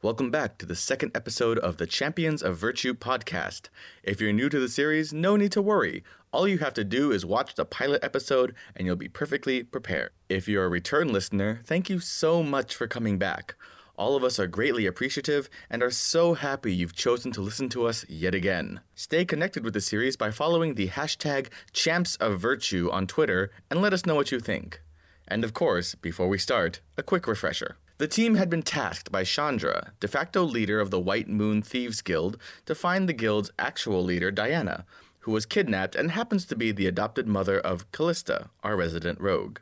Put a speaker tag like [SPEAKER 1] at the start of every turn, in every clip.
[SPEAKER 1] Welcome back to the second episode of the Champions of Virtue podcast. If you're new to the series, no need to worry. All you have to do is watch the pilot episode and you'll be perfectly prepared. If you're a return listener, thank you so much for coming back. All of us are greatly appreciative and are so happy you've chosen to listen to us yet again. Stay connected with the series by following the hashtag Champs of Virtue on Twitter and let us know what you think. And of course, before we start, a quick refresher. The team had been tasked by Chandra, de facto leader of the White Moon Thieves Guild, to find the guild's actual leader, Diana, who was kidnapped and happens to be the adopted mother of Callista, our resident rogue.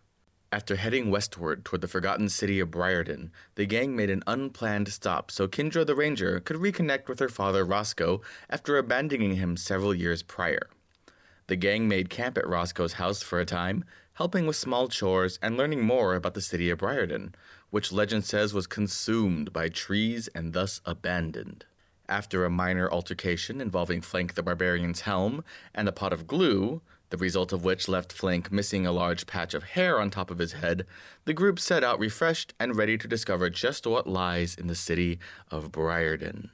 [SPEAKER 1] After heading westward toward the forgotten city of Briarden, the gang made an unplanned stop so Kindra the Ranger could reconnect with her father Roscoe after abandoning him several years prior. The gang made camp at Roscoe's house for a time, helping with small chores and learning more about the city of Briarden, which legend says was consumed by trees and thus abandoned. After a minor altercation involving Flank the Barbarian's helm and a pot of glue, the result of which left Flank missing a large patch of hair on top of his head, the group set out refreshed and ready to discover just what lies in the city of Briarden.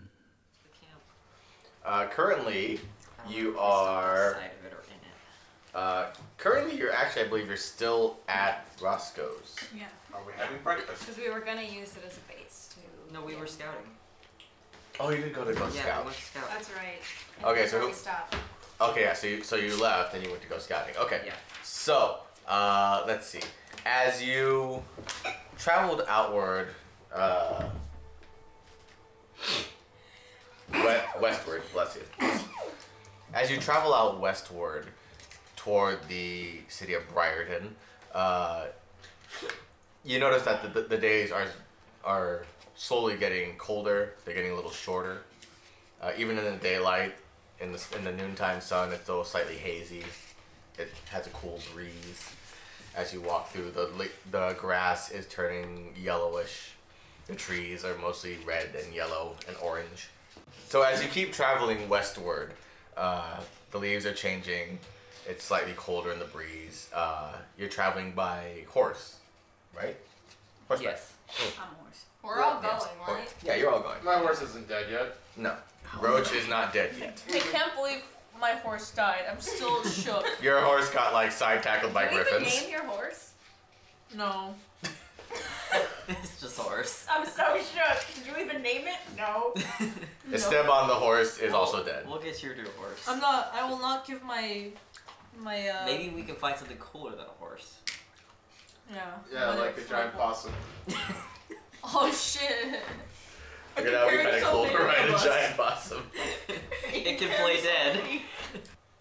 [SPEAKER 1] Uh, currently, you are.
[SPEAKER 2] Side of it or in it.
[SPEAKER 1] Uh, currently, you're actually, I believe, you're still at Roscoe's.
[SPEAKER 3] Yeah,
[SPEAKER 4] Are we having breakfast?
[SPEAKER 3] because we were gonna use it as a base to.
[SPEAKER 2] No, we were scouting.
[SPEAKER 1] Oh, you did go to Go
[SPEAKER 2] yeah,
[SPEAKER 1] Scout.
[SPEAKER 2] we went scout.
[SPEAKER 3] That's right.
[SPEAKER 1] Okay, so
[SPEAKER 3] Before
[SPEAKER 1] who-
[SPEAKER 3] we stop.
[SPEAKER 1] Okay, yeah. So you so you left and you went to go scouting. Okay.
[SPEAKER 2] Yeah.
[SPEAKER 1] So uh, let's see. As you traveled outward, uh, we- westward. Bless you. As you travel out westward toward the city of Briarton, uh, you notice that the, the, the days are are slowly getting colder. They're getting a little shorter. Uh, even in the daylight, in the, in the noontime sun, it's still slightly hazy. It has a cool breeze. As you walk through, the, li- the grass is turning yellowish. The trees are mostly red and yellow and orange. So as you keep traveling westward, uh, the leaves are changing. It's slightly colder in the breeze. Uh, you're traveling by horse, right? Horseback.
[SPEAKER 2] Yes.
[SPEAKER 3] I'm horse. We're all
[SPEAKER 1] Yes.
[SPEAKER 3] going,
[SPEAKER 1] Hor-
[SPEAKER 3] right?
[SPEAKER 1] Yeah, you're all going.
[SPEAKER 4] My horse isn't dead yet.
[SPEAKER 1] No, Roach is not dead yet.
[SPEAKER 5] I can't believe my horse died. I'm still shook.
[SPEAKER 1] Your horse got like side tackled by
[SPEAKER 3] Did you even
[SPEAKER 1] griffins.
[SPEAKER 3] name your horse?
[SPEAKER 5] No.
[SPEAKER 2] it's just a horse.
[SPEAKER 3] I'm so shook. Did you even name it? No.
[SPEAKER 1] Esteban the horse is also dead.
[SPEAKER 2] We'll get you to a horse.
[SPEAKER 5] I'm not. I will not give my my. uh...
[SPEAKER 2] Maybe we can find something cooler than a horse.
[SPEAKER 5] Yeah.
[SPEAKER 4] Yeah,
[SPEAKER 5] Whether
[SPEAKER 4] like a
[SPEAKER 5] it's
[SPEAKER 4] giant possum.
[SPEAKER 5] Oh shit.
[SPEAKER 1] Look at how we kind
[SPEAKER 5] compared
[SPEAKER 1] of
[SPEAKER 5] to
[SPEAKER 1] cool
[SPEAKER 5] something
[SPEAKER 1] right a
[SPEAKER 5] else.
[SPEAKER 1] giant possum.
[SPEAKER 2] it can play dead.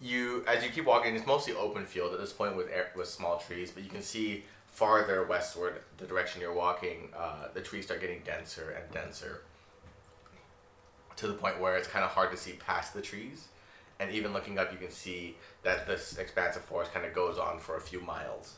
[SPEAKER 1] You, as you keep walking, it's mostly open field at this point with air, with small trees, but you can see farther westward, the direction you're walking, uh, the trees start getting denser and denser, to the point where it's kind of hard to see past the trees. And even looking up, you can see that this expanse of forest kind of goes on for a few miles.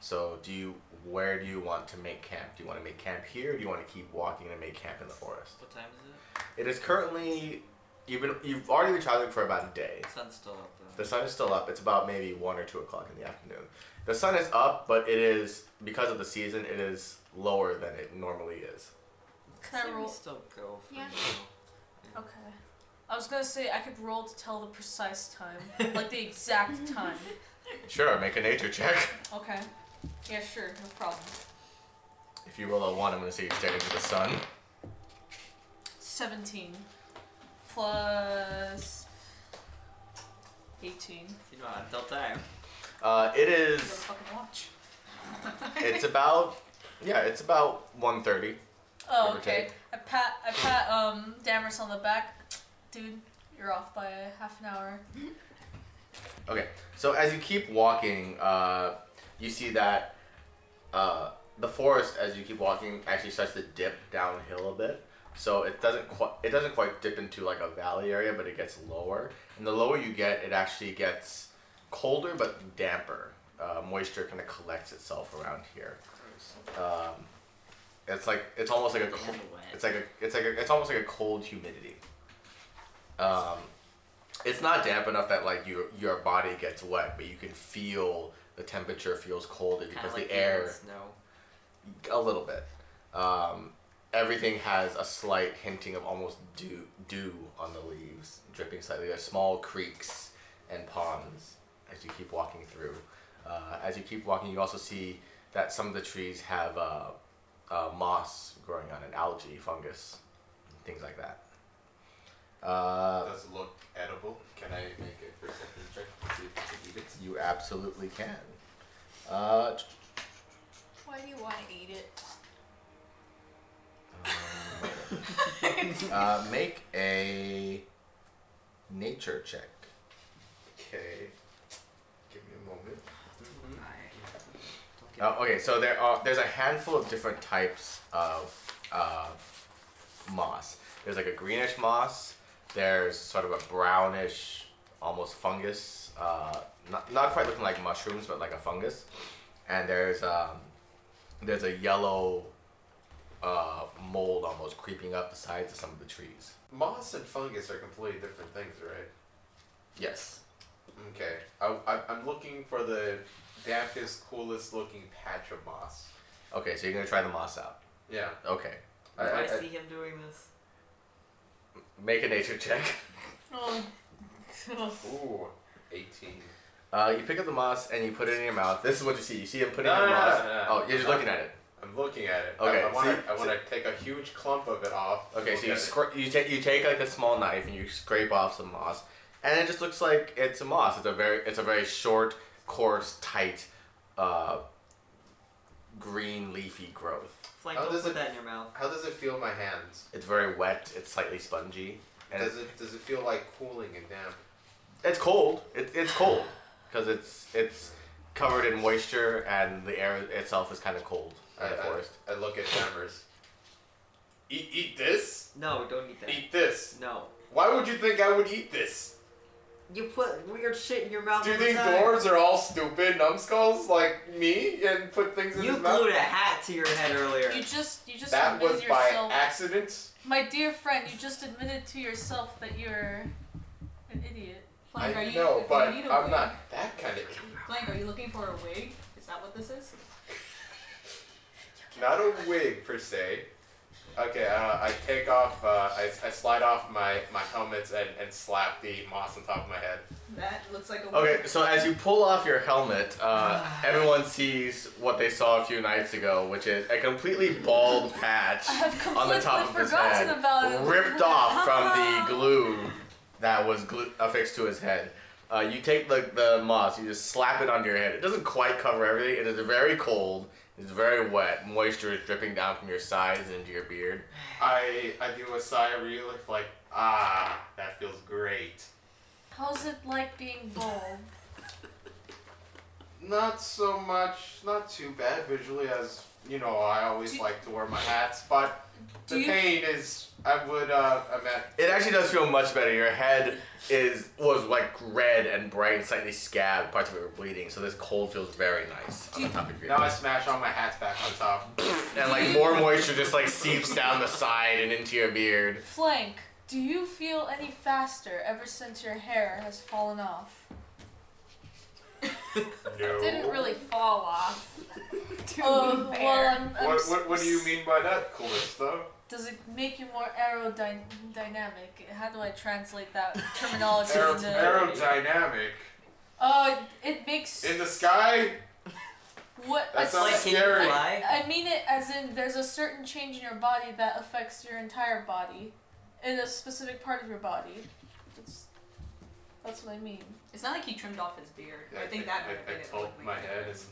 [SPEAKER 1] So, do you? Where do you want to make camp? Do you want to make camp here? Or do you want to keep walking and make camp in the forest?
[SPEAKER 2] What time is it?
[SPEAKER 1] It is currently. You've been. You've already been traveling for about a day.
[SPEAKER 2] The sun's still up though.
[SPEAKER 1] The sun is still up. It's about maybe one or two o'clock in the afternoon. The sun is up, but it is because of the season. It is lower than it normally is.
[SPEAKER 5] Can I
[SPEAKER 2] Maybe we
[SPEAKER 5] roll?
[SPEAKER 2] still go for
[SPEAKER 5] Yeah.
[SPEAKER 2] now.
[SPEAKER 5] Okay. I was gonna say I could roll to tell the precise time, like the exact time.
[SPEAKER 1] Sure, make a nature check.
[SPEAKER 5] Okay. Yeah, sure, no problem.
[SPEAKER 1] If you roll a one, I'm gonna say you're staring to the sun.
[SPEAKER 5] Seventeen plus eighteen.
[SPEAKER 2] You know, until time.
[SPEAKER 1] Uh, it
[SPEAKER 5] Got a
[SPEAKER 1] is.
[SPEAKER 5] fucking watch.
[SPEAKER 1] It's about. Yeah, it's about 1.30.
[SPEAKER 5] Oh,
[SPEAKER 1] Give or
[SPEAKER 5] okay.
[SPEAKER 1] take.
[SPEAKER 5] I pat I pat um Damaris on the back. Dude, you're off by a half an hour.
[SPEAKER 1] Okay, so as you keep walking, uh, you see that uh, the forest, as you keep walking, actually starts to dip downhill a bit. So it doesn't quite it doesn't quite dip into like a valley area, but it gets lower. And the lower you get, it actually gets colder but damper. Uh, moisture kind of collects itself around here. Um, it's like it's almost like a co- it's like a it's like a, it's almost like a cold humidity. Um, it's not damp enough that like your your body gets wet, but you can feel the temperature feels colder
[SPEAKER 2] Kinda
[SPEAKER 1] because
[SPEAKER 2] like
[SPEAKER 1] the air
[SPEAKER 2] Snow.
[SPEAKER 1] a little bit. Um, everything has a slight hinting of almost dew, dew on the leaves, dripping slightly. There's small creeks and ponds as you keep walking through. Uh, as you keep walking, you also see that some of the trees have uh, uh, moss growing on it, algae, fungus, things like that. Uh,
[SPEAKER 4] Does it look edible? Can I make a perception check to see if I can eat it?
[SPEAKER 1] you absolutely can. Uh,
[SPEAKER 6] Why do you want to eat it?
[SPEAKER 1] uh, make a nature check.
[SPEAKER 4] Okay. Give me a moment.
[SPEAKER 2] Mm-hmm.
[SPEAKER 1] Uh, okay, so there are there's a handful of different types of uh, moss. There's like a greenish moss. There's sort of a brownish, almost fungus. Uh, not not quite looking like mushrooms, but like a fungus. And there's um, there's a yellow uh, mold almost creeping up the sides of some of the trees.
[SPEAKER 4] Moss and fungus are completely different things, right?
[SPEAKER 1] Yes.
[SPEAKER 4] Okay. I, I, I'm looking for the dampest, coolest looking patch of moss.
[SPEAKER 1] Okay, so you're gonna try the moss out.
[SPEAKER 4] Yeah.
[SPEAKER 1] Okay.
[SPEAKER 2] Do I,
[SPEAKER 1] I- I-
[SPEAKER 2] see him doing this?
[SPEAKER 1] make a nature check.
[SPEAKER 5] Oh.
[SPEAKER 4] Ooh. 18.
[SPEAKER 1] Uh, you pick up the moss and you put it in your mouth. This is what you see. You see him putting
[SPEAKER 4] No,
[SPEAKER 1] it in the
[SPEAKER 4] no, no,
[SPEAKER 1] moss.
[SPEAKER 4] no, no.
[SPEAKER 1] Oh, you're just
[SPEAKER 4] No.
[SPEAKER 1] looking at it.
[SPEAKER 4] I'm looking at it.
[SPEAKER 1] Okay,
[SPEAKER 4] I, I want
[SPEAKER 1] see-
[SPEAKER 4] to I wanna take a huge clump of it off.
[SPEAKER 1] Okay,
[SPEAKER 4] Look
[SPEAKER 1] so you
[SPEAKER 4] at it.
[SPEAKER 1] scra- you take you take like a small knife and you scrape off some moss, and it just looks like it's a moss. It's a very it's a very short, coarse, tight, uh, green leafy growth.
[SPEAKER 2] Flank,
[SPEAKER 4] How
[SPEAKER 2] don't
[SPEAKER 4] does
[SPEAKER 2] put
[SPEAKER 4] it-
[SPEAKER 2] that in your mouth.
[SPEAKER 4] How does it feel in my hands?
[SPEAKER 1] It's very wet. It's slightly spongy, and
[SPEAKER 4] Does
[SPEAKER 1] it's,
[SPEAKER 4] it does it feel like cooling and damp?
[SPEAKER 1] it's cold. It, it's cold because it's it's covered in moisture and the air itself is kind of cold in
[SPEAKER 4] I,
[SPEAKER 1] the forest.
[SPEAKER 4] I, I look at Demers. Eat eat this?
[SPEAKER 2] No, don't eat that.
[SPEAKER 4] Eat this.
[SPEAKER 2] No.
[SPEAKER 4] Why would you think I would eat this?
[SPEAKER 2] You put weird shit in your mouth.
[SPEAKER 4] Do you
[SPEAKER 2] all the
[SPEAKER 4] think
[SPEAKER 2] time.
[SPEAKER 4] dwarves are all stupid numbskulls like me and put things in
[SPEAKER 2] You
[SPEAKER 4] his mouth?
[SPEAKER 2] glued a hat to your head earlier.
[SPEAKER 5] You just you just
[SPEAKER 4] That
[SPEAKER 5] admitted
[SPEAKER 4] was by
[SPEAKER 5] yourself.
[SPEAKER 4] accident.
[SPEAKER 5] My dear friend, you just admitted to yourself that you're an idiot. Blank, are
[SPEAKER 4] I
[SPEAKER 5] you
[SPEAKER 4] know, but
[SPEAKER 5] you need a
[SPEAKER 4] I'm
[SPEAKER 5] wig?
[SPEAKER 4] not that kind of.
[SPEAKER 5] Blank, are you looking for a wig? Is that what this is?
[SPEAKER 4] Not a wig per se. Okay, uh, I take off. Uh, I, I slide off my my helmets and, and slap the moss on top of my head.
[SPEAKER 5] That looks like a wig.
[SPEAKER 1] Okay, so as you pull off your helmet, uh, everyone sees what they saw a few nights ago, which is a completely bald patch
[SPEAKER 5] I have
[SPEAKER 1] on
[SPEAKER 5] completely
[SPEAKER 1] the top of his
[SPEAKER 5] forgotten
[SPEAKER 1] head,
[SPEAKER 5] about it.
[SPEAKER 1] ripped off from the glue that was glue- affixed to his head. Uh, you take the, the moss, you just slap it onto your head. It doesn't quite cover everything. It is very cold. It's very wet. Moisture is dripping down from your sides into your beard.
[SPEAKER 4] I I do a sigh of relief, like ah, that feels great.
[SPEAKER 5] How's it like being bald?
[SPEAKER 4] Not so much, not too bad visually, as you know. I always
[SPEAKER 5] Do-
[SPEAKER 4] like to wear my hats, but
[SPEAKER 5] Do
[SPEAKER 4] the
[SPEAKER 5] you-
[SPEAKER 4] pain is. I would. Uh, I'm at.
[SPEAKER 1] It actually does feel much better. Your head is was like red and bright and slightly scabbed. Parts of it were bleeding, so this cold feels very nice on the top of your
[SPEAKER 4] Now I
[SPEAKER 1] head.
[SPEAKER 4] smash all my hats back on top.
[SPEAKER 1] And like more moisture just like seeps down the side and into your beard.
[SPEAKER 5] Flank, do you feel any faster ever since your hair has fallen off?
[SPEAKER 4] No.
[SPEAKER 6] Didn't really fall off. to
[SPEAKER 5] Oh,
[SPEAKER 6] be fair.
[SPEAKER 7] uh,
[SPEAKER 5] well, I'm, I'm
[SPEAKER 4] What,
[SPEAKER 5] s-
[SPEAKER 4] what, what do you mean by that, coolest though?
[SPEAKER 5] Does it make you more aerodynamic? How do I translate that terminology
[SPEAKER 4] Aer-
[SPEAKER 5] into?
[SPEAKER 4] aerodynamic
[SPEAKER 5] uh, it makes
[SPEAKER 4] in the sky.
[SPEAKER 5] what?
[SPEAKER 4] That
[SPEAKER 5] it's-
[SPEAKER 4] sounds
[SPEAKER 2] like can
[SPEAKER 4] scary.
[SPEAKER 2] you fly?
[SPEAKER 5] I mean it as in there's a certain change in your body that affects your entire body, in a specific part of your body. It's, that's what I mean.
[SPEAKER 7] It's not like he trimmed off his beard. I think that would have
[SPEAKER 4] I,
[SPEAKER 7] been
[SPEAKER 4] I
[SPEAKER 7] it.
[SPEAKER 4] told
[SPEAKER 7] like,
[SPEAKER 4] my head. Is,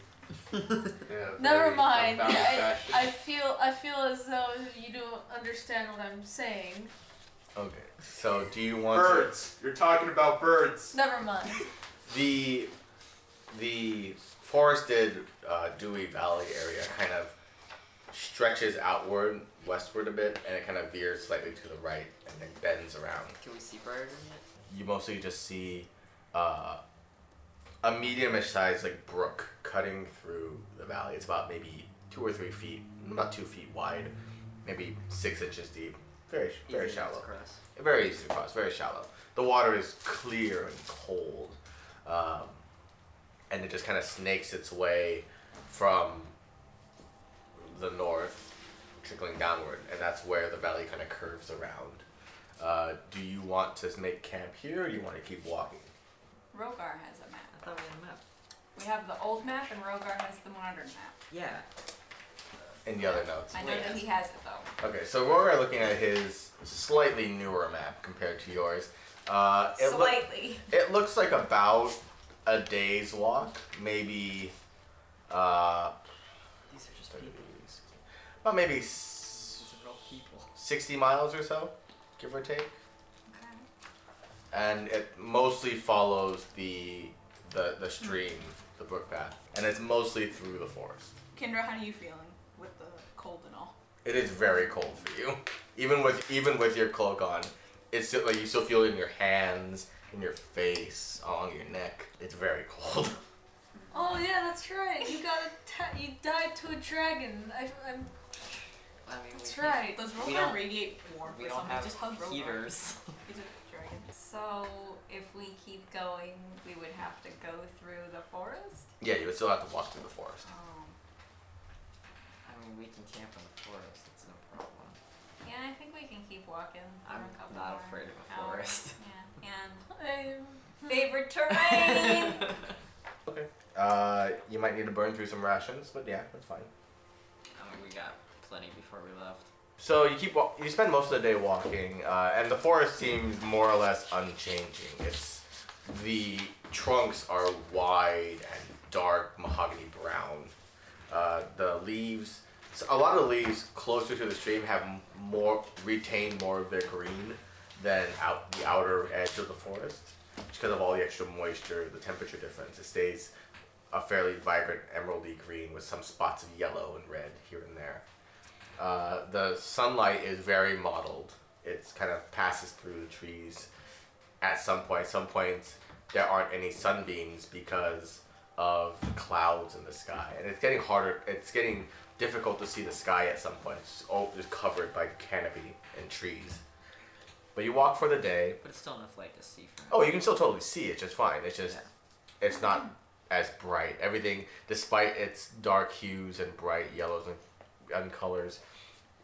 [SPEAKER 4] yeah,
[SPEAKER 5] Never
[SPEAKER 4] very
[SPEAKER 5] mind.
[SPEAKER 4] profound
[SPEAKER 5] I,
[SPEAKER 4] fashion.
[SPEAKER 5] I feel I feel as though you don't understand what I'm saying.
[SPEAKER 1] Okay. So do you want to-
[SPEAKER 4] birds. You're talking about birds.
[SPEAKER 5] Never mind.
[SPEAKER 1] the the forested uh, Dewey Valley area kind of stretches outward westward a bit, and it kind of veers slightly to the right and then bends around.
[SPEAKER 2] Can we see birds in
[SPEAKER 1] you mostly just see uh, a medium-ish sized like brook cutting through the valley. It's about maybe two or three feet, about two feet wide, maybe six inches deep. Very sh-
[SPEAKER 2] it?
[SPEAKER 1] very
[SPEAKER 2] Easy
[SPEAKER 1] shallow.
[SPEAKER 2] to cross.
[SPEAKER 1] Very easy to cross. Very shallow. The water is clear and cold, um, and it just kind of snakes its way from the north trickling downward, and that's where the valley kind of curves around. Uh, do you want to make camp here, or do you want to keep walking?
[SPEAKER 3] Rogar has a map.
[SPEAKER 8] I thought we had a map.
[SPEAKER 3] We have the old map, and Rogar has the modern map.
[SPEAKER 8] Yeah.
[SPEAKER 1] In the other notes.
[SPEAKER 3] I know that he has it though.
[SPEAKER 1] Okay, so we're looking at his slightly newer map compared to yours. Uh, it, loo-
[SPEAKER 3] Slightly.
[SPEAKER 1] it looks like about a day's walk, maybe uh,
[SPEAKER 8] These are just people.
[SPEAKER 1] about maybe s-
[SPEAKER 8] These are all people.
[SPEAKER 1] 60 miles or so, give or take. And it mostly follows the the, the stream, the brook path, and it's mostly through the forest.
[SPEAKER 7] Kendra, how are you feeling with the cold and all?
[SPEAKER 1] It is very cold for you, even with even with your cloak on. It's still, like you still feel it in your hands, in your face, along your neck. It's very cold.
[SPEAKER 5] Oh yeah, that's right. You got atta- you died to a dragon. I, I'm
[SPEAKER 8] I mean, we
[SPEAKER 5] that's
[SPEAKER 8] can't-
[SPEAKER 5] right.
[SPEAKER 7] Does
[SPEAKER 8] We
[SPEAKER 7] Rogar
[SPEAKER 8] don't-
[SPEAKER 7] radiate warmth
[SPEAKER 8] We
[SPEAKER 7] or
[SPEAKER 8] don't
[SPEAKER 7] something?
[SPEAKER 8] have
[SPEAKER 7] Just hug Rogar.
[SPEAKER 8] heaters.
[SPEAKER 7] He's a dragon.
[SPEAKER 3] So if we keep going, we would have to go through the forest.
[SPEAKER 1] Yeah, you would still have to walk through the forest.
[SPEAKER 7] Um,
[SPEAKER 3] Oh.
[SPEAKER 8] I mean, we can camp in the forest. It's no problem.
[SPEAKER 3] Yeah, I think we can keep walking. for a
[SPEAKER 8] I'm
[SPEAKER 3] couple
[SPEAKER 8] not
[SPEAKER 3] more
[SPEAKER 8] afraid of a
[SPEAKER 3] hours.
[SPEAKER 8] forest.
[SPEAKER 3] Yeah, and
[SPEAKER 5] I'm
[SPEAKER 7] Hmm.
[SPEAKER 3] favorite terrain.
[SPEAKER 1] Okay. Uh, you might need to burn through some rations, but yeah, that's fine.
[SPEAKER 8] I mean, we got plenty before we left.
[SPEAKER 1] So you keep wa- you spend most of the day walking, uh, and the forest seems more or less unchanging. It's the trunks are wide and dark mahogany brown. Uh, the leaves, s- a lot of leaves closer to the stream have m- more retained more of their green than out the outer edge of the forest, just because of all the extra moisture, the temperature difference. It stays a fairly vibrant emeraldy green with some spots of yellow and red here and there. Uh, the sunlight is very mottled. It's kind of passes through the trees. At some point, some points there aren't any sunbeams because of the clouds in the sky, and it's getting harder. It's getting difficult to see the sky at some point. It's just all just covered by canopy and trees. But you walk for the day.
[SPEAKER 8] But it's still enough light to see from
[SPEAKER 1] Oh, you can still totally see it just fine. It's just it's not as bright. Everything, despite its dark hues and bright yellows and, and colors,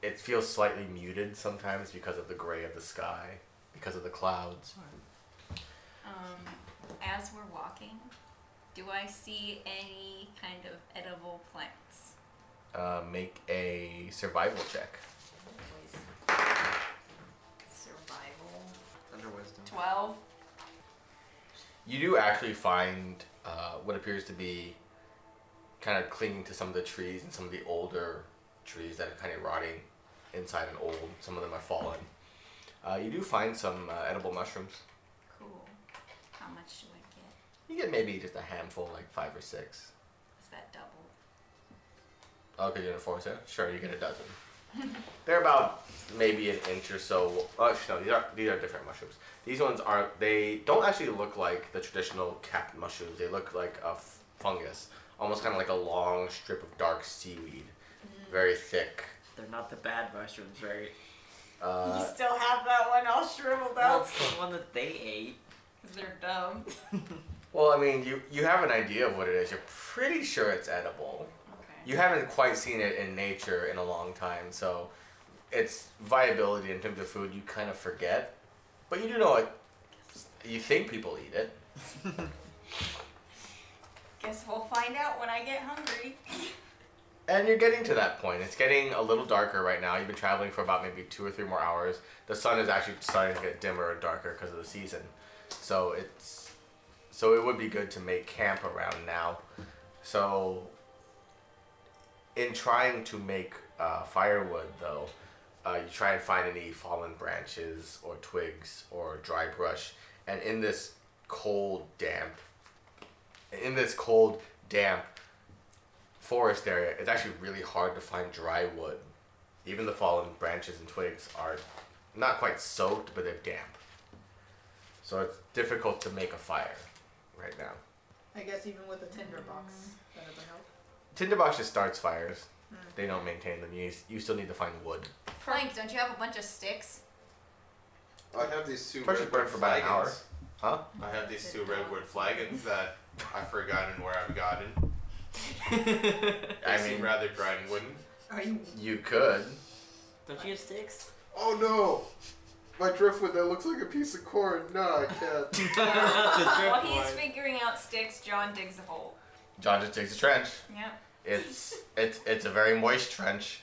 [SPEAKER 1] it feels slightly muted sometimes because of the gray of the sky, because of the clouds.
[SPEAKER 3] Um, as we're walking, do I see any kind of edible plants?
[SPEAKER 1] Uh, make a survival check.
[SPEAKER 3] Survival.
[SPEAKER 8] Thunder Wisdom.
[SPEAKER 3] Twelve.
[SPEAKER 1] You do actually find uh, what appears to be kind of clinging to some of the trees and some of the older trees that are kind of rotting inside and old. Some of them are fallen. Uh, you do find some uh, edible mushrooms.
[SPEAKER 3] Cool. How much do I get?
[SPEAKER 1] You get maybe just a handful, like five or six.
[SPEAKER 3] Is that double?
[SPEAKER 1] Oh, because you're in a forest area? Sure, you get a dozen. They're about sh an inch or so. Uh, sh- no, these are these are different mushrooms. These ones are they don't actually look like the traditional cap mushrooms. They look like a f- fungus, almost kind of like a long strip of dark seaweed, very thick.
[SPEAKER 8] They're not the bad mushrooms, right?
[SPEAKER 1] Uh,
[SPEAKER 7] still have that one all shriveled
[SPEAKER 8] That's the one that they ate.
[SPEAKER 3] Cause they're dumb.
[SPEAKER 1] well, I mean, you you have an idea of what it is. You're pretty sure it's edible.
[SPEAKER 3] Okay.
[SPEAKER 1] You haven't quite seen it in nature in a long time, so its viability in terms of food you kind of forget. But you do know it. You think people eat it.
[SPEAKER 7] Guess we'll find out when I get hungry.
[SPEAKER 1] And you're getting to that point. It's getting a little darker right now. You've been traveling for about maybe two or three more hours. The sun is actually starting to get dimmer and darker because of the season. So it's so it would be good to make camp around now. So in trying to make uh, firewood, though, uh, you try and find any fallen branches or twigs or dry brush. And in this cold, damp, in this cold, damp forest area, it's actually really hard to find dry wood. Even the fallen branches and twigs are not quite soaked, but they're damp. So it's difficult to make a fire right now.
[SPEAKER 7] I guess even with a tinder box,
[SPEAKER 5] Mm.
[SPEAKER 7] that doesn't help.
[SPEAKER 1] Tinderbox just starts fires. They don't maintain them. You, you still need to find wood.
[SPEAKER 3] Frank, don't you have a bunch of sticks?
[SPEAKER 4] I have these two
[SPEAKER 1] First you burn
[SPEAKER 4] redwood
[SPEAKER 1] for about an hour.
[SPEAKER 4] flagons.
[SPEAKER 1] Huh? I have
[SPEAKER 4] These two redwood flagons that I've forgotten where I've gotten.
[SPEAKER 1] I
[SPEAKER 4] They seem
[SPEAKER 1] mean-
[SPEAKER 4] rather dry and wooden.
[SPEAKER 7] Are you
[SPEAKER 1] You could.
[SPEAKER 2] Don't you have sticks?
[SPEAKER 4] Oh no! My driftwood that looks like a piece of corn. No, I can't.
[SPEAKER 2] the
[SPEAKER 3] While
[SPEAKER 2] drift
[SPEAKER 3] he's
[SPEAKER 2] one.
[SPEAKER 3] figuring out sticks, John digs a hole.
[SPEAKER 1] John just takes a trench.
[SPEAKER 3] Yeah.
[SPEAKER 1] It's it's it's a very moist trench.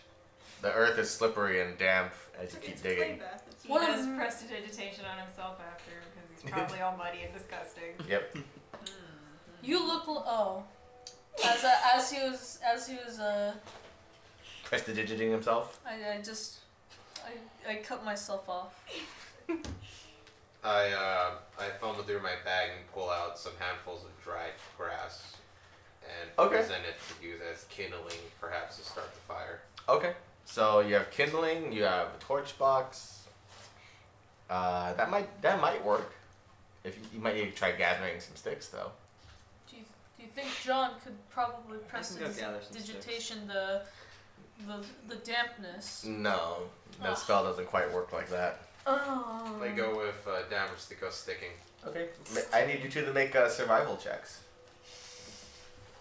[SPEAKER 1] The earth is slippery and damp as you keep
[SPEAKER 7] It's a clay
[SPEAKER 1] digging.
[SPEAKER 7] bath. It's
[SPEAKER 3] He
[SPEAKER 5] What a
[SPEAKER 3] does
[SPEAKER 5] m-
[SPEAKER 3] prestidigitation on himself after because he's probably all muddy and disgusting.
[SPEAKER 1] Yep.
[SPEAKER 5] You look l- oh. As uh, as he was as he was uh,
[SPEAKER 1] Prestidigitating himself.
[SPEAKER 5] I, I just I, I cut myself off.
[SPEAKER 4] I uh, I fumble through my bag and pull out some handfuls of dried grass and
[SPEAKER 1] Okay.
[SPEAKER 4] present it to use as kindling, perhaps to start the fire.
[SPEAKER 1] Okay. So you have kindling. You have a torch box. Uh, that might that might work. If you, you might need to try gathering some sticks though.
[SPEAKER 5] Do you, do you think John could probably press
[SPEAKER 2] can go gather some
[SPEAKER 5] digitation the the the dampness?
[SPEAKER 1] No, the
[SPEAKER 5] Ugh.
[SPEAKER 1] spell doesn't quite work like that.
[SPEAKER 5] Oh.
[SPEAKER 1] Mm-hmm.
[SPEAKER 4] I go with uh, damage to go sticking.
[SPEAKER 1] Okay. I need you two to make uh, survival checks.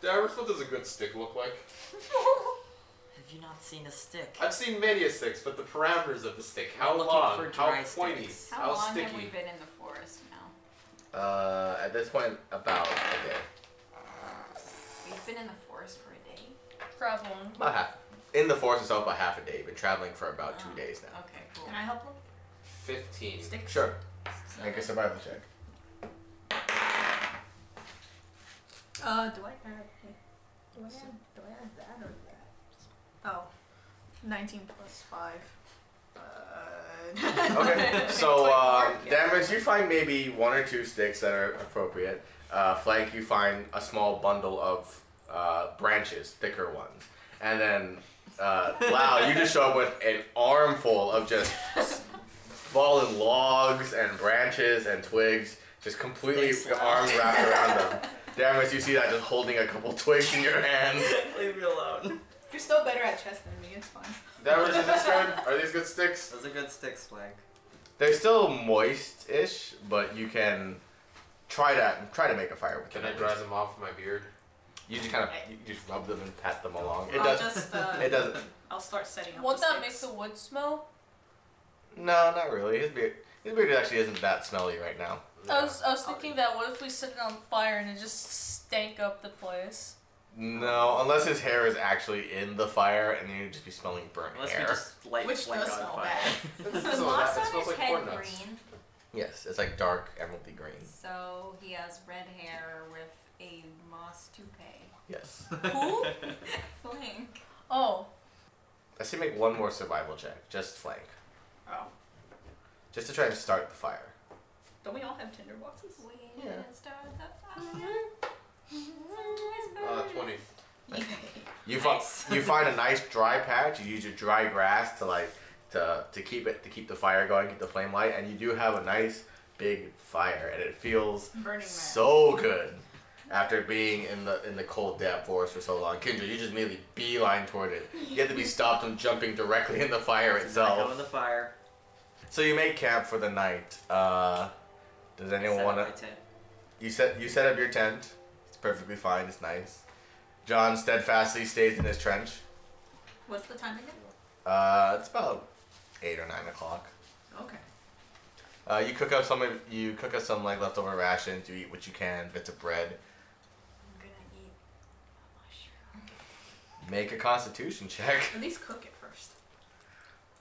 [SPEAKER 4] Damage, what does a good stick look like?
[SPEAKER 2] Have you not seen a stick?
[SPEAKER 4] I've seen many a sticks, but the parameters of the stick, how
[SPEAKER 2] I'm looking
[SPEAKER 4] long,
[SPEAKER 2] for
[SPEAKER 4] how
[SPEAKER 2] dry
[SPEAKER 4] pointy,
[SPEAKER 2] sticks.
[SPEAKER 3] How,
[SPEAKER 4] how,
[SPEAKER 3] long
[SPEAKER 4] sticky.
[SPEAKER 3] have we been in the forest now?
[SPEAKER 1] Uh, at this point, about a day.
[SPEAKER 3] We've been in the forest for a day.
[SPEAKER 5] Traveling.
[SPEAKER 1] About half. In the forest itself, about half a day. Been traveling for about two
[SPEAKER 3] Oh.
[SPEAKER 1] days now.
[SPEAKER 3] Okay, cool.
[SPEAKER 7] Can I help him?
[SPEAKER 4] 15.
[SPEAKER 3] Sticks.
[SPEAKER 1] Sure. Make a survival check.
[SPEAKER 7] Uh, do I add? Do I add, do I add that or that? Oh, 19 plus 5. Uh,
[SPEAKER 1] Okay. so
[SPEAKER 7] Twenty
[SPEAKER 1] um,
[SPEAKER 7] more? Yeah.
[SPEAKER 1] damage, you find maybe one or two sticks that are appropriate. Uh, flank, you find a small bundle of uh, branches, thicker ones, and then uh, wow, you just show up with an armful of just fallen logs and branches and twigs, just completely
[SPEAKER 2] Thanks, Lyle.
[SPEAKER 1] arms wrapped around them. Damage, you see that just holding a couple twigs in your hand.
[SPEAKER 2] Leave me alone.
[SPEAKER 7] You're still better at chess than me, it's fine.
[SPEAKER 4] Damage in this round, are these good sticks?
[SPEAKER 2] Those are good sticks, Flank.
[SPEAKER 1] They're still moist-ish, but you can try to try to make a fire with
[SPEAKER 4] Can
[SPEAKER 1] them.
[SPEAKER 4] I
[SPEAKER 1] at
[SPEAKER 4] dry
[SPEAKER 1] least.
[SPEAKER 4] them off my beard?
[SPEAKER 1] You just kind of you just rub them and pat them along. It
[SPEAKER 2] Oh,
[SPEAKER 7] I'll
[SPEAKER 1] does.
[SPEAKER 7] just, uh,
[SPEAKER 1] It doesn't.
[SPEAKER 7] I'll start setting up
[SPEAKER 5] Won't
[SPEAKER 7] the
[SPEAKER 5] that make
[SPEAKER 7] sticks.
[SPEAKER 5] the wood smell?
[SPEAKER 1] No, not really. His beard. His beard actually isn't that smelly right now.
[SPEAKER 3] Oh,
[SPEAKER 5] I was I was
[SPEAKER 7] I'll
[SPEAKER 5] thinking that what if we set it on fire and it just stank up the place?
[SPEAKER 1] No, unless his hair is actually in the fire, and then you'd just be smelling burnt
[SPEAKER 2] Unless we
[SPEAKER 1] hair.
[SPEAKER 2] just light
[SPEAKER 7] Which
[SPEAKER 2] Flank
[SPEAKER 7] does
[SPEAKER 2] on
[SPEAKER 7] smell
[SPEAKER 2] fire.
[SPEAKER 4] This
[SPEAKER 3] The
[SPEAKER 4] all
[SPEAKER 3] moss
[SPEAKER 4] that- it
[SPEAKER 3] on
[SPEAKER 4] smells
[SPEAKER 3] his
[SPEAKER 4] like
[SPEAKER 3] head
[SPEAKER 4] corn nuts.
[SPEAKER 3] green,
[SPEAKER 1] Yes, it's like dark emeraldy green.
[SPEAKER 3] so he has red hair with a moss toupee.
[SPEAKER 1] Yes.
[SPEAKER 5] Who?
[SPEAKER 3] Flink.
[SPEAKER 5] oh.
[SPEAKER 1] I say make one more survival check, just flank,
[SPEAKER 7] Oh.
[SPEAKER 1] just to try to start the fire.
[SPEAKER 7] Don't we all have tinder boxes?
[SPEAKER 3] We
[SPEAKER 1] Yeah.
[SPEAKER 3] can start the fire.
[SPEAKER 4] Mm-hmm. Uh,
[SPEAKER 3] Mm,
[SPEAKER 4] 20.
[SPEAKER 1] You find
[SPEAKER 3] Nice.
[SPEAKER 1] you find a nice dry patch. You use your dry grass to like to to keep it to keep the fire going, keep the flame light, and you do have a nice big fire, and it feels
[SPEAKER 7] Burning Man.
[SPEAKER 1] so good after being in the in the cold damp forest for so long. Kendra, you just immediately beeline toward it. You have to be stopped from jumping directly in the fire
[SPEAKER 2] It's not going in
[SPEAKER 1] itself.
[SPEAKER 2] the fire.
[SPEAKER 1] So you make camp for the night. Uh, does anyone
[SPEAKER 2] Set up
[SPEAKER 1] want to?
[SPEAKER 2] my tent.
[SPEAKER 1] You set you set up your tent. It's perfectly fine. It's nice. John steadfastly stays in his trench.
[SPEAKER 7] What's the time again?
[SPEAKER 1] Uh, it's about eight or nine o'clock.
[SPEAKER 7] Okay.
[SPEAKER 1] Uh, you cook up some of you cook up some like leftover rations. You eat what you can, bits of bread.
[SPEAKER 3] I'm gonna eat a mushroom.
[SPEAKER 1] Make a Constitution check.
[SPEAKER 7] At least cook it first.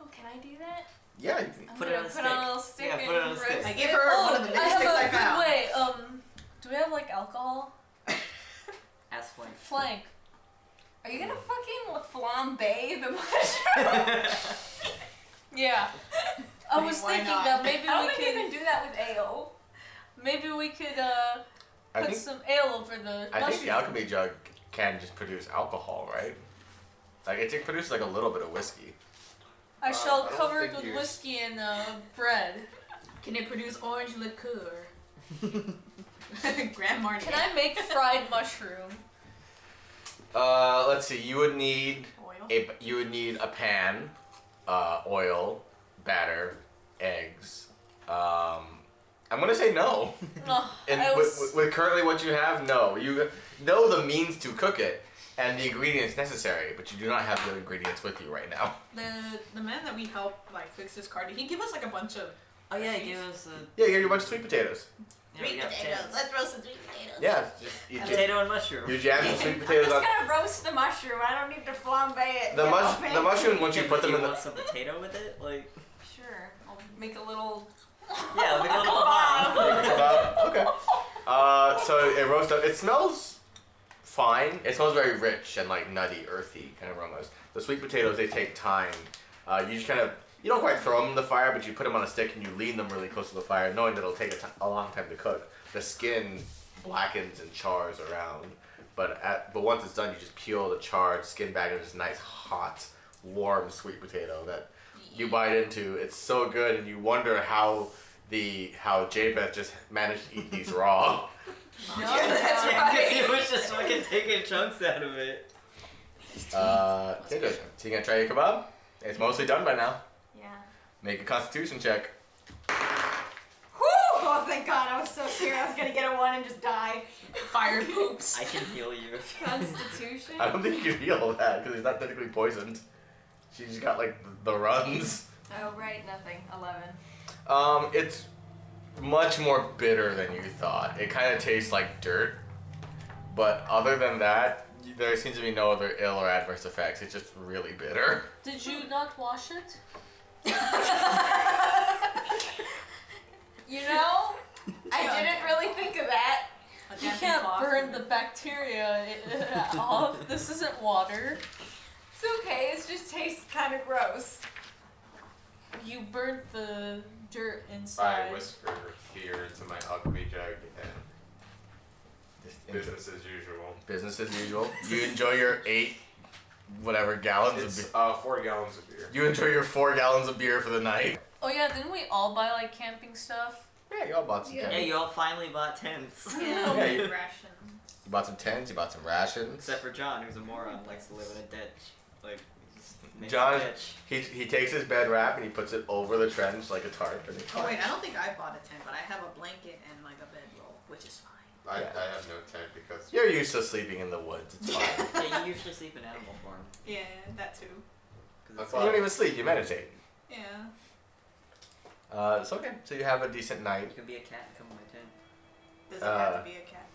[SPEAKER 3] Oh, can I do that?
[SPEAKER 1] Yeah, you can-
[SPEAKER 3] I'm
[SPEAKER 2] Put it
[SPEAKER 3] gonna
[SPEAKER 2] on a
[SPEAKER 3] put
[SPEAKER 2] stick.
[SPEAKER 3] on a little stick
[SPEAKER 2] Yeah,
[SPEAKER 3] and
[SPEAKER 2] put it on a
[SPEAKER 3] roast
[SPEAKER 2] stick.
[SPEAKER 3] it.
[SPEAKER 7] I gave her one of the
[SPEAKER 5] Oh, I
[SPEAKER 7] biggest sticks Oh, I
[SPEAKER 5] have a good
[SPEAKER 7] found.
[SPEAKER 5] way. Um, do we have like alcohol?
[SPEAKER 2] Ask Flank.
[SPEAKER 5] Flank.
[SPEAKER 3] Are you gonna fucking flambe the mushroom?
[SPEAKER 5] Yeah. I
[SPEAKER 7] Like,
[SPEAKER 5] was
[SPEAKER 7] why
[SPEAKER 5] thinking
[SPEAKER 7] not?
[SPEAKER 5] that maybe
[SPEAKER 3] I don't
[SPEAKER 5] we
[SPEAKER 3] think you
[SPEAKER 5] could
[SPEAKER 3] can do that with ale.
[SPEAKER 5] maybe we could uh
[SPEAKER 1] I
[SPEAKER 5] put
[SPEAKER 1] think
[SPEAKER 5] some ale over the
[SPEAKER 1] I think the
[SPEAKER 5] mushroom.
[SPEAKER 1] alchemy jug can just produce alcohol, right? Like it just produces like a little bit of whiskey.
[SPEAKER 5] I shall
[SPEAKER 4] Uh, I don't
[SPEAKER 5] cover it
[SPEAKER 4] think
[SPEAKER 5] with
[SPEAKER 4] you-
[SPEAKER 5] whiskey and uh, bread.
[SPEAKER 7] Can it produce orange liqueur? Grand Marnier.
[SPEAKER 5] Can I make fried mushroom?
[SPEAKER 1] Uh, let's see. You would need
[SPEAKER 7] Oil.
[SPEAKER 1] a you would need a pan, uh, oil, batter, eggs. Um, I'm gonna say no.
[SPEAKER 5] Ugh,
[SPEAKER 2] Oh,
[SPEAKER 1] And
[SPEAKER 5] I
[SPEAKER 1] with,
[SPEAKER 5] was
[SPEAKER 1] with, with currently what you have, no. You know the means to cook it. and the ingredients necessary, but you do not have the ingredients with you right now.
[SPEAKER 7] The the man that we helped like fix his car, did he give us like a bunch of
[SPEAKER 2] Oh yeah, he gave us a
[SPEAKER 1] Yeah, you have your bunch of sweet potatoes.
[SPEAKER 2] yeah, we got potatoes.
[SPEAKER 7] Let's roast some sweet potatoes.
[SPEAKER 1] Yeah, just eat
[SPEAKER 2] A
[SPEAKER 1] it.
[SPEAKER 2] potato and mushroom.
[SPEAKER 1] You jam the sweet
[SPEAKER 3] I'm
[SPEAKER 1] potatoes
[SPEAKER 3] just
[SPEAKER 1] on.
[SPEAKER 3] gonna roast the mushroom. I don't need to flambe it.
[SPEAKER 1] The,
[SPEAKER 3] Get all
[SPEAKER 1] mush- the
[SPEAKER 3] fancy.
[SPEAKER 1] mushroom, once you put them in
[SPEAKER 2] want
[SPEAKER 1] the.
[SPEAKER 2] some potato with it, like
[SPEAKER 3] Sure. I'll make a little.
[SPEAKER 2] yeah, like a little
[SPEAKER 3] Kebab.
[SPEAKER 2] kebab.
[SPEAKER 1] Uh, okay. Uh, so it roasts up. It smells fine. It smells very rich and like nutty, earthy kind of aromas. The sweet potatoes, they take time. Uh, you just kind of. You don't quite throw them in the fire, but you put them on a stick and you lean them really close to the fire, knowing that it'll take a ti- a long time to cook. The skin blackens and chars around, but at, but once it's done, you just peel the charred skin back and it's this nice, hot, warm sweet potato that you bite into. It's so good, and you wonder how the how Jabeth just managed to eat these raw.
[SPEAKER 2] yeah, that's
[SPEAKER 3] Yeah.
[SPEAKER 2] right. He was just fucking taking chunks out of it.
[SPEAKER 1] Uh, they're good. So you gonna try your kebab? It's mostly done by now.
[SPEAKER 3] Yeah.
[SPEAKER 1] Make a Constitution check.
[SPEAKER 3] Whew! Oh, thank God. I was so scared I was gonna get a one and just die.
[SPEAKER 7] Fire poops.
[SPEAKER 2] I can heal you. if you-
[SPEAKER 3] Constitution?
[SPEAKER 1] I don't think you can heal that because he's not technically poisoned. She just got like the runs.
[SPEAKER 3] Oh, right. Nothing. 11.
[SPEAKER 1] Um, it's much more bitter than you thought. It kind of tastes like dirt, but other than that, there seems to be no other ill or adverse effects. It's just really bitter.
[SPEAKER 5] Did you not wash it?
[SPEAKER 3] You know, I didn't really think of that.
[SPEAKER 5] You can't burn the bacteria i- off. This isn't water.
[SPEAKER 3] It's okay. It just tastes kind of gross.
[SPEAKER 5] You burned the dirt
[SPEAKER 4] I
[SPEAKER 5] inside.
[SPEAKER 4] whisper here to my alchemy jug and business as usual.
[SPEAKER 1] business as usual. You enjoy your eight, whatever gallons of
[SPEAKER 4] It's
[SPEAKER 1] beer.
[SPEAKER 4] uh, four gallons of beer.
[SPEAKER 1] You enjoy your four gallons of beer for the night.
[SPEAKER 5] oh yeah, didn't we all buy like camping stuff?
[SPEAKER 1] Yeah, y'all bought some.
[SPEAKER 7] Yeah.
[SPEAKER 2] Yeah,
[SPEAKER 1] tents.
[SPEAKER 2] you all finally bought tents.
[SPEAKER 1] Yeah, you-
[SPEAKER 7] Ration.
[SPEAKER 1] You bought some tents. You bought some rations.
[SPEAKER 2] Except for John, who's a moron, likes to live in a ditch. Like, he just makes
[SPEAKER 1] John-
[SPEAKER 2] a ditch.
[SPEAKER 1] He, he takes his bed wrap and he puts it over the trench like a tarp. And he
[SPEAKER 7] Oh wait, I don't think I bought a tent, but I have a blanket and like a bedroll, which is fine.
[SPEAKER 4] I, I
[SPEAKER 1] Yeah.
[SPEAKER 4] have no tent because
[SPEAKER 1] You're used to sleeping in the woods. It's fine.
[SPEAKER 2] Yeah, you usually sleep in animal form.
[SPEAKER 7] Yeah, that too.
[SPEAKER 2] 'cause
[SPEAKER 4] That's
[SPEAKER 2] it's-
[SPEAKER 1] you don't even sleep. You meditate.
[SPEAKER 7] Yeah.
[SPEAKER 1] Uh, it's okay. So you have a decent night.
[SPEAKER 2] You can be a cat and come in my tent.
[SPEAKER 7] Does it have
[SPEAKER 1] Uh,
[SPEAKER 7] to be a cat?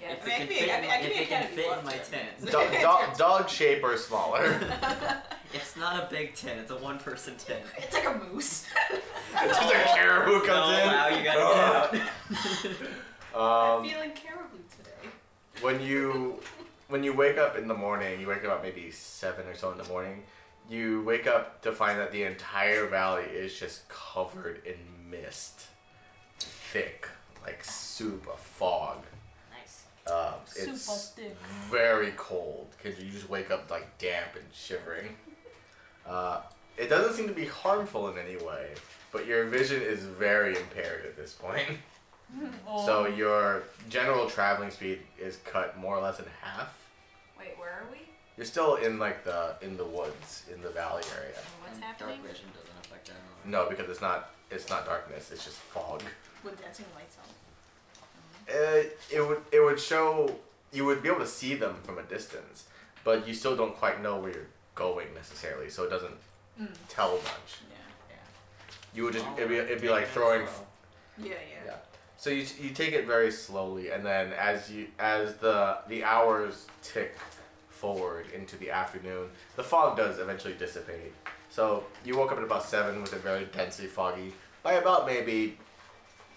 [SPEAKER 3] Yeah.
[SPEAKER 2] If
[SPEAKER 7] I mean, I
[SPEAKER 2] it can
[SPEAKER 7] could be-
[SPEAKER 2] fit,
[SPEAKER 7] I
[SPEAKER 2] in
[SPEAKER 7] mean,
[SPEAKER 2] my-
[SPEAKER 7] I could
[SPEAKER 2] if
[SPEAKER 7] be a
[SPEAKER 2] it can
[SPEAKER 7] cat if you
[SPEAKER 2] fit in
[SPEAKER 7] want
[SPEAKER 2] my
[SPEAKER 7] to.
[SPEAKER 2] tent.
[SPEAKER 1] Dog, dog, dog shape or smaller.
[SPEAKER 2] It's not a big tent. It's a one-person tent.
[SPEAKER 7] It's like a moose.
[SPEAKER 1] it's just a caribou
[SPEAKER 2] Oh
[SPEAKER 1] comes in.
[SPEAKER 2] wow, you got it out.
[SPEAKER 1] Um,
[SPEAKER 7] I'm feeling caribou today.
[SPEAKER 1] when you when you wake up in the morning, you wake up at maybe seven or so in the morning. You wake up to find that the entire valley is just covered in mist, thick like soup, a fog.
[SPEAKER 2] nice.
[SPEAKER 1] Uh,
[SPEAKER 5] Super
[SPEAKER 1] it's
[SPEAKER 5] thick.
[SPEAKER 1] very cold because you just wake up like damp and shivering. Uh, it doesn't seem to be harmful in any way, but your vision is very impaired at this point.
[SPEAKER 5] Oh,
[SPEAKER 1] So your general traveling speed is cut more or less in half.
[SPEAKER 3] Wait, where are we?
[SPEAKER 1] You're still in like the in the woods in the valley area.
[SPEAKER 3] What's
[SPEAKER 2] and
[SPEAKER 3] happening?
[SPEAKER 2] Dark vision doesn't affect animals.
[SPEAKER 1] No, because it's not it's not darkness. It's just fog.
[SPEAKER 7] With dancing lights on.
[SPEAKER 1] Uh, it would it would show you would be able to see them from a distance, but you still don't quite know where you're going necessarily. So it doesn't
[SPEAKER 7] Mm.
[SPEAKER 1] tell much.
[SPEAKER 7] Yeah.
[SPEAKER 1] You would just
[SPEAKER 2] Oh,
[SPEAKER 1] it'd be, it'd be like throwing
[SPEAKER 7] Yeah,
[SPEAKER 1] Yeah. So you, you take it very slowly, and then as you as the the hours tick forward into the afternoon, the fog does eventually dissipate. So you woke up at about seven with a very densely foggy. By about maybe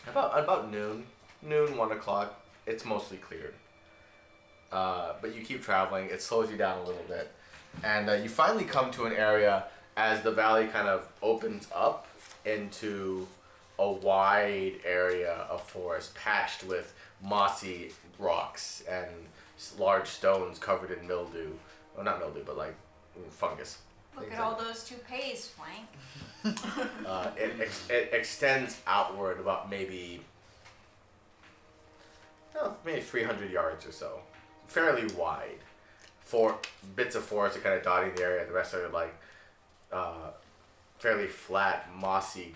[SPEAKER 1] about about noon, noon one o'clock, it's mostly cleared. Uh, but you keep traveling. It slows you down a little bit, and uh, you finally come to an area as the valley kind of opens up into a wide area of forest patched with mossy rocks and s- large stones covered in mildew. Well, not mildew, but like mm, fungus.
[SPEAKER 3] Look
[SPEAKER 1] Things
[SPEAKER 3] at
[SPEAKER 1] like
[SPEAKER 3] all those toupees, Frank.
[SPEAKER 1] uh, it, ex- it extends outward about maybe oh, maybe 300 yards or so fairly wide for bits of forest are kind of dotting the area the rest are like uh, fairly flat mossy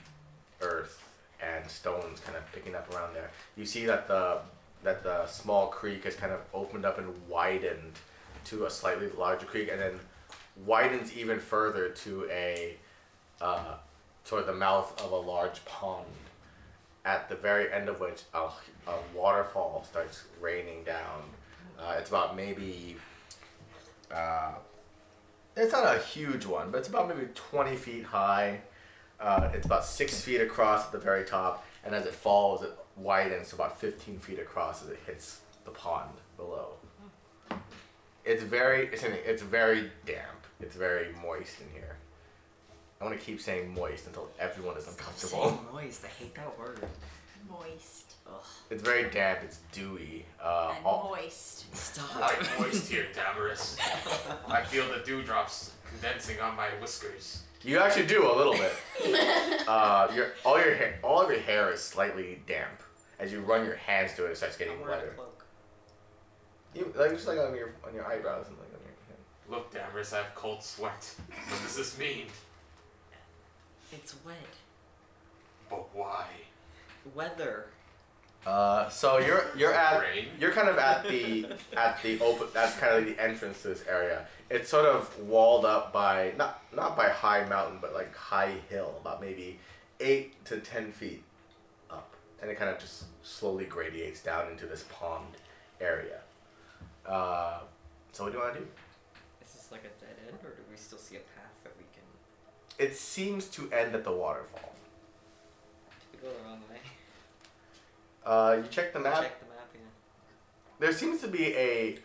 [SPEAKER 1] earth and stones kind of picking up around there you see that the that the small creek has kind of opened up and widened to a slightly larger creek and then widens even further to a uh, toward the mouth of a large pond at the very end of which a, a waterfall starts raining down uh, it's about maybe uh, it's not a huge one but it's about maybe 20 feet high uh, it's about six feet across at the very top, and as it falls, it widens to about 15 feet across as it hits the pond below. It's very, it's, in, it's very damp. It's very moist in here. I want to keep saying moist until everyone is uncomfortable.
[SPEAKER 2] Saying moist. I hate that word.
[SPEAKER 7] Moist.
[SPEAKER 1] It's very damp. It's dewy. Uh,
[SPEAKER 7] I'm
[SPEAKER 1] all,
[SPEAKER 7] moist.
[SPEAKER 2] Stop.
[SPEAKER 4] I moist here, Damaris. I feel the dewdrops condensing on my whiskers.
[SPEAKER 1] you actually do a little bit. uh, your all your hair, all of your hair is slightly damp. As you run your hands through it, it starts getting
[SPEAKER 9] I'm wearing a
[SPEAKER 1] wetter.
[SPEAKER 9] cloak.
[SPEAKER 1] You, like just like on your on your eyebrows and like on your. Head.
[SPEAKER 4] Look, Damaris, I have cold sweat. What does this mean?
[SPEAKER 2] It's wet.
[SPEAKER 4] But why?
[SPEAKER 2] Weather.
[SPEAKER 1] Uh, so you're you're at
[SPEAKER 4] Rain?
[SPEAKER 1] you're kind of at the at the open that's kind of the entrance to this area. It's sort of walled up by not not by high mountain but like high hill, about maybe eight to ten feet up, and it kind of just slowly gradiates down into this pond area. Uh, so what do you want to do?
[SPEAKER 2] Is this like a dead end, or do we still see a path that we can?
[SPEAKER 1] It seems to end at the waterfall.
[SPEAKER 2] Did we go the wrong way?
[SPEAKER 1] Uh, you check the map.
[SPEAKER 2] Check the map again.
[SPEAKER 1] there seems to be a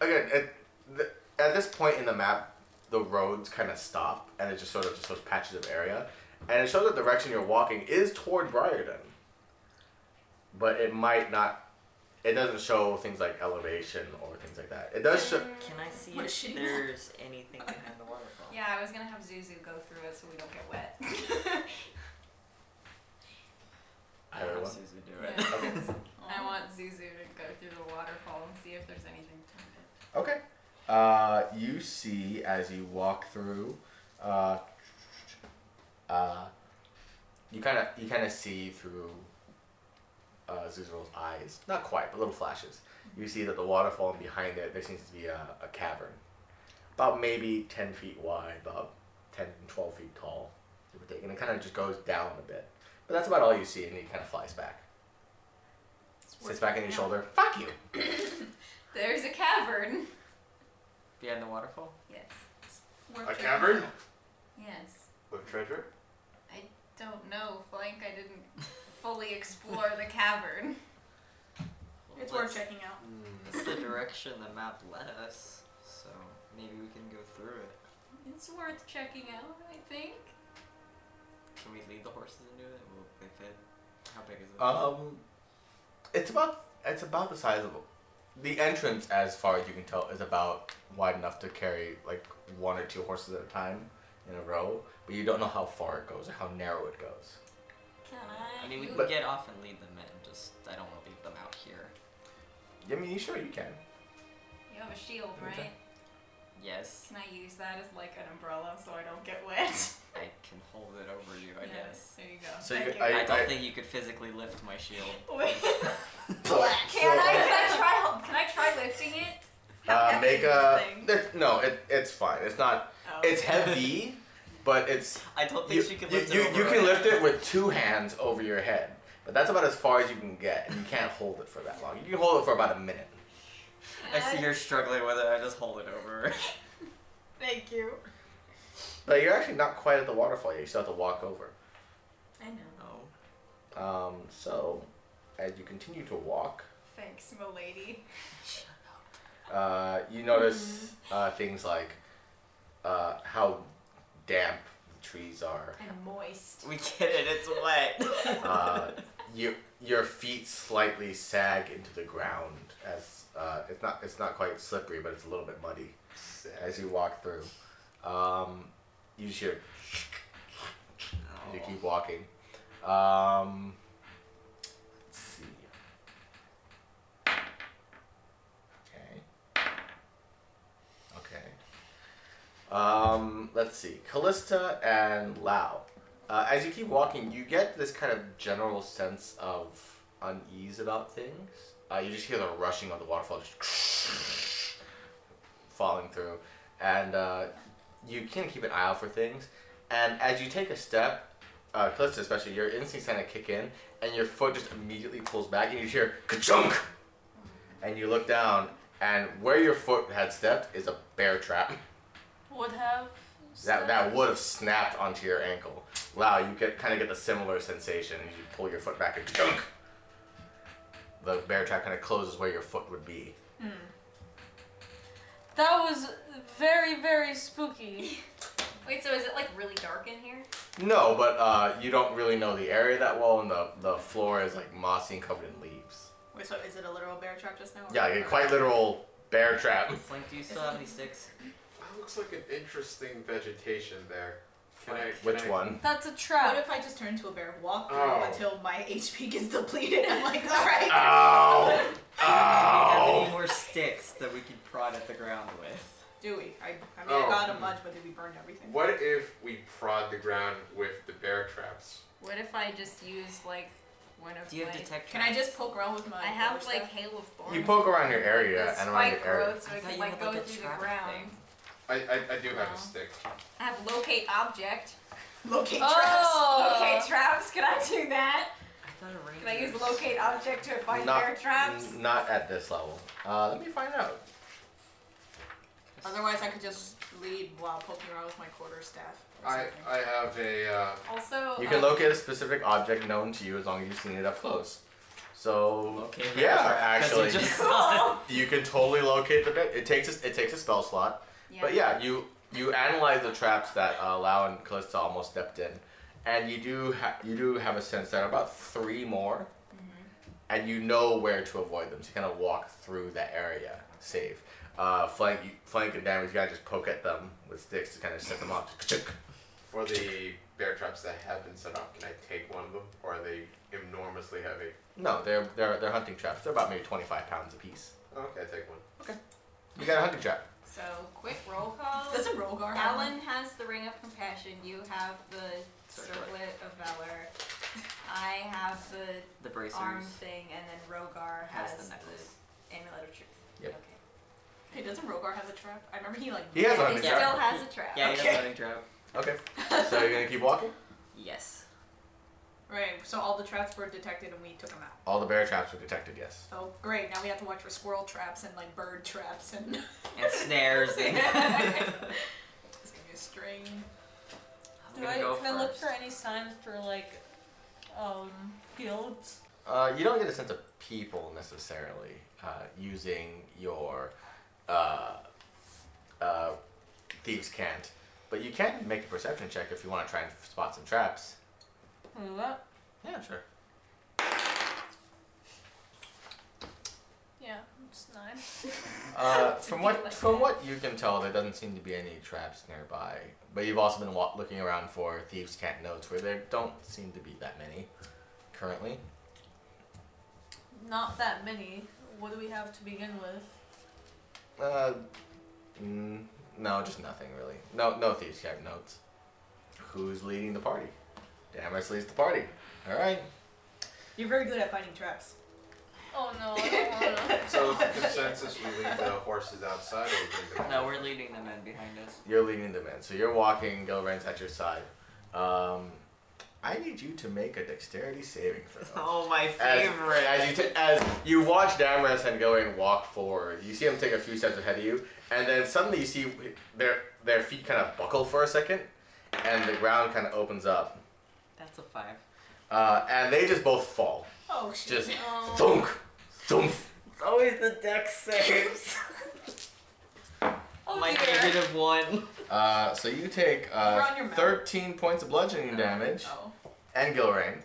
[SPEAKER 1] again at, the, at this point in the map the roads kind of stop and it just sort of just those patches of area and it shows that the direction you're walking is toward Briarden but it might not it doesn't show things like elevation or things like that it does show
[SPEAKER 2] Can I see
[SPEAKER 5] What
[SPEAKER 2] if
[SPEAKER 5] shitty map.
[SPEAKER 2] there's anything behind the waterfall?
[SPEAKER 7] Yeah, I was gonna have Zuzu go through it so we don't get wet.
[SPEAKER 2] I don't know
[SPEAKER 1] Everyone?
[SPEAKER 2] if Susan do it.
[SPEAKER 7] Yeah.
[SPEAKER 1] okay
[SPEAKER 7] I want Zuzu to go through the waterfall and see if there's anything to it.
[SPEAKER 1] Okay. Uh, you see as you walk through, uh, uh, you kind of you kind of see through uh, Zuzuro's eyes. Not quite, but little flashes. You see that the waterfall and behind it there seems to be a, a cavern, about maybe ten feet wide, about 10, 12 feet tall, give or take, and it kind of just goes down a bit. But that's about all you see, and he kind of flies back, sits back on your shoulder. Fuck you.
[SPEAKER 7] There's a cavern.
[SPEAKER 2] Behind the waterfall?
[SPEAKER 7] Yes.
[SPEAKER 5] We're
[SPEAKER 4] A
[SPEAKER 5] figuring
[SPEAKER 4] cavern?
[SPEAKER 5] out.
[SPEAKER 7] Yes.
[SPEAKER 4] With treasure?
[SPEAKER 7] Don't know, Flank. I didn't fully explore the cavern.
[SPEAKER 2] Well,
[SPEAKER 10] It's
[SPEAKER 2] let's-
[SPEAKER 10] worth checking out.
[SPEAKER 2] It's the direction the map led us, so maybe we can go through it.
[SPEAKER 7] It's worth checking out, I think.
[SPEAKER 2] Can we lead the horses into it? Will they fit? How big is it?
[SPEAKER 1] Um, it's about it's about the size of the entrance, as far as you can tell, is about wide enough to carry like one or two horses at a time in a row. But you don't know how far it goes or how narrow it goes.
[SPEAKER 7] Can
[SPEAKER 2] I mean, we can
[SPEAKER 1] But-
[SPEAKER 2] get off and lead them in. Just I don't want to leave them out here.
[SPEAKER 1] I mean, you sure you can.
[SPEAKER 7] You have a shield,
[SPEAKER 1] Okay.
[SPEAKER 7] right?
[SPEAKER 2] Yes,
[SPEAKER 7] Can I use that as like an umbrella so I don't get wet?
[SPEAKER 2] I can hold it over you. I guess.
[SPEAKER 7] There you go.
[SPEAKER 1] So you-
[SPEAKER 7] Thank
[SPEAKER 1] I-
[SPEAKER 2] I, don't think you could physically lift my shield.
[SPEAKER 7] Wait.
[SPEAKER 1] Black.
[SPEAKER 7] Can I, can I try hold- can I try lifting it? How
[SPEAKER 1] Uh,
[SPEAKER 7] heavy
[SPEAKER 1] make
[SPEAKER 7] is this
[SPEAKER 1] a
[SPEAKER 7] thing?
[SPEAKER 1] there- no. It, it's fine. It's not.
[SPEAKER 7] Oh.
[SPEAKER 1] It's heavy, but it's
[SPEAKER 2] I don't
[SPEAKER 1] you,
[SPEAKER 2] think she could
[SPEAKER 1] you,
[SPEAKER 2] lift
[SPEAKER 1] you,
[SPEAKER 2] it. over
[SPEAKER 1] you can
[SPEAKER 2] her.
[SPEAKER 1] lift it with two hands over your head, but that's about as far as you can get, and you can't hold it for that long. You can hold it for about a minute.
[SPEAKER 2] I see her struggling with it. I just hold it over. her.
[SPEAKER 10] Thank you.
[SPEAKER 1] But you're actually not quite at the waterfall yet. You still have to walk over.
[SPEAKER 7] I know.
[SPEAKER 2] oh,
[SPEAKER 1] Um, so, as you continue to walk,
[SPEAKER 7] Thanks, milady.
[SPEAKER 1] uh, you notice uh, things like uh, how damp the trees are.
[SPEAKER 7] And moist.
[SPEAKER 2] we get it. It's wet.
[SPEAKER 1] Uh, you, your feet slightly sag into the ground as uh, it's not it's not quite slippery, but it's a little bit muddy as you walk through. Um, you just hear as you keep walking. Um, let's see. Okay. Okay. Um, let's see. Callista and Lao. Uh, as you keep walking, you get this kind of general sense of unease about things. Uh, you just hear the rushing of the waterfall, just falling through, and uh, you can keep an eye out for things. And as you take a step, uh, Calista especially, your instincts kind of kick in, and your foot just immediately pulls back, and you hear ka-chunk, and you look down, and where your foot had stepped is a bear trap.
[SPEAKER 5] Would have.
[SPEAKER 1] That, that
[SPEAKER 5] said-
[SPEAKER 1] would have snapped onto your ankle. Wow, you get kind of get the similar sensation as you pull your foot back and chunk. The bear trap kind of closes where your foot would be.
[SPEAKER 7] Hmm.
[SPEAKER 5] That was very, very spooky.
[SPEAKER 3] Wait, so is it like really dark in here?
[SPEAKER 1] No, but uh, you don't really know the area that well, and the, the floor is like mossy and covered in leaves.
[SPEAKER 7] Wait, so is it a literal bear trap just now? or-
[SPEAKER 1] Yeah, like a quite literal bear trap.
[SPEAKER 8] Slink, do you still have any sticks?
[SPEAKER 4] That looks like an interesting vegetation there. Can I, can
[SPEAKER 1] Which
[SPEAKER 4] I-
[SPEAKER 1] one?
[SPEAKER 5] That's a
[SPEAKER 7] What
[SPEAKER 5] trap.
[SPEAKER 7] if I just turn into a bear, walk through
[SPEAKER 4] Oh.
[SPEAKER 7] until my HP gets depleted? I'm like, all
[SPEAKER 1] Ah. Ow!
[SPEAKER 7] right.
[SPEAKER 8] Do you have any
[SPEAKER 1] Ow!
[SPEAKER 8] more sticks that we could prod at the ground with?
[SPEAKER 7] Do we? I, I mean,
[SPEAKER 4] Oh.
[SPEAKER 7] I got a bunch, but did we burn everything?
[SPEAKER 4] What if we prod the ground with the bear traps?
[SPEAKER 3] What if I just use like one of
[SPEAKER 8] Do you
[SPEAKER 3] my?
[SPEAKER 8] have detect?
[SPEAKER 7] Can I just poke around with my?
[SPEAKER 3] I have
[SPEAKER 7] other
[SPEAKER 3] like
[SPEAKER 7] stuff?
[SPEAKER 3] hail of thorns.
[SPEAKER 1] You poke around your
[SPEAKER 3] the
[SPEAKER 1] area and around
[SPEAKER 3] spike
[SPEAKER 1] your area.
[SPEAKER 3] growth, so
[SPEAKER 8] I
[SPEAKER 3] I
[SPEAKER 8] thought
[SPEAKER 3] can
[SPEAKER 8] you
[SPEAKER 3] like
[SPEAKER 8] had,
[SPEAKER 3] go
[SPEAKER 8] like, a
[SPEAKER 3] through the
[SPEAKER 8] trap
[SPEAKER 3] ground.
[SPEAKER 8] thing.
[SPEAKER 4] I, I, I do have
[SPEAKER 3] No.
[SPEAKER 4] a stick.
[SPEAKER 3] I have locate object.
[SPEAKER 7] locate
[SPEAKER 8] Uh.
[SPEAKER 5] Oh.
[SPEAKER 3] locate traps. Can I do that?
[SPEAKER 8] I thought a ranger.
[SPEAKER 3] Can I use locate object to find
[SPEAKER 1] Not-
[SPEAKER 3] bear traps?
[SPEAKER 1] n- Not at this level. Uh, let me find out.
[SPEAKER 7] traps. Otherwise, I could just lead while poking around with my quarter staff.
[SPEAKER 4] I, I have a. Uh,
[SPEAKER 3] Also,
[SPEAKER 1] You can
[SPEAKER 3] uh,
[SPEAKER 1] locate a specific object known to you as long as you've seen it up close. So
[SPEAKER 8] Locate
[SPEAKER 1] yeah,
[SPEAKER 8] bear trap, 'cause
[SPEAKER 1] actually,
[SPEAKER 8] You just saw it.
[SPEAKER 1] you can totally locate the bear. It takes a, it takes a spell slot, but yeah, you you analyze the traps that uh, Lau and Callista almost stepped in, and you do ha- you do have a sense that about three more, and you know where to avoid them. So you kind of walk through that area safe. Uh, flank you, flank and damage. You gotta just poke at them with sticks to kind of set them off.
[SPEAKER 4] For the bear traps that have been set off, can I take one of them? Or are they enormously heavy?
[SPEAKER 1] No, they're they're they're hunting traps. They're about maybe twenty five pounds apiece.
[SPEAKER 4] Oh, Okay, I take one.
[SPEAKER 1] You got a hunting trap.
[SPEAKER 3] So quick roll call.
[SPEAKER 7] Doesn't Rogar have one?
[SPEAKER 3] Alan has the ring of compassion. You have the circlet of valor. I have the
[SPEAKER 8] the bracers.
[SPEAKER 3] arm thing, and then Rogar
[SPEAKER 8] Has
[SPEAKER 3] has,
[SPEAKER 8] the necklace.
[SPEAKER 3] amulet of truth.
[SPEAKER 1] Yep.
[SPEAKER 3] Okay.
[SPEAKER 7] Hey, doesn't Rogar have a trap? I remember he like.
[SPEAKER 1] He has a
[SPEAKER 3] He
[SPEAKER 1] hunting
[SPEAKER 3] still
[SPEAKER 1] trap.
[SPEAKER 3] has a trap.
[SPEAKER 8] Yeah,
[SPEAKER 7] Okay.
[SPEAKER 8] you're running trap.
[SPEAKER 1] Okay. So you're gonna keep walking.
[SPEAKER 8] Yes.
[SPEAKER 7] Right. So all the traps were detected and we took them out.
[SPEAKER 1] All the bear traps were detected. Yes.
[SPEAKER 7] Oh, great! Now we have to watch for squirrel traps and like bird traps and.
[SPEAKER 8] And snares and.
[SPEAKER 7] It's gonna be a string.
[SPEAKER 8] I'm
[SPEAKER 5] Do
[SPEAKER 8] gonna
[SPEAKER 5] I,
[SPEAKER 8] go
[SPEAKER 5] can I look
[SPEAKER 8] first.
[SPEAKER 5] for any signs for like, um, guilds?
[SPEAKER 1] Uh, you don't get a sense of people necessarily uh, using your uh, uh, thieves can't, but you can make a perception check if you want to try and spot some traps.
[SPEAKER 5] Can I do that?
[SPEAKER 1] Yeah, sure.
[SPEAKER 5] Yeah, it's nine.
[SPEAKER 1] Uh, from what from what you can tell, there doesn't seem to be any traps nearby. But you've also been wa- looking around for thieves' can't notes, where there don't seem to be that many currently.
[SPEAKER 5] Not that many. What do we have to begin with?
[SPEAKER 1] Uh, mm, no, just nothing really. No, no thieves' can't notes. Who's leading the party? Damaris leads the party. All right.
[SPEAKER 7] You're very good at finding traps.
[SPEAKER 5] Oh no, I don't wanna.
[SPEAKER 4] So is the consensus we leave the horses outside or we leave them
[SPEAKER 8] No, we're leading the men behind us.
[SPEAKER 1] You're leading the men, so you're walking. Gilran's at your side. Um, I need you to make a dexterity saving throw.
[SPEAKER 8] Oh, my
[SPEAKER 1] As,
[SPEAKER 8] favorite.
[SPEAKER 1] as you t- as you watch Damras and go and walk forward, you see him take a few steps ahead of you, and then suddenly you see their their feet kind of buckle for a second, and the ground kind of opens up,
[SPEAKER 8] That's a five.
[SPEAKER 1] uh, and they just both fall,
[SPEAKER 7] Oh shit.
[SPEAKER 1] just
[SPEAKER 5] Oh.
[SPEAKER 1] thunk, thunk.
[SPEAKER 8] It's always the deck saves.
[SPEAKER 5] Oh
[SPEAKER 8] my
[SPEAKER 5] dear.
[SPEAKER 8] negative one.
[SPEAKER 1] Uh, so you take
[SPEAKER 7] We're
[SPEAKER 1] uh,
[SPEAKER 7] on your map.
[SPEAKER 1] thirteen points of bludgeoning damage,
[SPEAKER 7] Oh.
[SPEAKER 1] and Gilrain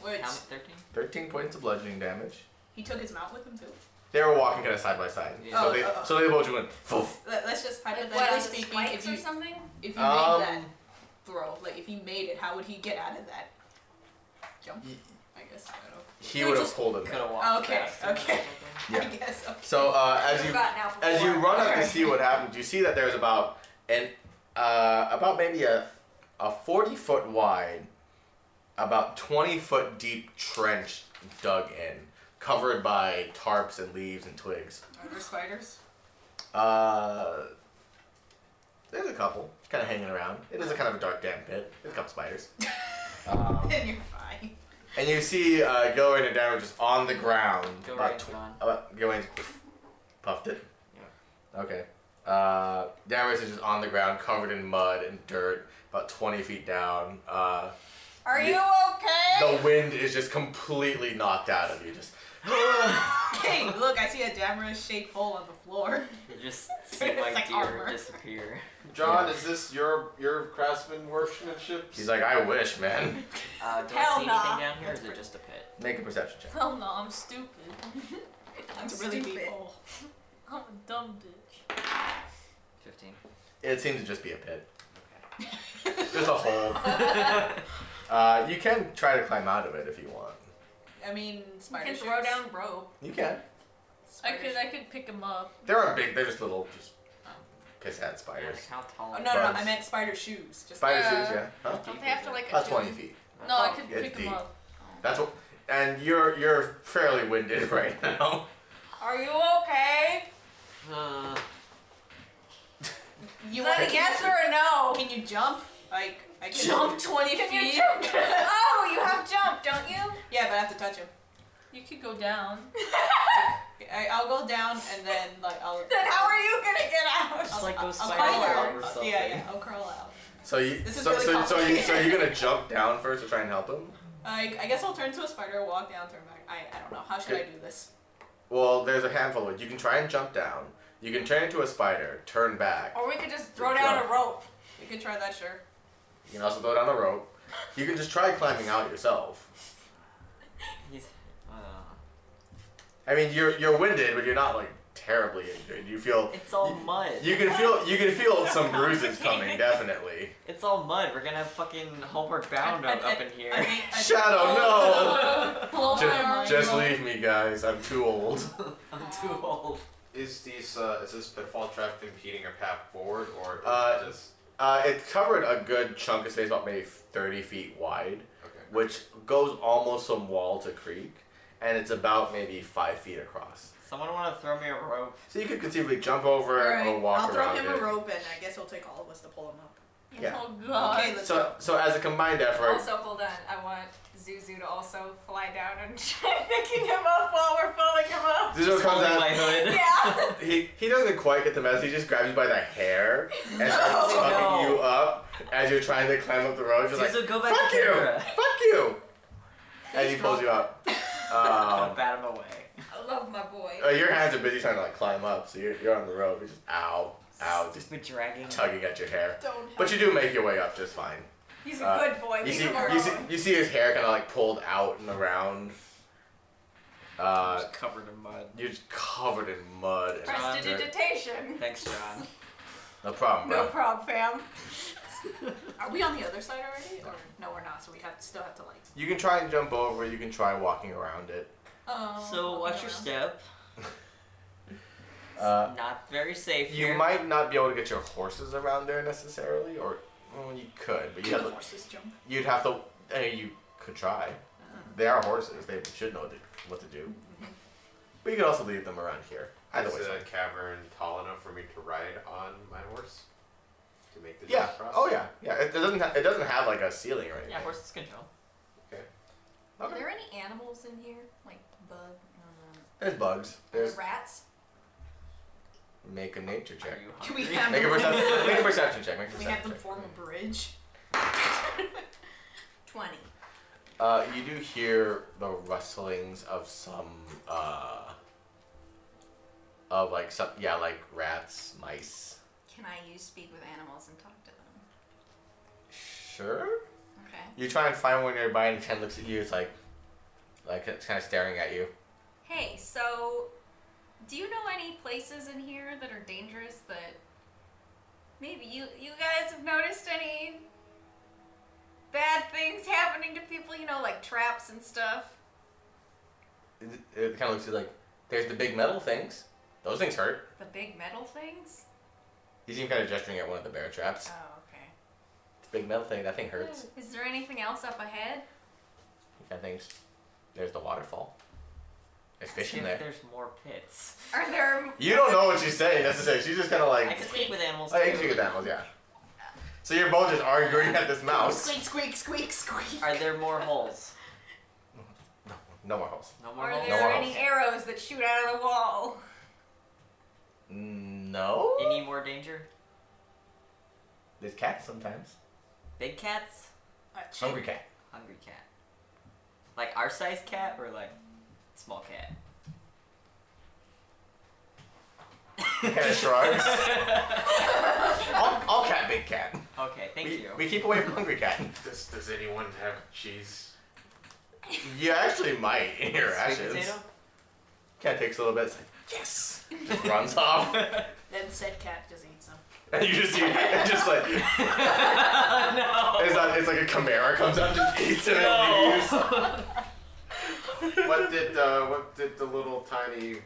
[SPEAKER 7] Which
[SPEAKER 8] How Thirteen.
[SPEAKER 1] thirteen points of bludgeoning damage.
[SPEAKER 7] he took his mount with him too.
[SPEAKER 1] They were walking kind of side by side,
[SPEAKER 8] Yeah.
[SPEAKER 1] so
[SPEAKER 7] Oh,
[SPEAKER 1] they
[SPEAKER 7] oh,
[SPEAKER 1] so they both went. Foof.
[SPEAKER 7] Let, let's just
[SPEAKER 3] Like,
[SPEAKER 7] hypothetically
[SPEAKER 3] what, on the
[SPEAKER 7] speaking,
[SPEAKER 3] spikes
[SPEAKER 7] if you
[SPEAKER 3] or something?
[SPEAKER 7] if you
[SPEAKER 1] Um,
[SPEAKER 7] made that throw, like if he made it, how would he get out of that jump?
[SPEAKER 1] Ye-
[SPEAKER 7] I guess I don't know.
[SPEAKER 1] He
[SPEAKER 7] You
[SPEAKER 1] would have
[SPEAKER 7] just-
[SPEAKER 1] pulled him.
[SPEAKER 8] Could have walked.
[SPEAKER 7] Okay,
[SPEAKER 8] faster or
[SPEAKER 7] okay.
[SPEAKER 8] something.
[SPEAKER 1] Yeah.
[SPEAKER 7] I guess. Okay.
[SPEAKER 1] So uh, as
[SPEAKER 3] You've
[SPEAKER 1] you
[SPEAKER 3] gotten out
[SPEAKER 1] As you
[SPEAKER 3] before.
[SPEAKER 1] run up to
[SPEAKER 7] Alright.
[SPEAKER 1] see what happens, you see that there's about an uh, about maybe a a forty foot wide, about twenty foot deep trench dug in, covered by tarps and leaves and twigs.
[SPEAKER 7] Are there spiders?
[SPEAKER 1] Uh, there's a couple kind of hanging around. It is a kind of a dark, damp pit. There's a couple spiders. Um,
[SPEAKER 7] Then you're fine.
[SPEAKER 1] and you see uh, Gilroy and Darren just on the ground. uh, about
[SPEAKER 2] Gilroy's
[SPEAKER 1] tw-
[SPEAKER 2] gone.
[SPEAKER 1] about- Gilroy's puffed it. Okay. Uh, Damaris is just on the ground, covered in mud and dirt, about 20 feet down. Uh,
[SPEAKER 7] Are
[SPEAKER 1] Yeah.
[SPEAKER 7] you okay?
[SPEAKER 1] the wind is just completely knocked out of you. Just
[SPEAKER 7] Hey, look, I see a Damaris shaped hole on the floor.
[SPEAKER 2] You just see my
[SPEAKER 7] like
[SPEAKER 2] deer
[SPEAKER 7] armor.
[SPEAKER 2] disappear.
[SPEAKER 4] John, is this your your craftsman workmanship?
[SPEAKER 1] he's like, I wish, man.
[SPEAKER 2] Uh, do I
[SPEAKER 7] Hell
[SPEAKER 2] see
[SPEAKER 7] nah.
[SPEAKER 2] anything down here, or is it just a pit?
[SPEAKER 1] Make a perception check.
[SPEAKER 5] Hell Oh, no, I'm stupid.
[SPEAKER 7] I'm
[SPEAKER 5] It's really
[SPEAKER 7] stupid.
[SPEAKER 5] people. I'm a dumb bitch.
[SPEAKER 2] Fifteen.
[SPEAKER 1] It seems to just be a pit. There's a hole. uh, you can try to climb out of it if you want.
[SPEAKER 7] I mean,
[SPEAKER 8] You
[SPEAKER 7] spider
[SPEAKER 8] can
[SPEAKER 7] ships.
[SPEAKER 8] throw down rope.
[SPEAKER 1] You can.
[SPEAKER 5] I
[SPEAKER 8] Spider
[SPEAKER 5] could
[SPEAKER 8] shit.
[SPEAKER 5] I could pick him up.
[SPEAKER 1] There are big. They're just little, just
[SPEAKER 2] Oh.
[SPEAKER 1] piss head
[SPEAKER 2] Yeah,
[SPEAKER 1] spiders.
[SPEAKER 2] like how tall?
[SPEAKER 7] Oh,
[SPEAKER 2] are
[SPEAKER 7] no, no, no, I
[SPEAKER 1] Bugs.
[SPEAKER 7] meant spider shoes. Just
[SPEAKER 1] Spider
[SPEAKER 5] Yeah.
[SPEAKER 1] shoes, yeah. Huh?
[SPEAKER 2] they?
[SPEAKER 8] Don't they have to like
[SPEAKER 1] About
[SPEAKER 8] adjust?
[SPEAKER 1] 20 feet.
[SPEAKER 5] No, I could
[SPEAKER 1] it's
[SPEAKER 5] pick him
[SPEAKER 1] deep.
[SPEAKER 5] up.
[SPEAKER 1] That's what. And you're you're fairly winded right now.
[SPEAKER 7] Are you okay?
[SPEAKER 2] Uh,
[SPEAKER 7] You
[SPEAKER 8] Let
[SPEAKER 7] want
[SPEAKER 8] a guess or a no?
[SPEAKER 7] Can you jump? Like, I can
[SPEAKER 5] Jump 20
[SPEAKER 8] Can you
[SPEAKER 5] feet.
[SPEAKER 8] jump? oh, you have jump, don't you?
[SPEAKER 7] Yeah, but I have to touch him.
[SPEAKER 5] You could go down.
[SPEAKER 7] I, I'll go down and then like I'll.
[SPEAKER 8] Then how are you gonna get out?
[SPEAKER 2] just like those
[SPEAKER 7] I'll
[SPEAKER 2] spider
[SPEAKER 7] crawl
[SPEAKER 2] web or
[SPEAKER 7] out.
[SPEAKER 2] something.
[SPEAKER 7] Yeah, yeah, I'll crawl out.
[SPEAKER 1] So you
[SPEAKER 7] This is
[SPEAKER 1] so,
[SPEAKER 7] really
[SPEAKER 1] so, so you so you're gonna jump down first to try and help him.
[SPEAKER 7] I, I guess I'll turn to a spider, walk down, turn back. I, I don't know. How should I do this?
[SPEAKER 1] Well, there's a handful of it. You can try and jump down. You can turn into a spider, turn back.
[SPEAKER 8] Or we could just throw down a rope.
[SPEAKER 7] We could try that, sure.
[SPEAKER 1] You can also throw down a rope. You can just try climbing out yourself.
[SPEAKER 2] He's. Uh,
[SPEAKER 1] I mean, you're you're winded, but you're not like terribly injured. You feel
[SPEAKER 2] it's all mud.
[SPEAKER 1] you can feel you can feel some bruises coming, definitely.
[SPEAKER 2] It's all mud. We're gonna have fucking Homeward Bound
[SPEAKER 7] I-
[SPEAKER 2] up,
[SPEAKER 7] I-
[SPEAKER 2] up in here.
[SPEAKER 7] I think- I-
[SPEAKER 1] Shadow, Oh, no!
[SPEAKER 5] Blow
[SPEAKER 1] Ju-
[SPEAKER 5] my arm.
[SPEAKER 1] Just, leave me, guys. I'm too old.
[SPEAKER 2] I'm too old.
[SPEAKER 4] Is these uh, is this pitfall trap impeding a path forward or is
[SPEAKER 1] Uh,
[SPEAKER 4] it just
[SPEAKER 1] Uh, it covered a good chunk of space, about maybe 30 feet wide,
[SPEAKER 4] okay?
[SPEAKER 1] which goes almost from wall to creek, and it's about maybe five feet across.
[SPEAKER 2] Someone wanna throw me a rope?
[SPEAKER 1] So you could conceivably jump over
[SPEAKER 7] Alright,
[SPEAKER 1] or walk
[SPEAKER 7] I'll throw
[SPEAKER 1] around
[SPEAKER 7] him
[SPEAKER 1] it.
[SPEAKER 7] a rope and I guess it'll take all of us to pull him up.
[SPEAKER 1] Yeah.
[SPEAKER 5] Oh god.
[SPEAKER 7] Okay, let's
[SPEAKER 1] So, so as a combined effort,
[SPEAKER 8] Also, hold on. I want Zuzu to also fly down and try picking him up while we're pulling him up.
[SPEAKER 1] Zuzo comes
[SPEAKER 2] Holding my
[SPEAKER 1] out.
[SPEAKER 2] hood.
[SPEAKER 8] Yeah.
[SPEAKER 1] He, he doesn't quite get the message. He just grabs you by the hair and starts
[SPEAKER 2] No.
[SPEAKER 1] fucking you up as you're trying to climb up the road. You're like,
[SPEAKER 2] Zuzu, go back
[SPEAKER 1] fuck
[SPEAKER 2] to
[SPEAKER 1] you,
[SPEAKER 2] camera.
[SPEAKER 1] fuck you, and he pulls you up.
[SPEAKER 2] Gonna
[SPEAKER 1] Um,
[SPEAKER 2] bat him away.
[SPEAKER 8] I love my boy.
[SPEAKER 1] uh, your hands are busy trying to like climb up, so you're, you're on the road. You're just ow, ow, just
[SPEAKER 2] Stupid dragging.
[SPEAKER 1] tugging at your hair.
[SPEAKER 7] Don't
[SPEAKER 1] But you do make your way up just fine.
[SPEAKER 8] He's a
[SPEAKER 1] uh,
[SPEAKER 8] good boy.
[SPEAKER 1] You
[SPEAKER 8] Leave
[SPEAKER 1] see,
[SPEAKER 8] him alone.
[SPEAKER 1] you see, you see his hair kind of like pulled out and around. Uh,
[SPEAKER 2] Just covered in mud.
[SPEAKER 1] You're just covered in mud. And
[SPEAKER 8] Prestidigitation.
[SPEAKER 2] Thanks, John.
[SPEAKER 1] no problem, bro.
[SPEAKER 8] No prob, fam.
[SPEAKER 7] Are we on the other side already? Or no, we're not. So we have still have to like.
[SPEAKER 1] You can try and jump over. You can try walking around it.
[SPEAKER 5] Um,
[SPEAKER 7] Oh.
[SPEAKER 2] So watch your step.
[SPEAKER 1] Uh,
[SPEAKER 2] Not very safe
[SPEAKER 1] you
[SPEAKER 2] here.
[SPEAKER 1] might not be able to get your horses around there necessarily, or well, you could, but you have to,
[SPEAKER 7] horses jump?
[SPEAKER 1] you'd have to. I mean, you could try.
[SPEAKER 7] Uh-huh.
[SPEAKER 1] They are horses. They should know what to, what to do. But you could also leave them around here. Either way.
[SPEAKER 4] Is
[SPEAKER 1] it's
[SPEAKER 4] the
[SPEAKER 1] fine.
[SPEAKER 4] cavern tall enough for me to ride on my horse to make the
[SPEAKER 1] Yeah.
[SPEAKER 4] jump across?
[SPEAKER 1] Oh yeah. Yeah. It, it doesn't. Ha- it doesn't have like a ceiling or anything.
[SPEAKER 2] Yeah, horses can jump.
[SPEAKER 8] Are
[SPEAKER 1] Okay.
[SPEAKER 8] there any animals in here? Like bug? Um,
[SPEAKER 1] There's bugs. There's
[SPEAKER 8] rats?
[SPEAKER 1] make a nature check.
[SPEAKER 2] Are you
[SPEAKER 7] Can we
[SPEAKER 2] hungry?
[SPEAKER 7] have-
[SPEAKER 1] Make a perception. make a perception check. Make a
[SPEAKER 7] We
[SPEAKER 1] perception
[SPEAKER 7] have them
[SPEAKER 1] check.
[SPEAKER 7] form a bridge.
[SPEAKER 8] 20.
[SPEAKER 1] Uh, you do hear the rustlings of some, uh, of like some, yeah, like rats, mice.
[SPEAKER 8] Can I use speak with animals and talk to them?
[SPEAKER 1] Sure.
[SPEAKER 8] Okay.
[SPEAKER 1] You try and find one nearby, and it kind of looks at you. It's like, like it's kind of staring at you.
[SPEAKER 8] Hey, so do you know any places in here that are dangerous that maybe you you guys have noticed any bad things happening to people, you know, like traps and stuff?
[SPEAKER 1] It, it kind of looks at you like, there's the big metal things. Those things hurt.
[SPEAKER 8] The big metal things?
[SPEAKER 1] He's even kind of gesturing at one of the bear traps.
[SPEAKER 2] Uh,
[SPEAKER 8] Oh, okay.
[SPEAKER 1] The big metal thing. That thing hurts.
[SPEAKER 8] Is there anything else up ahead?
[SPEAKER 1] That thing's. There's the waterfall. efficient there.
[SPEAKER 2] If there's more pits.
[SPEAKER 8] Are there?
[SPEAKER 1] You don't know what she's saying necessarily. She's just kind of like, "Oh,
[SPEAKER 2] I can speak with animals.
[SPEAKER 1] I can
[SPEAKER 2] too.
[SPEAKER 1] speak with animals, yeah. So you're both just arguing at this mouse.
[SPEAKER 8] Squeak, squeak, squeak, squeak.
[SPEAKER 2] Are there more holes?
[SPEAKER 1] No more holes.
[SPEAKER 2] No more
[SPEAKER 8] Are
[SPEAKER 2] holes.
[SPEAKER 8] there
[SPEAKER 1] one
[SPEAKER 8] any
[SPEAKER 1] else.
[SPEAKER 8] arrows that shoot out of the wall?
[SPEAKER 1] No.
[SPEAKER 2] Any more danger?
[SPEAKER 1] There's cats sometimes.
[SPEAKER 2] Big cats?
[SPEAKER 1] Hungry cat.
[SPEAKER 2] Hungry cat. Like our size cat or like small cat?
[SPEAKER 1] Cat shrugs. all, all cat, big cat.
[SPEAKER 2] Okay, thank
[SPEAKER 1] we,
[SPEAKER 2] you.
[SPEAKER 1] we keep away from hungry cat.
[SPEAKER 4] Does, does anyone have cheese?
[SPEAKER 1] You actually might in your
[SPEAKER 2] Sweet
[SPEAKER 1] ashes.
[SPEAKER 2] potato?
[SPEAKER 1] Cat takes a little bit. It's like, yes. Runs off.
[SPEAKER 5] Then said cat just eats them.
[SPEAKER 1] And you just see, it just like,
[SPEAKER 2] no.
[SPEAKER 1] it's, not, it's like a chimera comes out, just eats it and leaves.
[SPEAKER 2] No.
[SPEAKER 4] What did uh, what did the little tiny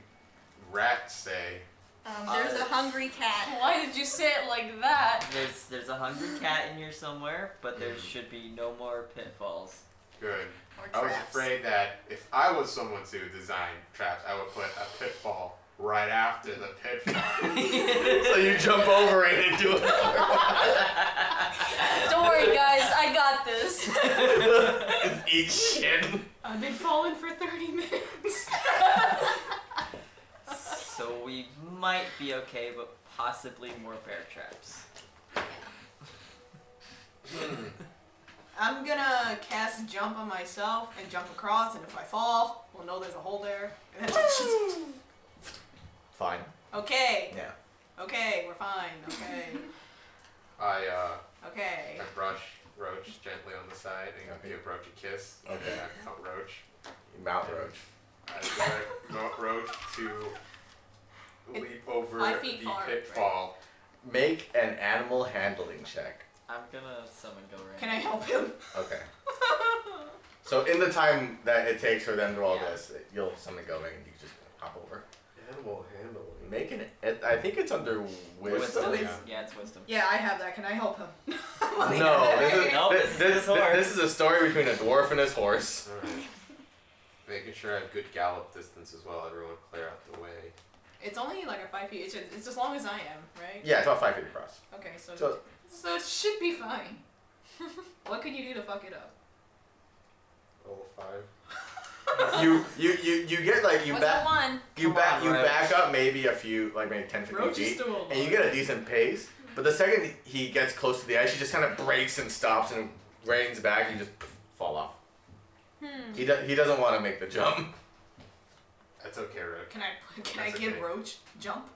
[SPEAKER 4] rat say?
[SPEAKER 7] Um, there's a
[SPEAKER 2] Uh,
[SPEAKER 7] hungry cat.
[SPEAKER 5] Why did you say it like that?
[SPEAKER 2] there's there's a hungry cat in here somewhere, but
[SPEAKER 1] Mm.
[SPEAKER 2] there should be no more pitfalls.
[SPEAKER 4] Good.
[SPEAKER 8] Or
[SPEAKER 4] I was
[SPEAKER 8] traps?
[SPEAKER 4] afraid that if I was someone to design traps, I would put a pitfall right after the pitfall.
[SPEAKER 1] So you jump over it and do it.
[SPEAKER 5] Don't worry, guys, I got this.
[SPEAKER 1] Just eat shit.
[SPEAKER 5] I've been falling for 30 minutes.
[SPEAKER 2] so we might be okay, but possibly more bear traps.
[SPEAKER 7] I'm gonna cast jump on myself and jump across, and if I fall, we'll know there's a hole there. And then just,
[SPEAKER 1] Fine.
[SPEAKER 7] okay,
[SPEAKER 1] Yeah.
[SPEAKER 7] okay, we're fine. Okay,
[SPEAKER 4] I uh,
[SPEAKER 7] okay.
[SPEAKER 4] I brush Roach gently on the side and give Roach a kiss.
[SPEAKER 1] Okay.
[SPEAKER 4] And I cut Roach.
[SPEAKER 1] Mount Roach.
[SPEAKER 4] I direct Ro- Roach to leap over
[SPEAKER 7] five
[SPEAKER 4] the
[SPEAKER 7] feet forward, right?
[SPEAKER 4] pitfall.
[SPEAKER 1] Make an animal handling check.
[SPEAKER 2] I'm gonna summon Gilran.
[SPEAKER 7] Can I help him?
[SPEAKER 1] Okay. So in the time that it takes for them to roll
[SPEAKER 2] Yeah.
[SPEAKER 1] this, you'll summon going and you just hop over.
[SPEAKER 4] Animal handling.
[SPEAKER 1] Make an. it- I think it's under wisdom.
[SPEAKER 2] wisdom?
[SPEAKER 4] yeah.
[SPEAKER 2] Yeah, it's wisdom.
[SPEAKER 7] Yeah, I have that. Can I help him?
[SPEAKER 1] No, this is,
[SPEAKER 2] No,
[SPEAKER 1] this,
[SPEAKER 2] this is
[SPEAKER 1] this,
[SPEAKER 2] his horse.
[SPEAKER 1] this is a story between a dwarf and his horse.
[SPEAKER 4] Alright. Making sure I have good gallop distance as well. Everyone clear out the way.
[SPEAKER 7] It's only like a five feet. It's, it's as long as I am, right?
[SPEAKER 1] Yeah, it's about five feet across.
[SPEAKER 7] Okay, so
[SPEAKER 1] So
[SPEAKER 7] so it should be fine. what could you do to fuck it up?
[SPEAKER 4] Level five.
[SPEAKER 1] you you you, you get like you
[SPEAKER 8] What's
[SPEAKER 1] back
[SPEAKER 8] that one?
[SPEAKER 1] you
[SPEAKER 2] Come
[SPEAKER 1] back
[SPEAKER 2] on,
[SPEAKER 1] you
[SPEAKER 2] Roach.
[SPEAKER 1] back up maybe a few like maybe 10, 15
[SPEAKER 7] Roach is
[SPEAKER 1] feet,
[SPEAKER 7] doable.
[SPEAKER 1] and you get a decent pace. But the second he gets close to the edge, he just kind of breaks and stops and reins back, and you just poof, fall off.
[SPEAKER 5] Hmm.
[SPEAKER 1] He do, he doesn't want to make the jump.
[SPEAKER 4] That's okay, Roach.
[SPEAKER 7] Can I can I
[SPEAKER 4] That's
[SPEAKER 7] give
[SPEAKER 4] okay.
[SPEAKER 7] Roach jump?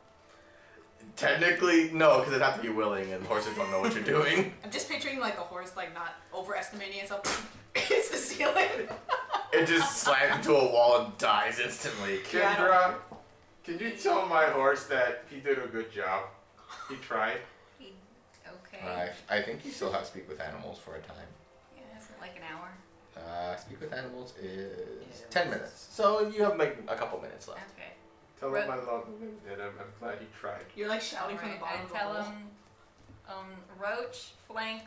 [SPEAKER 1] Technically, no, because it'd have to be willing, and horses don't know what you're doing.
[SPEAKER 7] I'm just ppicturing like the horse like not overestimating itself. it's the ceiling.
[SPEAKER 1] It just slams into a wall and dies instantly.
[SPEAKER 7] Yeah, I don't-
[SPEAKER 4] Kendra, can you tell my horse that he did a good job? He tried.
[SPEAKER 8] Okay.
[SPEAKER 1] I think you still have to speak with animals for a time.
[SPEAKER 8] Yeah, is it like an hour?
[SPEAKER 1] Uh, speak with animals is
[SPEAKER 2] Yeah.
[SPEAKER 1] ten minutes. So you have like a couple minutes left.
[SPEAKER 8] Okay.
[SPEAKER 4] Tell
[SPEAKER 8] Ro-
[SPEAKER 4] him I love him, and I'm, I'm glad he tried.
[SPEAKER 7] You're like shouting from the bottom
[SPEAKER 8] Alright,
[SPEAKER 7] of the
[SPEAKER 8] I tell
[SPEAKER 7] hole.
[SPEAKER 8] him, um, Roach, flank,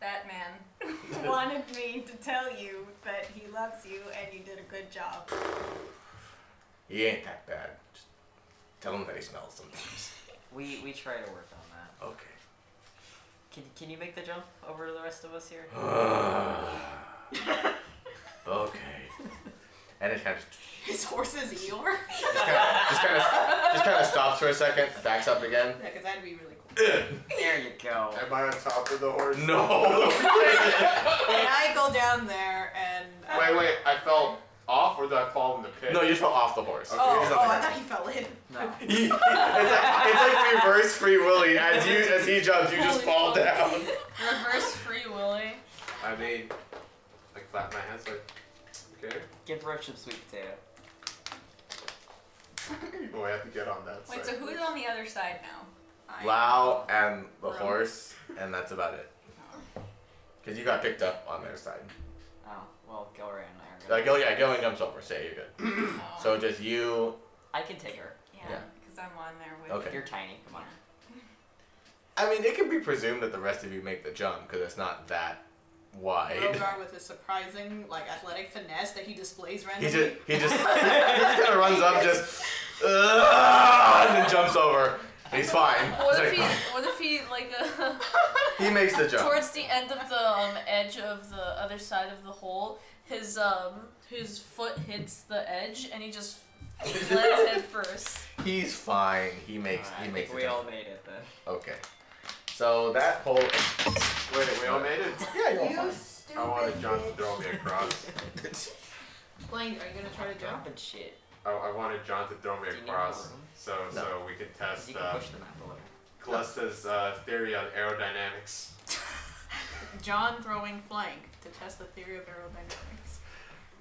[SPEAKER 8] that man wanted me to tell you that he loves you and you did a good job.
[SPEAKER 1] He ain't that bad. Just tell him that he smells sometimes.
[SPEAKER 2] We we try to work on that.
[SPEAKER 1] Okay.
[SPEAKER 2] Can can you make the jump over to the rest of us here?
[SPEAKER 1] okay. And it kind of
[SPEAKER 7] His horse is Eeyore.
[SPEAKER 1] just kind of just kind of, just kind of stops for a second, backs up again.
[SPEAKER 7] yeah, because that'd be really cool.
[SPEAKER 2] There you go.
[SPEAKER 4] Am I on top of the horse?
[SPEAKER 1] No.
[SPEAKER 7] and I go down there and.
[SPEAKER 4] Wait, wait. I fell off, or did I fall in the pit?
[SPEAKER 1] no, you just fell off the horse.
[SPEAKER 4] Okay.
[SPEAKER 7] Oh,
[SPEAKER 1] He's
[SPEAKER 7] oh,
[SPEAKER 1] on the
[SPEAKER 7] I
[SPEAKER 1] ground.
[SPEAKER 7] thought he fell in.
[SPEAKER 2] No.
[SPEAKER 1] He- it's, like, it's like reverse Free Willy. As you as he jumps, you just fall
[SPEAKER 5] Holy fuck.
[SPEAKER 1] down.
[SPEAKER 5] Reverse free willy.
[SPEAKER 4] I made like clap my hands like. Okay.
[SPEAKER 2] Give Roach some sweet potato.
[SPEAKER 4] Oh, I have to get on that.
[SPEAKER 8] Wait, so
[SPEAKER 4] side.
[SPEAKER 8] who's on the other side now?
[SPEAKER 7] I-
[SPEAKER 1] Lao and the
[SPEAKER 7] Roach.
[SPEAKER 1] horse, and that's about it. Because you got picked up on their side.
[SPEAKER 2] Oh, well, Gilran and I are
[SPEAKER 1] Like,
[SPEAKER 2] gonna.
[SPEAKER 1] oh yeah, Gillian jumps over. Say you're good.
[SPEAKER 8] Oh,
[SPEAKER 1] So just you.
[SPEAKER 2] I can take her.
[SPEAKER 8] yeah,
[SPEAKER 1] yeah.
[SPEAKER 8] because I'm on there with.
[SPEAKER 1] Okay.
[SPEAKER 2] You're tiny. Come on.
[SPEAKER 1] I mean, it can be presumed that the rest of you make the jump because it's not that wide.
[SPEAKER 7] Rogar with his surprising like athletic finesse that he displays
[SPEAKER 1] He
[SPEAKER 7] randomly.
[SPEAKER 1] just he just kind of runs up, just "Ugh," and then jumps over. He's fine.
[SPEAKER 5] What if
[SPEAKER 1] He's
[SPEAKER 5] he?
[SPEAKER 1] like,
[SPEAKER 5] What if he like uh,
[SPEAKER 1] he makes the jump.
[SPEAKER 5] towards the end of the um, edge of the other side of the hole, his um his foot hits the edge and he just lands head first.
[SPEAKER 1] He's fine. He makes
[SPEAKER 2] Alright,
[SPEAKER 1] he
[SPEAKER 2] I
[SPEAKER 1] makes
[SPEAKER 2] think
[SPEAKER 1] the
[SPEAKER 2] we all
[SPEAKER 1] jump.
[SPEAKER 2] made it then.
[SPEAKER 1] Okay. So that hole.
[SPEAKER 4] Wait, we all made it?
[SPEAKER 1] Yeah, you're all
[SPEAKER 11] You
[SPEAKER 1] fine.
[SPEAKER 11] stupid
[SPEAKER 4] I wanted John to
[SPEAKER 11] bitch.
[SPEAKER 4] throw me across.
[SPEAKER 7] Blaine, are you gonna try to jump?
[SPEAKER 2] Dropping shit.
[SPEAKER 4] I, I wanted John to throw me
[SPEAKER 2] Do you need
[SPEAKER 4] across
[SPEAKER 2] more room?
[SPEAKER 4] so
[SPEAKER 1] No.
[SPEAKER 4] so we could
[SPEAKER 2] 'Cause
[SPEAKER 4] test
[SPEAKER 2] You can
[SPEAKER 4] uh,
[SPEAKER 2] push the map a little.
[SPEAKER 4] Callista's uh, theory on aerodynamics.
[SPEAKER 7] John throwing flank to test the theory of aerodynamics.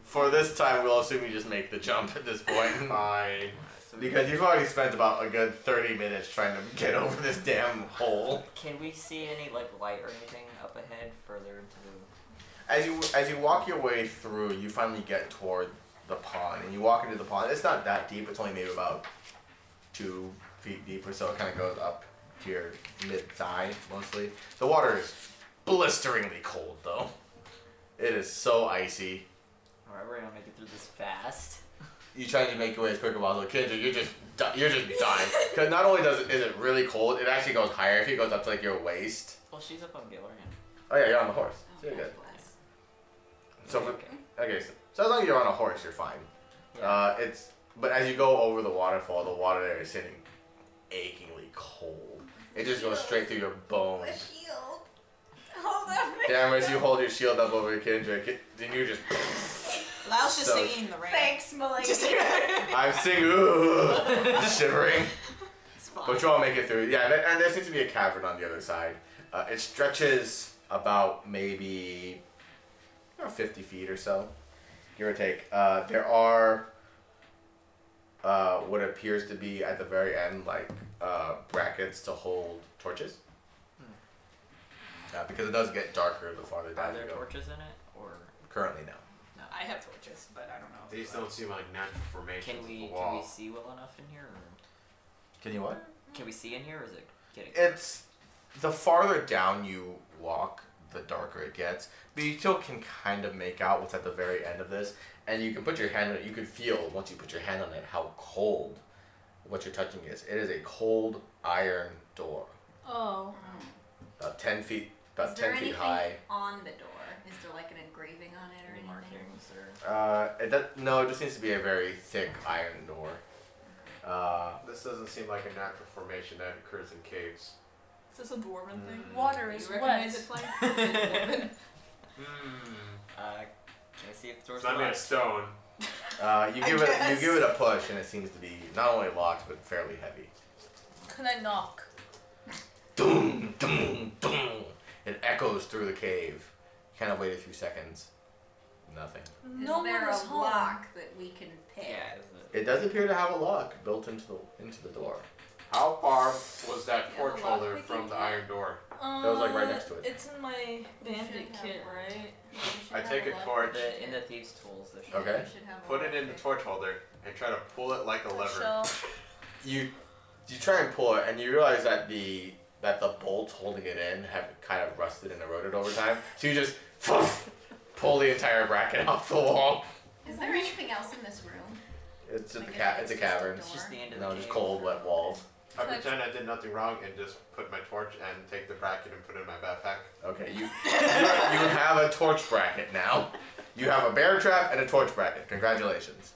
[SPEAKER 1] For this time, we'll assume you just make the jump at this
[SPEAKER 2] Hmm.
[SPEAKER 1] point.
[SPEAKER 4] Fine.
[SPEAKER 2] Alright, so we-
[SPEAKER 1] Because you've already spent about a good 30 minutes trying to get over this damn hole.
[SPEAKER 2] Can we see any like light or anything up ahead further into the?
[SPEAKER 1] As you as you walk your way through, you finally get toward the pond, and you walk into the pond. It's not that deep; it's only maybe about two feet deep or so. It kind of goes up to your mid thigh mostly. The water is blisteringly cold, though. It is so icy.
[SPEAKER 2] Alright, we're gonna make it through this fast.
[SPEAKER 1] you try to make your way as quick as possible. Kendra, you're just di- you're just dying. Because not only does it is it really cold, it actually goes higher. If it goes up to like your waist.
[SPEAKER 2] Well, she's up on Gillian.
[SPEAKER 1] Oh yeah, you're on the horse. So you're
[SPEAKER 3] God
[SPEAKER 1] good.
[SPEAKER 3] bless.
[SPEAKER 1] So for,
[SPEAKER 2] okay.
[SPEAKER 1] okay, so, so as long as you're on a horse, you're fine.
[SPEAKER 2] Yeah.
[SPEAKER 1] Uh, it's but as you go over the waterfall, the water there is hitting achingly cold. It just goes straight through your
[SPEAKER 11] The
[SPEAKER 1] bones.
[SPEAKER 11] shield.
[SPEAKER 3] Hold on.
[SPEAKER 1] Damn, as you hold your shield up over Kendra, Ki- then you just
[SPEAKER 7] Lao's just
[SPEAKER 1] So-
[SPEAKER 7] singing in the rain.
[SPEAKER 3] Thanks, Melanie.
[SPEAKER 7] Just
[SPEAKER 1] I'm singing, ooh, shivering.
[SPEAKER 7] it's fine.
[SPEAKER 1] But you all make it through. Yeah, there- and there seems to be a cavern on the other side. Uh, it stretches about maybe you know, 50 feet or so, give or take. Uh, there are uh, what appears to be at the very end, like uh, brackets to hold torches. Uh, because it does get darker the farther
[SPEAKER 2] Are
[SPEAKER 1] down you
[SPEAKER 2] there
[SPEAKER 1] go.
[SPEAKER 2] torches in it, or
[SPEAKER 1] Currently, no.
[SPEAKER 7] I have torches, but I don't know.
[SPEAKER 4] These don't seem like natural formations
[SPEAKER 2] can we
[SPEAKER 4] of the
[SPEAKER 2] can we
[SPEAKER 4] wall.
[SPEAKER 2] see well enough in here? Or
[SPEAKER 1] Can you what?
[SPEAKER 2] can we see in here? Or is it getting?
[SPEAKER 1] it's the farther down you walk, the darker it gets. But you still can kind of make out what's at the very end of this, and you can put your hand on it. You can feel once you put your hand on it how cold what you're touching is. It is a cold iron door,
[SPEAKER 5] Oh,
[SPEAKER 1] about ten feet, about
[SPEAKER 3] Is there
[SPEAKER 1] ten
[SPEAKER 3] anything
[SPEAKER 1] feet high.
[SPEAKER 3] on the door? Is there like an engraving on it or
[SPEAKER 2] Any
[SPEAKER 3] anything?
[SPEAKER 2] markings or
[SPEAKER 1] Uh, it does, no, it just seems to be a very thick iron door. Uh,
[SPEAKER 4] This doesn't seem like a natural formation that occurs in caves.
[SPEAKER 7] Is this a dwarven thing?
[SPEAKER 1] Mm.
[SPEAKER 5] water
[SPEAKER 7] You
[SPEAKER 5] is
[SPEAKER 7] recognize
[SPEAKER 5] wet.
[SPEAKER 7] it, Blaine?
[SPEAKER 2] uh, can I see if the door's
[SPEAKER 4] It's not made
[SPEAKER 2] locked?
[SPEAKER 4] of stone.
[SPEAKER 1] uh, you
[SPEAKER 7] I
[SPEAKER 1] give it, you
[SPEAKER 7] guess.
[SPEAKER 1] give it a push, and it seems to be not only locked but fairly heavy.
[SPEAKER 5] Can I knock?
[SPEAKER 1] doom, doom, doom. It echoes through the cave. You kind of wait a few seconds. Nothing.
[SPEAKER 3] Is
[SPEAKER 5] no
[SPEAKER 3] there
[SPEAKER 5] one is
[SPEAKER 3] a
[SPEAKER 5] home.
[SPEAKER 3] lock that we can pick?
[SPEAKER 2] Yeah. Is it?
[SPEAKER 1] It does appear to have a lock built into the into the door.
[SPEAKER 4] How far was that
[SPEAKER 5] Yeah,
[SPEAKER 4] torch
[SPEAKER 5] the lock
[SPEAKER 4] holder
[SPEAKER 5] picking
[SPEAKER 4] from the
[SPEAKER 5] thing.
[SPEAKER 4] iron door?
[SPEAKER 5] Uh,
[SPEAKER 1] was, like, right next to it.
[SPEAKER 5] It's in my bandit
[SPEAKER 3] should have
[SPEAKER 5] kit,
[SPEAKER 3] one.
[SPEAKER 5] right?
[SPEAKER 3] We should
[SPEAKER 4] I
[SPEAKER 3] have
[SPEAKER 4] take a
[SPEAKER 3] lock.
[SPEAKER 4] torch,
[SPEAKER 2] The, in the thieves' tools. There's
[SPEAKER 8] Oh,
[SPEAKER 3] Yeah, we
[SPEAKER 1] Okay.
[SPEAKER 3] should have a
[SPEAKER 4] put
[SPEAKER 3] lock
[SPEAKER 4] it in the
[SPEAKER 3] pick.
[SPEAKER 4] torch holder, and try to pull it like a lever.
[SPEAKER 5] Shell.
[SPEAKER 1] You you try and pull it, and you realize that the that the bolts holding it in have kind of rusted and eroded over time. So you just pull the entire bracket off the wall.
[SPEAKER 3] Is there anything else in this room?
[SPEAKER 1] It's just a
[SPEAKER 3] Like,
[SPEAKER 1] ca-
[SPEAKER 3] it's
[SPEAKER 1] it's a
[SPEAKER 3] just a
[SPEAKER 1] cavern.
[SPEAKER 2] It's
[SPEAKER 3] door.
[SPEAKER 2] just the end of
[SPEAKER 1] No,
[SPEAKER 2] the
[SPEAKER 1] just
[SPEAKER 2] cave.
[SPEAKER 1] cold, wet walls.
[SPEAKER 4] I pretend I did nothing wrong and just put my torch and take the bracket and put it in my backpack.
[SPEAKER 1] Okay, you you have a torch bracket now. You have a bear trap and a torch bracket. Congratulations.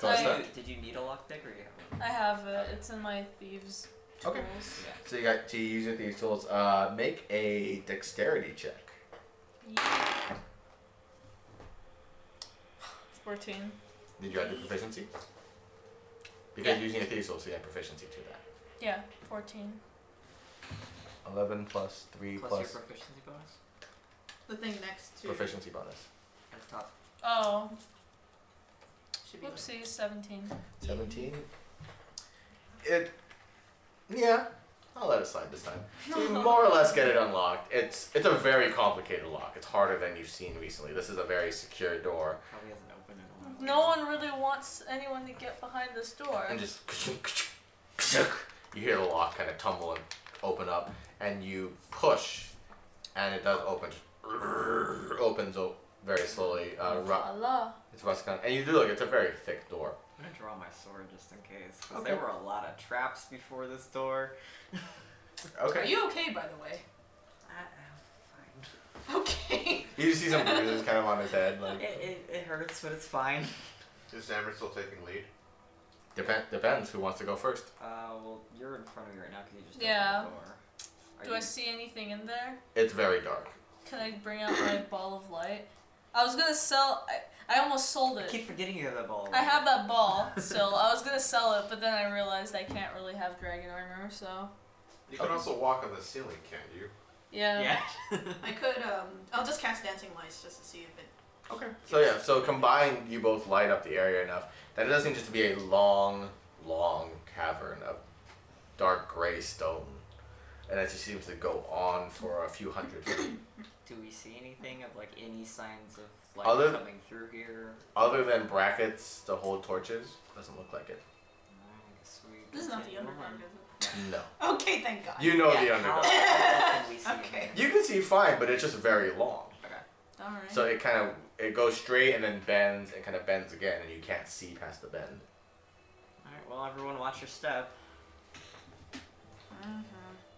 [SPEAKER 1] So it's
[SPEAKER 5] I-
[SPEAKER 1] not-
[SPEAKER 2] Did you, did you need a lockpick or you have one?
[SPEAKER 5] I have it. It's in my thieves.
[SPEAKER 1] Okay.
[SPEAKER 5] tools.
[SPEAKER 1] So you got to use it these tools. Uh, make a dexterity check.
[SPEAKER 5] Yeah. Fourteen.
[SPEAKER 1] Did you add your proficiency? Because you're using a thieves tool, so you have proficiency to that.
[SPEAKER 5] Yeah, fourteen.
[SPEAKER 1] Eleven plus three
[SPEAKER 2] Plus,
[SPEAKER 1] plus,
[SPEAKER 2] your proficiency bonus.
[SPEAKER 7] the thing next to
[SPEAKER 1] proficiency bonus.
[SPEAKER 2] At the top.
[SPEAKER 5] Oh,
[SPEAKER 7] should be like-
[SPEAKER 5] whoopsie, seventeen.
[SPEAKER 1] Seventeen. It. Yeah, I'll let it slide this time. So you more or less get it unlocked. It's it's a very complicated lock. It's harder than you've seen recently. This is a very secure door.
[SPEAKER 2] Probably hasn't opened in a while.
[SPEAKER 5] No one really wants anyone to get behind this door.
[SPEAKER 1] and just you hear the lock kind of tumble and open up, and you push, and it does open. opens up very slowly. Uh, ru-
[SPEAKER 5] Allah.
[SPEAKER 1] it's rustic, and you do look. It's a very thick door.
[SPEAKER 2] I'm gonna draw my sword just in case, 'cause
[SPEAKER 7] Okay.
[SPEAKER 2] there were a lot of traps before this door.
[SPEAKER 1] Okay.
[SPEAKER 7] Are you okay, by the way?
[SPEAKER 2] I, I'm
[SPEAKER 7] Okay.
[SPEAKER 1] You see some bruises kind of on his head.
[SPEAKER 2] fine.
[SPEAKER 1] Like
[SPEAKER 2] It, it, it hurts, but it's fine.
[SPEAKER 4] Is Zammer still taking lead?
[SPEAKER 1] Dep- depends who wants to go first.
[SPEAKER 2] Uh, well, you're in front of me right now because you just
[SPEAKER 5] Yeah.
[SPEAKER 2] opened the door. Are
[SPEAKER 5] Do I see anything in there?
[SPEAKER 1] It's very dark.
[SPEAKER 5] Can I bring out my ball of light? I was gonna sell. I, I almost sold
[SPEAKER 2] I
[SPEAKER 5] it.
[SPEAKER 2] keep forgetting you have that ball.
[SPEAKER 5] I have that ball still. I was gonna sell it, but then I realized I can't really have dragon armor, so.
[SPEAKER 4] You can also walk on the ceiling, can't you?
[SPEAKER 5] Yeah.
[SPEAKER 2] Yeah.
[SPEAKER 7] I could, um, I'll just cast Dancing Lights just to see if it.
[SPEAKER 1] Okay. So yeah, so combined, you both light up the area enough that it doesn't just to be a long, long cavern of dark gray stone, and it just seems to go on for a few hundred feet.
[SPEAKER 2] Do we see anything of like any signs of light
[SPEAKER 1] Other-
[SPEAKER 2] coming through here?
[SPEAKER 1] Other than brackets to hold torches, doesn't look like it.
[SPEAKER 2] I guess we
[SPEAKER 7] This is not the
[SPEAKER 2] continue
[SPEAKER 7] underground,
[SPEAKER 2] on.
[SPEAKER 7] is
[SPEAKER 1] No.
[SPEAKER 7] it? Okay, thank God.
[SPEAKER 1] You Oh, know the
[SPEAKER 2] Yeah, how-
[SPEAKER 1] underdog.
[SPEAKER 2] how can we see
[SPEAKER 7] Okay.
[SPEAKER 2] anything?
[SPEAKER 1] You can see fine, but it's just very long.
[SPEAKER 7] Alright.
[SPEAKER 1] So it kind of it goes straight and then bends and kind of bends again, and you can't see past the bend.
[SPEAKER 2] Alright, well, everyone watch your step.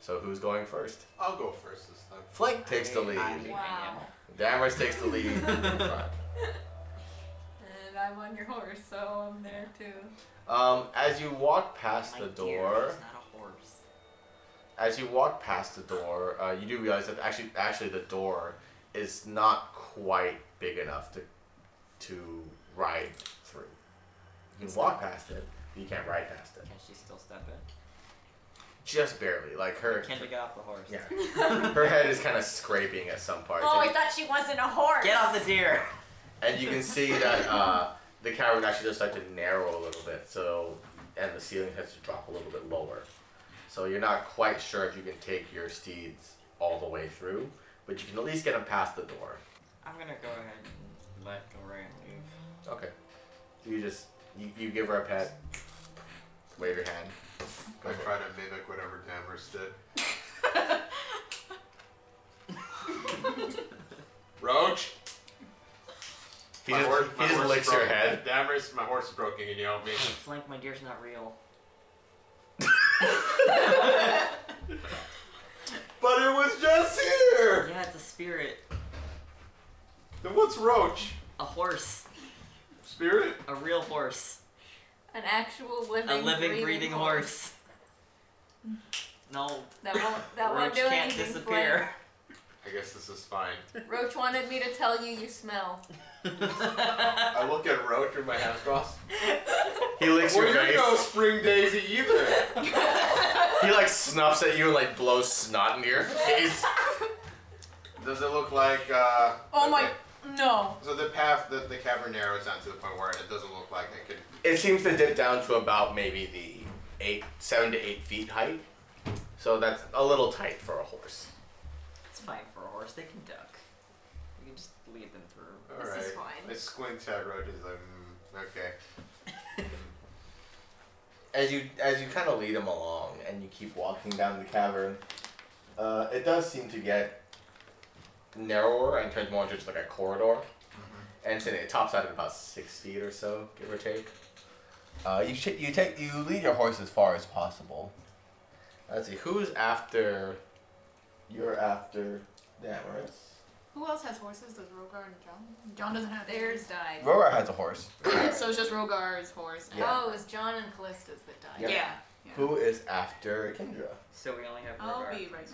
[SPEAKER 1] So who's going first?
[SPEAKER 4] I'll go first this time.
[SPEAKER 1] Flake takes the
[SPEAKER 2] I-
[SPEAKER 1] lead.
[SPEAKER 2] I'm behind
[SPEAKER 8] Wow.
[SPEAKER 1] Damris takes the lead. in front.
[SPEAKER 8] And I'm on your horse, so I'm there too.
[SPEAKER 1] Um, as you walk past
[SPEAKER 2] him.
[SPEAKER 1] the
[SPEAKER 2] My dear,
[SPEAKER 1] door,
[SPEAKER 2] he's not a horse.
[SPEAKER 1] as you walk past the door, uh, you do realize that actually, actually, the door is not quite big enough to to ride through. You can walk past it, but you can't ride past it.
[SPEAKER 2] Can she still step in?
[SPEAKER 1] Just barely, like her.
[SPEAKER 2] Kendra, get off the horse.
[SPEAKER 1] Yeah. Her head is kind of scraping at some parts,
[SPEAKER 8] Oh, I
[SPEAKER 1] and,
[SPEAKER 8] thought she wasn't a horse.
[SPEAKER 2] Get off the deer!
[SPEAKER 1] and you can see that uh, the cavern actually does start to narrow a little bit. So, and the ceiling has to drop a little bit lower. So you're not quite sure if you can take your steeds all the way through, but you can at least get them past the door.
[SPEAKER 2] I'm gonna go ahead and let go right and leave.
[SPEAKER 1] Okay. You just you, you give her a pet, wave your hand.
[SPEAKER 4] I try to mimic whatever Dammers did. Roach,
[SPEAKER 1] He just,
[SPEAKER 4] horse-
[SPEAKER 1] he just
[SPEAKER 4] horse
[SPEAKER 1] licks
[SPEAKER 4] is
[SPEAKER 1] your
[SPEAKER 4] broken.
[SPEAKER 1] head.
[SPEAKER 4] Dammers, my horse is broken. Can you help me?
[SPEAKER 2] Flank, my deer's not real.
[SPEAKER 4] But it was just here.
[SPEAKER 2] Yeah, it's a spirit.
[SPEAKER 4] Then what's Roach?
[SPEAKER 2] A horse.
[SPEAKER 4] Spirit?
[SPEAKER 2] A real horse.
[SPEAKER 8] An actual living,
[SPEAKER 2] A living,
[SPEAKER 8] breathing,
[SPEAKER 2] breathing horse. No,
[SPEAKER 8] That won't. That
[SPEAKER 2] Roach
[SPEAKER 8] won't do
[SPEAKER 2] can't
[SPEAKER 8] anything.
[SPEAKER 2] disappear.
[SPEAKER 4] I guess this is fine.
[SPEAKER 8] Flynn. Roach wanted me to tell you you smell.
[SPEAKER 4] I look at Roach with my hands crossed.
[SPEAKER 1] He licks
[SPEAKER 4] Well,
[SPEAKER 1] your
[SPEAKER 4] you're
[SPEAKER 1] face.
[SPEAKER 4] no spring daisy either.
[SPEAKER 1] He like snuffs at you and like blows snot into your face.
[SPEAKER 4] Does it look like? Uh,
[SPEAKER 5] Oh
[SPEAKER 4] okay.
[SPEAKER 5] my. No.
[SPEAKER 4] So the path, the, the cavern narrows down to the point where it doesn't look like it could.
[SPEAKER 1] It seems to dip down to about maybe the eight, seven to eight feet height. So that's a little tight for a horse.
[SPEAKER 2] It's fine for a horse. They can duck. We can just lead them through.
[SPEAKER 4] All right.
[SPEAKER 7] This is fine.
[SPEAKER 4] I squint at Roach. Is like, mm, okay.
[SPEAKER 1] as you as you kind of lead him along and you keep walking down the cavern, uh, it does seem to get narrower and turns more into just like a corridor. And so it tops out at about six feet or so, give or take. Uh, you sh- you take you lead your horse as far as possible. Let's see who's after. You're after Damaris.
[SPEAKER 7] Who else has horses? Does Rogar and John? John doesn't have
[SPEAKER 8] Theirs died.
[SPEAKER 1] Rora has a horse.
[SPEAKER 7] so it's just Rogar's horse. and-
[SPEAKER 1] Yeah.
[SPEAKER 8] Oh, it was John and Callista's that died.
[SPEAKER 7] Yeah.
[SPEAKER 1] Yeah. Who is after Kendra?
[SPEAKER 2] So we only have
[SPEAKER 7] I'll
[SPEAKER 2] Rogar
[SPEAKER 7] be
[SPEAKER 2] for
[SPEAKER 7] right
[SPEAKER 2] this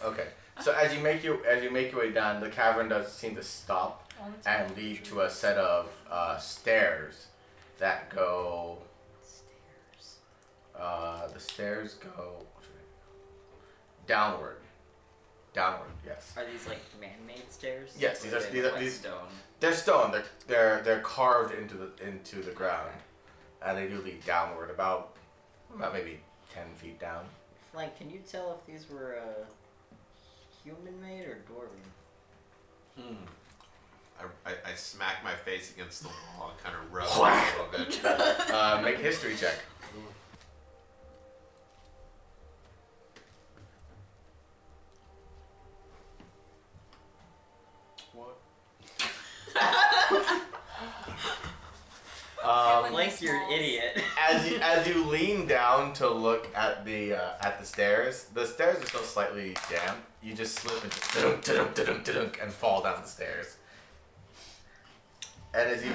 [SPEAKER 2] horse.
[SPEAKER 7] to her.
[SPEAKER 1] Okay. So as you make your as you make your way down, the cavern does seem to stop and lead to a set of uh, stairs that go.
[SPEAKER 2] Stairs.
[SPEAKER 1] Uh, the stairs go downward. Downward. Yes.
[SPEAKER 2] Are these like man-made stairs?
[SPEAKER 1] Yes,
[SPEAKER 2] Or
[SPEAKER 1] these are-
[SPEAKER 2] they
[SPEAKER 1] these
[SPEAKER 2] look
[SPEAKER 1] are-
[SPEAKER 2] like
[SPEAKER 1] these-
[SPEAKER 2] stone.
[SPEAKER 1] They're stone. They're they're they're carved into the into the ground, and they do lead downward about about maybe ten feet down.
[SPEAKER 2] Flank, can you tell if these were uh, human-made or dwarven?
[SPEAKER 4] Hmm. I, I, I smack my face against the wall and kind of rub it a little bit.
[SPEAKER 1] Uh, make a history check. Um,
[SPEAKER 2] Like you're an idiot.
[SPEAKER 1] as you, as you lean down to look at the uh, at the stairs, the stairs are still slightly damp. You just slip and just dunk, dunk, dunk, dunk, and fall down the stairs. And as you,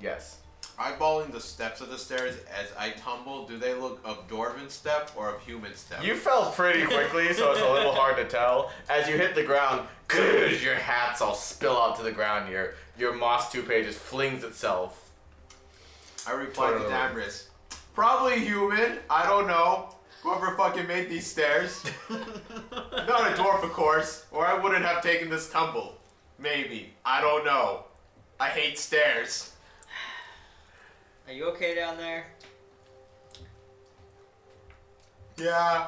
[SPEAKER 1] yes,
[SPEAKER 4] Eyeballing the steps of the stairs as I tumble, do they look of dwarven step or of human step?
[SPEAKER 1] you fell pretty quickly, so it's a little hard to tell. As you hit the ground, your hats all spill out to the ground. Your your moss toupee just flings itself
[SPEAKER 4] I replied to
[SPEAKER 1] Totally.
[SPEAKER 4] Damris. Probably human. I don't know. Whoever fucking made these stairs. Not a dwarf, of course, or I wouldn't have taken this tumble. Maybe. I don't know. I hate stairs.
[SPEAKER 2] Are you okay down there?
[SPEAKER 4] Yeah.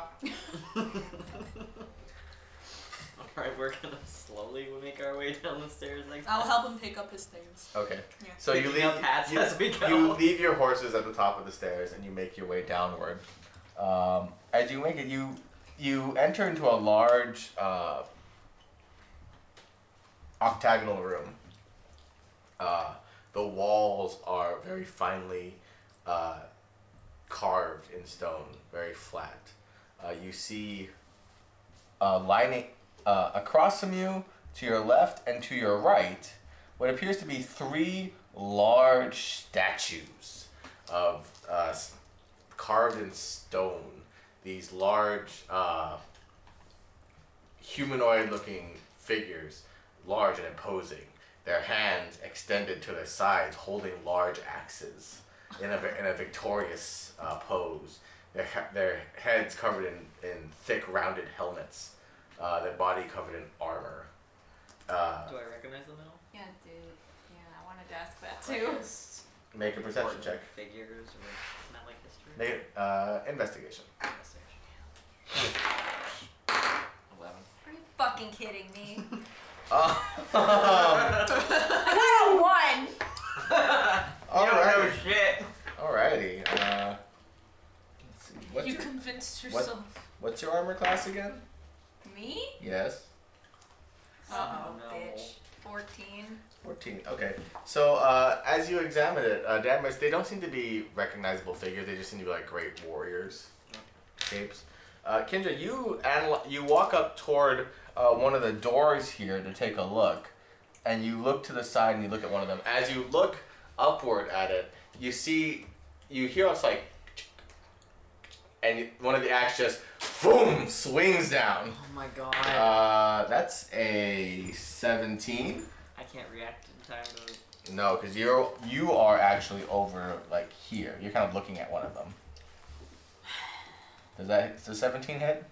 [SPEAKER 2] Alright, we're gonna slowly make our way down the stairs next
[SPEAKER 5] I'll help him pick up his things.
[SPEAKER 1] Okay.
[SPEAKER 7] Yeah.
[SPEAKER 1] So you
[SPEAKER 2] Picking
[SPEAKER 1] leave
[SPEAKER 2] up hats
[SPEAKER 1] you,
[SPEAKER 2] as we go.
[SPEAKER 1] you leave your horses at the top of the stairs and you make your way downward. Um, as you make it, you you enter into a large uh, octagonal room. Uh, the walls are very finely uh, carved in stone, very flat. Uh, you see uh, lining uh, across from you, to your left and to your right, what appears to be three large statues of uh, s- carved in stone. These large uh, humanoid-looking figures, large and imposing, their hands extended to their sides, holding large axes in a, vi- in a victorious uh, pose. Their, he- their heads covered in, in thick, rounded helmets uh, their body covered in armor. Uh,
[SPEAKER 2] Do I recognize them at
[SPEAKER 3] Yeah, dude. Yeah, I wanted to ask that too.
[SPEAKER 1] make a
[SPEAKER 2] all?
[SPEAKER 1] perception
[SPEAKER 2] Important
[SPEAKER 1] check.
[SPEAKER 2] Figures or not like history?
[SPEAKER 1] Make it, uh, investigation.
[SPEAKER 2] Investigation.
[SPEAKER 8] Eleven.
[SPEAKER 3] Are you fucking kidding me?
[SPEAKER 7] Oh.
[SPEAKER 1] Uh,
[SPEAKER 3] I got a one.
[SPEAKER 2] You don't know
[SPEAKER 1] alright.
[SPEAKER 2] shit.
[SPEAKER 1] Alrighty. Uh, let's see. What's,
[SPEAKER 5] you
[SPEAKER 1] your,
[SPEAKER 5] convinced yourself.
[SPEAKER 1] what's your armor class again?
[SPEAKER 3] Me?
[SPEAKER 1] Yes.
[SPEAKER 3] Oh,
[SPEAKER 2] no.
[SPEAKER 3] bitch. Fourteen.
[SPEAKER 1] 14. Okay. So, uh, as you examine it, uh, Damus, they don't seem to be recognizable figures. They just seem to be like great warriors. Shapes. Uh, Kendra, you anal- you walk up toward uh, one of the doors here to take a look, and you look to the side and you look at one of them. As you look upward at it, you see, you hear us like, and you- one of the axe just, boom, swings down.
[SPEAKER 2] Oh my god.
[SPEAKER 1] Uh, that's a 17.
[SPEAKER 2] I can't react in time to.
[SPEAKER 1] No, because you're you are actually over like here. You're kind of looking at one of them. Does that the seventeen hit?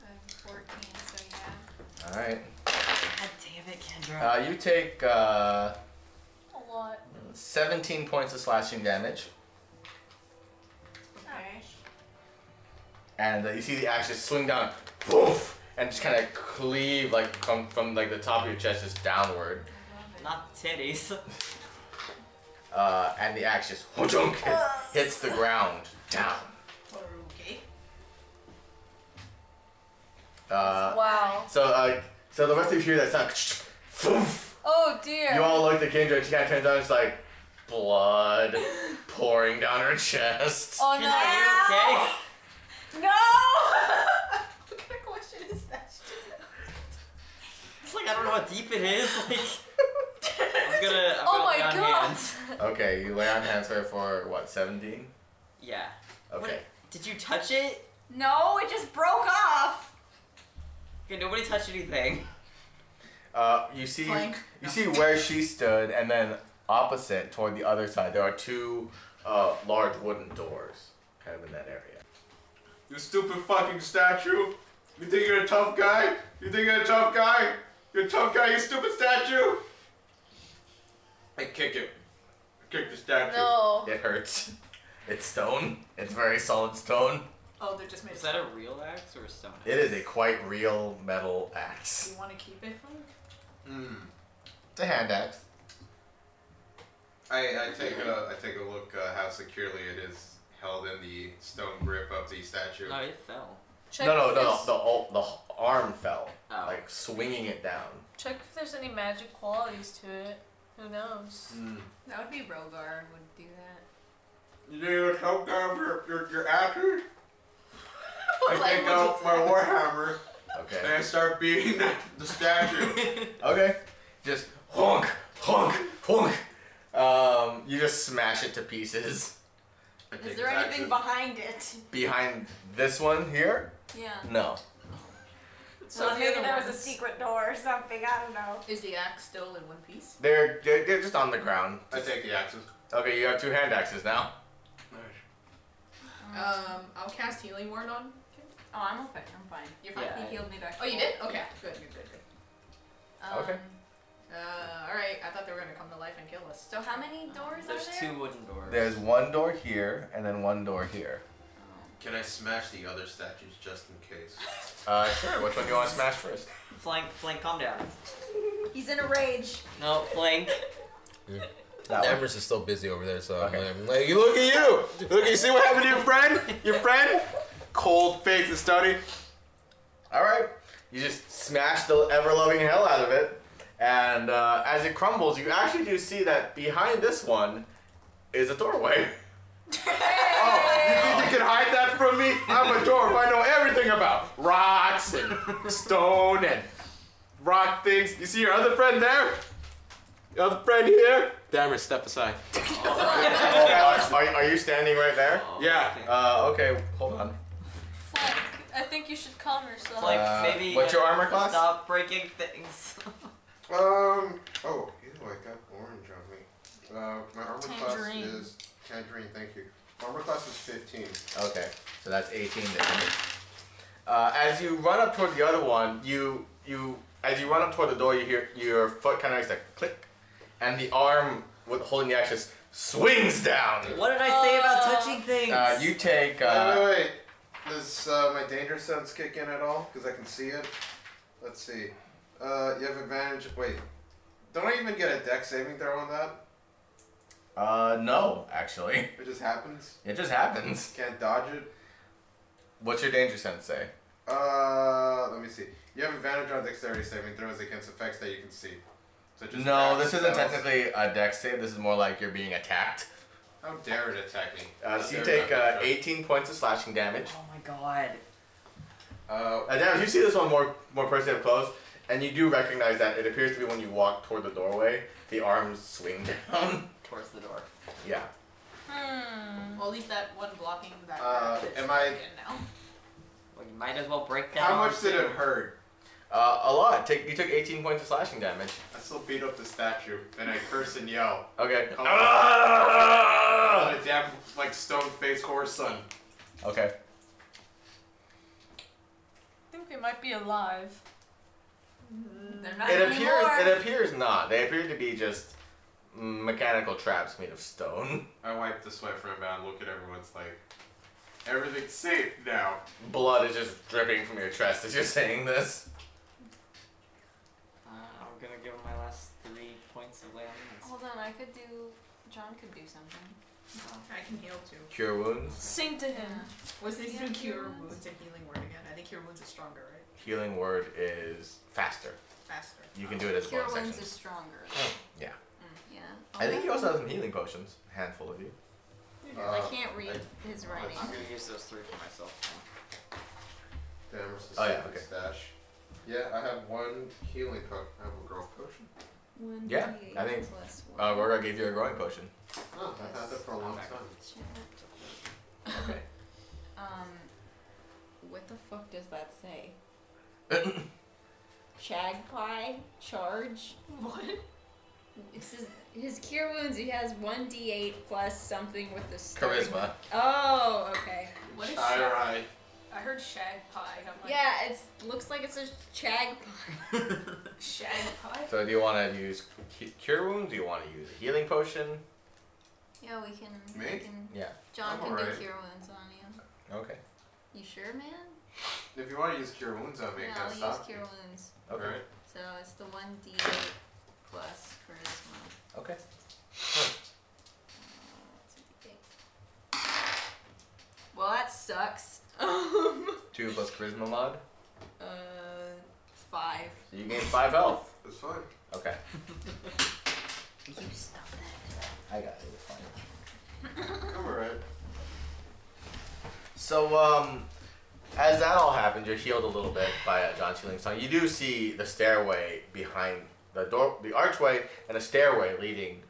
[SPEAKER 3] I'm fourteen, so yeah.
[SPEAKER 1] All right.
[SPEAKER 2] God damn it, Kendra.
[SPEAKER 1] Uh, you take uh,
[SPEAKER 5] A lot.
[SPEAKER 1] seventeen points of slashing damage,
[SPEAKER 3] Okay.
[SPEAKER 1] and uh, you see the axe just swing down, poof, and just kind of cleave like come from like the top of your chest just downward,
[SPEAKER 2] Not the titties.
[SPEAKER 1] uh, and the axe just whooshunk, hits, hits the ground down.
[SPEAKER 7] Okay.
[SPEAKER 1] Uh,
[SPEAKER 3] Wow.
[SPEAKER 1] so uh, so the rest of you hear that sound, poof.
[SPEAKER 3] Oh dear.
[SPEAKER 1] You all looked at Kendra and she kind of turns out it's like blood pouring down her chest.
[SPEAKER 3] oh
[SPEAKER 2] Kendra, are you
[SPEAKER 3] no.
[SPEAKER 2] okay?
[SPEAKER 3] No.
[SPEAKER 7] What kind of question is that? She doesn't-
[SPEAKER 2] It's like I don't know how deep it is. Like I'm gonna. I'm
[SPEAKER 3] Oh
[SPEAKER 2] gonna
[SPEAKER 3] my
[SPEAKER 2] lay on
[SPEAKER 3] god.
[SPEAKER 2] Hands.
[SPEAKER 1] Okay, you lay on hands for, for what, 17?
[SPEAKER 2] Yeah.
[SPEAKER 1] Okay.
[SPEAKER 2] Did you touch it?
[SPEAKER 3] No, it just broke off.
[SPEAKER 2] Okay, nobody touched anything.
[SPEAKER 1] Uh, you see
[SPEAKER 7] Flank.
[SPEAKER 1] you see where she stood and then opposite toward the other side there are two uh, large wooden doors kind of in that area.
[SPEAKER 4] You stupid fucking statue. You think you're a tough guy? You think you're a tough guy? You're a tough guy, you stupid statue. I kick it. Kick the statue.
[SPEAKER 5] No.
[SPEAKER 1] It hurts. It's stone. It's very solid stone.
[SPEAKER 7] Oh, they're just made.
[SPEAKER 2] Is
[SPEAKER 7] of-
[SPEAKER 2] that a real axe or a stone axe?
[SPEAKER 1] It is a quite real metal axe.
[SPEAKER 7] You want to keep it from?
[SPEAKER 4] Mm.
[SPEAKER 1] It's a hand axe.
[SPEAKER 4] I, I take a I take a look uh, how securely it is held in the stone grip of the statue.
[SPEAKER 2] No, it fell.
[SPEAKER 5] Check
[SPEAKER 1] no, no,
[SPEAKER 5] if
[SPEAKER 1] no.
[SPEAKER 5] there's-
[SPEAKER 1] The, the, the arm fell,
[SPEAKER 2] Oh.
[SPEAKER 1] like swinging it down.
[SPEAKER 5] Check if there's any magic qualities to it. Who knows?
[SPEAKER 4] Hmm.
[SPEAKER 3] That would be Rogar would do that.
[SPEAKER 4] You need help down your, your, your ashes? I
[SPEAKER 7] Like,
[SPEAKER 4] take
[SPEAKER 7] what
[SPEAKER 4] out
[SPEAKER 7] you
[SPEAKER 4] my
[SPEAKER 7] said.
[SPEAKER 4] warhammer and
[SPEAKER 1] Okay.
[SPEAKER 4] I start beating the, the statue.
[SPEAKER 1] Okay. Just honk, honk, honk. Um, you just smash it to pieces.
[SPEAKER 4] I
[SPEAKER 7] Is
[SPEAKER 4] take
[SPEAKER 7] there
[SPEAKER 4] his
[SPEAKER 7] anything
[SPEAKER 4] ashes.
[SPEAKER 7] behind it?
[SPEAKER 1] Behind this one here?
[SPEAKER 3] Yeah.
[SPEAKER 1] No.
[SPEAKER 5] So the other ones.
[SPEAKER 3] door or something. I don't know.
[SPEAKER 7] Is the axe still in one piece?
[SPEAKER 1] They're, they're they're just on the ground.
[SPEAKER 4] I take the axes.
[SPEAKER 1] Okay, you have two hand axes now.
[SPEAKER 7] Um, I'll cast healing word on.
[SPEAKER 3] Oh, I'm okay. I'm fine.
[SPEAKER 7] You're fine.
[SPEAKER 2] Yeah.
[SPEAKER 3] He healed me back.
[SPEAKER 7] Oh, you did? Okay. Good. Good. Good. Good.
[SPEAKER 3] Oh,
[SPEAKER 7] Um,
[SPEAKER 1] Okay.
[SPEAKER 7] Uh, all right. I thought they were gonna come to life and kill us.
[SPEAKER 3] So how many doors
[SPEAKER 2] There's
[SPEAKER 3] are there?
[SPEAKER 2] two wooden doors.
[SPEAKER 1] There's one door here and then one door here.
[SPEAKER 4] Can I smash the other statues just in case?
[SPEAKER 1] Uh, sure. Which one do you want to smash first?
[SPEAKER 2] Flank, flank, calm down.
[SPEAKER 3] He's in a rage.
[SPEAKER 2] No, flank. Oh,
[SPEAKER 1] That one.
[SPEAKER 11] Everest is still busy over there, so
[SPEAKER 1] Okay.
[SPEAKER 11] I'm like, like, look at you! Look, you see what happened to your friend?
[SPEAKER 4] Your friend? Cold face and study.
[SPEAKER 1] All right. You just smash the ever-loving hell out of it, and uh, as it crumbles, you actually do see that behind this one is a doorway.
[SPEAKER 4] Oh, you think you can hide that from me? I'm a dwarf. I know everything about rocks and stone and rock things. You see your other friend there? Your other friend here? Damn it, step aside.
[SPEAKER 1] are, are- are you standing right there?
[SPEAKER 2] Oh,
[SPEAKER 4] Yeah.
[SPEAKER 1] Uh, okay. Hold on.
[SPEAKER 5] Flank. I think you should calm yourself.
[SPEAKER 2] Flank,
[SPEAKER 1] Uh,
[SPEAKER 2] maybe.
[SPEAKER 1] what's your armor class?
[SPEAKER 2] Stop breaking things.
[SPEAKER 4] Um. Oh, ew, I got orange on me. Uh, my armor
[SPEAKER 5] Tangerine.
[SPEAKER 4] class is tangerine. Thank you. Armor class is 15.
[SPEAKER 1] Okay, so that's 18 damage. Uh, as you run up toward the other one, you you as you run up toward the door, you hear your foot kind of makes a click, and the arm with holding the axe just swings down.
[SPEAKER 2] What did I say about
[SPEAKER 5] Oh.
[SPEAKER 2] touching things?
[SPEAKER 1] Uh, you take.
[SPEAKER 4] wait,
[SPEAKER 1] Uh,
[SPEAKER 4] wait, wait. Does uh, my danger sense kick in at all? Because I can see it. Let's see. Uh, you have advantage. Wait. Don't I even get a deck saving throw on that?
[SPEAKER 1] uh, no, actually,
[SPEAKER 4] It just happens.
[SPEAKER 1] it just happens.
[SPEAKER 4] Can't dodge it.
[SPEAKER 1] What's your danger sense say?
[SPEAKER 4] Uh, let me see. You have advantage on dexterity saving throws against effects that you can see. So just
[SPEAKER 1] No,
[SPEAKER 4] grab
[SPEAKER 1] this isn't
[SPEAKER 4] spells.
[SPEAKER 1] technically a dex save. This is more like you're being attacked.
[SPEAKER 4] How dare it attack me?
[SPEAKER 1] Uh,
[SPEAKER 4] How
[SPEAKER 1] so you
[SPEAKER 4] dare it
[SPEAKER 1] take uh,
[SPEAKER 4] attack me.
[SPEAKER 1] 18 points of slashing damage.
[SPEAKER 2] Oh my god.
[SPEAKER 4] Uh,
[SPEAKER 1] Uh, damage. You see this one more more person up close, and you do recognize that it appears to be when you walk toward the doorway, the arms swing down.
[SPEAKER 2] Towards the door.
[SPEAKER 1] yeah.
[SPEAKER 5] Hmm.
[SPEAKER 7] Well, at least that one blocking that.
[SPEAKER 4] Uh, am I-
[SPEAKER 7] in now?
[SPEAKER 2] Well, you might as well break that.
[SPEAKER 4] how
[SPEAKER 2] arm
[SPEAKER 4] much did
[SPEAKER 2] too.
[SPEAKER 4] it hurt?
[SPEAKER 1] Uh, a lot. Take you took 18 points of slashing damage.
[SPEAKER 4] I still beat up the statue, and I curse and yell.
[SPEAKER 1] Okay.
[SPEAKER 4] Oh.
[SPEAKER 1] Ah!
[SPEAKER 4] What a damn like stone faced horse son.
[SPEAKER 1] Okay.
[SPEAKER 5] I think we might be alive.
[SPEAKER 3] They're not
[SPEAKER 1] It appears.
[SPEAKER 3] anymore.
[SPEAKER 1] It appears not. They appear to be just mechanical traps made of stone.
[SPEAKER 4] I wipe the sweat from my mouth. Look at everyone's like, everything's safe now.
[SPEAKER 1] Blood is just dripping from your chest as you're saying this.
[SPEAKER 2] Uh, I'm gonna give him my last three points of land.
[SPEAKER 3] Hold on, I could do. John could do something.
[SPEAKER 7] I can heal too.
[SPEAKER 1] Cure wounds,
[SPEAKER 5] Sing to him.
[SPEAKER 7] Was this
[SPEAKER 3] Yeah,
[SPEAKER 7] even cure
[SPEAKER 3] healing
[SPEAKER 7] wounds and healing word again? I think cure wounds is stronger, right?
[SPEAKER 1] healing word is faster.
[SPEAKER 7] Faster.
[SPEAKER 1] You can do it as
[SPEAKER 3] Cure
[SPEAKER 1] bonus
[SPEAKER 3] wounds
[SPEAKER 1] action.
[SPEAKER 3] is stronger.
[SPEAKER 1] Yeah.
[SPEAKER 3] Yeah.
[SPEAKER 1] I think you also have some healing potions. A handful of you.
[SPEAKER 3] I
[SPEAKER 4] Uh,
[SPEAKER 3] can't
[SPEAKER 4] Oh,
[SPEAKER 3] read his
[SPEAKER 2] I'm
[SPEAKER 3] writing.
[SPEAKER 2] gonna use those three for myself.
[SPEAKER 4] Damn, it's
[SPEAKER 1] Oh, yeah, okay.
[SPEAKER 4] stash. Yeah, I have one healing potion. I have a growth potion.
[SPEAKER 3] One
[SPEAKER 1] Yeah,
[SPEAKER 3] D8
[SPEAKER 1] I think,
[SPEAKER 3] plus one.
[SPEAKER 1] Uh, Rogar gave you a growing potion.
[SPEAKER 4] Oh, I've had that for a long time.
[SPEAKER 3] Check.
[SPEAKER 1] Okay.
[SPEAKER 3] Um, what the fuck does that say? Chagpie charge.
[SPEAKER 7] What?
[SPEAKER 3] It's his, his cure wounds. He has one d8 plus something with the starting-
[SPEAKER 1] Charisma.
[SPEAKER 3] Oh, okay.
[SPEAKER 7] What is
[SPEAKER 4] All
[SPEAKER 7] shag?
[SPEAKER 4] right.
[SPEAKER 7] I heard shag pie. and I'm like,
[SPEAKER 3] Yeah, it looks like it's a chagpie.
[SPEAKER 7] Shag pie?
[SPEAKER 1] So do you want to use cu- cure wounds? Do you want to use a healing potion?
[SPEAKER 3] Yeah, we can.
[SPEAKER 4] Me?
[SPEAKER 3] We can,
[SPEAKER 1] Yeah.
[SPEAKER 3] John
[SPEAKER 4] I'm
[SPEAKER 3] can
[SPEAKER 4] alright.
[SPEAKER 3] do cure wounds on you.
[SPEAKER 1] Okay.
[SPEAKER 3] You sure, man?
[SPEAKER 4] If you want to use cure wounds on me,
[SPEAKER 3] yeah,
[SPEAKER 4] gotta
[SPEAKER 3] I'll
[SPEAKER 4] stop.
[SPEAKER 3] use cure wounds.
[SPEAKER 1] Okay.
[SPEAKER 4] Alright.
[SPEAKER 3] So it's the one d8 plus charisma.
[SPEAKER 1] Okay.
[SPEAKER 3] Well, that sucks. um,
[SPEAKER 1] Two plus charisma mod.
[SPEAKER 3] uh, five.
[SPEAKER 1] So you gain five health.
[SPEAKER 4] That's fine.
[SPEAKER 1] Okay.
[SPEAKER 12] I got it. It's fine.
[SPEAKER 1] I'm alright. So, um, as that all happens, you're healed a little bit by uh, John Ceiling's tongue. You do see the stairway behind the door, the archway, and a stairway leading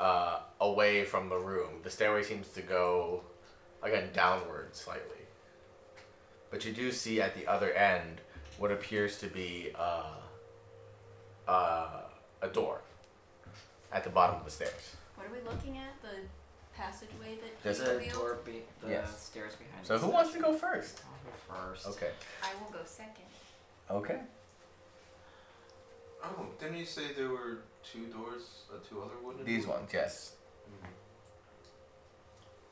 [SPEAKER 1] uh, away from the room. The stairway seems to go, again, downward slightly. But you do see at the other end what appears to be uh, uh, a door at the bottom of the stairs.
[SPEAKER 3] What are we looking at? The passageway that
[SPEAKER 1] There's
[SPEAKER 3] you
[SPEAKER 1] a
[SPEAKER 8] The
[SPEAKER 3] revealed?
[SPEAKER 8] door be- the
[SPEAKER 1] Yes.
[SPEAKER 8] stairs behind
[SPEAKER 1] So,
[SPEAKER 8] us.
[SPEAKER 1] who wants to go first?
[SPEAKER 8] I'll go first.
[SPEAKER 1] Okay.
[SPEAKER 3] I will go second.
[SPEAKER 1] Okay.
[SPEAKER 4] Oh, didn't you say there were two doors, uh, two other wooden?
[SPEAKER 1] These
[SPEAKER 4] doors?
[SPEAKER 1] ones, yes.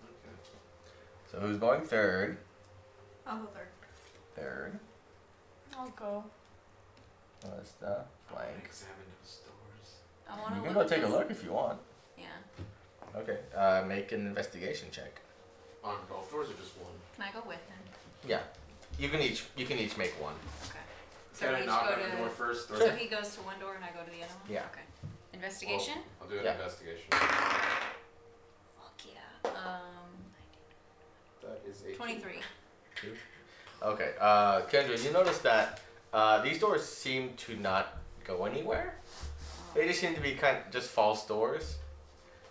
[SPEAKER 4] Okay.
[SPEAKER 1] So who's going third?
[SPEAKER 7] I'll go third.
[SPEAKER 1] Third
[SPEAKER 5] I'll go.
[SPEAKER 1] was the
[SPEAKER 4] I
[SPEAKER 1] blank.
[SPEAKER 4] examine those doors.
[SPEAKER 3] I want to
[SPEAKER 1] You
[SPEAKER 3] look
[SPEAKER 1] can go
[SPEAKER 3] at
[SPEAKER 1] take a
[SPEAKER 3] this-
[SPEAKER 1] look if you want.
[SPEAKER 3] Yeah.
[SPEAKER 1] Okay. Uh, make an investigation check.
[SPEAKER 4] On both doors or just one?
[SPEAKER 3] Can I go with him?
[SPEAKER 1] Yeah. You can each you can each make one.
[SPEAKER 3] Okay. So
[SPEAKER 4] Can
[SPEAKER 3] we
[SPEAKER 4] I
[SPEAKER 3] each
[SPEAKER 4] knock
[SPEAKER 3] go
[SPEAKER 4] on the door
[SPEAKER 3] to.
[SPEAKER 4] first? Or
[SPEAKER 3] So he goes to one door and I go to the other one?
[SPEAKER 1] Yeah.
[SPEAKER 3] Okay. Investigation?
[SPEAKER 4] Well, I'll do an
[SPEAKER 1] Yeah.
[SPEAKER 4] investigation.
[SPEAKER 3] Fuck yeah. Um,
[SPEAKER 4] That is a
[SPEAKER 3] 23.
[SPEAKER 1] Okay. Uh, Kendra, you notice that uh, these doors seem to not go anywhere. They just seem to be kind just false doors.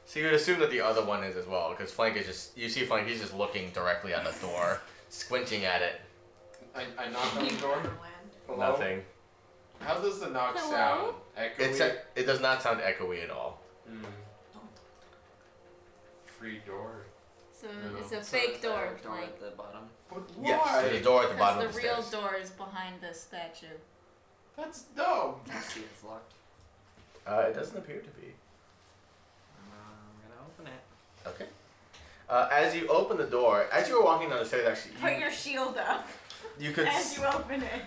[SPEAKER 1] So you would assume that the other one is as well, because Flank is just you see Flank he's just looking directly at the door, squinting at it.
[SPEAKER 4] I, I knock on the door. Hello?
[SPEAKER 1] Nothing.
[SPEAKER 4] How does the knock
[SPEAKER 5] Hello?
[SPEAKER 4] sound? Echoey.
[SPEAKER 1] It's a, it does not sound echoey at all.
[SPEAKER 4] Mm. Free door.
[SPEAKER 3] So
[SPEAKER 4] No.
[SPEAKER 3] it's a
[SPEAKER 8] So
[SPEAKER 3] fake
[SPEAKER 8] the
[SPEAKER 3] door,
[SPEAKER 8] door
[SPEAKER 3] like.
[SPEAKER 8] at the bottom.
[SPEAKER 4] But why?
[SPEAKER 1] Yes, there's a door at the bottom
[SPEAKER 3] Because
[SPEAKER 1] of
[SPEAKER 3] the
[SPEAKER 1] the
[SPEAKER 3] real
[SPEAKER 1] stairs.
[SPEAKER 3] door is behind the statue.
[SPEAKER 4] That's dumb.
[SPEAKER 8] Let's see if it's locked.
[SPEAKER 1] Uh, it doesn't appear to be.
[SPEAKER 8] uh, I'm gonna open it.
[SPEAKER 1] Okay. Uh, as you open the door, as you were walking down the stairs, actually,
[SPEAKER 5] Put
[SPEAKER 1] you,
[SPEAKER 5] your shield up
[SPEAKER 1] you could
[SPEAKER 5] as
[SPEAKER 1] s-
[SPEAKER 5] you open it.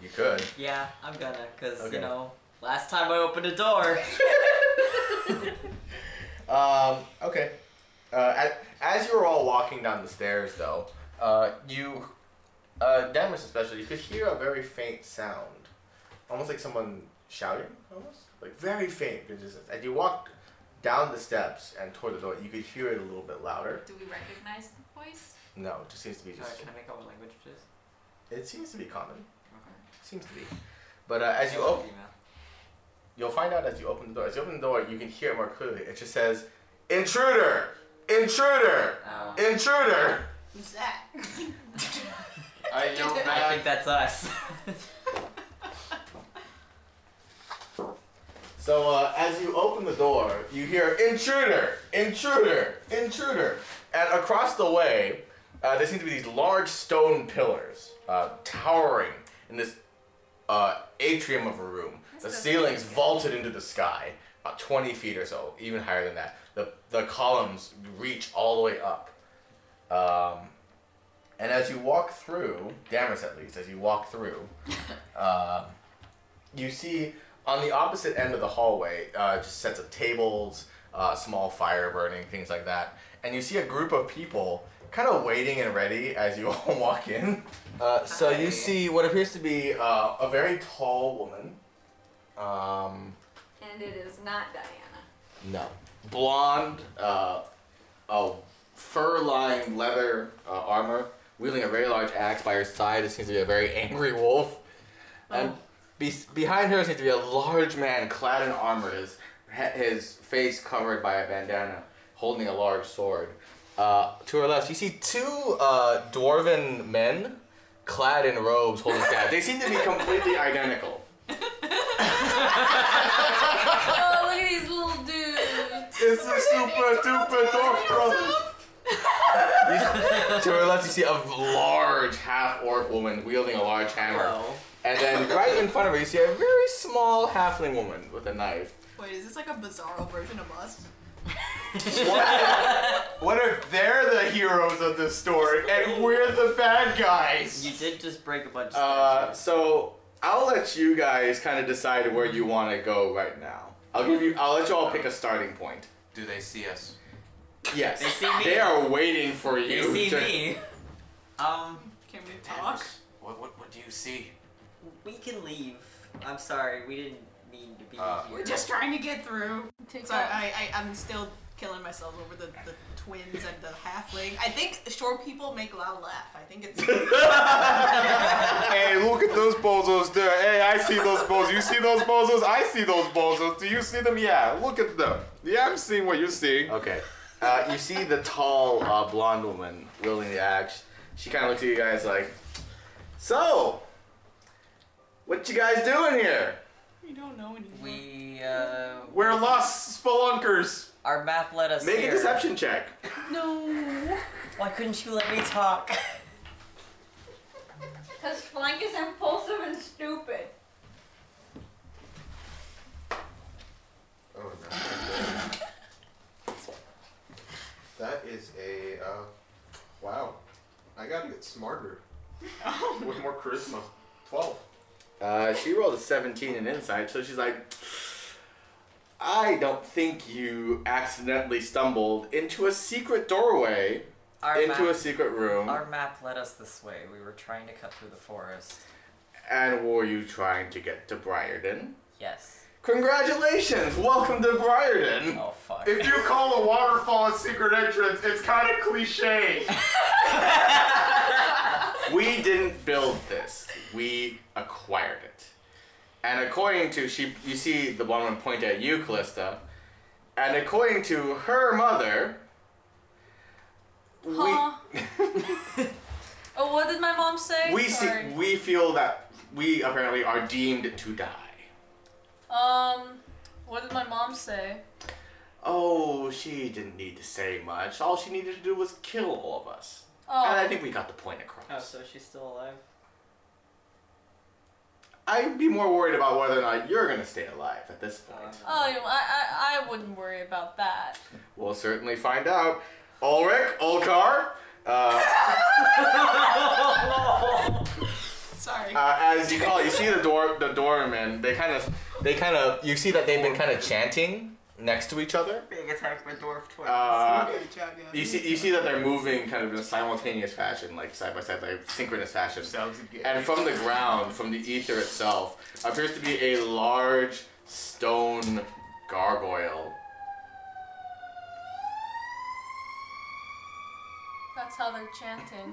[SPEAKER 1] you could.
[SPEAKER 8] Yeah, I'm gonna, cause
[SPEAKER 1] Okay.
[SPEAKER 8] you know, last time I opened a door.
[SPEAKER 1] Um, okay. Uh, as, as you were all walking down the stairs, though, uh, you, uh, Demis especially, you could hear a very faint sound, almost like someone shouting, almost like very faint. It just- As you walked down the steps and toward the door, you could hear it a little bit louder.
[SPEAKER 3] Do we recognize the voice?
[SPEAKER 1] No, it just seems to be
[SPEAKER 8] Alright,
[SPEAKER 1] just.
[SPEAKER 8] can I make out what language it is?
[SPEAKER 1] It seems to be common.
[SPEAKER 8] Okay.
[SPEAKER 1] Seems to be. But uh, as you open.
[SPEAKER 8] Female.
[SPEAKER 1] You'll find out as you open the door. As you open the door, you can hear it more clearly. It just says, "Intruder! Intruder!
[SPEAKER 8] Oh.
[SPEAKER 1] Intruder!"
[SPEAKER 7] Who's that?
[SPEAKER 4] I yell
[SPEAKER 8] I think
[SPEAKER 4] back.
[SPEAKER 8] that's us.
[SPEAKER 1] So uh, as you open the door, you hear, "Intruder! Intruder! Intruder!" And across the way, uh, there seem to be these large stone pillars uh, towering in this uh, atrium of a room. The
[SPEAKER 3] doesn't
[SPEAKER 1] ceiling's
[SPEAKER 3] look good.
[SPEAKER 1] vaulted into the sky, about 20 feet or so, even higher than that. The, the columns reach all the way up. Um, and as you walk through, Damaris at least, as you walk through, um, you see on the opposite end of the hallway uh, just sets of tables, uh, small fire burning, things like that. And you see a group of people kind of waiting and ready as you all walk in. Uh, so
[SPEAKER 8] Hi.
[SPEAKER 1] you see what appears to be uh, a very tall woman. Um,
[SPEAKER 3] And it is not Diana.
[SPEAKER 1] no. Blonde, uh, a fur-lined leather uh, armor, wielding a very large axe by her side. It seems to be a very angry wolf. And be- behind her seems to be a large man clad in armor, his, he- his face covered by a bandana, holding a large sword. Uh, to her left, you see two uh, dwarven men clad in robes holding staff. They seem to be completely identical.
[SPEAKER 3] oh, look at these little dudes.
[SPEAKER 1] It's a super duper dwarf to her left, you see a large half orc woman wielding a large hammer.
[SPEAKER 8] Hello.
[SPEAKER 1] And then right in front of her, you see a very small halfling woman with a knife.
[SPEAKER 7] Wait, is this like a bizarro version of us?
[SPEAKER 4] What if they're the heroes of this story and we're the bad guys?
[SPEAKER 8] You did just break a bunch of
[SPEAKER 1] Uh,
[SPEAKER 8] statues.
[SPEAKER 1] so I'll let you guys kind of decide where you want to go right now. I'll give you. I'll let you all pick a starting point.
[SPEAKER 4] Do they see us?
[SPEAKER 1] Yes.
[SPEAKER 8] They see me.
[SPEAKER 1] They are waiting for
[SPEAKER 8] They
[SPEAKER 1] you.
[SPEAKER 8] see
[SPEAKER 1] to-
[SPEAKER 8] me. Um,
[SPEAKER 7] Can we talk?
[SPEAKER 4] What, what, what do you see?
[SPEAKER 8] we can leave. I'm sorry, we didn't mean to be
[SPEAKER 4] Uh,
[SPEAKER 8] here.
[SPEAKER 7] We're just trying to get through.
[SPEAKER 5] Take
[SPEAKER 7] So I, I, I'm still killing myself over the, the twins and the halfling. I think short people make loud laugh. I think it's.
[SPEAKER 4] hey, look at those bozos there. Hey, I see those bozos. You see those bozos? I see those bozos. Do you see them? Yeah, look at them. Yeah, I'm seeing what you're seeing.
[SPEAKER 1] Okay. Uh, you see the tall uh, blonde woman wielding the axe. She kind of looks at you guys like, "So, what you guys doing here?"
[SPEAKER 7] we don't know anymore.
[SPEAKER 2] We, uh.
[SPEAKER 4] We're lost spelunkers.
[SPEAKER 2] Our map led us
[SPEAKER 1] Make
[SPEAKER 2] here.
[SPEAKER 1] a deception check.
[SPEAKER 7] No.
[SPEAKER 2] Why couldn't you let me talk?
[SPEAKER 3] Because Flank is impulsive and stupid.
[SPEAKER 1] Oh no.
[SPEAKER 11] That is a uh, wow. I gotta get smarter with more charisma. Twelve.
[SPEAKER 1] Uh, she rolled a 17 in insight, so she's like, I don't think you accidentally stumbled into a secret doorway
[SPEAKER 2] Our
[SPEAKER 1] into a
[SPEAKER 2] map,
[SPEAKER 1] secret room.
[SPEAKER 2] Our map led us this way. We were trying to cut through the forest.
[SPEAKER 1] And were you trying to get to Briarden?
[SPEAKER 2] Yes.
[SPEAKER 1] Congratulations! Welcome to Briarden!
[SPEAKER 2] Oh, fuck.
[SPEAKER 4] If you call a waterfall a secret entrance, it's kind of cliche.
[SPEAKER 1] We didn't build this. We acquired it. And according to she, you see the woman point at you, Callista. And according to her mother,
[SPEAKER 5] Huh? oh, what did my mom say?
[SPEAKER 1] we we see,
[SPEAKER 5] Sorry.
[SPEAKER 1] we feel that we apparently are deemed to die.
[SPEAKER 5] um, what did my mom say?
[SPEAKER 1] Oh, she didn't need to say much. All she needed to do was kill all of us.
[SPEAKER 5] Oh,
[SPEAKER 1] And I think we got the point across.
[SPEAKER 2] Oh, so she's still alive?
[SPEAKER 1] I'd be more worried about whether or not you're gonna stay alive at this point.
[SPEAKER 5] oh, you know, I, I, I wouldn't worry about that.
[SPEAKER 1] We'll certainly find out. Ulrich, Olkar, uh,
[SPEAKER 7] Sorry.
[SPEAKER 1] uh, as you call, it, you see the door, the doorman. They kind of, they kind of, you see that they've been kind of chanting next to each other.
[SPEAKER 2] Being attacked by dwarf twins.
[SPEAKER 1] Uh,
[SPEAKER 7] Good job, guys.
[SPEAKER 1] you see, you see that they're moving kind of in a simultaneous fashion, like side by side, like synchronous fashion.
[SPEAKER 4] Sounds good.
[SPEAKER 1] And from the ground, from the ether itself, appears to be a large stone gargoyle.
[SPEAKER 5] That's how they're chanting.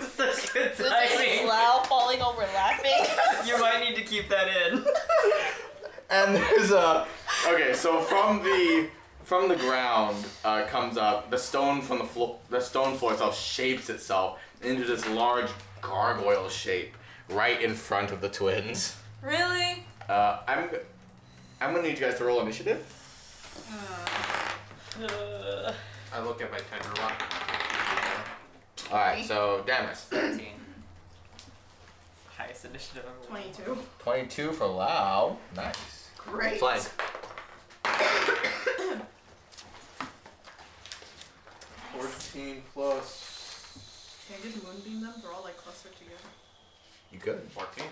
[SPEAKER 2] Such good
[SPEAKER 7] This is
[SPEAKER 2] timing.
[SPEAKER 7] Lau falling over laughing.
[SPEAKER 2] You might need to keep that in.
[SPEAKER 1] And there's a okay. So from the from the ground uh, comes up the stone from the floor. The stone floor itself shapes itself into this large gargoyle shape right in front of the twins.
[SPEAKER 5] really?
[SPEAKER 1] Uh, I'm I'm gonna need you guys to roll initiative.
[SPEAKER 5] Uh,
[SPEAKER 4] I look at my tenderloin.
[SPEAKER 1] All right. So Damas,
[SPEAKER 2] 13. Highest initiative ever.
[SPEAKER 7] 22.
[SPEAKER 1] twenty-two for Lao. Nice.
[SPEAKER 7] Great.
[SPEAKER 1] Flank.
[SPEAKER 4] Fourteen plus
[SPEAKER 7] Can I just moonbeam them? They're all like clustered together.
[SPEAKER 1] You good?
[SPEAKER 4] fourteen.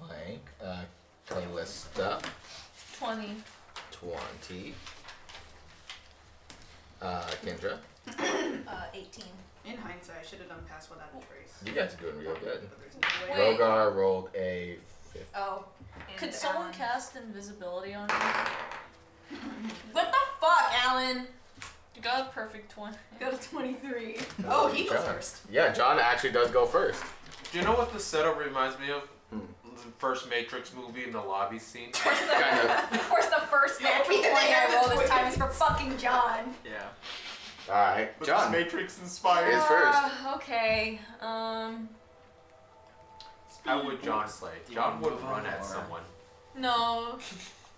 [SPEAKER 1] Flank. Uh, Callista.
[SPEAKER 5] 20.
[SPEAKER 1] 20. Uh, Kendra,
[SPEAKER 3] Uh, 18.
[SPEAKER 7] In hindsight, I should have done pass without a trace.
[SPEAKER 1] you guys are doing real good.
[SPEAKER 7] But there's no way.
[SPEAKER 5] Wait.
[SPEAKER 1] Rogar rolled a 50.
[SPEAKER 3] Oh.
[SPEAKER 5] Could
[SPEAKER 3] um,
[SPEAKER 5] someone cast invisibility on me?
[SPEAKER 3] What the fuck, Alan?
[SPEAKER 5] You got a perfect 20.
[SPEAKER 3] Go to 23.
[SPEAKER 7] Oh, he goes
[SPEAKER 1] John.
[SPEAKER 7] first.
[SPEAKER 1] Yeah, John actually does go first.
[SPEAKER 4] Do you know what the setup reminds me of?
[SPEAKER 11] Hmm.
[SPEAKER 4] The first Matrix movie in the lobby scene.
[SPEAKER 3] Of course,
[SPEAKER 1] Kind
[SPEAKER 3] the, of course the first natural
[SPEAKER 7] Either they
[SPEAKER 3] 20 I
[SPEAKER 7] have
[SPEAKER 3] roll
[SPEAKER 7] the
[SPEAKER 3] this time is for fucking John.
[SPEAKER 4] Yeah.
[SPEAKER 1] All right, John.
[SPEAKER 4] Matrix inspired.
[SPEAKER 1] Is first.
[SPEAKER 5] Uh, okay. Um,
[SPEAKER 4] How would John play? John would run at
[SPEAKER 2] Or-
[SPEAKER 4] someone.
[SPEAKER 5] no.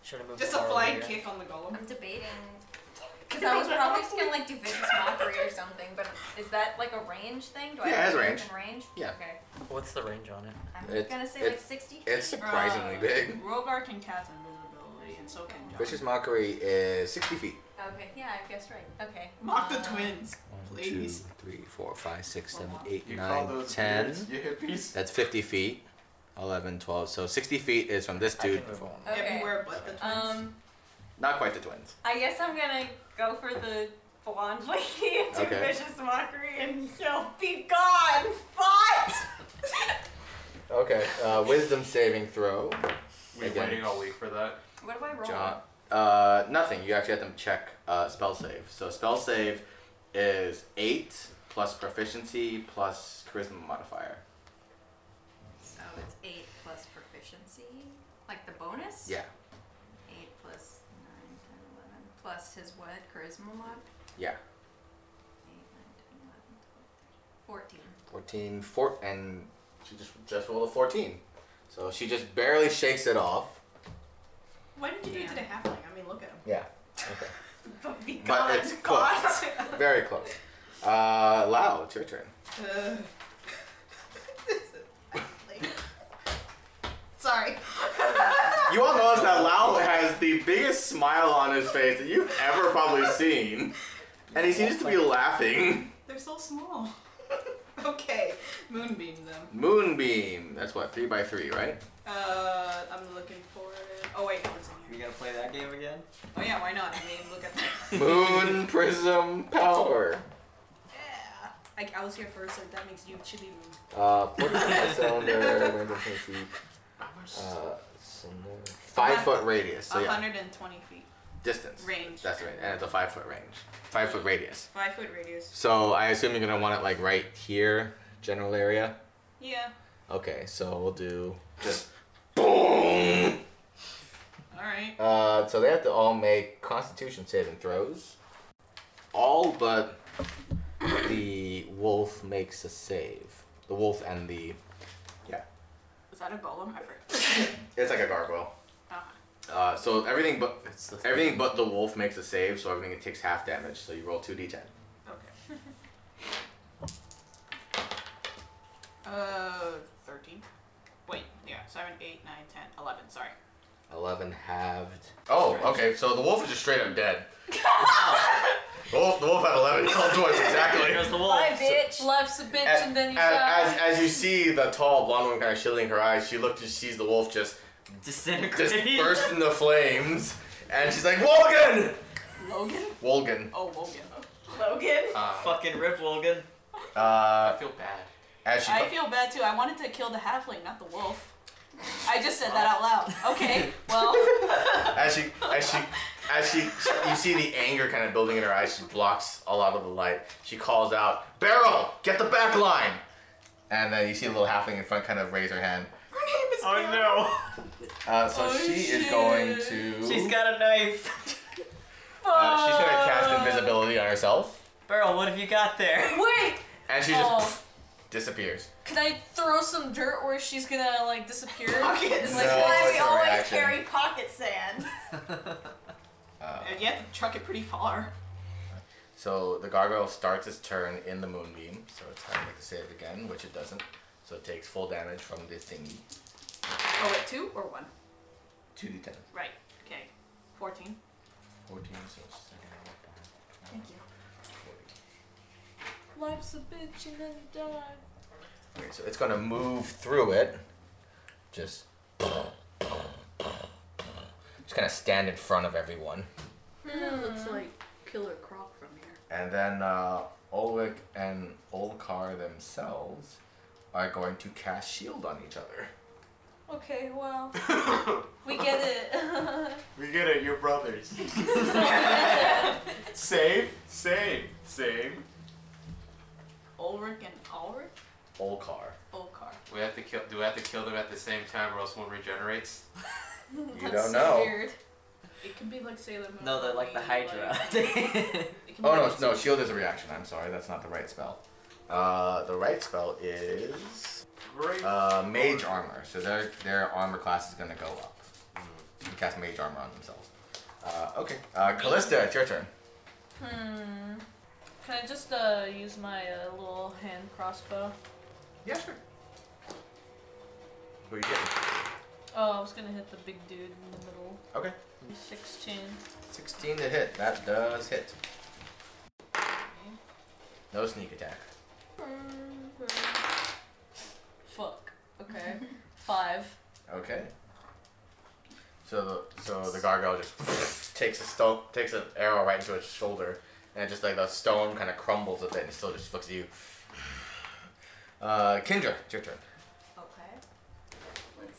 [SPEAKER 2] Should have moved
[SPEAKER 7] Just a
[SPEAKER 2] forward
[SPEAKER 7] flying
[SPEAKER 2] here.
[SPEAKER 7] kick on the golem.
[SPEAKER 3] I'm debating. Because I was probably just gonna like do vicious mockery or something, but is that like a range thing? Do I
[SPEAKER 1] Yeah, it
[SPEAKER 3] have
[SPEAKER 1] has
[SPEAKER 3] to be
[SPEAKER 1] range.
[SPEAKER 3] within range?
[SPEAKER 1] Yeah.
[SPEAKER 3] Okay.
[SPEAKER 2] What's the range on it?
[SPEAKER 3] I'm
[SPEAKER 1] It's-
[SPEAKER 3] gonna say
[SPEAKER 1] it's-
[SPEAKER 3] like 60 feet.
[SPEAKER 1] It's surprisingly
[SPEAKER 7] Uh,
[SPEAKER 1] big.
[SPEAKER 7] Rogar can cast invisibility, and so can John.
[SPEAKER 1] Vicious Mockery is 60 feet.
[SPEAKER 3] Okay, yeah, I guess right. Okay.
[SPEAKER 7] Mock the
[SPEAKER 3] Uh,
[SPEAKER 7] twins,
[SPEAKER 1] One, two,
[SPEAKER 7] please.
[SPEAKER 1] three, four, five, six, seven,
[SPEAKER 7] Wow.
[SPEAKER 1] eight,
[SPEAKER 4] You
[SPEAKER 1] nine,
[SPEAKER 4] call those
[SPEAKER 1] 10.
[SPEAKER 4] dudes, you hippies?
[SPEAKER 1] That's 50 feet. 11, 12. So 60 feet is from this
[SPEAKER 2] I can
[SPEAKER 1] dude.
[SPEAKER 2] move
[SPEAKER 7] Uh,
[SPEAKER 2] on.
[SPEAKER 3] Okay.
[SPEAKER 7] Everywhere but the twins.
[SPEAKER 5] Um,
[SPEAKER 1] Not quite the twins.
[SPEAKER 3] I guess I'm gonna go for the blonde lady and do
[SPEAKER 1] Okay.
[SPEAKER 3] vicious mockery and she'll be gone. But
[SPEAKER 1] Okay. Uh, wisdom saving throw.
[SPEAKER 4] We're
[SPEAKER 1] Again.
[SPEAKER 4] waiting all week for that.
[SPEAKER 3] What do I roll?
[SPEAKER 1] John. Uh, nothing. You actually have to check uh, spell save. So spell save is eight plus proficiency plus charisma modifier.
[SPEAKER 3] So it's eight plus proficiency, like the bonus.
[SPEAKER 1] Yeah.
[SPEAKER 3] Eight plus nine, ten, eleven. Plus his what? Charisma mod.
[SPEAKER 1] Yeah.
[SPEAKER 3] Eight, nine, ten, eleven, twelve, thirteen. Fourteen.
[SPEAKER 1] 14, four, and she just just rolled a 14. So she just barely shakes it off.
[SPEAKER 7] Why did you do it to the halfling? I mean, look at him.
[SPEAKER 1] Yeah.
[SPEAKER 7] But be
[SPEAKER 1] But
[SPEAKER 7] gone,
[SPEAKER 1] it's
[SPEAKER 7] God.
[SPEAKER 1] Very close. Uh, Lau, it's your turn.
[SPEAKER 7] Uh, Sorry.
[SPEAKER 1] You all notice that Lau has the biggest smile on his face that you've ever probably seen. And he seems to be laughing.
[SPEAKER 7] They're so small. okay, moonbeam them.
[SPEAKER 1] Moonbeam. That's what, three by three, right?
[SPEAKER 7] Uh, I'm looking for it. Oh wait, no, it's in
[SPEAKER 2] We
[SPEAKER 7] here.
[SPEAKER 2] gonna play that game again?
[SPEAKER 7] Oh yeah, why not? I mean, look at that.
[SPEAKER 1] Moon prism power.
[SPEAKER 7] yeah. Like I was here first, so that makes you chili moon.
[SPEAKER 1] Uh, 45 cylinder, random feet. Uh, five foot radius. So yeah,
[SPEAKER 7] 120 feet.
[SPEAKER 1] distance.
[SPEAKER 7] Range.
[SPEAKER 1] That's right, and it's a five foot range, five foot radius.
[SPEAKER 7] Five foot radius.
[SPEAKER 1] So I assume you're gonna want it like right here, general area.
[SPEAKER 7] Yeah.
[SPEAKER 1] Okay, so we'll do just boom.
[SPEAKER 7] All right.
[SPEAKER 1] Uh, so they have to all make Constitution saving throws. All but the wolf makes a save. The wolf and the
[SPEAKER 7] Was that a golem? I forgot.
[SPEAKER 1] it's like a gargoyle.
[SPEAKER 7] Ah.
[SPEAKER 1] Uh, so everything but everything but the wolf makes a save, so everything takes half damage. So you roll two d10.
[SPEAKER 7] Okay. uh, 13. Wait, yeah, 7, 8, 9, 10, 11, sorry.
[SPEAKER 1] Eleven halved. Oh, okay. So the wolf is just straight up dead. the, wolf, the wolf had eleven health points exactly.
[SPEAKER 2] There's the wolf.
[SPEAKER 3] Bye, bitch.
[SPEAKER 5] Life's a bitch,
[SPEAKER 1] As,
[SPEAKER 5] and then you
[SPEAKER 1] as,
[SPEAKER 5] die.
[SPEAKER 1] as you see the tall blonde woman kind of shielding her eyes, she looks and sees the wolf just just
[SPEAKER 2] Disintegrate.
[SPEAKER 1] burst into flames, and she's like, "Wolgan,
[SPEAKER 7] Logan?
[SPEAKER 1] Wolgan."
[SPEAKER 7] Oh, Logan. Logan?
[SPEAKER 1] Uh,
[SPEAKER 2] Fucking rip, Logan.
[SPEAKER 1] uh,
[SPEAKER 4] I feel bad.
[SPEAKER 1] as she
[SPEAKER 7] I feel bad too. I wanted to kill the halfling, not the wolf. I just said that out loud. Okay, well,
[SPEAKER 1] as she as she as she you see the anger kind of building in her eyes she blocks a lot of the light she calls out barrel get the back line and then you see a little halfling in front kind of raise her hand
[SPEAKER 7] her name is
[SPEAKER 2] Oh
[SPEAKER 1] uh, so
[SPEAKER 7] Oh,
[SPEAKER 1] she is
[SPEAKER 7] shit.
[SPEAKER 1] going to
[SPEAKER 2] no! She's got a knife.
[SPEAKER 1] uh, she's going to cast invisibility on herself
[SPEAKER 2] Beryl, what have you got there?
[SPEAKER 5] Wait,
[SPEAKER 1] and she just
[SPEAKER 5] Oh.
[SPEAKER 1] disappears
[SPEAKER 5] can I throw some dirt where she's gonna like disappear?
[SPEAKER 7] Pockets.
[SPEAKER 1] No,
[SPEAKER 8] why
[SPEAKER 1] it's
[SPEAKER 8] we
[SPEAKER 1] a
[SPEAKER 8] always
[SPEAKER 1] reaction.
[SPEAKER 8] carry pocket sand.
[SPEAKER 1] uh,
[SPEAKER 7] And you have to truck it pretty far.
[SPEAKER 1] so the gargoyle starts its turn in the moonbeam so it's time to make the save again which it doesn't so it takes full damage from the thingy
[SPEAKER 7] Oh, wait, two or one?
[SPEAKER 1] 2d10
[SPEAKER 7] Right, okay. 14.
[SPEAKER 1] 14 so it's second round.
[SPEAKER 7] Thank you.
[SPEAKER 5] Life's a bitch, and then you die.
[SPEAKER 1] Okay, so it's gonna move through it. Just just kind of stand in front of everyone.
[SPEAKER 7] That looks like Killer Croc from here.
[SPEAKER 1] And then uh, Ulrich and Olkar themselves are going to cast shield on each other.
[SPEAKER 5] Okay, well, we get it.
[SPEAKER 4] We get it, you're brothers. save, save, save.
[SPEAKER 7] Ulrich and Ulrich?
[SPEAKER 1] Olkar.
[SPEAKER 7] Olkar.
[SPEAKER 4] We have to kill. Do we have to kill them at the same time, or else one regenerates?
[SPEAKER 1] You
[SPEAKER 5] That's
[SPEAKER 1] don't
[SPEAKER 5] so
[SPEAKER 1] know.
[SPEAKER 5] Weird.
[SPEAKER 7] It could be like Sailor Moon.
[SPEAKER 2] No, they're like the
[SPEAKER 7] maybe,
[SPEAKER 2] Hydra.
[SPEAKER 7] like- it can be
[SPEAKER 1] Oh
[SPEAKER 7] like-
[SPEAKER 1] no, no, shield is a reaction. I'm sorry, that's not the right spell. Uh, the right spell is
[SPEAKER 4] Great.
[SPEAKER 1] uh, mage armor. So their their armor class is gonna go up. You cast mage armor on themselves. Uh, okay, uh, Callista, it's your turn.
[SPEAKER 5] Hmm. Can I just uh, use my uh, little hand crossbow?
[SPEAKER 1] Yeah, sure. Who are you getting?
[SPEAKER 5] Oh, I was gonna hit the big dude in the middle.
[SPEAKER 1] Okay.
[SPEAKER 5] 16.
[SPEAKER 1] 16 to hit. That does hit. No sneak attack.
[SPEAKER 5] Fuck. Okay. Five.
[SPEAKER 1] Okay. So the so the gargoyle just takes a stone takes an arrow right into its shoulder, and just like the stone kind of crumbles with it, and it still just looks at you. Uh, Kindra, it's your turn.
[SPEAKER 8] Okay.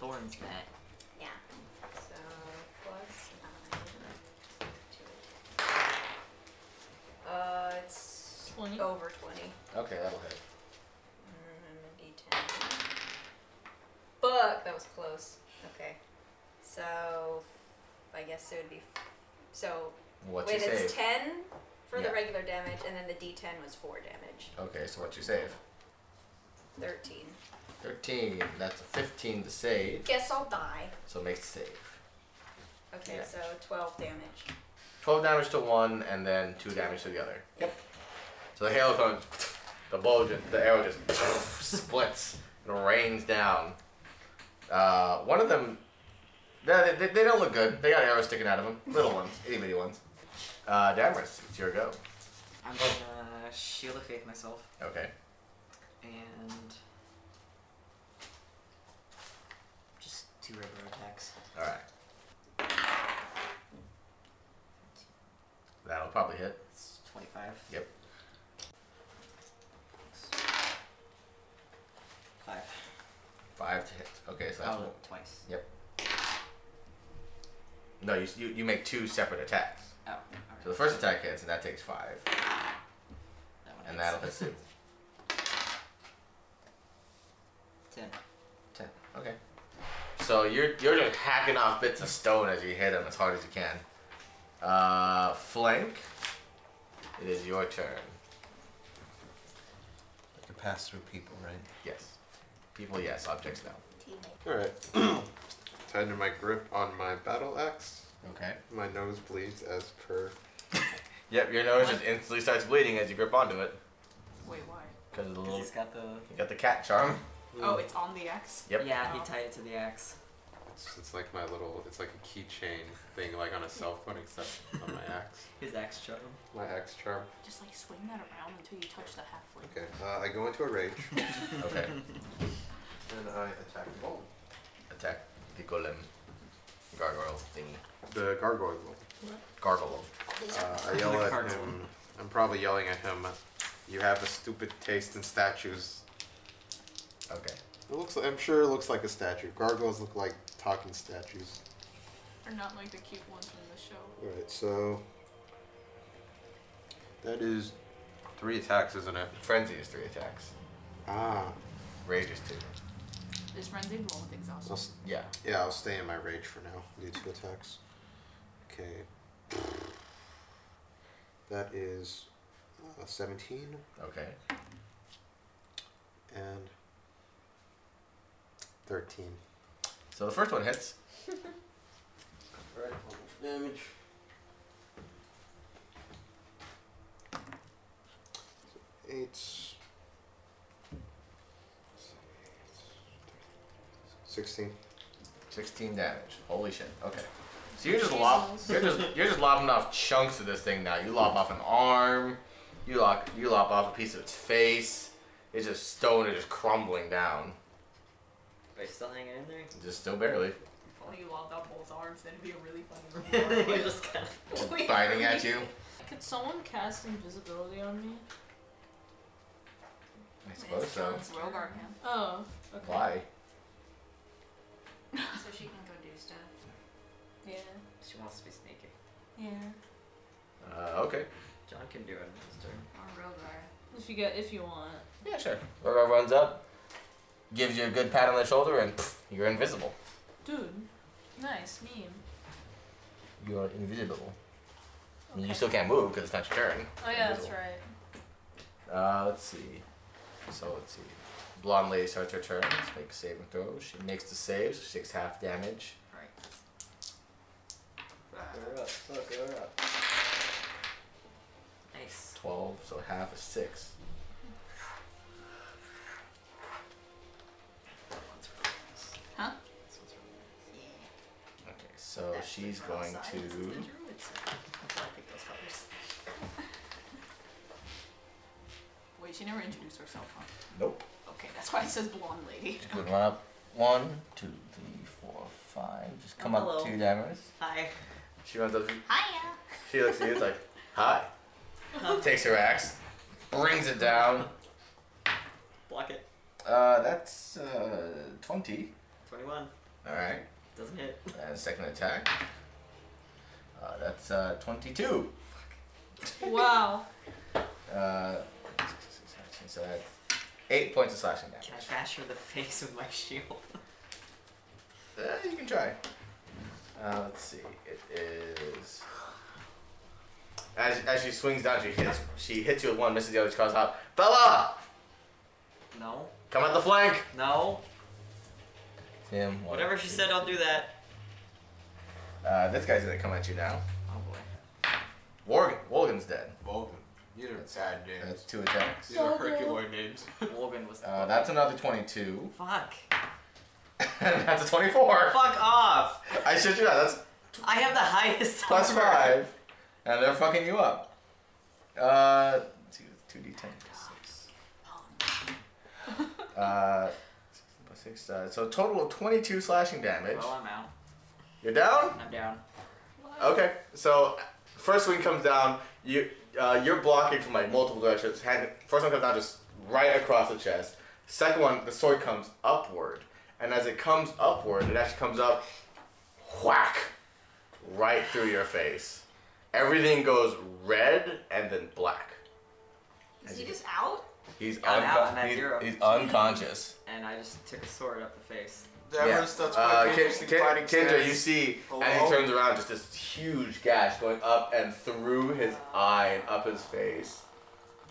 [SPEAKER 8] thorns, Matt.
[SPEAKER 13] Yeah.
[SPEAKER 8] So plus nine. Uh, it's
[SPEAKER 1] Oh.
[SPEAKER 5] 20.
[SPEAKER 8] over twenty.
[SPEAKER 1] Okay, that'll hit.
[SPEAKER 8] Mm, D10. Fuck, that was close. Okay, so I guess it would be. So
[SPEAKER 1] What you
[SPEAKER 8] wait,
[SPEAKER 1] save?
[SPEAKER 8] it's ten for
[SPEAKER 1] Yeah.
[SPEAKER 8] the regular damage, and then the D10 was four damage.
[SPEAKER 1] okay, so what you save?
[SPEAKER 8] Thirteen.
[SPEAKER 1] Thirteen. That's a fifteen to save.
[SPEAKER 8] Guess I'll die.
[SPEAKER 1] So make the save.
[SPEAKER 8] Okay,
[SPEAKER 1] Yeah.
[SPEAKER 8] so twelve damage.
[SPEAKER 1] Twelve damage to one, and then two damage to the other. Yep. So the hail comes. The bow, just, the arrow just splits and rains down. Uh, one of them, they, they, they don't look good. They got arrows sticking out of them, little ones, itty bitty ones. Uh, Damaris, it's your go.
[SPEAKER 8] I'm gonna shield of faith myself
[SPEAKER 1] Okay.
[SPEAKER 8] and just two regular attacks.
[SPEAKER 1] All right. That'll probably hit.
[SPEAKER 8] It's 25.
[SPEAKER 1] Yep.
[SPEAKER 8] Five.
[SPEAKER 1] Five to hit. Okay, so that's
[SPEAKER 8] Oh,
[SPEAKER 1] one.
[SPEAKER 8] twice.
[SPEAKER 1] no. You, you you make two separate attacks.
[SPEAKER 8] Oh,
[SPEAKER 1] So the first attack hits, and that takes five,
[SPEAKER 8] that one
[SPEAKER 1] and
[SPEAKER 8] hits.
[SPEAKER 1] that'll hit Sue.
[SPEAKER 8] Ten.
[SPEAKER 1] Ten. Okay. So you're you're just hacking off bits of stone as you hit them as hard as you can. Uh, flank. It is your turn.
[SPEAKER 14] I can pass through people, right?
[SPEAKER 1] Yes. People, yes. Objects, no.
[SPEAKER 4] Alright. Tighten my grip on my battle axe.
[SPEAKER 1] Okay.
[SPEAKER 4] My nose bleeds as per.
[SPEAKER 1] Yep. Your nose just instantly starts bleeding as you grip onto it
[SPEAKER 7] Wait, why?
[SPEAKER 1] because of the
[SPEAKER 8] Because
[SPEAKER 1] little.
[SPEAKER 8] he's got the.
[SPEAKER 1] You got the cat charm.
[SPEAKER 7] Oh, it's on the X.
[SPEAKER 1] Yep.
[SPEAKER 8] Yeah, he
[SPEAKER 7] Oh.
[SPEAKER 8] tied it to the axe.
[SPEAKER 4] It's, it's like my little. It's like a keychain thing, like on a cell phone, except on my axe.
[SPEAKER 8] His axe charm.
[SPEAKER 4] My axe charm.
[SPEAKER 7] Just like swing that around until you touch the halfling.
[SPEAKER 4] Okay, uh, I go into a rage.
[SPEAKER 1] Okay.
[SPEAKER 4] and I attack the bowl.
[SPEAKER 1] Attack the golem. Gargoyle thingy.
[SPEAKER 4] The gargoyle. bowl.
[SPEAKER 1] Gargoyle.
[SPEAKER 4] Uh, I yell
[SPEAKER 8] The
[SPEAKER 4] at
[SPEAKER 8] gargoyle.
[SPEAKER 4] him. I'm probably yelling at him. uh, You have a stupid taste in statues.
[SPEAKER 1] Okay.
[SPEAKER 4] It looks. I'm sure it looks like a statue. Gargoyles look like talking statues.
[SPEAKER 7] Or not like the cute ones from the show.
[SPEAKER 4] All right, so that is three attacks, isn't it?
[SPEAKER 1] Frenzy is three attacks.
[SPEAKER 4] Ah,
[SPEAKER 1] Rage is two.
[SPEAKER 7] This runs into one with exhaustion.
[SPEAKER 4] I'll s-
[SPEAKER 1] Yeah.
[SPEAKER 4] yeah, I'll stay in my rage for now. These two attacks. Okay. That is uh, 17
[SPEAKER 1] Okay.
[SPEAKER 4] and 13.
[SPEAKER 1] So the first one hits.
[SPEAKER 14] Alright, how much damage?
[SPEAKER 4] Eight. Sixteen.
[SPEAKER 1] 16 damage. Holy shit. Okay. So you're just lob, you're just you're just lobbing off chunks of this thing now. You lob off an arm. You lob you lob off a piece of its face. It's just stone is just crumbling down.
[SPEAKER 2] Are you still hanging in there?
[SPEAKER 1] Just still barely
[SPEAKER 7] If only you lobbed out both arms, that'd be a really fun
[SPEAKER 2] You're
[SPEAKER 7] reward.
[SPEAKER 2] just kind of.
[SPEAKER 1] biting at you.
[SPEAKER 5] Could someone cast invisibility on me?
[SPEAKER 1] I suppose so.
[SPEAKER 7] Rogar can.
[SPEAKER 5] Oh, okay.
[SPEAKER 1] Why?
[SPEAKER 13] So she can go do stuff.
[SPEAKER 5] Yeah.
[SPEAKER 2] She wants to be sneaky.
[SPEAKER 5] Yeah.
[SPEAKER 1] Uh, okay.
[SPEAKER 2] John can do it on his turn.
[SPEAKER 13] Or Rogar.
[SPEAKER 5] If you get, if you want.
[SPEAKER 1] Yeah, sure. Rogar runs up, gives you a good pat on the shoulder, and pff, you're invisible.
[SPEAKER 5] Dude. Nice meme.
[SPEAKER 1] You're invisible. I mean,
[SPEAKER 5] Okay.
[SPEAKER 1] You still can't move because it's not your turn.
[SPEAKER 5] Oh yeah, that's
[SPEAKER 1] Invisible.
[SPEAKER 5] right.
[SPEAKER 1] Uh, let's see. So let's see. Blonde lady starts her turn. Let's make a saving throw. She makes the save. So she takes half damage.
[SPEAKER 2] Fuck her up. Fuck her up. Nice.
[SPEAKER 1] Twelve. So half is six.
[SPEAKER 7] Huh?
[SPEAKER 1] Okay. So she's going to.
[SPEAKER 7] Wait, she never introduced herself, huh?
[SPEAKER 1] Nope.
[SPEAKER 7] Okay, that's why it says blonde lady.
[SPEAKER 1] She's gonna run up. One, two, three, four, five. Just come up
[SPEAKER 2] Hello.
[SPEAKER 1] two damage.
[SPEAKER 2] Hi.
[SPEAKER 1] She runs up.
[SPEAKER 7] Hiya!
[SPEAKER 1] She looks at you. It's like, hi. Takes her axe, brings it down.
[SPEAKER 2] Block it.
[SPEAKER 1] Uh, that's uh, 20.
[SPEAKER 2] 21.
[SPEAKER 1] All right.
[SPEAKER 2] Doesn't hit.
[SPEAKER 1] And second attack. Uh, that's uh, 22.
[SPEAKER 5] Wow.
[SPEAKER 1] Uh, so that's eight points of slashing damage.
[SPEAKER 2] Can I bash her in the face with my shield?
[SPEAKER 1] Uh, you can try. Uh, let's see. It is. As, as she swings down, she hits she hits you with one, misses the other, she calls out, Bella!
[SPEAKER 2] No.
[SPEAKER 1] Come at the flank!
[SPEAKER 2] No.
[SPEAKER 1] Tim,
[SPEAKER 2] Whatever she said, I'll do that.
[SPEAKER 1] Uh, this guy's gonna come at you now.
[SPEAKER 2] Oh boy.
[SPEAKER 1] Worgen. Worgen's dead.
[SPEAKER 4] Vulcan. These are bad names.
[SPEAKER 1] That's two attacks.
[SPEAKER 4] These are Herculoid names.
[SPEAKER 2] Logan was.
[SPEAKER 1] Uh, that's another 22.
[SPEAKER 2] Fuck.
[SPEAKER 1] And that's a 24.
[SPEAKER 2] Fuck off.
[SPEAKER 1] I should you not. That's
[SPEAKER 2] I have the highest.
[SPEAKER 1] plus
[SPEAKER 2] number.
[SPEAKER 1] five, and they're fucking you up. Uh, two two d ten plus six. Uh, six plus six. Uh, so a total of twenty two slashing damage.
[SPEAKER 2] Well, Oh, I'm out.
[SPEAKER 1] You're down.
[SPEAKER 2] I'm down.
[SPEAKER 1] Okay. So first swing comes down. You uh, you're blocking from like multiple directions. Hand, first one comes down just right across the chest. Second one, the sword comes upward, and as it comes upward, it actually comes up, whack, right through your face. Everything goes red and then black.
[SPEAKER 8] Is he just out?
[SPEAKER 1] He's,
[SPEAKER 2] I'm out,
[SPEAKER 1] unco-
[SPEAKER 2] I'm at
[SPEAKER 1] he's-
[SPEAKER 2] zero.
[SPEAKER 1] he's unconscious.
[SPEAKER 2] And I just took a sword up the face.
[SPEAKER 4] The Everest, that's why
[SPEAKER 1] Uh,
[SPEAKER 4] they
[SPEAKER 1] Ken-
[SPEAKER 4] use the
[SPEAKER 1] Ken-
[SPEAKER 4] fighting
[SPEAKER 1] Kendra,
[SPEAKER 4] stairs.
[SPEAKER 1] you see,
[SPEAKER 4] Hello?
[SPEAKER 1] and he turns around, just this huge gash going up and through his eye and up his face.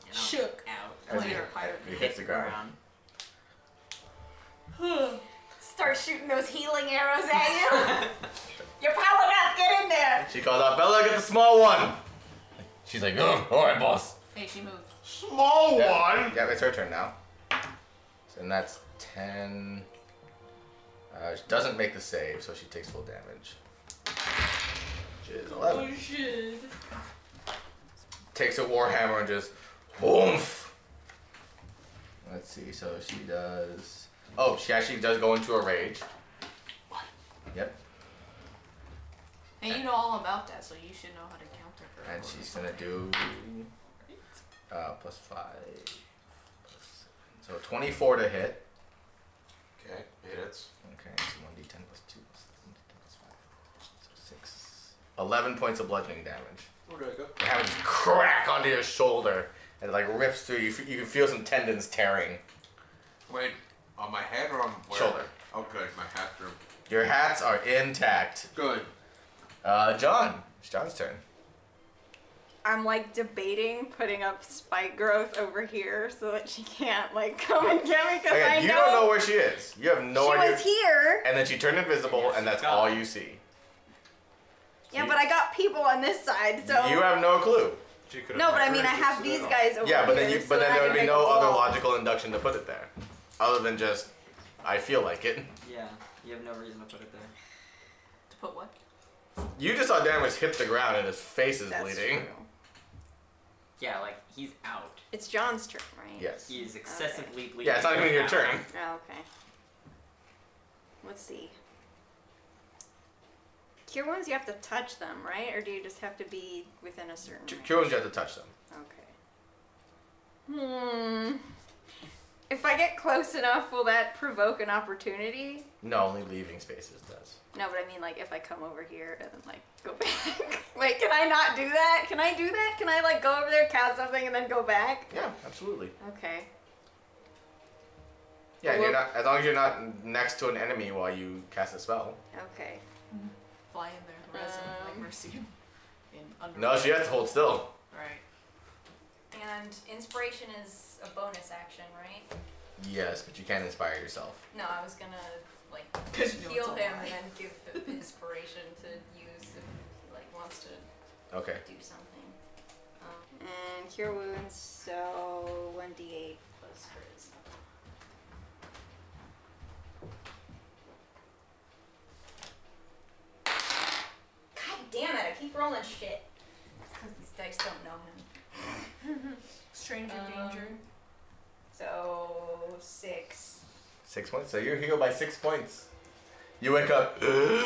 [SPEAKER 2] You know,
[SPEAKER 5] Shook.
[SPEAKER 2] Out.
[SPEAKER 1] As he,
[SPEAKER 7] Player pirate.
[SPEAKER 1] he hits the ground.
[SPEAKER 8] Start shooting those healing arrows at you. You're piling up. Get in there.
[SPEAKER 1] She calls out, Bella, get the small one! She's like, "Ugh, alright, boss.
[SPEAKER 7] Hey, she moved.
[SPEAKER 4] Small
[SPEAKER 1] Yeah,
[SPEAKER 4] one.
[SPEAKER 1] yeah, it's her turn now. So, and that's 10. Uh, she doesn't make the save, so she takes full damage. Which is 11.
[SPEAKER 5] Oh shit.
[SPEAKER 1] takes a warhammer and just boomf. Let's see. So she does. Oh, she actually does go into a rage. Yep.
[SPEAKER 7] And you know all about that, so you should know how to counter her.
[SPEAKER 1] And she's gonna do uh, plus five. plus seven. So twenty-four to hit.
[SPEAKER 4] Okay, it hits.
[SPEAKER 1] Okay. So one d10 plus two plus seven, plus five. So six. Eleven points of bludgeoning damage.
[SPEAKER 4] Where did I go?
[SPEAKER 1] The hammer just crack onto your shoulder and it like rips through you. You f- You can feel some tendons tearing.
[SPEAKER 4] Wait, on my head or on where?
[SPEAKER 1] Shoulder.
[SPEAKER 4] Oh, good, my hat room.
[SPEAKER 1] Your hats are intact.
[SPEAKER 4] Good.
[SPEAKER 1] Uh, John. It's John's turn.
[SPEAKER 15] I'm like debating putting up spike growth over here so that she can't like come and get me because
[SPEAKER 1] Okay,
[SPEAKER 15] I
[SPEAKER 1] you
[SPEAKER 15] know,
[SPEAKER 1] don't know where she is. You have no
[SPEAKER 15] she
[SPEAKER 1] idea.
[SPEAKER 15] was here.
[SPEAKER 1] And then she turned invisible, and that's
[SPEAKER 2] Gone.
[SPEAKER 1] all you see.
[SPEAKER 15] Yeah,
[SPEAKER 1] you-
[SPEAKER 15] but I got people on this side, so
[SPEAKER 1] you have no clue.
[SPEAKER 4] She could've
[SPEAKER 15] no. But I mean, I
[SPEAKER 4] figured
[SPEAKER 15] have
[SPEAKER 4] it
[SPEAKER 15] these
[SPEAKER 4] out.
[SPEAKER 15] guys over
[SPEAKER 1] Yeah, but then
[SPEAKER 15] here,
[SPEAKER 1] you,
[SPEAKER 15] Oh, so
[SPEAKER 1] but then
[SPEAKER 15] I
[SPEAKER 1] there
[SPEAKER 15] can
[SPEAKER 1] would be
[SPEAKER 15] make
[SPEAKER 1] no
[SPEAKER 15] a
[SPEAKER 1] other
[SPEAKER 15] wall.
[SPEAKER 1] logical induction to put it there, other than just I feel like it.
[SPEAKER 2] Yeah, you have no reason to put it there.
[SPEAKER 7] To put what?
[SPEAKER 1] You just saw Damage hit the ground, and his face is
[SPEAKER 15] That's
[SPEAKER 1] bleeding.
[SPEAKER 15] true.
[SPEAKER 2] Yeah, like he's out.
[SPEAKER 15] It's John's turn, right?
[SPEAKER 1] Yes.
[SPEAKER 2] He is excessively bleeding.
[SPEAKER 1] Yeah, it's not even your
[SPEAKER 2] out.
[SPEAKER 1] turn.
[SPEAKER 15] Oh, okay. Let's see. Cure wounds, you have to touch them, right? Or do you just have to be within a certain?
[SPEAKER 1] Cu-
[SPEAKER 15] range?
[SPEAKER 1] Cure wounds, you have to touch them.
[SPEAKER 15] Okay. Hmm. If I get close enough, will that provoke an opportunity?
[SPEAKER 1] No, only leaving spaces does.
[SPEAKER 15] No, but I mean, like, if I come over here and then, like, go back. like, can I not do that? Can I do that? Can I, like, go over there, cast something, and then go back?
[SPEAKER 1] Yeah, absolutely.
[SPEAKER 15] Okay.
[SPEAKER 1] Yeah, and you're not as long as you're not next to an enemy while you cast a spell.
[SPEAKER 15] Okay.
[SPEAKER 7] Fly in there, res him, like
[SPEAKER 15] Um,
[SPEAKER 7] mercy him. In under.
[SPEAKER 1] No, she has to hold still.
[SPEAKER 7] Right.
[SPEAKER 8] And inspiration is a bonus action, right?
[SPEAKER 1] Yes, but you can inspire yourself.
[SPEAKER 8] No, I was gonna like
[SPEAKER 7] Because you know
[SPEAKER 8] heal
[SPEAKER 7] it's a
[SPEAKER 8] him
[SPEAKER 7] lie.
[SPEAKER 8] and then give him inspiration to use if he like wants to
[SPEAKER 1] Okay.
[SPEAKER 8] do something.
[SPEAKER 15] And cure wounds, so 1d8 plus charisma.
[SPEAKER 8] God damn it! I keep rolling shit. It's because these dice don't know him.
[SPEAKER 7] Stranger
[SPEAKER 8] Um,
[SPEAKER 7] danger.
[SPEAKER 8] So six.
[SPEAKER 1] Six points. So you're healed by six points. You wake up. the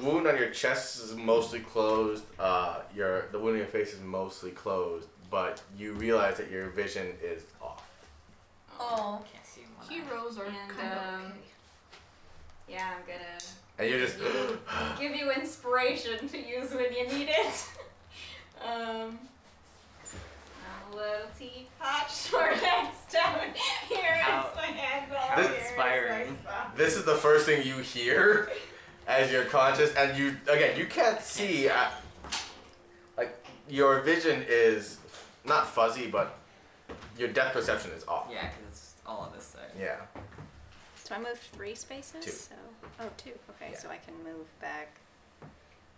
[SPEAKER 1] wound on your chest is mostly closed. Uh, your the wound on your face is mostly closed, but you realize that your vision is off.
[SPEAKER 5] Oh.
[SPEAKER 2] Can't see him.
[SPEAKER 7] Heroes are
[SPEAKER 8] Oh, And,
[SPEAKER 7] kind of
[SPEAKER 8] um,
[SPEAKER 7] okay.
[SPEAKER 8] Yeah,
[SPEAKER 1] And you're just.
[SPEAKER 3] give you inspiration to use when you need it. um, a little teapot short that's down here is
[SPEAKER 1] How-
[SPEAKER 3] my handball.
[SPEAKER 1] how
[SPEAKER 3] here is my
[SPEAKER 1] inspiring.
[SPEAKER 3] stuff.
[SPEAKER 1] this is the first thing you hear as you're conscious, and you again you can't see. Uh, like your vision is not fuzzy, but your depth perception is off.
[SPEAKER 2] Yeah, because it's all on this side.
[SPEAKER 1] Yeah.
[SPEAKER 15] So I moved three spaces.
[SPEAKER 1] Two.
[SPEAKER 15] So oh, two. Okay,
[SPEAKER 1] Yeah.
[SPEAKER 15] so I can move back.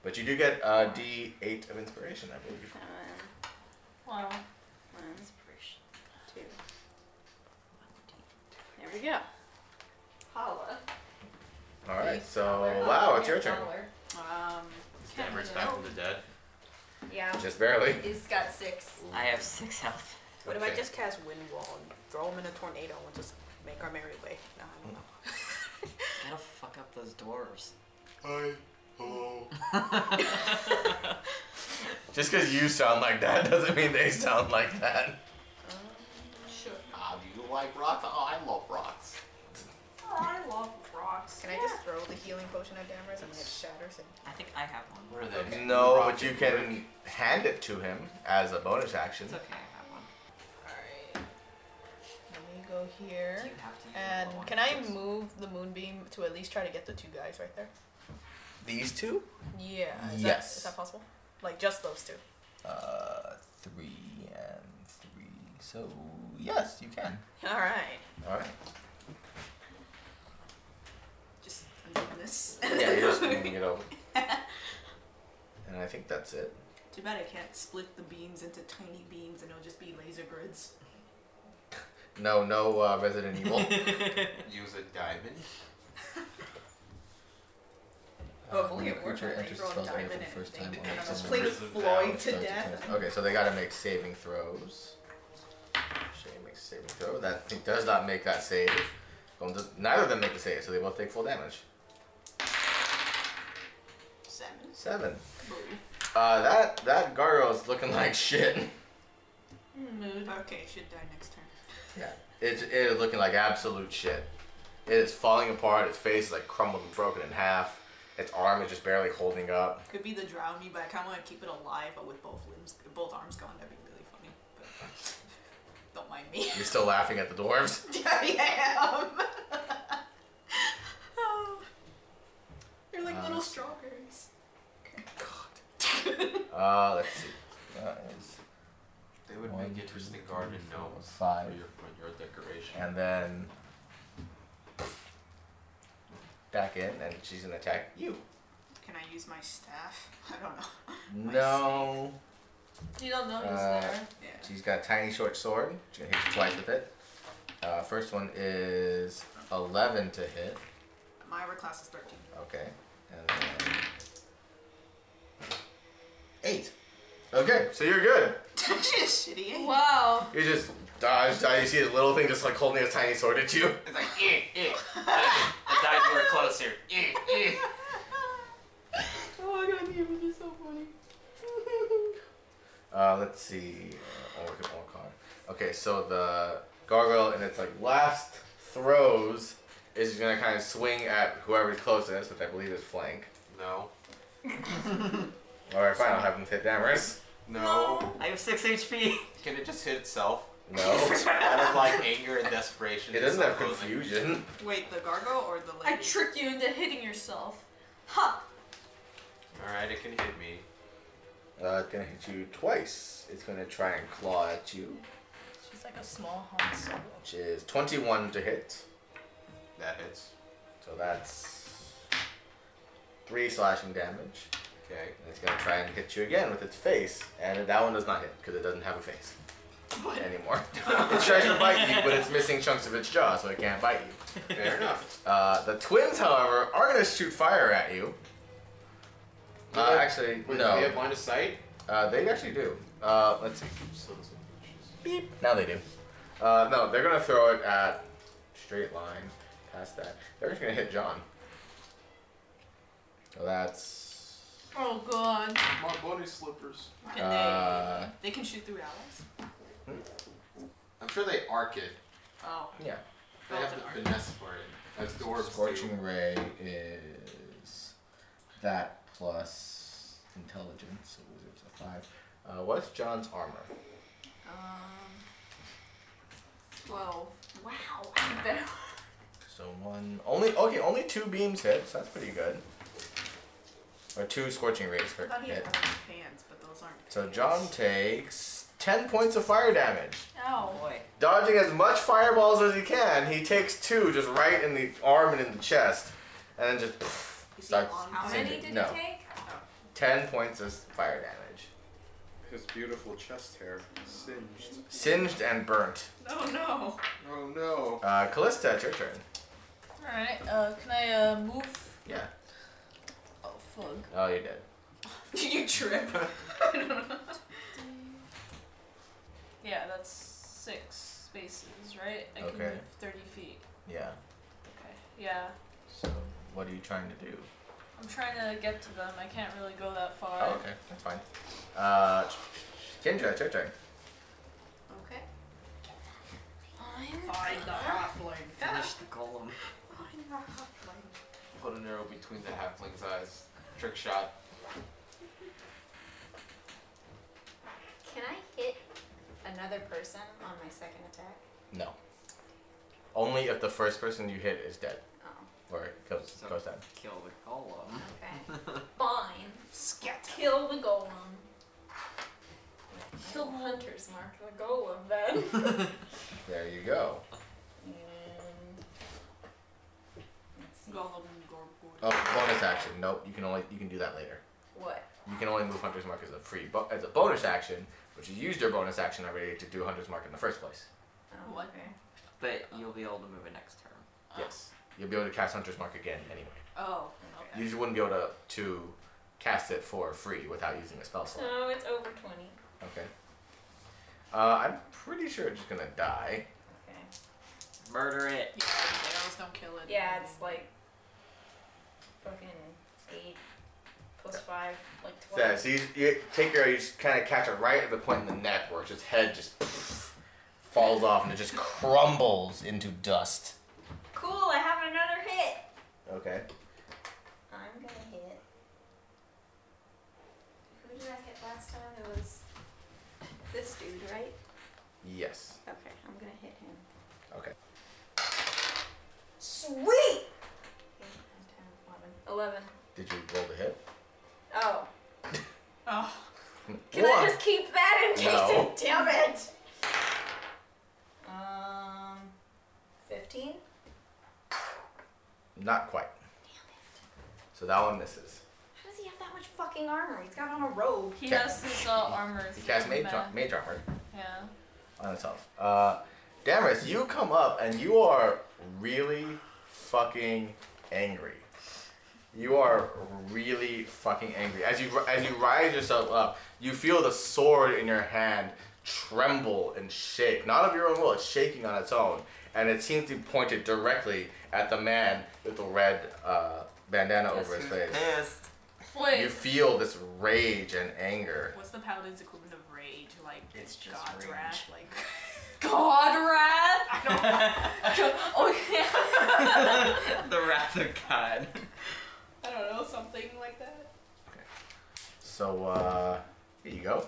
[SPEAKER 1] But you do get uh, D8 of inspiration, I believe.
[SPEAKER 15] One,
[SPEAKER 5] Wow.
[SPEAKER 15] um, one, two. There we go.
[SPEAKER 3] Holla.
[SPEAKER 1] All right. So wow, it's your turn.
[SPEAKER 7] Um,
[SPEAKER 2] Stammer's back from the dead.
[SPEAKER 3] Yeah.
[SPEAKER 1] Just barely.
[SPEAKER 3] He's got six.
[SPEAKER 2] I have six health.
[SPEAKER 7] what if I
[SPEAKER 1] Okay.
[SPEAKER 7] just cast Wind Wall and throw him in a tornado and just make our merry way? No, I don't know.
[SPEAKER 2] Gotta fuck up those dwarves.
[SPEAKER 1] Hi. Hello. Just because you sound like that doesn't mean they sound like that.
[SPEAKER 7] Sure.
[SPEAKER 4] Ah, do you like rocks? Oh, I love rocks.
[SPEAKER 7] Oh, I love rocks.
[SPEAKER 8] Can I just throw the healing potion at Damaris and it shatters and
[SPEAKER 2] I think I have one.
[SPEAKER 4] What are they?
[SPEAKER 1] No, but you can hand it to him as a bonus action.
[SPEAKER 2] It's okay, I have one.
[SPEAKER 7] Alright. Let me go here.
[SPEAKER 2] You have to use
[SPEAKER 7] And
[SPEAKER 2] the one
[SPEAKER 7] can I
[SPEAKER 2] first.
[SPEAKER 7] move the moonbeam to at least try to get the two guys right there?
[SPEAKER 1] These two?
[SPEAKER 7] Yeah. Is That,
[SPEAKER 1] Yes.
[SPEAKER 7] is that possible? Like just those two.
[SPEAKER 1] Uh, three and three. So, yes, you can.
[SPEAKER 7] All right.
[SPEAKER 1] Alright.
[SPEAKER 7] Just I'm doing this.
[SPEAKER 1] Yeah, you're just moving it over. And I think that's it.
[SPEAKER 7] Too bad I can't split the beams into tiny beams and it'll just be laser grids.
[SPEAKER 1] No, no uh, Resident Evil.
[SPEAKER 4] Use a diamond.
[SPEAKER 7] Hopefully
[SPEAKER 1] When
[SPEAKER 7] it
[SPEAKER 1] a
[SPEAKER 7] works.
[SPEAKER 1] Uh, creature
[SPEAKER 7] They
[SPEAKER 1] enters
[SPEAKER 7] throw a
[SPEAKER 1] spell area for the
[SPEAKER 7] diamond in
[SPEAKER 1] first
[SPEAKER 7] it,
[SPEAKER 1] time
[SPEAKER 7] they
[SPEAKER 1] or
[SPEAKER 7] put it on a
[SPEAKER 1] someone
[SPEAKER 7] plate.
[SPEAKER 1] raises
[SPEAKER 7] Floyd
[SPEAKER 1] power
[SPEAKER 7] to
[SPEAKER 1] spell
[SPEAKER 7] death.
[SPEAKER 1] attack. Okay, so they gotta make saving throws. Shay makes a saving throw. That thing does not make that save. Going to- Neither of them make the save, so they both take full damage. oh.
[SPEAKER 7] Seven.
[SPEAKER 1] Seven. Uh, that that gargoyle's looking like shit.
[SPEAKER 7] Mood. Okay, should die next turn.
[SPEAKER 1] Yeah, it's it is looking like absolute shit. It is falling apart. Its face is like crumbled and broken in half. Its arm is just barely holding up.
[SPEAKER 7] Could be the drown me, but I kind of want to keep it alive, but with both limbs, both arms gone, that'd be really funny. But don't mind me.
[SPEAKER 1] You're still laughing at the dwarves.
[SPEAKER 7] I am. oh, they're like
[SPEAKER 1] Uh,
[SPEAKER 7] little strawberries.
[SPEAKER 1] Uh, let's see. That is
[SPEAKER 4] They would
[SPEAKER 1] One,
[SPEAKER 4] make interesting garden gnomes
[SPEAKER 1] five.
[SPEAKER 4] for your front yard decoration.
[SPEAKER 1] And then back in, and she's gonna attack you.
[SPEAKER 7] Can I use my staff? I don't know.
[SPEAKER 1] No.
[SPEAKER 5] You don't know he's
[SPEAKER 1] Uh,
[SPEAKER 5] there.
[SPEAKER 7] Yeah.
[SPEAKER 1] She's got a tiny short sword. She's gonna hit you twice with it. Uh, first one is 11 to hit.
[SPEAKER 7] My armor class is 13.
[SPEAKER 1] Okay. And then. Eight. Okay, so you're good.
[SPEAKER 7] She's shitty. eh? ain't
[SPEAKER 5] Wow.
[SPEAKER 1] You just dodge, dodge. You see this little thing just like holding a tiny sword at you.
[SPEAKER 2] It's like, eh, eh. I died more closer. Eh, eh.
[SPEAKER 7] she? Oh my god, the image is so funny.
[SPEAKER 1] Uh, let's see. Uh, I'll look at one card. Okay, so the gargoyle in its like last throws is gonna kind of swing at whoever's closest, which I believe is flank.
[SPEAKER 4] No.
[SPEAKER 1] All right, fine. I'll have him hit Damaris.
[SPEAKER 4] No.
[SPEAKER 2] I have six HP.
[SPEAKER 4] Can it just hit itself?
[SPEAKER 1] No,
[SPEAKER 4] Out of like anger and desperation.
[SPEAKER 1] it doesn't have
[SPEAKER 4] it's like-
[SPEAKER 1] confusion.
[SPEAKER 7] Wait, the gargoyle or the
[SPEAKER 5] I
[SPEAKER 7] lady?
[SPEAKER 5] tricked you into hitting yourself. Ha!
[SPEAKER 4] Alright, it can hit me.
[SPEAKER 1] Uh, it's gonna hit you twice. It's gonna try and claw at you,
[SPEAKER 7] She's like a small Han Solo.
[SPEAKER 1] which is twenty-one to hit.
[SPEAKER 4] That hits.
[SPEAKER 1] So that's three slashing damage.
[SPEAKER 4] Okay.
[SPEAKER 1] And it's gonna try and hit you again with its face, and that one does not hit because it doesn't have a face anymore. it tries to bite you, but it's missing chunks of its jaw, so it can't bite you.
[SPEAKER 4] Fair enough.
[SPEAKER 1] Uh, the twins, however, are gonna shoot fire at you. Uh, actually,
[SPEAKER 4] Wait, do they have
[SPEAKER 1] no.
[SPEAKER 4] line of sight?
[SPEAKER 1] Uh, they actually do. Uh, let's see.
[SPEAKER 4] Sons of bitches.
[SPEAKER 1] Beep. Now they do. Uh, no, they're gonna throw it at straight line past that. They're just gonna hit John. So that's.
[SPEAKER 5] Oh god.
[SPEAKER 4] My bunny slippers.
[SPEAKER 7] Can
[SPEAKER 1] Uh,
[SPEAKER 7] they? They can shoot through allies.
[SPEAKER 4] Hmm? I'm sure they arc it.
[SPEAKER 7] Oh.
[SPEAKER 1] yeah.
[SPEAKER 4] They have the finesse for it. As dwarves do.
[SPEAKER 1] Scorching Ray is that plus intelligence. So it was a five. Uh, what's John's armor?
[SPEAKER 7] Um, 12.
[SPEAKER 3] Wow, I'm better.
[SPEAKER 1] So one only okay, only two beams hit, so that's pretty good. Or two scorching rays
[SPEAKER 7] I
[SPEAKER 1] hurt,
[SPEAKER 7] thought he had
[SPEAKER 1] hit.
[SPEAKER 7] pants, but those aren't.
[SPEAKER 1] So John takes ten points of fire damage.
[SPEAKER 7] Oh boy.
[SPEAKER 1] Dodging as much fireballs as he can, he takes two just right in the arm and in the chest, and then just poof, starts
[SPEAKER 3] How many
[SPEAKER 1] singeing.
[SPEAKER 3] did
[SPEAKER 1] no.
[SPEAKER 3] you take?
[SPEAKER 1] Ten points of fire damage.
[SPEAKER 11] His beautiful chest hair singed.
[SPEAKER 1] Singed and burnt.
[SPEAKER 7] Oh no.
[SPEAKER 11] Oh no.
[SPEAKER 1] Uh, Callista, it's your turn.
[SPEAKER 5] Alright, uh, can I uh, move?
[SPEAKER 1] Yeah.
[SPEAKER 5] Oh, fuck.
[SPEAKER 1] Oh, you're dead.
[SPEAKER 7] you trip?
[SPEAKER 5] Yeah, that's six spaces, right? I can
[SPEAKER 1] Okay.
[SPEAKER 5] move 30 feet.
[SPEAKER 1] Yeah.
[SPEAKER 5] Okay. Yeah.
[SPEAKER 1] So what are you trying to do?
[SPEAKER 5] I'm trying to get to them. I can't really go that far.
[SPEAKER 1] Oh, okay, that's fine. Uh, Kendra, it's your turn.
[SPEAKER 7] Okay.
[SPEAKER 15] Fine.
[SPEAKER 7] Find the halfling.
[SPEAKER 2] Finish the golem.
[SPEAKER 15] Fine, the halfling.
[SPEAKER 4] Put an arrow between the halfling's eyes. Trick shot.
[SPEAKER 8] Can I hit another person on my second attack?
[SPEAKER 1] No. Only if the first person you hit is dead
[SPEAKER 8] Oh,
[SPEAKER 1] or goes
[SPEAKER 2] So-
[SPEAKER 1] goes down.
[SPEAKER 2] Kill the golem.
[SPEAKER 8] okay. Fine.
[SPEAKER 7] Scat.
[SPEAKER 8] Kill the golem. Kill the hunter's mark, the golem then.
[SPEAKER 1] There you go.
[SPEAKER 8] And- Let's see.
[SPEAKER 7] Golem Gorgor.
[SPEAKER 1] Oh, bonus action. Nope, you can only you can do that later.
[SPEAKER 8] What?
[SPEAKER 1] You can only move Hunter's Mark as a free bo- as a bonus action, but you used your bonus action already to do Hunter's Mark in the first place.
[SPEAKER 8] Oh,
[SPEAKER 5] What?
[SPEAKER 8] okay.
[SPEAKER 2] But you'll be able to move it next turn.
[SPEAKER 4] Ah.
[SPEAKER 1] Yes. You'll be able to cast Hunter's Mark again anyway.
[SPEAKER 5] Oh.
[SPEAKER 1] You just wouldn't be able to to cast it for free without using a spell slot.
[SPEAKER 8] No, it's over 20.
[SPEAKER 1] Okay. Uh, I'm pretty sure it's just gonna die.
[SPEAKER 8] Okay.
[SPEAKER 2] Murder it.
[SPEAKER 7] Yeah, arrows don't kill it.
[SPEAKER 8] Yeah, it's like fucking 8 plus 5, like 12.
[SPEAKER 1] Yeah, so you, you take your, you just kind of catch it right at the point in the neck where it's its head just falls off and it just crumbles into dust.
[SPEAKER 8] Cool, I have another hit.
[SPEAKER 1] Okay.
[SPEAKER 8] I'm gonna hit. Who did I hit last time? It was this dude, right?
[SPEAKER 1] Yes.
[SPEAKER 8] Okay, I'm gonna hit him.
[SPEAKER 1] Okay.
[SPEAKER 8] Sweet! 11. 11.
[SPEAKER 1] Did you roll the hit?
[SPEAKER 8] Oh.
[SPEAKER 7] Oh.
[SPEAKER 8] Can I just keep that in case
[SPEAKER 1] No.
[SPEAKER 8] it. Damn it! Um. 15?
[SPEAKER 1] Not quite. So that one misses.
[SPEAKER 8] How does he have that much fucking armor? He's got on a robe.
[SPEAKER 5] He
[SPEAKER 1] Okay.
[SPEAKER 5] has his uh, armor.
[SPEAKER 1] You cast mage,
[SPEAKER 5] Yeah.
[SPEAKER 1] mage armor
[SPEAKER 5] Yeah.
[SPEAKER 1] on itself. Uh, Damaris, you come up and you are really fucking angry. You are really fucking angry. As you as you rise yourself up, you feel the sword in your hand tremble and shake. Not of your own will, it's shaking on its own, and it seems to be pointed directly at the man with the red uh, bandana
[SPEAKER 2] Guess
[SPEAKER 1] over his
[SPEAKER 2] who's
[SPEAKER 1] face.
[SPEAKER 2] pissed?
[SPEAKER 5] Wait.
[SPEAKER 1] You feel this rage and anger.
[SPEAKER 7] What's the paladin's equivalent of rage? Like
[SPEAKER 2] It's just
[SPEAKER 7] God's
[SPEAKER 2] rage.
[SPEAKER 7] wrath? Like
[SPEAKER 5] God wrath? oh, yeah.
[SPEAKER 2] the wrath of God.
[SPEAKER 7] I don't know, something like that.
[SPEAKER 1] So, uh, here you go.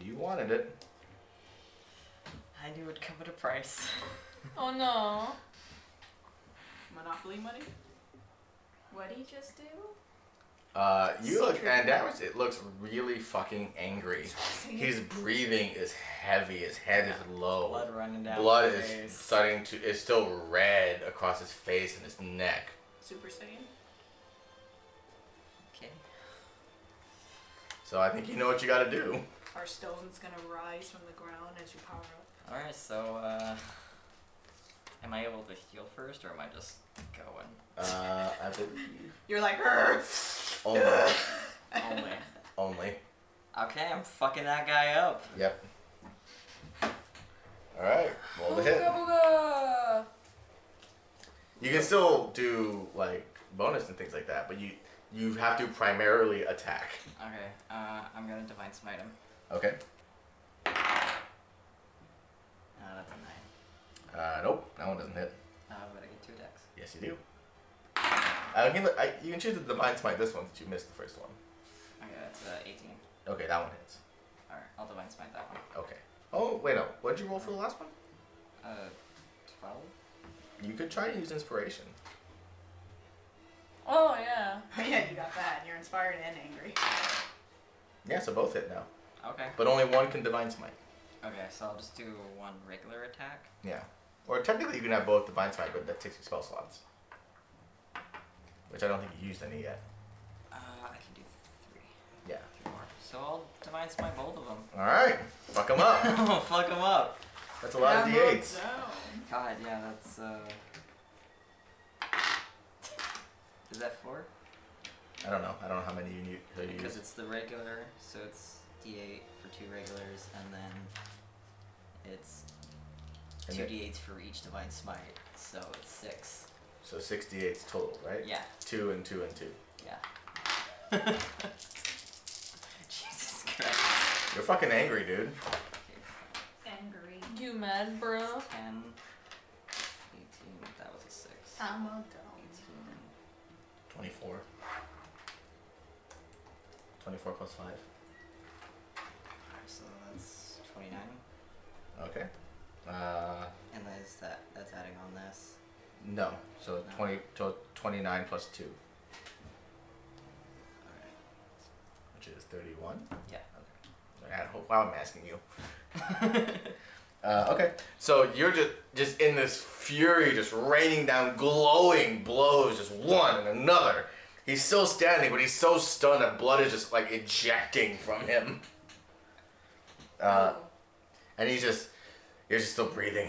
[SPEAKER 1] You wanted it.
[SPEAKER 2] I knew it'd come at a price.
[SPEAKER 5] oh, no.
[SPEAKER 7] Monopoly money?
[SPEAKER 3] What did he just do?
[SPEAKER 1] Uh, you look, and Damaris, it looks really fucking angry. His breathing is heavy, his head is low.
[SPEAKER 2] Blood running down.
[SPEAKER 1] Blood
[SPEAKER 2] my
[SPEAKER 1] is
[SPEAKER 2] face.
[SPEAKER 1] starting to, it's still red across his face and his neck.
[SPEAKER 7] Super Saiyan?
[SPEAKER 2] Okay.
[SPEAKER 1] So I think you know what you gotta do.
[SPEAKER 7] Are stones gonna rise from the ground as you power up?
[SPEAKER 2] All right. So, uh, am I able to heal first, or am I just going?
[SPEAKER 1] Uh, I believe.
[SPEAKER 7] You're like, "Arr!"
[SPEAKER 1] Only.
[SPEAKER 2] Only.
[SPEAKER 1] Only.
[SPEAKER 2] Okay, I'm fucking that guy up.
[SPEAKER 1] Yep. Alright, roll the hit.
[SPEAKER 5] Booga,
[SPEAKER 1] You can still do like bonus and things like that, but you you have to primarily attack.
[SPEAKER 2] Okay. Uh, I'm gonna divine smite him.
[SPEAKER 1] Okay.
[SPEAKER 2] Uh, that's a nine.
[SPEAKER 1] Uh, nope, that one doesn't hit.
[SPEAKER 2] Uh, but I get two attacks.
[SPEAKER 1] Yes, Uh, you do. I can, I, you can choose the divine smite this one since you missed the first one.
[SPEAKER 2] Okay, that's uh, 18.
[SPEAKER 1] Okay, that one hits.
[SPEAKER 2] Alright, I'll divine smite that one.
[SPEAKER 1] Okay. Oh wait, no. What did you roll for the last one?
[SPEAKER 2] Uh, 12?
[SPEAKER 1] You could try to use inspiration.
[SPEAKER 5] Oh yeah.
[SPEAKER 7] yeah, you got that. You're inspired and angry.
[SPEAKER 1] Yeah, so both hit now.
[SPEAKER 2] Okay.
[SPEAKER 1] But only one can divine smite.
[SPEAKER 2] Okay, so I'll just do one regular attack.
[SPEAKER 1] Yeah. Or technically you can have both divine smite, but that takes you spell slots. Which I don't think you used any yet.
[SPEAKER 2] Uh, I can do three.
[SPEAKER 1] Yeah.
[SPEAKER 2] Three more. So I'll divine smite both of them.
[SPEAKER 1] All right. Fuck them up.
[SPEAKER 2] oh, fuck them up.
[SPEAKER 1] That's a lot of d8s.
[SPEAKER 2] God, yeah, that's uh. Is that four?
[SPEAKER 1] I don't know. I don't know how many you need. how you
[SPEAKER 2] Because
[SPEAKER 1] use.
[SPEAKER 2] it's the regular, so it's D8 for two regulars, and then it's
[SPEAKER 1] And
[SPEAKER 2] two
[SPEAKER 1] it-
[SPEAKER 2] D8s for each divine smite, so it's six.
[SPEAKER 1] So six d8s total, right?
[SPEAKER 2] Yeah.
[SPEAKER 1] Two and two and two.
[SPEAKER 2] Yeah. Jesus Christ.
[SPEAKER 1] You're fucking angry, dude.
[SPEAKER 3] Angry.
[SPEAKER 5] You mad, bro?
[SPEAKER 2] 10, 18, that was a six.
[SPEAKER 7] I'm a
[SPEAKER 2] 18.
[SPEAKER 1] 24. 24 plus 5.
[SPEAKER 2] Alright, so that's 29.
[SPEAKER 1] Okay. Uh,
[SPEAKER 2] And that is that, that's adding on this.
[SPEAKER 1] no. So 20 to 29 plus 2,
[SPEAKER 2] Alright.
[SPEAKER 1] which is 31.
[SPEAKER 2] Yeah.
[SPEAKER 1] Okay. I hope I'm asking you. uh, okay. So you're just just in this fury, just raining down glowing blows, just one and another. He's still standing, but he's so stunned that blood is just like ejecting from him. Uh, and he's just, you're just still breathing.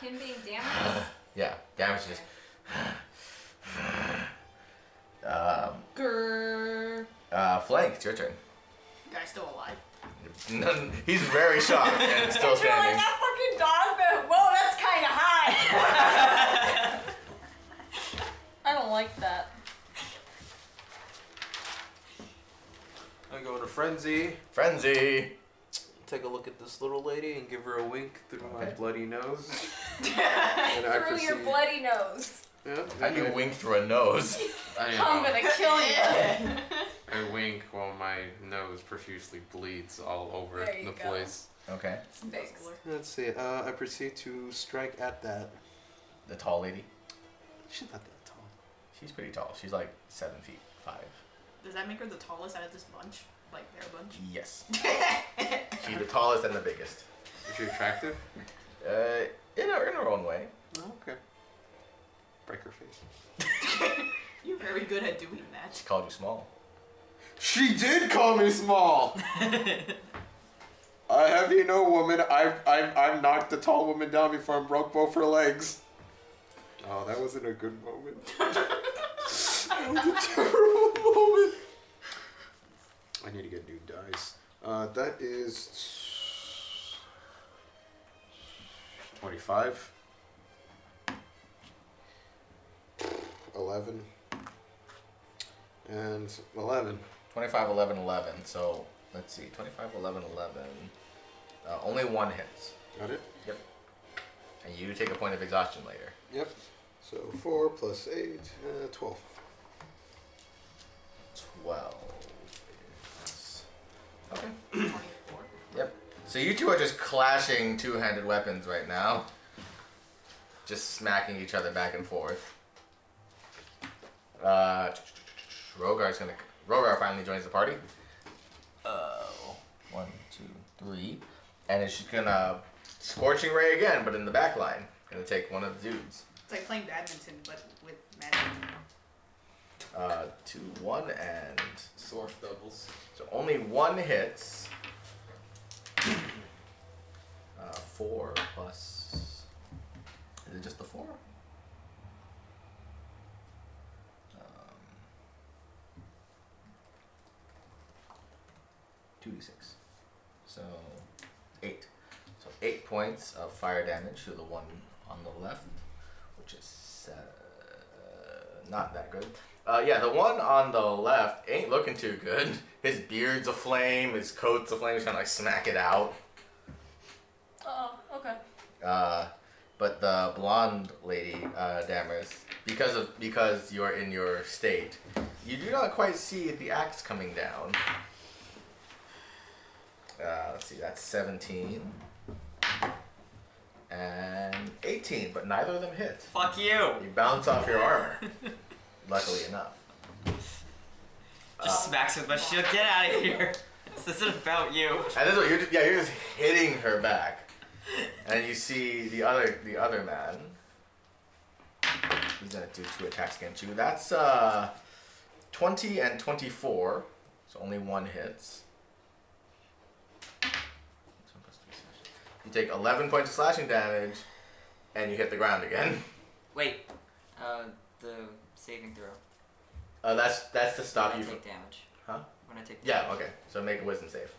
[SPEAKER 3] Him being damaged.
[SPEAKER 1] Yeah, damage is just. um,
[SPEAKER 5] Grrr.
[SPEAKER 1] uh, flank, it's your turn.
[SPEAKER 7] Guy's still alive.
[SPEAKER 1] None, he's very shocked and still standing.
[SPEAKER 15] fucking dog, but whoa, that's kind of high.
[SPEAKER 5] I don't like that.
[SPEAKER 4] I go to frenzy,
[SPEAKER 1] Frenzy.
[SPEAKER 4] take a look at this little lady, and give her a wink through my
[SPEAKER 1] Okay.
[SPEAKER 4] bloody nose. and I
[SPEAKER 15] Through your
[SPEAKER 4] proceed-
[SPEAKER 15] bloody nose.
[SPEAKER 4] Yeah,
[SPEAKER 1] How do you
[SPEAKER 4] okay.
[SPEAKER 1] wink through a nose?
[SPEAKER 16] I,
[SPEAKER 15] I'm
[SPEAKER 16] uh,
[SPEAKER 15] gonna kill you.
[SPEAKER 16] I wink while my nose profusely bleeds all over
[SPEAKER 15] There you
[SPEAKER 16] the
[SPEAKER 15] go.
[SPEAKER 16] place.
[SPEAKER 1] Okay.
[SPEAKER 15] Thanks.
[SPEAKER 4] Let's see. Uh, I proceed to strike at that.
[SPEAKER 1] The tall lady.
[SPEAKER 4] She's not that tall.
[SPEAKER 1] She's pretty tall. She's like seven feet five.
[SPEAKER 7] Does that make her the tallest out of this bunch? Like their bunch?
[SPEAKER 1] Yes. She's the tallest and the biggest.
[SPEAKER 16] Is she attractive?
[SPEAKER 1] Uh, in her, in her own way.
[SPEAKER 4] Okay.
[SPEAKER 16] Break her face.
[SPEAKER 7] You're very good at doing that.
[SPEAKER 1] She called you small.
[SPEAKER 4] She did call me small. I have you know, woman, I've, I've, I've knocked a tall woman down before and broke both her legs. Oh, that wasn't a good moment. that was a terrible moment. I need to get new dice. Uh, that is 25. 11. And 11.
[SPEAKER 1] 25, 11, 11. So let's see. 25, 11, 11. Uh, only one hits.
[SPEAKER 4] Got it?
[SPEAKER 1] Yep. And you take a point of exhaustion later.
[SPEAKER 4] Yep. So 4 plus 8, uh, 12.
[SPEAKER 1] 12. is- Okay. yep. So you two are just clashing two handed weapons right now. Just smacking each other back and forth. Uh, Rogar's gonna. Rogar finally joins the party. Oh. One, two, three. And it's just gonna. Scorching Ray again, but in the back line. Gonna take one of the dudes.
[SPEAKER 7] It's like playing badminton, but with magic.
[SPEAKER 1] Uh, two, one, and.
[SPEAKER 11] Source doubles.
[SPEAKER 1] So only one hits. Uh, four plus. Is it just the four? Um, Two d six. So eight. So eight points of fire damage to the one on the left, which is uh, not that good. Uh, yeah, the one on the left ain't looking too good. His beard's aflame, his coat's aflame. He's trying to like smack it out.
[SPEAKER 5] Oh, okay.
[SPEAKER 1] Uh, but the blonde lady, uh, Damaris, because of because you're in your state, you do not quite see the axe coming down. Uh, let's see, that's seventeen and eighteen, but neither of them hit.
[SPEAKER 2] Fuck you.
[SPEAKER 1] You bounce off your armor, luckily enough.
[SPEAKER 2] Just smacks with my shield. Get out of here. This isn't about you.
[SPEAKER 1] And this one, you're just, yeah, you're just hitting her back, and you see the other the other man. He's gonna do two attacks against you. That's uh, twenty and twenty four. So only one hits. You take eleven points of slashing damage, and you hit the ground again.
[SPEAKER 2] Wait. Uh, the saving throw.
[SPEAKER 1] Uh, that's that's to stop
[SPEAKER 2] when
[SPEAKER 1] you
[SPEAKER 2] I
[SPEAKER 1] from.
[SPEAKER 2] take damage.
[SPEAKER 1] Huh?
[SPEAKER 2] When I take
[SPEAKER 1] Yeah.
[SPEAKER 2] damage.
[SPEAKER 1] Okay. So make a wisdom save.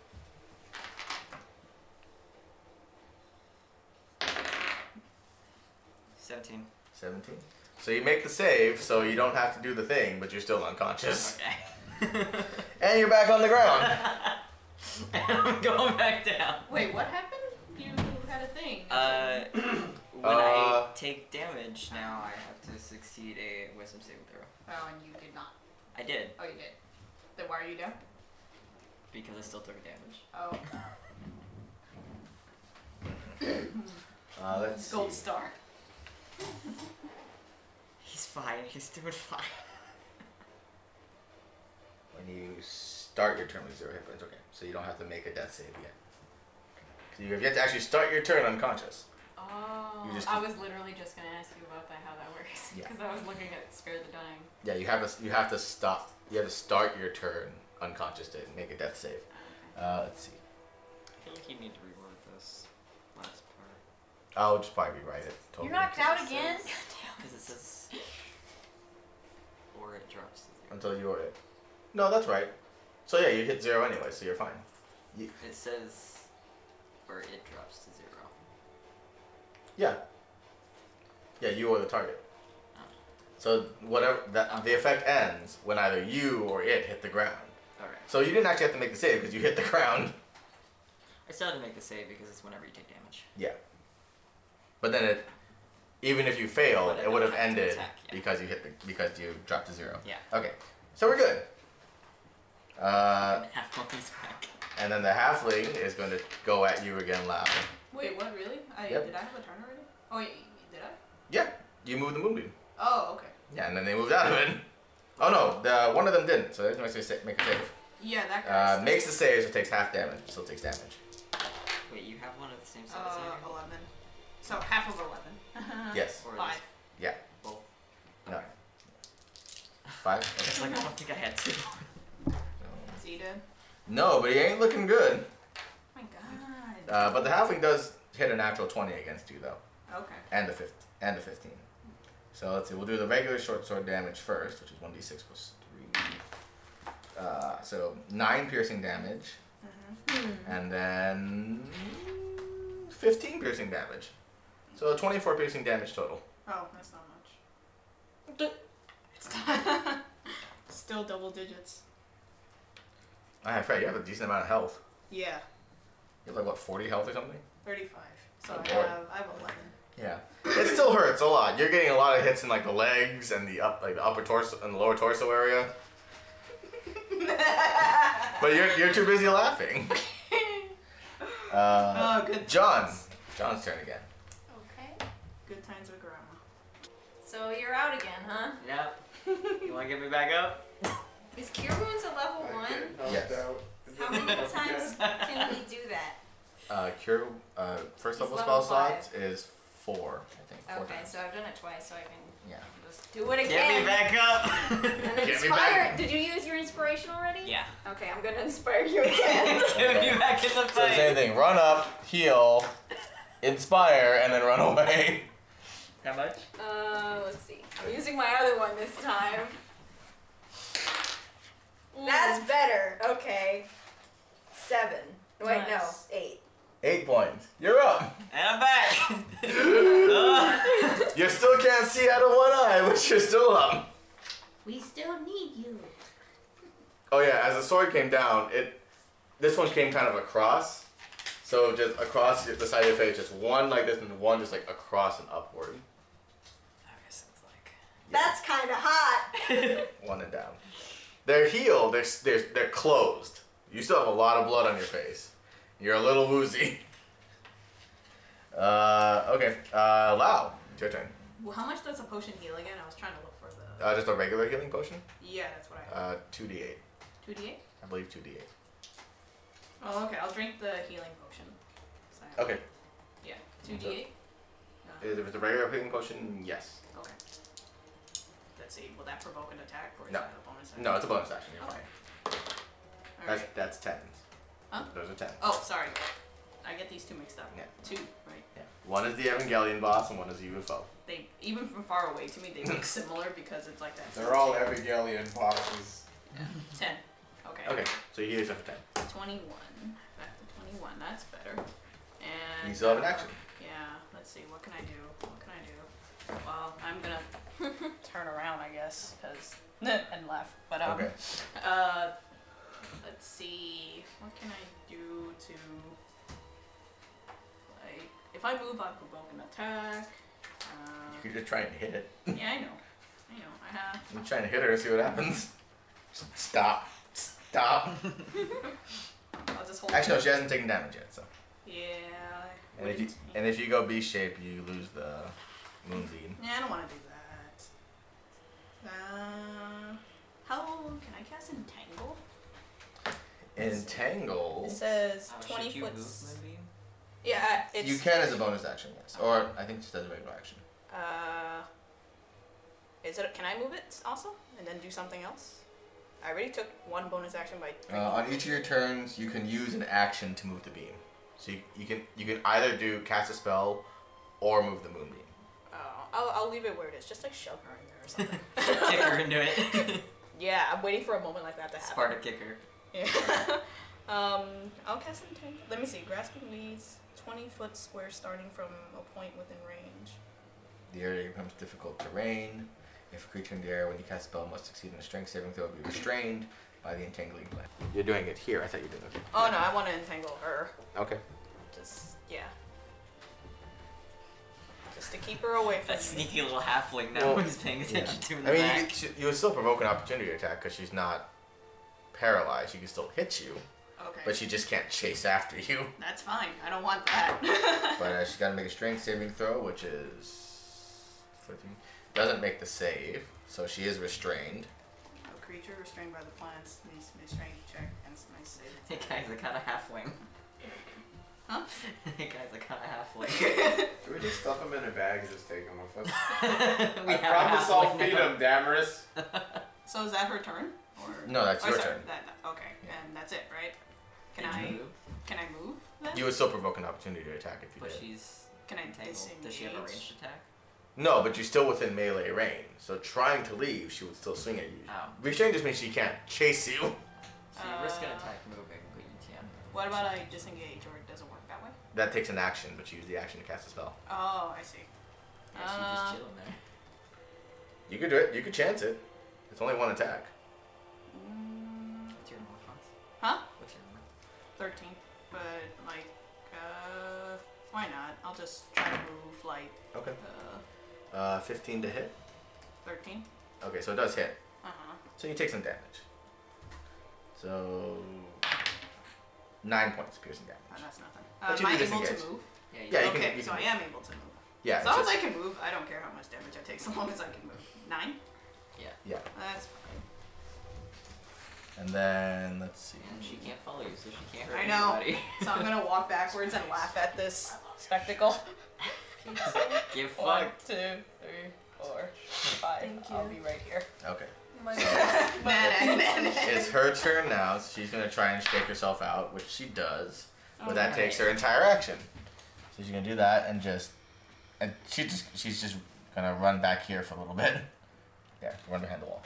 [SPEAKER 2] Seventeen.
[SPEAKER 1] 17. So you make the save, so you don't have to do the thing, but you're still unconscious.
[SPEAKER 2] Okay.
[SPEAKER 1] And you're back on the ground.
[SPEAKER 2] and I'm going back down.
[SPEAKER 5] Wait, what happened? You had a thing.
[SPEAKER 2] Uh, when I
[SPEAKER 1] Uh,
[SPEAKER 2] take damage now, I have to succeed a wisdom saving throw.
[SPEAKER 7] Oh, and you did not.
[SPEAKER 2] I did
[SPEAKER 7] Oh, you did. Then why are you down?
[SPEAKER 2] because I still took damage.
[SPEAKER 7] Oh,
[SPEAKER 1] Uh, let's
[SPEAKER 7] gold
[SPEAKER 1] see.
[SPEAKER 7] star.
[SPEAKER 2] He's fine. He's doing fine.
[SPEAKER 1] When you start your turn with zero hit points, okay. So you don't have to make a death save yet. So you have yet to actually start your turn unconscious.
[SPEAKER 3] Oh,
[SPEAKER 1] You just-
[SPEAKER 3] I was literally just gonna ask you about that, how that works,
[SPEAKER 1] Yeah.
[SPEAKER 3] because I was looking at spare the dying.
[SPEAKER 1] Yeah, you have to you have to stop. You have to start your turn unconscious to make a death save. Uh, let's see.
[SPEAKER 2] I feel like you need to reword this last part
[SPEAKER 1] I'll just probably rewrite it. Totally.
[SPEAKER 3] You're knocked out again.
[SPEAKER 2] because it says or it drops. to zero.
[SPEAKER 1] until you are it. No, that's right. So yeah, you hit zero anyway, so you're fine. You,
[SPEAKER 2] It says or it drops to zero.
[SPEAKER 1] Yeah. Yeah, you are the target. So whatever that the effect ends when either you or it hit the ground.
[SPEAKER 2] All right.
[SPEAKER 1] So you didn't actually have to make the save because you hit the ground.
[SPEAKER 2] I still had to make the save because it's whenever you take damage.
[SPEAKER 1] Yeah. But then it, even if you failed,
[SPEAKER 2] Would've
[SPEAKER 1] it would have
[SPEAKER 2] had to
[SPEAKER 1] ended
[SPEAKER 2] attack, yeah.
[SPEAKER 1] because you hit the because you dropped to zero.
[SPEAKER 2] Yeah.
[SPEAKER 1] Okay, so we're good. Uh,
[SPEAKER 2] Half monkey's back.
[SPEAKER 1] and then the halfling is going to go at you again loud.
[SPEAKER 7] Wait, what? Really? I
[SPEAKER 1] Yep.
[SPEAKER 7] did I have a turn already? Oh, wait, did I?
[SPEAKER 1] Yeah, you move the moonbeam.
[SPEAKER 7] Oh, okay.
[SPEAKER 1] Yeah, and then they moved out of it. Oh no, the one of them didn't, so that makes me sa- make a save.
[SPEAKER 7] Yeah, that guy.
[SPEAKER 1] Uh, makes the save, so takes half damage. Still takes damage.
[SPEAKER 2] Wait, you have one of the same size.
[SPEAKER 7] Uh,
[SPEAKER 2] as I do?
[SPEAKER 7] eleven. So half of eleven.
[SPEAKER 1] Yes.
[SPEAKER 2] Or
[SPEAKER 7] Five.
[SPEAKER 2] just
[SPEAKER 1] Yeah.
[SPEAKER 2] both.
[SPEAKER 1] No. Five.
[SPEAKER 2] It's
[SPEAKER 1] Okay.
[SPEAKER 2] like I don't think I had two.
[SPEAKER 7] So you did.
[SPEAKER 1] No, but he ain't looking good.
[SPEAKER 7] Oh my god.
[SPEAKER 1] Uh, but the halfling does hit a natural twenty against you though,
[SPEAKER 7] okay.
[SPEAKER 1] and the fifth and the fifteen. So let's see. We'll do the regular short sword damage first, which is one d six plus three. Uh, so nine piercing damage, and then fifteen piercing damage. So twenty-four piercing damage total.
[SPEAKER 7] Oh, that's not much. It's not Still double digits.
[SPEAKER 1] I have Fred, you have a decent amount of health.
[SPEAKER 7] Yeah,
[SPEAKER 1] You have like what, forty health or something?
[SPEAKER 7] thirty-five. So
[SPEAKER 1] Oh,
[SPEAKER 7] I
[SPEAKER 1] boy.
[SPEAKER 7] have I have eleven.
[SPEAKER 1] Yeah. It still hurts a lot. You're getting a lot of hits in like the legs and the up like the upper torso and the lower torso area. but you're you're too busy laughing. Uh,
[SPEAKER 7] oh, good.
[SPEAKER 1] John. John's turn again.
[SPEAKER 3] Okay.
[SPEAKER 7] Good times with grandma.
[SPEAKER 3] So you're out again, huh?
[SPEAKER 2] Yep. You wanna get me back up?
[SPEAKER 3] Is Cure Wounds a level one?
[SPEAKER 1] Yes.
[SPEAKER 3] How many times can we do that?
[SPEAKER 1] Uh, cure uh, first
[SPEAKER 3] He's
[SPEAKER 1] level
[SPEAKER 3] level
[SPEAKER 1] spell slots
[SPEAKER 3] five.
[SPEAKER 1] is four, I think. Four
[SPEAKER 3] Okay,
[SPEAKER 1] times.
[SPEAKER 3] so I've done it twice, so I can
[SPEAKER 1] Yeah.
[SPEAKER 3] just do it again.
[SPEAKER 2] Get me back
[SPEAKER 3] And
[SPEAKER 2] up!
[SPEAKER 1] Get me
[SPEAKER 3] inspire.
[SPEAKER 1] back.
[SPEAKER 3] Did you use your inspiration already?
[SPEAKER 2] yeah.
[SPEAKER 3] Okay, I'm gonna inspire you again.
[SPEAKER 2] Get me back in the
[SPEAKER 1] So the same
[SPEAKER 2] fight.
[SPEAKER 1] thing. Run up, heal, inspire, and then run away.
[SPEAKER 2] How much?
[SPEAKER 3] Uh, let's see. I'm using my other one this time. That's better. Okay. Seven. Wait,
[SPEAKER 5] Nice.
[SPEAKER 3] no, eight.
[SPEAKER 1] Eight points. You're up.
[SPEAKER 2] And I'm back!
[SPEAKER 1] You still can't see out of one eye, but you're still up.
[SPEAKER 3] We still need you.
[SPEAKER 1] Oh yeah, as the sword came down, it this one came kind of across, So just across the side of your face, just one like this, and one just like across and upward.
[SPEAKER 15] That's kind of hot.
[SPEAKER 1] One and down. They're healed. They're, s- they're, they're closed. You still have a lot of blood on your face. You're a little woozy. Uh, okay. Uh, Lau, it's your turn.
[SPEAKER 7] Well, how much does a potion heal again? I was trying to look for the.
[SPEAKER 1] Uh, just a regular healing potion.
[SPEAKER 7] Yeah, that's what I.
[SPEAKER 1] Uh, two d eight.
[SPEAKER 7] Two D eight.
[SPEAKER 1] I believe two d eight.
[SPEAKER 7] Oh, okay. I'll drink the healing potion. So I-
[SPEAKER 1] Okay.
[SPEAKER 7] Yeah. Two D eight.
[SPEAKER 1] If it's a regular healing potion, yes.
[SPEAKER 7] Okay. Let's see. Will that provoke an attack or is
[SPEAKER 1] No.
[SPEAKER 7] that a bonus action?
[SPEAKER 1] No, it's a bonus action. You're
[SPEAKER 7] okay.
[SPEAKER 1] fine.
[SPEAKER 7] All
[SPEAKER 1] That's
[SPEAKER 7] right.
[SPEAKER 1] that's ten.
[SPEAKER 7] Oh, Huh?
[SPEAKER 1] Those are ten.
[SPEAKER 7] Oh, sorry. I get these two mixed up.
[SPEAKER 1] Yeah.
[SPEAKER 7] Two, right? Yeah.
[SPEAKER 1] One is the Evangelion boss, and one is the UFO.
[SPEAKER 7] They even from far away to me they look similar because it's like that.
[SPEAKER 4] They're all Evangelion bosses.
[SPEAKER 7] ten. Okay.
[SPEAKER 1] Okay, so you heal yourself for ten.
[SPEAKER 7] Twenty-one. Back to twenty-one. That's better. And
[SPEAKER 1] You still have an action.
[SPEAKER 7] Yeah, let's see. What can I do? What can I do? Well, I'm gonna turn around, I guess, because and laugh. But um,
[SPEAKER 1] Okay.
[SPEAKER 7] uh, let's see. What can I do to like if I move, I provoke an attack.
[SPEAKER 1] You
[SPEAKER 7] Um,
[SPEAKER 1] could just try and hit it.
[SPEAKER 7] yeah, I know. I know. I have.
[SPEAKER 1] I'm trying to hit her and see what happens. Stop. Stop.
[SPEAKER 7] I'll just hold.
[SPEAKER 1] Actually, no, she hasn't taken damage yet, so.
[SPEAKER 7] Yeah.
[SPEAKER 1] And if you and if you go B shape, you lose the moonbeam.
[SPEAKER 7] Yeah, I don't want to do that. Uh, how can I cast entangle?
[SPEAKER 1] Entangle.
[SPEAKER 7] It says
[SPEAKER 2] Oh, should
[SPEAKER 7] twenty
[SPEAKER 2] you
[SPEAKER 7] foot.
[SPEAKER 2] move,
[SPEAKER 7] s- Yeah, it's.
[SPEAKER 1] You can as a bonus action, yes, or I think just as a regular action.
[SPEAKER 7] Uh, is it? Can I move it also, and then do something else? I already took one bonus action by.
[SPEAKER 1] Uh, on each of your turns, you can use an action to move the beam. So you, you can you can either do cast a spell, or move the moonbeam.
[SPEAKER 7] Oh, I'll, I'll leave it where it is. Just like shove her in there or something.
[SPEAKER 2] Kick her into it.
[SPEAKER 7] yeah, I'm waiting for a moment like that to happen.
[SPEAKER 2] Sparta kicker.
[SPEAKER 7] Yeah. um, I'll cast Entangle. Let me see. Grasping leads 20 foot square starting from a point within range.
[SPEAKER 1] The area becomes difficult terrain. If a creature in the area when you cast a spell must succeed on a strength saving throw, be restrained by the entangling blade. You're doing it here. I thought you did okay.
[SPEAKER 7] Oh no, I want to entangle her.
[SPEAKER 1] Okay.
[SPEAKER 7] Just, yeah. Just to keep her away from
[SPEAKER 2] That
[SPEAKER 7] me.
[SPEAKER 2] sneaky little halfling now
[SPEAKER 1] Well,
[SPEAKER 2] who's paying attention to in the
[SPEAKER 1] I mean,
[SPEAKER 2] back.
[SPEAKER 1] you, she, you would still provoke an opportunity attack because she's not paralyzed. She can still hit you,
[SPEAKER 7] Okay.
[SPEAKER 1] but she just can't chase after you.
[SPEAKER 7] That's fine. I don't want that.
[SPEAKER 1] But uh, she's got to make a strength saving throw, which is 14. Doesn't make the save, so she is restrained.
[SPEAKER 7] a creature restrained by the plants needs to be strength check against my save.
[SPEAKER 2] Hey guys, I got a halfling.
[SPEAKER 7] Huh?
[SPEAKER 2] hey guys, I got a halfling.
[SPEAKER 4] Can we just stuff them in a bag and just take them with us?
[SPEAKER 2] we
[SPEAKER 4] I
[SPEAKER 2] have a
[SPEAKER 4] promise I'll
[SPEAKER 2] halfling
[SPEAKER 4] feed
[SPEAKER 2] now.
[SPEAKER 4] them, Damaris.
[SPEAKER 7] So is that her turn? Or
[SPEAKER 1] No, that's
[SPEAKER 7] oh,
[SPEAKER 1] your
[SPEAKER 7] sorry,
[SPEAKER 1] turn.
[SPEAKER 7] That, that- okay, and that's it, right? Can
[SPEAKER 2] Did you
[SPEAKER 7] I
[SPEAKER 2] move?
[SPEAKER 7] can I move then?
[SPEAKER 1] You would still provoke an opportunity attack if you
[SPEAKER 2] But
[SPEAKER 1] did.
[SPEAKER 2] she's
[SPEAKER 7] Can I
[SPEAKER 2] entangled. Does she have a
[SPEAKER 7] disengage?
[SPEAKER 2] ranged attack?
[SPEAKER 1] No, but you're still within melee range, so trying to leave, she would still swing at you.
[SPEAKER 2] Oh.
[SPEAKER 1] Restrained just means she can't chase you.
[SPEAKER 2] So you risk an
[SPEAKER 7] Uh,
[SPEAKER 2] attack moving, but you can't.
[SPEAKER 7] What about I disengage or it doesn't work that way?
[SPEAKER 1] That takes an action, but you use the action to cast a spell.
[SPEAKER 7] Oh, I see.
[SPEAKER 2] Yeah, she just
[SPEAKER 7] Uh,
[SPEAKER 2] chilling there.
[SPEAKER 1] You could do it. You could chance it. It's only one attack.
[SPEAKER 7] Mm,
[SPEAKER 2] What's your normal response?
[SPEAKER 7] huh?
[SPEAKER 2] What's your normal?
[SPEAKER 7] 13. But, like, uh, why not? I'll just try to move, like,
[SPEAKER 1] Okay.
[SPEAKER 7] uh,
[SPEAKER 1] Uh, 15 to hit.
[SPEAKER 7] 13.
[SPEAKER 1] Okay, so it does hit.
[SPEAKER 7] Uh huh.
[SPEAKER 1] So you take some damage. So nine points of piercing damage.
[SPEAKER 7] Oh, that's nothing.
[SPEAKER 1] But
[SPEAKER 7] Uh,
[SPEAKER 1] you
[SPEAKER 7] am I
[SPEAKER 1] do
[SPEAKER 7] able
[SPEAKER 1] disengage.
[SPEAKER 7] to move?
[SPEAKER 2] Yeah, you
[SPEAKER 1] Yeah, you
[SPEAKER 7] okay,
[SPEAKER 1] can. you
[SPEAKER 7] so
[SPEAKER 1] can-
[SPEAKER 7] I am able to move.
[SPEAKER 1] Yeah.
[SPEAKER 7] As
[SPEAKER 1] it's
[SPEAKER 7] long as
[SPEAKER 1] just-
[SPEAKER 7] I can move, I don't care how much damage I take, so long as I can move. Nine?
[SPEAKER 2] Yeah.
[SPEAKER 1] Yeah.
[SPEAKER 7] That's fine.
[SPEAKER 1] And then let's see.
[SPEAKER 2] And she can't follow you, so she can't hurt
[SPEAKER 7] I know.
[SPEAKER 2] anybody.
[SPEAKER 7] so I'm gonna walk backwards and laugh at this spectacle.
[SPEAKER 2] Give
[SPEAKER 7] One,
[SPEAKER 2] fuck.
[SPEAKER 7] two, three, four, five. Thank you. I'll be right here.
[SPEAKER 1] Okay.
[SPEAKER 7] Nah, nah, nah, nah.
[SPEAKER 1] It's her turn now. So she's gonna try and shake herself out, which she does. But that takes her entire action. So she's gonna do that and just, and she just she's just gonna run back here for a little bit. Yeah, run behind the wall,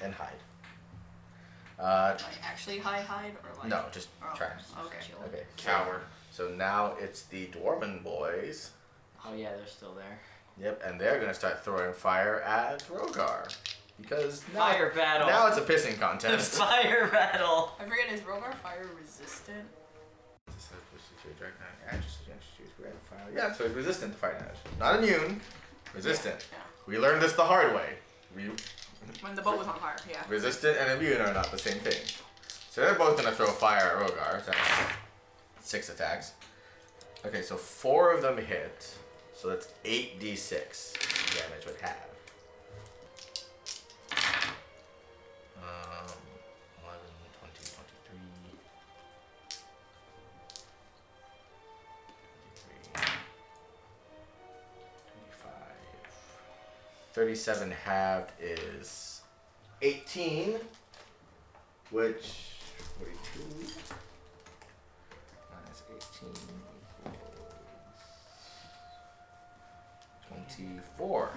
[SPEAKER 1] and hide. Uh,
[SPEAKER 7] Like actually high hide or like
[SPEAKER 1] no, just
[SPEAKER 7] oh,
[SPEAKER 1] try.
[SPEAKER 7] Okay.
[SPEAKER 1] Okay. Cower. So now it's the dwarven boys.
[SPEAKER 2] Oh yeah, they're still there.
[SPEAKER 1] Yep, and they're gonna start throwing fire at Rogar. Because now,
[SPEAKER 2] Fire battle.
[SPEAKER 1] now it's a pissing
[SPEAKER 2] the
[SPEAKER 1] contest.
[SPEAKER 2] fire battle.
[SPEAKER 7] I forget is Rogar fire resistant?
[SPEAKER 1] to direct magic. Attributes, attributes, we have fire. Yeah, so he's resistant to fire damage. Not immune, resistant. We learned this the hard way. We,
[SPEAKER 7] When the boat was on fire, yeah.
[SPEAKER 1] resistant and immune are not the same thing. So they're both gonna throw fire at Rogar. so That's six attacks. Okay, so four of them hit. So that's eight d6 damage would have. Um, 11, 20, 23. 23, 25. 37 halved is 18, which 42 minus 18 equals 24.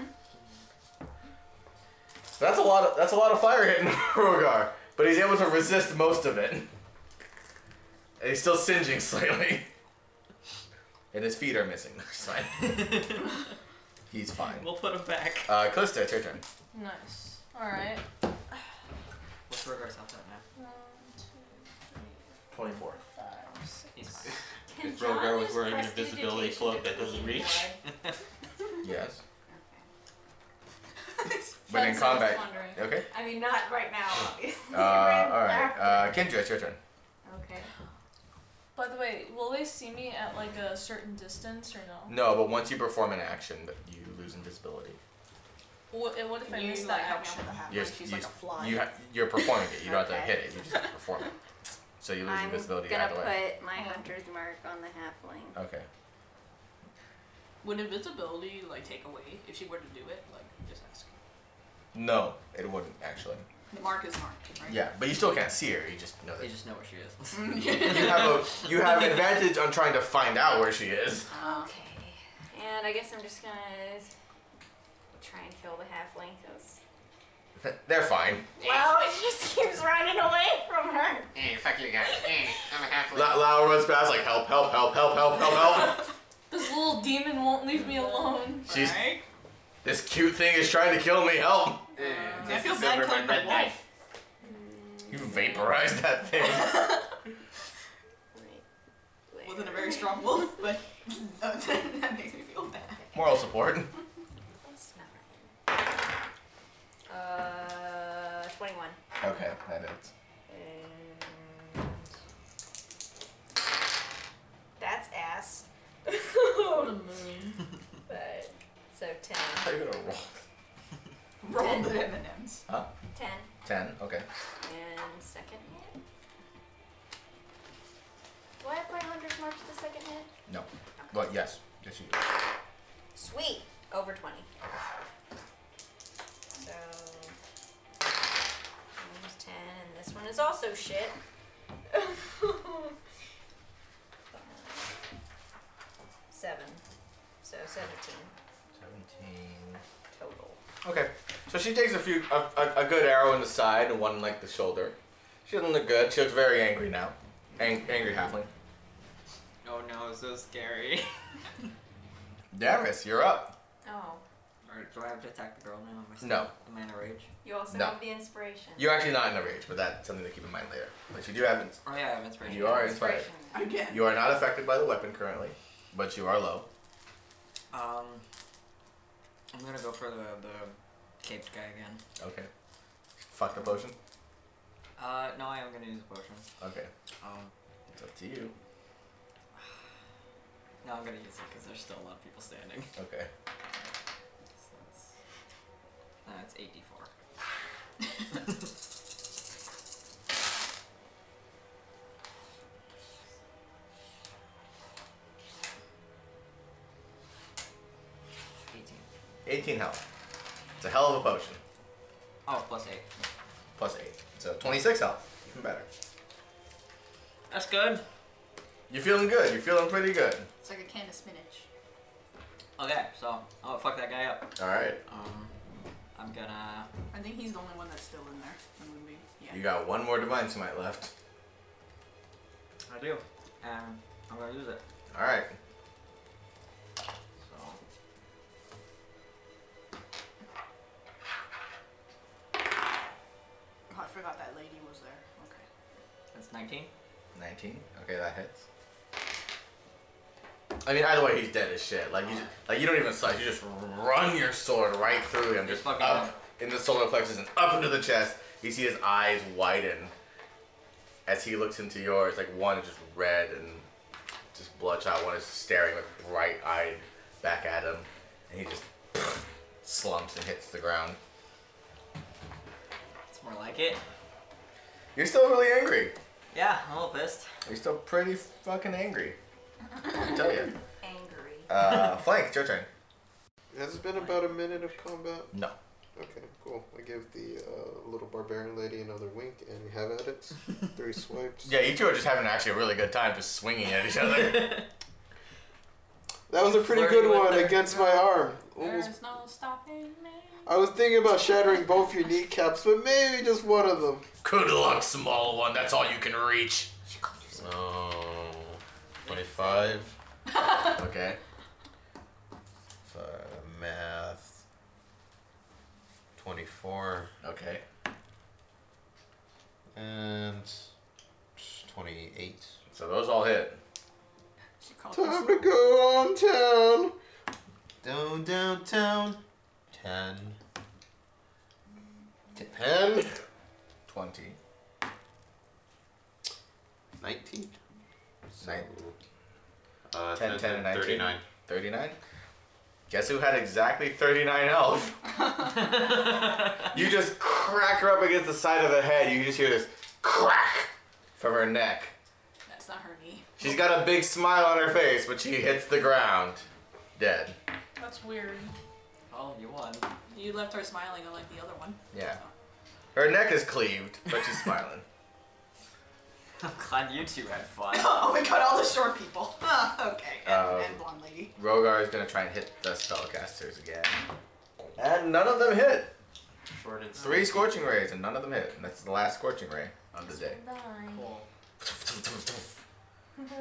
[SPEAKER 1] So that's a lot. Of, that's a lot of fire hitting Rogar, but he's able to resist most of it. And he's still singeing slightly, and his feet are missing. It's fine. he's fine.
[SPEAKER 2] We'll put him back.
[SPEAKER 1] Uh, Calista, it's your turn.
[SPEAKER 5] Nice. Alright.
[SPEAKER 2] What's Rogar's health at now?
[SPEAKER 5] One, two,
[SPEAKER 1] Twenty-four.
[SPEAKER 5] five, six.
[SPEAKER 2] He's
[SPEAKER 16] If Rogar was wearing an invisibility cloak that doesn't reach.
[SPEAKER 2] fine.
[SPEAKER 1] Yes. When in
[SPEAKER 8] That's what I was
[SPEAKER 1] combat,
[SPEAKER 8] wondering.
[SPEAKER 1] okay.
[SPEAKER 8] I mean, not right now, obviously.
[SPEAKER 1] Uh, all right. Uh, Kendra, it's your turn.
[SPEAKER 8] Okay.
[SPEAKER 5] By the way, will they see me at like a certain distance or no?
[SPEAKER 1] No, but once you perform an action, that you lose invisibility.
[SPEAKER 5] What, and what if I
[SPEAKER 7] You,
[SPEAKER 5] miss that
[SPEAKER 7] like, help me out
[SPEAKER 5] action?
[SPEAKER 7] with the hat.
[SPEAKER 1] You're,
[SPEAKER 7] like, she's
[SPEAKER 1] you,
[SPEAKER 7] like a fly.
[SPEAKER 1] You ha- you're performing it. You don't have to
[SPEAKER 15] Okay.
[SPEAKER 1] hit it. You just have to perform it. So you lose
[SPEAKER 15] I'm
[SPEAKER 1] invisibility
[SPEAKER 15] gonna
[SPEAKER 1] either
[SPEAKER 15] put
[SPEAKER 1] way.
[SPEAKER 15] my hunter's mark on the halfling.
[SPEAKER 1] Okay.
[SPEAKER 7] Would invisibility like take away if she were to do it? Like, just ask.
[SPEAKER 1] No, it wouldn't actually.
[SPEAKER 7] The mark is marked, right?
[SPEAKER 1] Yeah, but you still can't see her. You just know
[SPEAKER 2] You
[SPEAKER 1] that.
[SPEAKER 2] just know where she is.
[SPEAKER 1] you have a you have advantage on trying to find out where she is.
[SPEAKER 15] Okay. And I guess I'm just gonna try and kill the halfling because.
[SPEAKER 1] They're fine.
[SPEAKER 15] Well, he just keeps running away from her.
[SPEAKER 16] Hey, fuck you guys. Hey, I'm a halfling.
[SPEAKER 1] La- Lau runs past like help, help, help, help, help, help, help.
[SPEAKER 5] This little demon won't leave me alone.
[SPEAKER 1] She's
[SPEAKER 7] Right?
[SPEAKER 1] this cute thing is trying to kill me. Help!
[SPEAKER 16] Yeah,
[SPEAKER 7] I
[SPEAKER 16] this
[SPEAKER 7] feel
[SPEAKER 16] is
[SPEAKER 7] bad
[SPEAKER 16] over
[SPEAKER 7] calling
[SPEAKER 16] my
[SPEAKER 7] my
[SPEAKER 16] red
[SPEAKER 7] wife.
[SPEAKER 16] knife.
[SPEAKER 15] Mm,
[SPEAKER 1] You vaporized that thing.
[SPEAKER 7] Wasn't a very strong wolf, but that makes me feel bad.
[SPEAKER 1] Moral support.
[SPEAKER 15] That's not right. Uh, 21.
[SPEAKER 1] Okay, that is.
[SPEAKER 15] And that's ass. but so ten.
[SPEAKER 1] How you gonna roll?
[SPEAKER 7] Roll the M&Ms.
[SPEAKER 1] Huh?
[SPEAKER 15] Ten.
[SPEAKER 1] Ten. Okay.
[SPEAKER 15] And second hit. Do I have my hunter's mark to the second hit?
[SPEAKER 1] No. But yes, yes you do.
[SPEAKER 15] Sweet. Over twenty. So minus ten, and this one is also shit. Seven. So seventeen
[SPEAKER 1] Seventeen.
[SPEAKER 15] total.
[SPEAKER 1] Okay, so she takes a few, a, a, a good arrow in the side and one in, like the shoulder. She doesn't look good. She looks very angry now. Ang- angry halfling.
[SPEAKER 2] Oh no, it's so scary.
[SPEAKER 1] Damaris, you're up.
[SPEAKER 15] Oh.
[SPEAKER 2] Or do I have to attack the girl now? Am I still-
[SPEAKER 1] No.
[SPEAKER 2] Am I in a rage?
[SPEAKER 15] You also
[SPEAKER 1] No.
[SPEAKER 15] have the inspiration.
[SPEAKER 1] You're actually not in a rage, but that's something to keep in mind later. But you do have.
[SPEAKER 2] Oh yeah, I have inspiration.
[SPEAKER 1] You are inspired.
[SPEAKER 7] Again.
[SPEAKER 1] You are not affected by the weapon currently, but you are low.
[SPEAKER 2] Um, I'm gonna go for the the caped guy again.
[SPEAKER 1] Okay. Fuck the potion.
[SPEAKER 2] Uh, no, I am gonna use a potion.
[SPEAKER 1] Okay.
[SPEAKER 2] Um,
[SPEAKER 1] It's up to you.
[SPEAKER 2] no, I'm gonna use it because there's still a lot of people standing.
[SPEAKER 1] Okay.
[SPEAKER 2] So that's, uh, it's eight d four. Eighteen.
[SPEAKER 1] 18 health. It's a hell of a potion.
[SPEAKER 2] Oh, plus eight.
[SPEAKER 1] Plus 8. So 26 health. Even better.
[SPEAKER 2] That's good.
[SPEAKER 1] You're feeling good. You're feeling pretty good.
[SPEAKER 15] It's like a can of spinach.
[SPEAKER 2] Okay, so I'll fuck that guy up.
[SPEAKER 1] Alright.
[SPEAKER 2] Um, I'm gonna.
[SPEAKER 7] I think he's the only one that's still in there. I'm gonna be. Yeah.
[SPEAKER 1] You got one more divine smite left.
[SPEAKER 2] I do. Um, I'm gonna use it.
[SPEAKER 1] Alright.
[SPEAKER 2] So.
[SPEAKER 7] Oh, I forgot that lady was there. Okay.
[SPEAKER 2] That's 19.
[SPEAKER 1] 19. Okay, that hits. I mean, either way, he's dead as shit. Like you, ju- like you don't even slice. You just run your sword right through him, just up in the solar plexus and up into the chest. You see his eyes widen as he looks into yours. Like one is just red and just bloodshot. One is staring like bright eyed back at him, and he just slumps and hits the ground.
[SPEAKER 2] It's more like it.
[SPEAKER 1] You're still really angry.
[SPEAKER 2] Yeah, I'm a little pissed.
[SPEAKER 1] You're still pretty fucking angry. I tell you. Angry. Uh, Flank, it's your turn.
[SPEAKER 4] Has it been about a minute of combat?
[SPEAKER 1] No.
[SPEAKER 4] Okay, cool. I give the uh, little barbarian lady another wink, and we have at it. Three swipes.
[SPEAKER 1] Yeah, you two are just having actually a really good time just swinging at each other.
[SPEAKER 4] That was a pretty
[SPEAKER 5] Flirting
[SPEAKER 4] good
[SPEAKER 5] with
[SPEAKER 4] one
[SPEAKER 5] her.
[SPEAKER 4] against my arm. Almost.
[SPEAKER 5] There's no stopping me.
[SPEAKER 4] I was thinking about shattering both your kneecaps, but maybe just one of them.
[SPEAKER 1] good luck, small one. That's all you can reach. Oh. 25. okay.
[SPEAKER 17] For math. 24.
[SPEAKER 1] Okay.
[SPEAKER 17] And 28.
[SPEAKER 1] So those all hit.
[SPEAKER 4] Time to go on town.
[SPEAKER 17] Down, downtown. 10.
[SPEAKER 1] 10. 20.
[SPEAKER 17] 19.
[SPEAKER 1] Nine.
[SPEAKER 12] Uh,
[SPEAKER 1] 10, 10, and 19.
[SPEAKER 12] 39.
[SPEAKER 1] 39? Guess who had exactly 39 health? you just crack her up against the side of the head. You just hear this crack from her neck.
[SPEAKER 5] That's not her knee.
[SPEAKER 1] She's got a big smile on her face, but she hits the ground. Dead.
[SPEAKER 5] That's weird.
[SPEAKER 2] Oh, you won.
[SPEAKER 5] You left her smiling unlike the other one.
[SPEAKER 1] Yeah. Her neck is cleaved, but she's smiling.
[SPEAKER 2] I'm glad you two had fun.
[SPEAKER 7] oh my god, all the short people. Huh, okay, and,
[SPEAKER 1] Um,
[SPEAKER 7] and blonde lady.
[SPEAKER 1] Rogar is gonna try and hit the spellcasters again. And none of them hit.
[SPEAKER 2] Short and
[SPEAKER 1] Three scorching rays, and none of them hit. And that's the last scorching ray of the day.
[SPEAKER 2] Cool.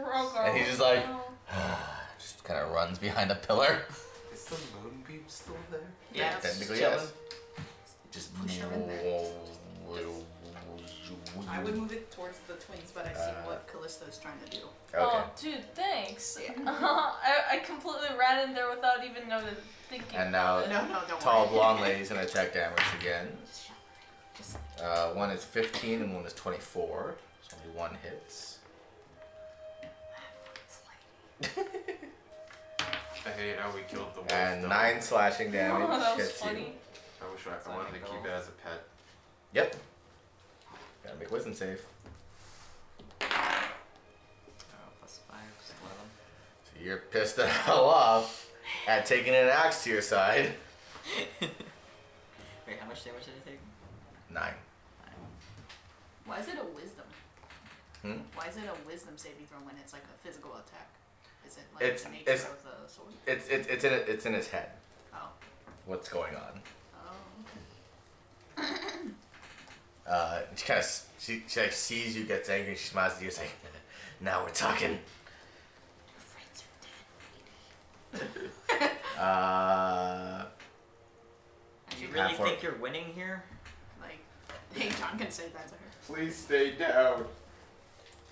[SPEAKER 5] Rogar.
[SPEAKER 1] And he's just like, just kind of runs behind a pillar.
[SPEAKER 17] Is the moonbeam still there?
[SPEAKER 1] Yeah,
[SPEAKER 2] Yeah,
[SPEAKER 1] technically
[SPEAKER 2] chilling.
[SPEAKER 1] yes. Just push
[SPEAKER 7] her in I would move it towards the twins, but I see
[SPEAKER 1] Uh,
[SPEAKER 7] what Callista is trying to do.
[SPEAKER 5] Oh, dude, thanks. I, I completely ran in there without even know thinking.
[SPEAKER 1] And now,
[SPEAKER 5] No, no, don't
[SPEAKER 1] tall
[SPEAKER 5] worry.
[SPEAKER 1] blonde lady's gonna attack damage again. Uh, one is 15 and one is 24. So only one hits.
[SPEAKER 12] I hate how we killed the wolf.
[SPEAKER 1] And
[SPEAKER 12] though.
[SPEAKER 1] nine slashing damage
[SPEAKER 5] Oh, that was
[SPEAKER 1] hits you.
[SPEAKER 5] funny.
[SPEAKER 12] I wish I, I wanted to keep it as a pet.
[SPEAKER 1] Yep. Gotta make wisdom save.
[SPEAKER 2] Oh, plus five, just eleven.
[SPEAKER 1] So you're pissed the hell off at taking an axe to your side.
[SPEAKER 2] Wait, how much damage did I take?
[SPEAKER 1] Nine.
[SPEAKER 7] Why is it a wisdom?
[SPEAKER 1] Hmm?
[SPEAKER 7] Why is it a wisdom saving throw when it's like a physical attack? Is it like
[SPEAKER 1] It's-
[SPEAKER 7] the nature
[SPEAKER 1] it's-
[SPEAKER 7] of the sword?
[SPEAKER 1] It's it's it's in it's in his head.
[SPEAKER 7] Oh.
[SPEAKER 1] What's going on?
[SPEAKER 7] Oh.
[SPEAKER 1] Uh, she kind of she, she like sees you, gets angry, she smiles at you, It's like, "Now we're talking." Uh,
[SPEAKER 2] Do you
[SPEAKER 1] You
[SPEAKER 2] really
[SPEAKER 1] have four.
[SPEAKER 2] think you're winning here?
[SPEAKER 7] Like, hey, John can say that to her.
[SPEAKER 18] Please stay down.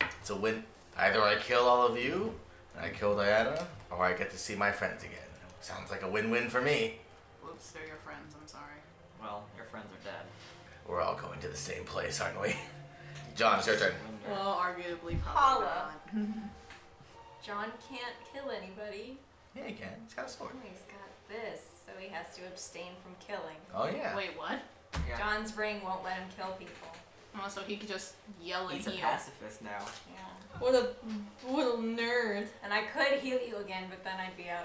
[SPEAKER 1] it's a win. Either I kill all of you, and I kill Diana, or I get to see my friends again. Sounds like a win-win for me.
[SPEAKER 7] Whoops, they're your friends. I'm sorry.
[SPEAKER 2] Well, your friends are dead.
[SPEAKER 1] We're all going to the same place, aren't we? John, it's your turn.
[SPEAKER 7] Well, arguably, probably
[SPEAKER 8] Holla.
[SPEAKER 7] not.
[SPEAKER 8] John can't kill anybody.
[SPEAKER 1] Yeah, you can. He's got a sword.
[SPEAKER 8] Oh, he's got this, so he has to abstain from killing.
[SPEAKER 1] Oh yeah.
[SPEAKER 7] Wait, what?
[SPEAKER 2] Yeah.
[SPEAKER 8] John's brain won't let him kill people.
[SPEAKER 7] Oh, so he could just yell and
[SPEAKER 2] He's a
[SPEAKER 7] heal.
[SPEAKER 2] pacifist now.
[SPEAKER 8] Yeah.
[SPEAKER 5] What a what a nerd.
[SPEAKER 8] And I could heal you again, but then I'd be out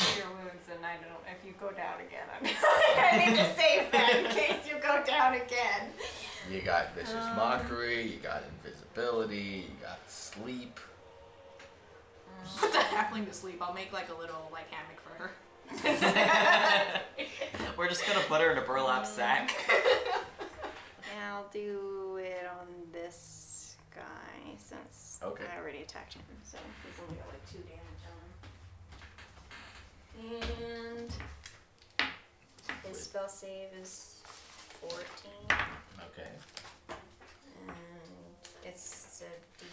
[SPEAKER 8] of your wounds, and I don't. If you go down again, I'm I need to save that in case you go down again.
[SPEAKER 1] You got vicious
[SPEAKER 8] Um,
[SPEAKER 1] mockery. You got invisibility. You got sleep.
[SPEAKER 7] Put the halfling to sleep. I'll make like a little like hammock for her.
[SPEAKER 2] We're just gonna put her in a burlap sack.
[SPEAKER 19] And I'll do it on this guy since
[SPEAKER 1] Okay.
[SPEAKER 19] I already attacked him. So he's only got like two damage on him. And his spell save is 14.
[SPEAKER 1] Okay.
[SPEAKER 19] And
[SPEAKER 8] It's a D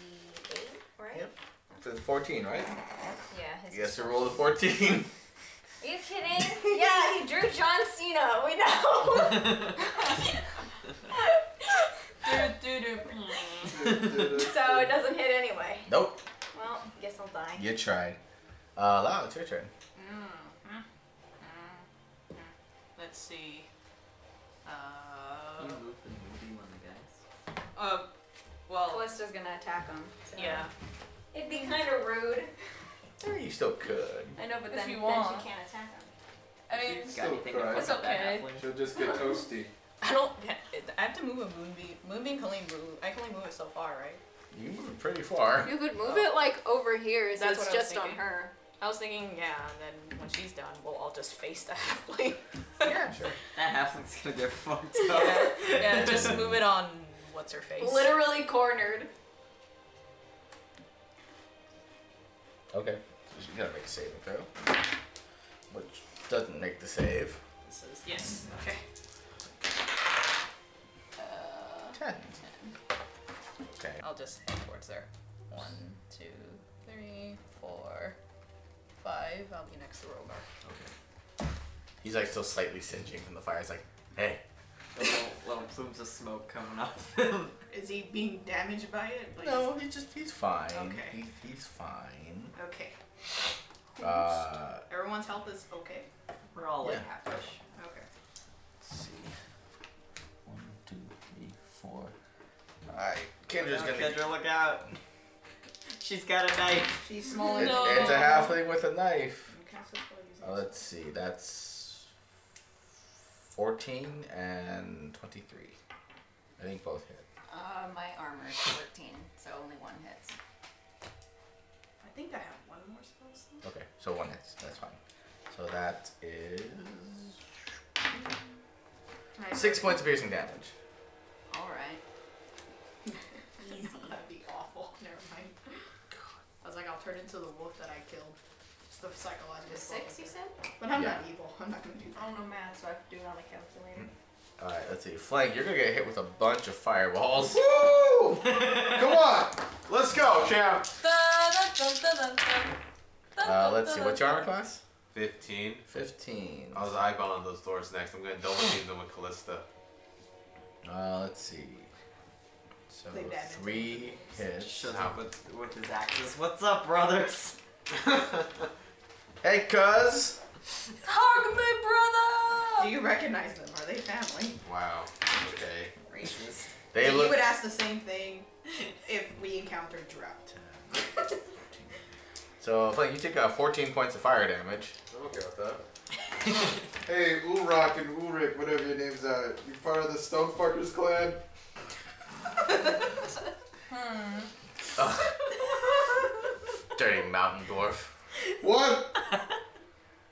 [SPEAKER 8] eight, right?
[SPEAKER 1] Yep. For the 14, right?
[SPEAKER 8] Yeah. His
[SPEAKER 1] Yes, I rolled a 14.
[SPEAKER 8] Are you kidding? yeah, he drew John Cena. We know. so it doesn't hit anyway.
[SPEAKER 1] nope.
[SPEAKER 8] Well, guess I'll die.
[SPEAKER 1] You tried. Uh, Lau, it's your turn.
[SPEAKER 7] Mm. Mm. Let's see. Uh, uh, well,
[SPEAKER 8] Callista's gonna attack him. so-
[SPEAKER 7] yeah.
[SPEAKER 8] It'd be kind of rude.
[SPEAKER 1] Eh, you still could.
[SPEAKER 8] I know, but
[SPEAKER 5] If
[SPEAKER 8] then,
[SPEAKER 5] you
[SPEAKER 8] then
[SPEAKER 5] want.
[SPEAKER 8] she can't attack him.
[SPEAKER 5] I mean,
[SPEAKER 11] Still cry.
[SPEAKER 5] it's okay.
[SPEAKER 11] She'll just get toasty.
[SPEAKER 7] I don't. I have to move a moonbeam. Moonbeam can only move. I can only move it so far, right?
[SPEAKER 1] You moved pretty far.
[SPEAKER 15] You could move it like over here. So
[SPEAKER 7] That's
[SPEAKER 15] it's
[SPEAKER 7] what I was
[SPEAKER 15] just on
[SPEAKER 7] thinking.
[SPEAKER 15] her.
[SPEAKER 7] I was thinking, yeah. And then when she's done, we'll all just face the halfling.
[SPEAKER 2] That halfling's gonna get fucked up.
[SPEAKER 7] yeah, yeah. Just move it on. What's her face?
[SPEAKER 15] Literally cornered.
[SPEAKER 1] Okay. So you gotta make a saving throw. Which doesn't make the save.
[SPEAKER 7] This is- yes. Okay. Uh,
[SPEAKER 1] Ten.
[SPEAKER 7] Okay. I'll just head towards there. One, two, three, four, five. I'll be next to Rogar.
[SPEAKER 1] Okay. He's like still slightly singeing from the fire. He's like, hey.
[SPEAKER 2] little, little plumes of smoke coming off him.
[SPEAKER 7] Is he being damaged by it?
[SPEAKER 1] No, he just he's fine.
[SPEAKER 7] Okay.
[SPEAKER 1] He, he's fine.
[SPEAKER 7] Okay.
[SPEAKER 1] Uh,
[SPEAKER 7] Everyone's health is okay.
[SPEAKER 2] We're all like
[SPEAKER 1] Yeah.
[SPEAKER 2] half-ish.
[SPEAKER 7] Okay.
[SPEAKER 1] Let's see. One, two, three, four. Alright, Kendra's
[SPEAKER 2] Oh,
[SPEAKER 1] gonna.
[SPEAKER 2] Kendra, look out. She's got a knife.
[SPEAKER 7] She's
[SPEAKER 1] It-
[SPEAKER 7] smaller.
[SPEAKER 1] It's a halfling with a knife.
[SPEAKER 7] Okay, so it's what
[SPEAKER 1] Uh, let's see, that's 14 and 23. I think both hit.
[SPEAKER 8] Uh, my armor is 14, so only one hits.
[SPEAKER 7] I think I have one more spell. slot.
[SPEAKER 1] Okay, so one hits. That's fine. So that is
[SPEAKER 7] I have
[SPEAKER 1] six
[SPEAKER 7] it.
[SPEAKER 1] points of piercing damage.
[SPEAKER 8] All right.
[SPEAKER 7] Easy. That'd be awful. Never mind. I was like, I'll turn into the wolf that I killed. It's the psychological.
[SPEAKER 8] The six, you said?
[SPEAKER 7] But I'm
[SPEAKER 1] Yeah.
[SPEAKER 7] not evil. I'm not gonna do that.
[SPEAKER 8] I don't know math, so I have to do it on a calculator.
[SPEAKER 1] All right, let's see. Flank, you're gonna get hit with a bunch of fireballs.
[SPEAKER 11] Woo! Come on! Let's go, champ!
[SPEAKER 1] Uh, let's see. What's your armor class?
[SPEAKER 16] 15.
[SPEAKER 1] 15.
[SPEAKER 16] I was eyeballing those doors next. I'm gonna double team them with Callista.
[SPEAKER 1] Uh, let's see. So
[SPEAKER 7] Play badminton.
[SPEAKER 1] three hits.
[SPEAKER 2] Shut up with, with his axes. What's up, brothers?
[SPEAKER 1] Hey, cuz.
[SPEAKER 7] Hug me, brother! Do you recognize them? Are they family?
[SPEAKER 16] Wow. Okay.
[SPEAKER 2] Racist.
[SPEAKER 1] They
[SPEAKER 7] And you
[SPEAKER 1] look.
[SPEAKER 7] would ask the same thing if we encountered drought.
[SPEAKER 1] So Flank, you take uh, 14 points of fire damage.
[SPEAKER 11] I'm okay with that. hey, Ulrock and Ulrich, whatever your names are, you're part of the Stonefuckers clan?
[SPEAKER 1] Dirty mountain dwarf.
[SPEAKER 11] What?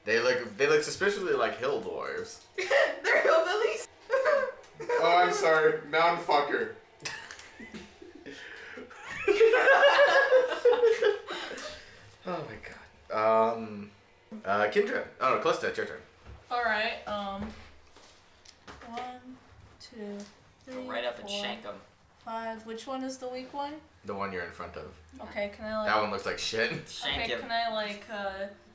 [SPEAKER 1] They look. They look suspiciously like hill dwarves.
[SPEAKER 7] They're hillbillies.
[SPEAKER 11] Oh, I'm sorry. Mountain fucker.
[SPEAKER 1] Oh my god. Um. Uh, Kendra. Oh no, Calista, it's your turn.
[SPEAKER 5] Alright, um. One, two,
[SPEAKER 2] Go
[SPEAKER 5] three.
[SPEAKER 2] right up and
[SPEAKER 5] four,
[SPEAKER 2] shank him.
[SPEAKER 5] Five. Which one is the weak one?
[SPEAKER 1] The one you're in front of.
[SPEAKER 5] Okay, can I like.
[SPEAKER 1] That one looks like shit.
[SPEAKER 2] Shank
[SPEAKER 5] okay,
[SPEAKER 2] him.
[SPEAKER 5] can I like uh,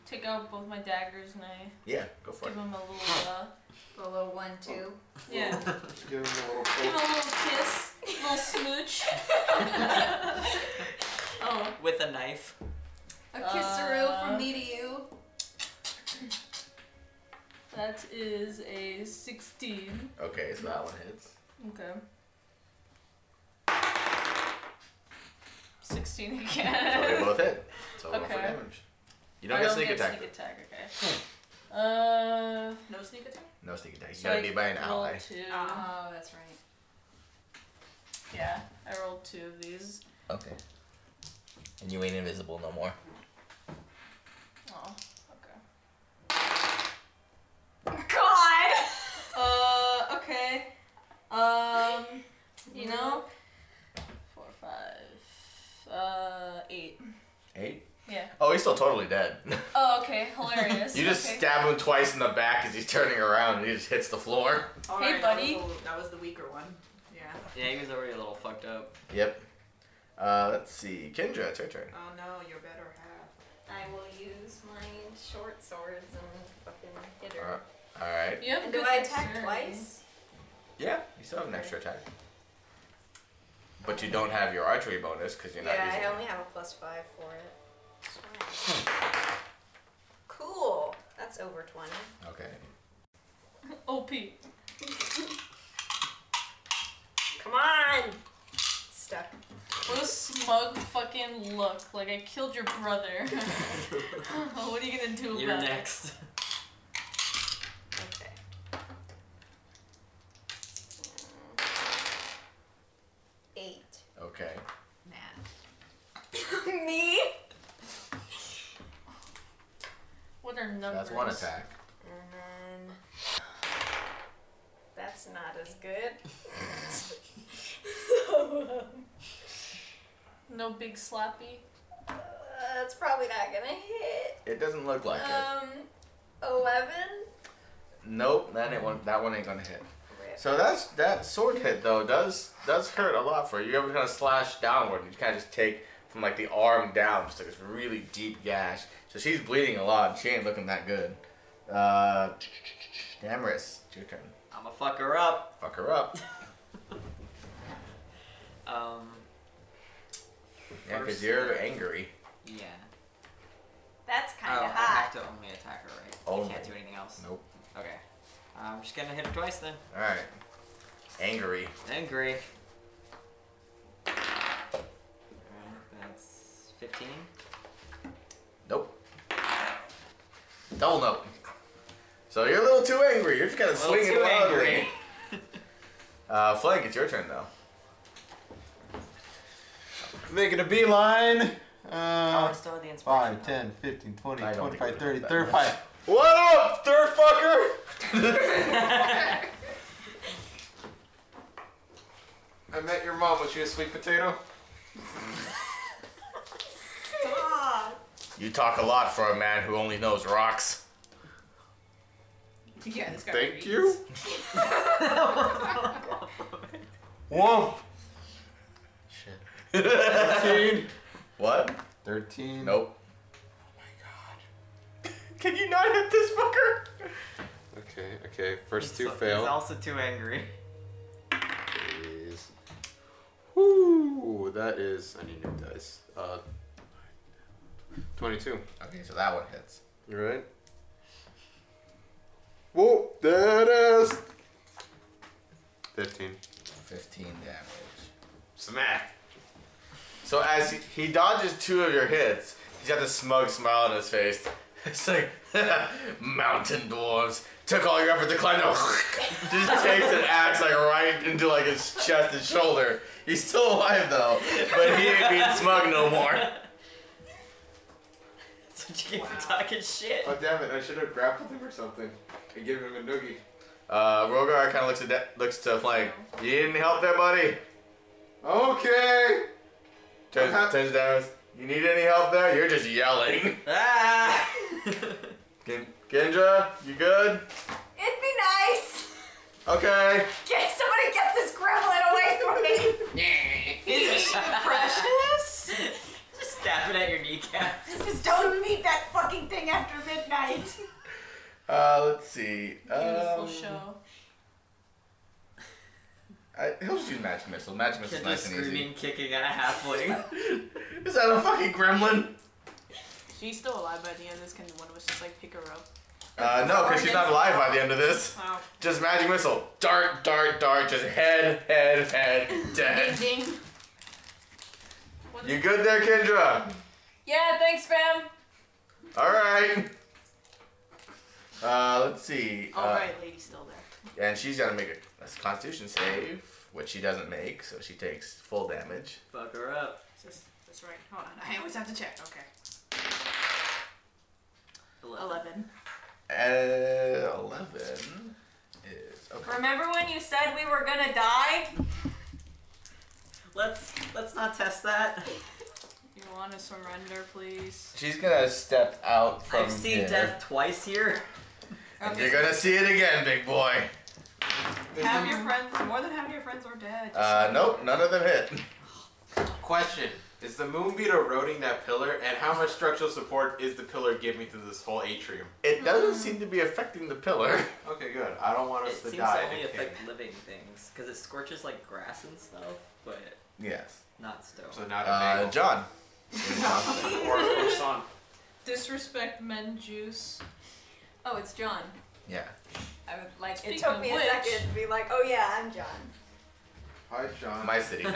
[SPEAKER 5] take out both my daggers and I
[SPEAKER 1] Yeah, go for it.
[SPEAKER 5] give him a little. Uh,
[SPEAKER 8] The little one, two.
[SPEAKER 5] yeah.
[SPEAKER 11] Give him a little
[SPEAKER 5] Give him
[SPEAKER 11] poke.
[SPEAKER 5] a little kiss, a little smooch. oh,
[SPEAKER 2] With a knife.
[SPEAKER 8] A
[SPEAKER 5] kisseroo
[SPEAKER 8] kisseroo
[SPEAKER 5] from
[SPEAKER 8] from me to you.
[SPEAKER 5] that is a 16.
[SPEAKER 1] Okay, so that one hits.
[SPEAKER 5] Okay. 16
[SPEAKER 1] So
[SPEAKER 5] again.
[SPEAKER 1] Oh, they both hit. So roll for
[SPEAKER 5] Okay.
[SPEAKER 1] damage. You
[SPEAKER 5] I
[SPEAKER 1] don't get sneak
[SPEAKER 5] get
[SPEAKER 1] attack.
[SPEAKER 5] sneak attack, okay. Uh,
[SPEAKER 7] No sneak attack?
[SPEAKER 1] No sneak attack. You
[SPEAKER 5] so
[SPEAKER 1] gotta
[SPEAKER 5] I
[SPEAKER 1] be by an
[SPEAKER 5] roll
[SPEAKER 1] ally.
[SPEAKER 5] Two.
[SPEAKER 1] Uh-huh.
[SPEAKER 8] Oh, that's right.
[SPEAKER 5] yeah, I rolled two of these.
[SPEAKER 1] Okay. And you ain't invisible no more.
[SPEAKER 5] Oh, okay.
[SPEAKER 8] God!
[SPEAKER 5] Uh, okay. Um, you know, four, five, uh, eight.
[SPEAKER 1] Eight.
[SPEAKER 5] Yeah.
[SPEAKER 1] Oh, he's still totally dead.
[SPEAKER 5] Oh, okay. Hilarious.
[SPEAKER 1] you just
[SPEAKER 5] okay.
[SPEAKER 1] stab him twice in the back as he's turning around, and he just hits the floor.
[SPEAKER 7] All
[SPEAKER 5] Hey,
[SPEAKER 7] that was
[SPEAKER 5] buddy.
[SPEAKER 7] the- That was the weaker one. Yeah.
[SPEAKER 2] Yeah, he was already a little fucked up.
[SPEAKER 1] Yep. Uh, let's see. Kendra, it's your turn.
[SPEAKER 7] Oh no, your better half.
[SPEAKER 8] I will use my short swords and fucking hit her.
[SPEAKER 1] Alright. Alright.
[SPEAKER 5] You have
[SPEAKER 8] And
[SPEAKER 5] good
[SPEAKER 8] do I attack
[SPEAKER 5] dexterity.
[SPEAKER 8] twice?
[SPEAKER 1] Yeah, you still have an extra attack. But you don't have your archery bonus because you're not
[SPEAKER 8] yeah,
[SPEAKER 1] using
[SPEAKER 8] I
[SPEAKER 1] it.
[SPEAKER 8] only have a plus five for it. That's fine. cool. That's over twenty.
[SPEAKER 1] Okay.
[SPEAKER 5] OP.
[SPEAKER 8] Come on. Stuck.
[SPEAKER 5] What a smug fucking look. Like I killed your brother. what are you gonna do
[SPEAKER 2] You're
[SPEAKER 5] about it?
[SPEAKER 2] next.
[SPEAKER 8] Okay. Eight.
[SPEAKER 1] Okay.
[SPEAKER 8] Me?
[SPEAKER 5] What are numbers?
[SPEAKER 1] That's one attack.
[SPEAKER 8] And then that's not as good. so um,
[SPEAKER 5] No big slappy.
[SPEAKER 8] uh, that's probably not gonna hit.
[SPEAKER 1] It doesn't look like it.
[SPEAKER 8] um, eleven.
[SPEAKER 1] Nope, that ain't one. That one ain't gonna hit. So that's that sword hit though does does hurt a lot for you. You ever kind of slash downward and you kind of just take from like the arm down, just like this really deep gash. So she's bleeding a lot. She ain't looking that good. Uh, Damaris, it's your turn.
[SPEAKER 2] I'ma fuck her up.
[SPEAKER 1] Fuck her up.
[SPEAKER 2] Um.
[SPEAKER 1] Yeah, because
[SPEAKER 2] first-
[SPEAKER 1] you're angry.
[SPEAKER 2] Yeah.
[SPEAKER 8] That's kind
[SPEAKER 2] oh,
[SPEAKER 8] of
[SPEAKER 2] I
[SPEAKER 8] hot.
[SPEAKER 2] have to only attack her, right?
[SPEAKER 1] Only.
[SPEAKER 2] Can't do anything else.
[SPEAKER 1] Oh, Nope.
[SPEAKER 2] Okay. I'm just gonna hit her twice then.
[SPEAKER 1] All right. Angry.
[SPEAKER 2] Angry. Alright, that's 15.
[SPEAKER 1] Nope. Double nope. So you're a little too angry. You're just kind of
[SPEAKER 2] Well,
[SPEAKER 1] swinging
[SPEAKER 2] too
[SPEAKER 1] wildly.
[SPEAKER 2] angry.
[SPEAKER 1] Uh, Flank, it's your turn though.
[SPEAKER 12] Making a beeline.
[SPEAKER 2] oh,
[SPEAKER 12] Uh,
[SPEAKER 2] it's still the inspiration.
[SPEAKER 12] 5, 10, 15, 20,
[SPEAKER 1] I don't think we're
[SPEAKER 12] 25, 30,
[SPEAKER 1] that
[SPEAKER 12] 35.
[SPEAKER 1] What up, third fucker?
[SPEAKER 4] I met your mom when she was sweet potato.
[SPEAKER 1] you talk a lot for a man who only knows rocks.
[SPEAKER 7] Yeah, this guy.
[SPEAKER 4] Thank
[SPEAKER 7] reads.
[SPEAKER 4] you.
[SPEAKER 1] Whoa.
[SPEAKER 12] Shit.
[SPEAKER 1] 13. What?
[SPEAKER 12] 13.
[SPEAKER 1] Nope. Can you not hit this fucker?
[SPEAKER 16] Okay, okay. First two
[SPEAKER 2] He's- He's
[SPEAKER 16] fail.
[SPEAKER 2] also too angry.
[SPEAKER 16] Is. Woo! That is. I need new dice. Uh, 22.
[SPEAKER 1] Okay, so that one hits.
[SPEAKER 16] You right? Whoa! There it is! 15.
[SPEAKER 1] 15 damage. Smack. So as he, he dodges two of your hits, he's got this smug smile on his face. It's like, mountain dwarves took all your effort to climb. No, just takes an axe like right into like his chest and shoulder. He's still alive though, but he ain't being smug no more.
[SPEAKER 2] That's what you get for talking shit.
[SPEAKER 4] Oh damn it! I should have grappled him or something and given him a noogie.
[SPEAKER 1] Uh, Rogar kind of looks at that, looks to Flank. You didn't help there, buddy.
[SPEAKER 4] Okay.
[SPEAKER 1] Turns, turns to Damaris. You need any help there? You're just yelling.
[SPEAKER 2] Ah!
[SPEAKER 1] Ken- Kendra, you good?
[SPEAKER 8] It'd be nice.
[SPEAKER 1] Okay.
[SPEAKER 8] Get somebody get this gremlin away from me.
[SPEAKER 2] He's
[SPEAKER 8] Precious.
[SPEAKER 2] Just stab it at your kneecap.
[SPEAKER 8] Just don't feed that fucking thing after midnight.
[SPEAKER 1] Uh, let's see.
[SPEAKER 5] Beautiful
[SPEAKER 1] Um,
[SPEAKER 5] show.
[SPEAKER 1] I, he'll just use magic missile. Magic missile's
[SPEAKER 2] Kid was
[SPEAKER 1] nice and easy.
[SPEAKER 2] screaming, kicking at a halfling.
[SPEAKER 1] Is that a fucking gremlin?
[SPEAKER 7] She's still alive by the end. This can one of us just like pick her up.
[SPEAKER 1] Uh, no, because she's not alive by the end of this.
[SPEAKER 7] Wow.
[SPEAKER 1] Just magic missile. Dart, dart, dart. Just head, head, head, dead.
[SPEAKER 7] Ding ding.
[SPEAKER 1] You good there, Kendra?
[SPEAKER 5] Yeah, thanks, fam.
[SPEAKER 1] All right. Uh, let's see.
[SPEAKER 7] All
[SPEAKER 1] uh,
[SPEAKER 7] right, lady's still there.
[SPEAKER 1] And she's got to make a, a constitution save, which she doesn't make, so she takes full damage.
[SPEAKER 2] Fuck her up.
[SPEAKER 7] Is this, this right? Hold on. I always have to check. Okay. Eleven.
[SPEAKER 1] Uh, 11 is. Okay.
[SPEAKER 8] Remember when you said we were gonna die?
[SPEAKER 2] Let's let's not test that.
[SPEAKER 7] You want to surrender, please?
[SPEAKER 1] She's gonna step out from
[SPEAKER 2] I've seen
[SPEAKER 1] here.
[SPEAKER 2] death twice here.
[SPEAKER 1] And you're gonna see it again, big boy.
[SPEAKER 7] Half your friends, more than half your friends are dead.
[SPEAKER 1] Uh, nope, none of them hit.
[SPEAKER 4] Question: Is the moonbeat eroding that pillar, and how much structural support is the pillar giving to this whole atrium?
[SPEAKER 1] It doesn't seem to be affecting the pillar.
[SPEAKER 4] Okay, good. I don't want us
[SPEAKER 2] it
[SPEAKER 4] to
[SPEAKER 2] seems
[SPEAKER 4] die.
[SPEAKER 2] to only
[SPEAKER 4] in a cave.
[SPEAKER 2] affect living things because it scorches like grass and stuff, but
[SPEAKER 1] Yes.
[SPEAKER 2] not stone.
[SPEAKER 4] So not a
[SPEAKER 1] Uh,
[SPEAKER 4] mangle.
[SPEAKER 1] John.
[SPEAKER 5] Or- or Son. Disrespect men juice.
[SPEAKER 8] Oh, it's John.
[SPEAKER 1] Yeah.
[SPEAKER 8] I would like.
[SPEAKER 5] Speaking
[SPEAKER 8] it took
[SPEAKER 5] of
[SPEAKER 8] me
[SPEAKER 5] which-
[SPEAKER 8] a second to be like, oh yeah, I'm John.
[SPEAKER 11] Hi, John.
[SPEAKER 1] My city.
[SPEAKER 5] Um,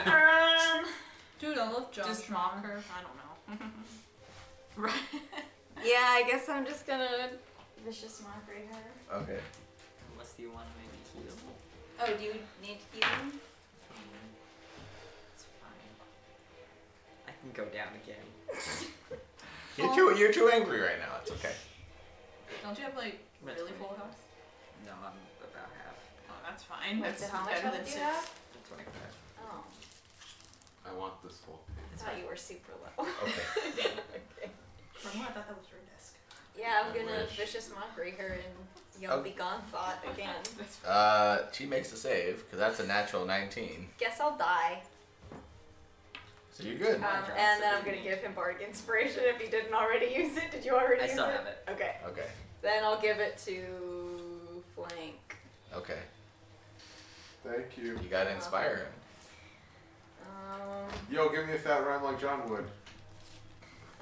[SPEAKER 5] dude, I love John.
[SPEAKER 8] Just
[SPEAKER 5] wrong her. I don't know.
[SPEAKER 8] Right.
[SPEAKER 15] Yeah, I guess I'm just gonna vicious mockery her.
[SPEAKER 1] Okay.
[SPEAKER 2] Unless you want to maybe heal.
[SPEAKER 8] Oh, do you need healing?
[SPEAKER 2] It's fine. I can go down again.
[SPEAKER 1] You're too you're too angry right now. It's okay.
[SPEAKER 5] Don't you have like really full health?
[SPEAKER 2] No, I'm about half.
[SPEAKER 5] Oh, that's fine.
[SPEAKER 8] Wait,
[SPEAKER 5] That's
[SPEAKER 8] so how much
[SPEAKER 5] better
[SPEAKER 8] health
[SPEAKER 5] than
[SPEAKER 8] do you
[SPEAKER 5] six.
[SPEAKER 8] have?
[SPEAKER 2] I'm 25.
[SPEAKER 8] Oh,
[SPEAKER 16] I want this whole.
[SPEAKER 8] I thought you were super low.
[SPEAKER 1] Oh. Okay.
[SPEAKER 5] Remember, I thought that was your desk.
[SPEAKER 8] Yeah, I'm
[SPEAKER 1] I
[SPEAKER 8] gonna
[SPEAKER 1] wish.
[SPEAKER 8] vicious mockery her and yell
[SPEAKER 1] Oh.
[SPEAKER 8] be gone thought again.
[SPEAKER 1] Uh, she makes a save because that's a natural 19.
[SPEAKER 8] Guess I'll die.
[SPEAKER 1] So you're good.
[SPEAKER 8] Um, and then I'm gonna give him bardic inspiration if he didn't already use it. Did you already
[SPEAKER 2] I
[SPEAKER 8] use
[SPEAKER 2] still
[SPEAKER 8] it?
[SPEAKER 2] have it.
[SPEAKER 8] Okay.
[SPEAKER 1] Okay.
[SPEAKER 8] Then I'll give it to flank.
[SPEAKER 1] Okay.
[SPEAKER 11] Thank you.
[SPEAKER 1] You gotta inspire him.
[SPEAKER 8] Um,
[SPEAKER 11] Yo, give me a fat rhyme like John would.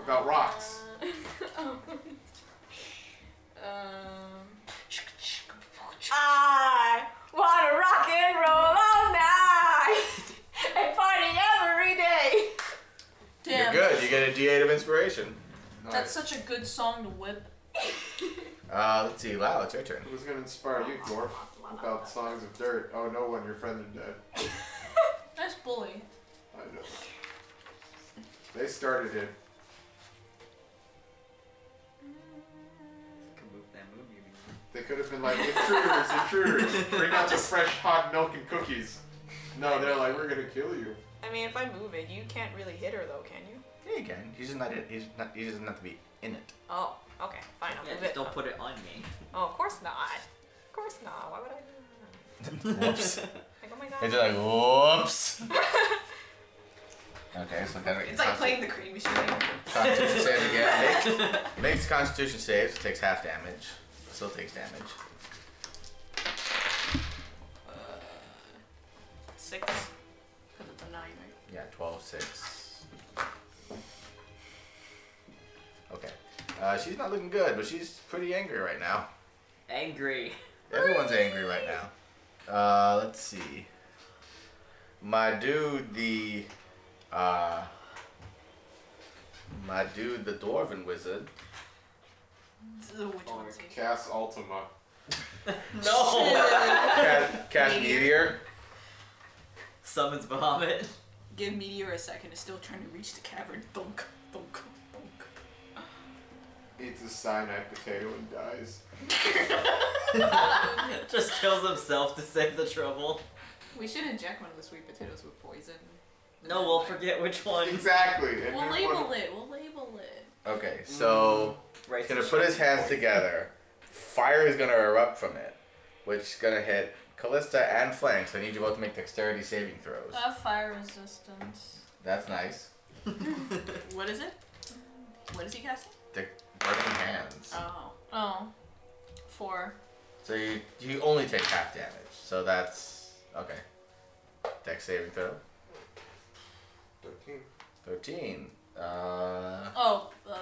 [SPEAKER 11] About rocks.
[SPEAKER 8] um, I wanna rock and roll all night and party every day.
[SPEAKER 5] Damn.
[SPEAKER 1] You're good. You get a D8 of inspiration.
[SPEAKER 5] That's such a good song to whip.
[SPEAKER 1] Uh, let's see. Lau, it's your turn.
[SPEAKER 11] Who's gonna inspire you, Dwarf? About songs of dirt. Oh, no one. Your friends are dead.
[SPEAKER 5] Nice bully.
[SPEAKER 11] I know. They started it.
[SPEAKER 2] You can move that move you
[SPEAKER 11] They could have been like, intruders, intruders, bring out the fresh hot milk and cookies. No, they're like, we're gonna kill you.
[SPEAKER 7] I mean, if I move it, you can't really hit her though, can you?
[SPEAKER 1] Yeah, you can. He's just not. He's not. He doesn't have to be in it.
[SPEAKER 7] Oh, okay, fine. I'll
[SPEAKER 2] Yeah,
[SPEAKER 7] move
[SPEAKER 2] just
[SPEAKER 7] it.
[SPEAKER 2] don't put it on me.
[SPEAKER 7] Oh, of course not. Of course not. Why would I? do
[SPEAKER 1] Whoops.
[SPEAKER 7] that? Like, oh my god.
[SPEAKER 1] It's like whoops. okay, so then
[SPEAKER 7] It's like playing the creepy shooting.
[SPEAKER 1] Constitution save again. Makes, makes Constitution saves. Takes half damage. Still takes damage.
[SPEAKER 7] Six. Because it's a nine, right?
[SPEAKER 1] Yeah, 12, 6. Okay. Uh, she's not looking good, but she's pretty angry right now.
[SPEAKER 2] Angry.
[SPEAKER 1] Everyone's angry right now. Uh, let's see. My dude, the. Uh, my dude, the dwarven wizard.
[SPEAKER 5] Which one's it?
[SPEAKER 11] Cass Ultima.
[SPEAKER 2] No!
[SPEAKER 1] Cast, cast Meteor.
[SPEAKER 2] Summons Bahamut.
[SPEAKER 7] Give Meteor a second. It's still trying to reach the cavern. Thunk, thunk, thunk.
[SPEAKER 11] Eats a cyanide potato and dies.
[SPEAKER 2] Just kills himself to save the trouble.
[SPEAKER 7] We should inject one of the sweet potatoes with poison.
[SPEAKER 2] No, we'll forget which one.
[SPEAKER 11] Exactly. And
[SPEAKER 5] We'll
[SPEAKER 11] then
[SPEAKER 5] label
[SPEAKER 11] one-
[SPEAKER 5] it. We'll label it.
[SPEAKER 1] Okay, so.
[SPEAKER 2] Right.
[SPEAKER 1] He's gonna put his hands together. Fire is gonna erupt from it, which is gonna hit Callista and Flanks. I need you both to make dexterity saving throws.
[SPEAKER 5] I have Uh, fire resistance.
[SPEAKER 1] That's nice.
[SPEAKER 7] What is it? What is he casting?
[SPEAKER 1] De- burning hands.
[SPEAKER 7] Oh.
[SPEAKER 5] Oh. Four.
[SPEAKER 1] So you, you only take half damage. So that's okay. Dex saving throw.
[SPEAKER 11] Thirteen.
[SPEAKER 1] Thirteen. Uh,
[SPEAKER 5] Oh, uh,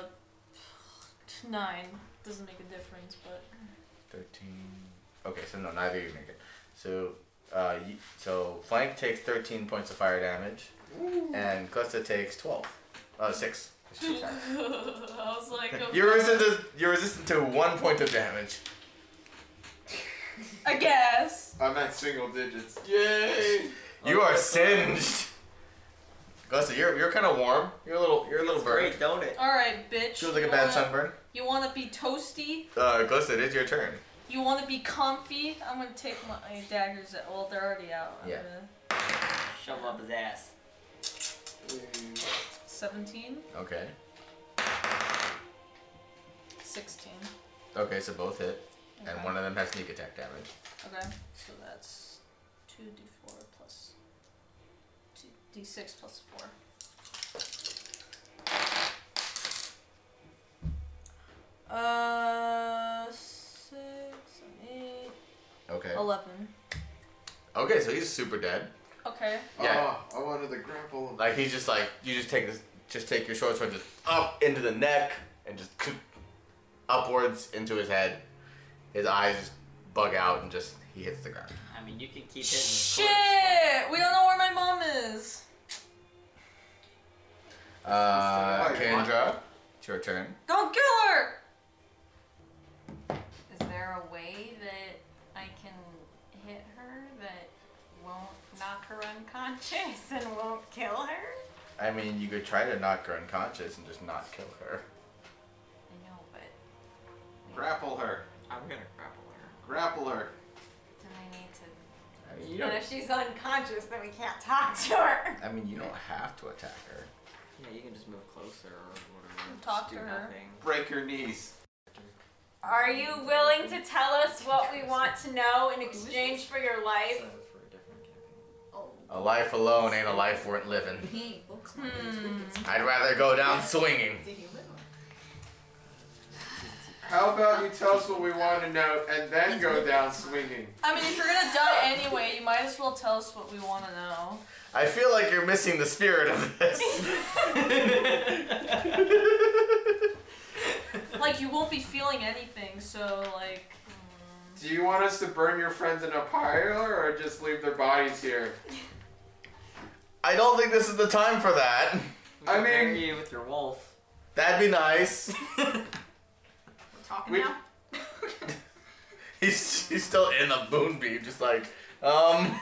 [SPEAKER 5] nine. Doesn't make a difference, but.
[SPEAKER 1] thirteen. Okay, so no, neither of you make it. So, uh, you, so Flank takes thirteen points of fire damage, and Callista takes twelve. Uh, six.
[SPEAKER 5] I was like, okay.
[SPEAKER 1] You're resistant. You're resistant to one point of damage.
[SPEAKER 5] I guess.
[SPEAKER 11] I'm at single digits. Yay!
[SPEAKER 1] You are singed. Gusta, you're you're kind of warm. You're a little you're a little burnt.
[SPEAKER 2] Great, don't it?
[SPEAKER 5] Alright, bitch.
[SPEAKER 1] Feels like a
[SPEAKER 5] You
[SPEAKER 1] bad
[SPEAKER 5] wanna-
[SPEAKER 1] sunburn.
[SPEAKER 5] You wanna be toasty?
[SPEAKER 1] Uh, Gusta, it is your turn.
[SPEAKER 5] You wanna be comfy? I'm gonna take my daggers out. Well, they're already out. Uh, I'm
[SPEAKER 1] Yeah.
[SPEAKER 5] gonna-
[SPEAKER 2] Shove up his ass.
[SPEAKER 5] 17,
[SPEAKER 1] Okay.
[SPEAKER 5] 16.
[SPEAKER 1] Okay, so both hit, and
[SPEAKER 5] Okay.
[SPEAKER 1] one of them has sneak attack damage.
[SPEAKER 5] Okay, so that's 2d4 plus. 2d6 plus 4. Uh, six, seven, eight.
[SPEAKER 1] Okay.
[SPEAKER 5] Eleven.
[SPEAKER 1] Okay, so he's super dead.
[SPEAKER 5] Okay.
[SPEAKER 11] Ah,
[SPEAKER 1] Yeah.
[SPEAKER 12] I wanted to grapple him.
[SPEAKER 1] Like he's just like you just take this, just take your short sword just up into the neck and just upwards into his head. His eyes just bug out and just he hits the ground.
[SPEAKER 2] I mean, you can keep hitting. the
[SPEAKER 5] Shit! We don't know where my mom is.
[SPEAKER 1] Uh,
[SPEAKER 2] Wait, what?
[SPEAKER 1] Kendra, it's your turn.
[SPEAKER 5] Don't kill her.
[SPEAKER 8] Is there a way that I can hit her that won't knock her unconscious and won't kill her?
[SPEAKER 1] I mean, you could try to knock her unconscious and just not kill her.
[SPEAKER 8] I know, but
[SPEAKER 12] Grapple her.
[SPEAKER 2] I'm gonna grapple her.
[SPEAKER 12] Grapple her.
[SPEAKER 8] then I need to.
[SPEAKER 1] I mean, you
[SPEAKER 8] And
[SPEAKER 1] don't.
[SPEAKER 8] if she's unconscious, then we can't talk to her.
[SPEAKER 1] I mean, you don't have to attack her.
[SPEAKER 2] Yeah, you can just move closer or whatever.
[SPEAKER 5] And talk
[SPEAKER 2] just
[SPEAKER 5] to
[SPEAKER 2] do
[SPEAKER 5] her.
[SPEAKER 2] Nothing.
[SPEAKER 12] Break your knees.
[SPEAKER 8] Are you willing to tell us what we want to know in exchange for your life?
[SPEAKER 2] Set it for a different campaign.
[SPEAKER 7] Oh,
[SPEAKER 1] A life alone ain't a life worth living.
[SPEAKER 7] Hmm.
[SPEAKER 5] Hmm.
[SPEAKER 1] I'd rather go down swinging.
[SPEAKER 12] How about you tell us what we want to know and then go down swinging?
[SPEAKER 5] I mean, if you're gonna die anyway, you might as well tell us what we want to know.
[SPEAKER 1] I feel like you're missing the spirit of this.
[SPEAKER 5] Like, you won't be feeling anything, so like,
[SPEAKER 12] Do you want us to burn your friends in a pyre or just leave their bodies here?
[SPEAKER 1] I don't think this is the time for that.
[SPEAKER 2] We
[SPEAKER 12] I
[SPEAKER 2] can bury
[SPEAKER 12] mean,
[SPEAKER 2] you with your wolf.
[SPEAKER 1] That'd be nice.
[SPEAKER 7] We're talking
[SPEAKER 12] We-
[SPEAKER 7] now.
[SPEAKER 1] He's, he's still in a moonbeam, just like, um.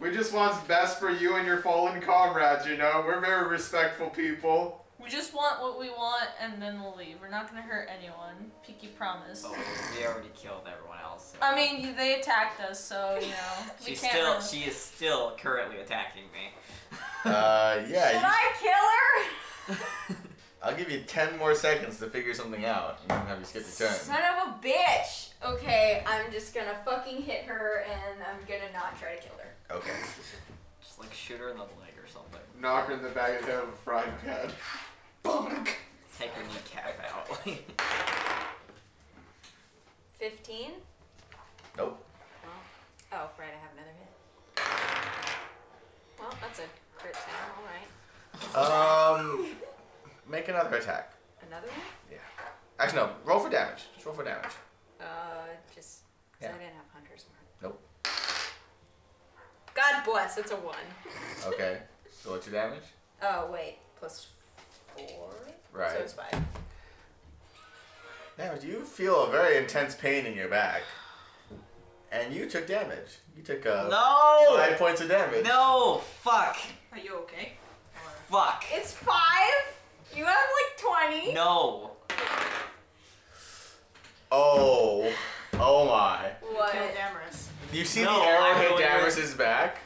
[SPEAKER 12] we just want's best for you and your fallen comrades, you know? We're very respectful people.
[SPEAKER 5] we just want what we want, and then we'll leave. We're not gonna hurt anyone. Peaky promise.
[SPEAKER 2] Oh, we already killed everyone else. so-
[SPEAKER 5] I mean, they attacked us, so you know we
[SPEAKER 2] she's
[SPEAKER 5] can't.
[SPEAKER 2] still
[SPEAKER 5] really-
[SPEAKER 2] she is still currently attacking me.
[SPEAKER 1] Uh,
[SPEAKER 8] Should
[SPEAKER 1] yeah.
[SPEAKER 8] I kill her?
[SPEAKER 1] I'll give you 10 more seconds to figure something out. You can have you skip your turn.
[SPEAKER 8] Son of a bitch! Okay, I'm just gonna fucking hit her and I'm gonna not try to kill her.
[SPEAKER 1] Okay.
[SPEAKER 2] Just like shoot her in the leg or something.
[SPEAKER 12] Knock her in the back of the head with a frying pan. Bonk.
[SPEAKER 2] Take her kneecap out.
[SPEAKER 8] 15?
[SPEAKER 1] Nope.
[SPEAKER 8] Oh, right, I have another hit. Well, that's a crit sound, alright.
[SPEAKER 1] Um. Make another attack.
[SPEAKER 8] Another one?
[SPEAKER 1] Actually, no. Roll for damage. Just roll for damage.
[SPEAKER 8] Uh, just. 'cause
[SPEAKER 1] Yeah.
[SPEAKER 8] I didn't have Hunter's Mark.
[SPEAKER 1] Nope.
[SPEAKER 8] God bless, it's a 1.
[SPEAKER 1] Okay. So what's your damage?
[SPEAKER 8] Oh, wait, plus 4?
[SPEAKER 1] Right.
[SPEAKER 8] So it's 5.
[SPEAKER 1] Now, you feel a very intense pain in your back. And you took damage. You took uh,
[SPEAKER 2] no!
[SPEAKER 1] five points of damage.
[SPEAKER 2] No! Fuck!
[SPEAKER 7] Are you okay?
[SPEAKER 2] Fuck!
[SPEAKER 8] It's 5? You have like 20?
[SPEAKER 2] No!
[SPEAKER 1] Oh. Oh my.
[SPEAKER 8] What?
[SPEAKER 7] Kill Damaris.
[SPEAKER 1] You see
[SPEAKER 2] No,
[SPEAKER 1] the arrow
[SPEAKER 2] I
[SPEAKER 1] hit
[SPEAKER 2] know you're-
[SPEAKER 1] Damaris's back,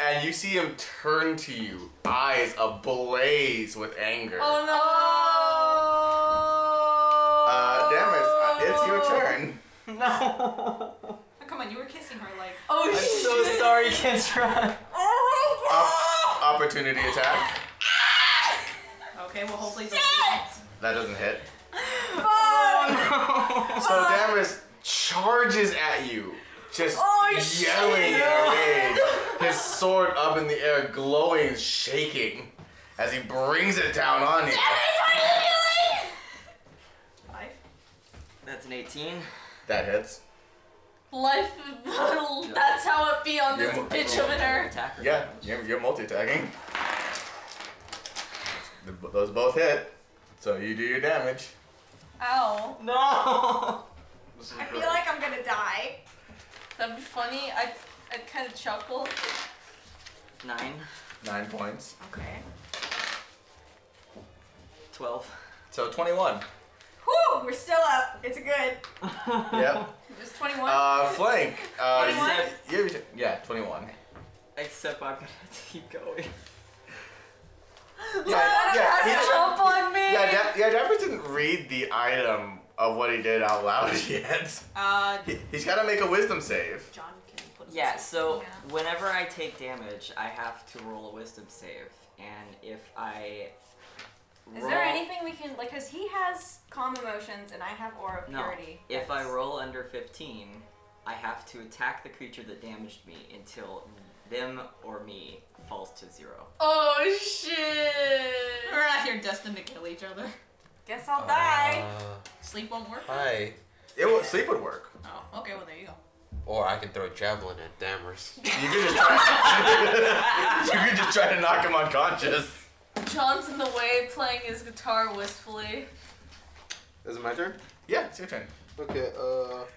[SPEAKER 1] and you see him turn to you, eyes ablaze with anger.
[SPEAKER 5] Oh no!
[SPEAKER 1] Uh, Damaris, uh, it's your turn.
[SPEAKER 2] No!
[SPEAKER 7] Oh, come on, you were kissing her like.
[SPEAKER 5] Oh
[SPEAKER 2] I'm
[SPEAKER 5] shit! Oh
[SPEAKER 2] so sorry, Kendra.
[SPEAKER 1] Op- opportunity attack.
[SPEAKER 7] Okay, well hopefully. Shit!
[SPEAKER 1] That doesn't hit.
[SPEAKER 2] No!
[SPEAKER 1] So Damaris charges at you, just yelling at me. His sword up in the air, glowing, shaking, as he brings it down on you.
[SPEAKER 7] Five.
[SPEAKER 2] That's an 18.
[SPEAKER 1] That hits.
[SPEAKER 5] Life. that's how it be on this
[SPEAKER 1] Yeah.
[SPEAKER 5] bitch over there.
[SPEAKER 2] Attack her.
[SPEAKER 1] Yeah, you're, you're multi-tagging. The- Those both hit, so you do your damage.
[SPEAKER 5] Ow.
[SPEAKER 2] No!
[SPEAKER 12] This is
[SPEAKER 8] I feel
[SPEAKER 12] great.
[SPEAKER 8] like I'm gonna die.
[SPEAKER 5] That'd be funny. I I kind of chuckle.
[SPEAKER 2] Nine.
[SPEAKER 1] Nine points.
[SPEAKER 8] Okay.
[SPEAKER 2] Twelve.
[SPEAKER 1] So 21.
[SPEAKER 8] Whew, we're still up. It's good.
[SPEAKER 1] Yep.
[SPEAKER 8] Just 21.
[SPEAKER 1] Uh, flank. Uh, you-
[SPEAKER 2] 21?
[SPEAKER 1] you have your t- yeah, 21.
[SPEAKER 2] Except I'm gonna have to keep going.
[SPEAKER 1] Yeah, yeah, yeah,
[SPEAKER 5] Jump on me.
[SPEAKER 1] yeah, Da- yeah, Dapper didn't read the item of what he did out loud yet.
[SPEAKER 7] Uh,
[SPEAKER 1] He, he's gotta make a wisdom save.
[SPEAKER 7] John can put.
[SPEAKER 2] Yeah, so
[SPEAKER 8] Yeah.
[SPEAKER 2] whenever I take damage, I have to roll a wisdom save. And if I
[SPEAKER 3] Is there
[SPEAKER 2] Roll-
[SPEAKER 3] anything we can like? Cause he has calm emotions and I have aura of
[SPEAKER 2] No.
[SPEAKER 3] purity.
[SPEAKER 2] If I roll under 15, I have to attack the creature that damaged me until them or me falls to zero.
[SPEAKER 5] Oh shit!
[SPEAKER 7] We're out here destined to kill each other.
[SPEAKER 3] Guess I'll
[SPEAKER 20] Uh,
[SPEAKER 7] Sleep won't work.
[SPEAKER 20] hi.
[SPEAKER 1] It would sleep would work.
[SPEAKER 7] Oh, okay. Well, there you go.
[SPEAKER 20] Or I can throw a javelin at Dammers.
[SPEAKER 1] You could just try. you could just try to knock him unconscious.
[SPEAKER 5] John's in the way playing his guitar wistfully.
[SPEAKER 16] Is it my turn?
[SPEAKER 1] Yeah, it's your turn.
[SPEAKER 16] Okay, uh.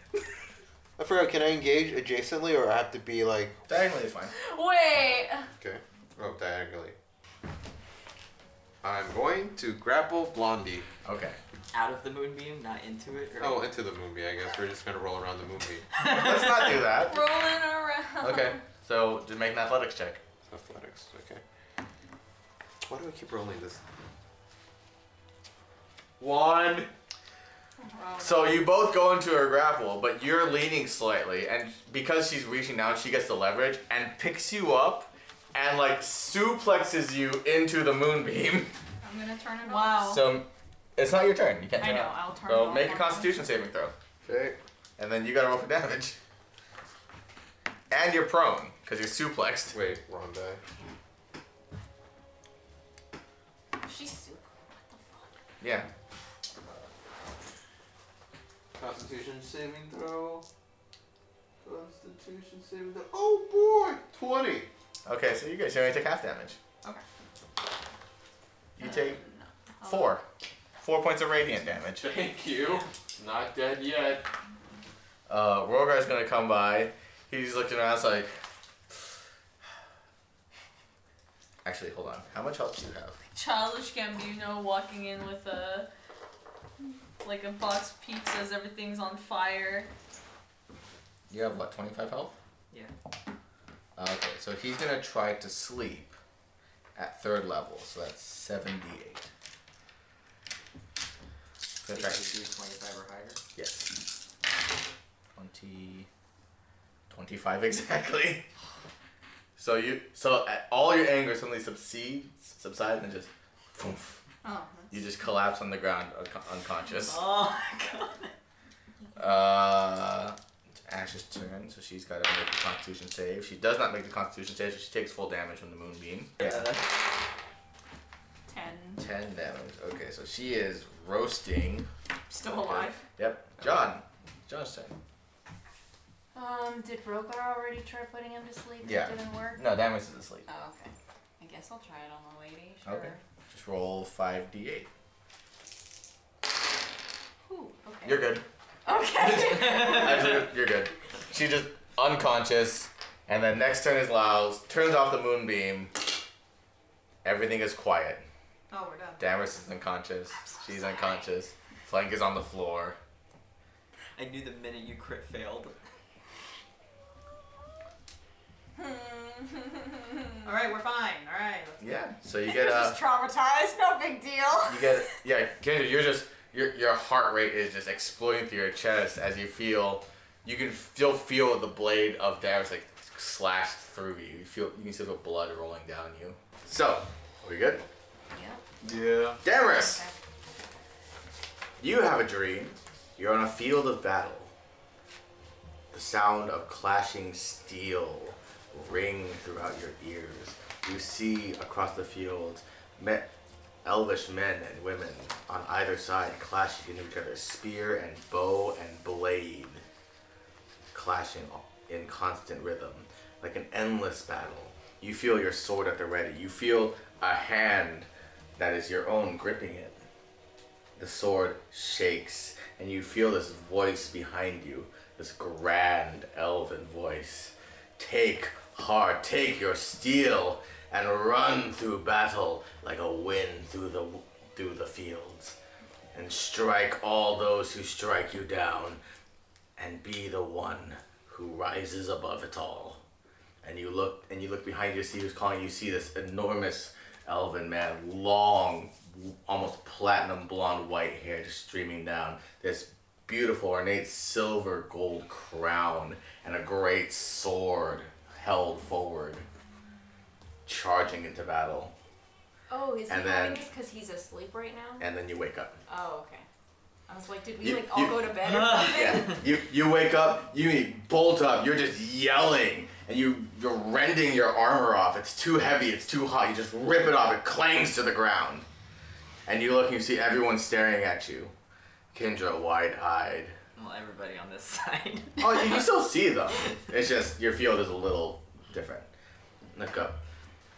[SPEAKER 16] I forgot, can I engage adjacently or I have to be like.
[SPEAKER 1] Diagonally is fine.
[SPEAKER 5] Wait.
[SPEAKER 16] Okay. Oh, diagonally. I'm going to grapple Blondie.
[SPEAKER 1] Okay.
[SPEAKER 2] Out of the moonbeam, not into it. Or
[SPEAKER 16] Oh, into the moonbeam, I guess. We're just gonna roll around the moonbeam.
[SPEAKER 1] Let's not do that.
[SPEAKER 5] Rolling around.
[SPEAKER 1] Okay. So just make an athletics check.
[SPEAKER 16] Athletics, okay. Why do I keep rolling this?
[SPEAKER 1] One. So you both go into her grapple, but you're leaning slightly, and because she's reaching down, she gets the leverage and picks you up, and like suplexes you into the moonbeam.
[SPEAKER 7] I'm gonna turn it
[SPEAKER 5] Wow.
[SPEAKER 7] off.
[SPEAKER 1] So it's not your turn. You can't.
[SPEAKER 7] Oh. I
[SPEAKER 1] Turn
[SPEAKER 7] know,
[SPEAKER 1] off.
[SPEAKER 7] I'll turn it
[SPEAKER 1] So
[SPEAKER 7] off
[SPEAKER 1] make a
[SPEAKER 7] on
[SPEAKER 1] Constitution saving throw.
[SPEAKER 16] Okay.
[SPEAKER 1] And then you gotta roll for damage. And you're prone because you're suplexed.
[SPEAKER 16] Wait, wrong die.
[SPEAKER 5] She's super.
[SPEAKER 1] Yeah.
[SPEAKER 16] Constitution saving throw. Constitution saving throw. Oh boy! 20!
[SPEAKER 1] Okay, so you guys you only take half damage.
[SPEAKER 7] Okay.
[SPEAKER 1] You take four. Four points of radiant damage. Thank you. Not dead yet. Uh, Rogar's gonna come by. He's looking around, it's like. Actually, hold on. How much health do you have?
[SPEAKER 5] Childish Gambino walking in with a like a box of pizzas. Everything's on fire.
[SPEAKER 1] You have what, 25 health?
[SPEAKER 2] Yeah.
[SPEAKER 1] Uh, okay, so he's gonna try to sleep at third level, so that's 78.
[SPEAKER 2] If
[SPEAKER 1] That's
[SPEAKER 2] you
[SPEAKER 1] right.
[SPEAKER 2] do 25 or higher.
[SPEAKER 1] Yes. 20, 25 exactly. So you, so at all your anger suddenly subsides, subsides, and just, poof,
[SPEAKER 7] Oh.
[SPEAKER 1] you just collapse on the ground unco- unconscious.
[SPEAKER 2] Oh my god.
[SPEAKER 1] Uh, it's Ash's turn, so she's got to make the Constitution save. She does not make the Constitution save, so she takes full damage from the moonbeam. Yeah.
[SPEAKER 5] Ten.
[SPEAKER 1] Ten damage. Okay, so she is roasting.
[SPEAKER 7] Still alive.
[SPEAKER 1] Yep. John. John's turn.
[SPEAKER 3] Um, did Rogar already try putting him to sleep?
[SPEAKER 1] Yeah.
[SPEAKER 3] It didn't work.
[SPEAKER 1] No, damage is asleep.
[SPEAKER 3] Oh, okay. I guess I'll try it on the lady. Sure.
[SPEAKER 1] Okay. Just roll five d8.
[SPEAKER 3] Ooh, okay.
[SPEAKER 1] You're good.
[SPEAKER 3] Okay.
[SPEAKER 1] Actually, you're good. She just unconscious, and then next turn is Lao's. Turns off the moonbeam. Everything is quiet.
[SPEAKER 7] Oh, we're done.
[SPEAKER 1] Damaris is unconscious. She's unconscious. Flank is on the floor.
[SPEAKER 2] I knew the minute you crit failed.
[SPEAKER 7] All right, we're fine. All right. Let's
[SPEAKER 1] Yeah. So you get uh, a.
[SPEAKER 15] just traumatized. No big deal.
[SPEAKER 1] You get yeah, Kendra. You're just your your heart rate is just exploding through your chest as you feel. You can still feel the blade of Damaris like slash through you. You feel you can still feel blood rolling down you. So, are we good?
[SPEAKER 4] Yeah.
[SPEAKER 1] Damaris, you have a dream. You're on a field of battle. The sound of clashing steel ring throughout your ears. You see across the field me- elvish men and women on either side clashing into each other, spear and bow and blade clashing in constant rhythm, like an endless battle. You feel your sword at the ready. You feel a hand that is your own gripping it. The sword shakes, and you feel this voice behind you, this grand elven voice. Take heart, take your steel, and run through battle like a wind through the through the fields, and strike all those who strike you down, and be the one who rises above it all. And you look and you look behind you to see who's calling. You see this enormous elven man, long, almost platinum blonde white hair just streaming down. This beautiful ornate silver gold crown and a great sword held forward, charging into battle.
[SPEAKER 8] Oh, is he
[SPEAKER 1] And
[SPEAKER 8] having
[SPEAKER 1] then-
[SPEAKER 8] this because he's asleep right now?
[SPEAKER 1] and then you wake up.
[SPEAKER 8] Oh, okay. I was like, did we
[SPEAKER 1] You-
[SPEAKER 8] like all
[SPEAKER 1] you-
[SPEAKER 8] go to bed or something?
[SPEAKER 1] Yeah. You you wake up, you bolt up, you're just yelling, and you you're rending your armor off. It's too heavy, it's too hot. You just rip it off. It clangs to the ground, and you look and you see everyone staring at you. Kendra wide-eyed.
[SPEAKER 2] Well, everybody on this side.
[SPEAKER 1] Oh, you can still see them. It's just your field is a little different. Look up,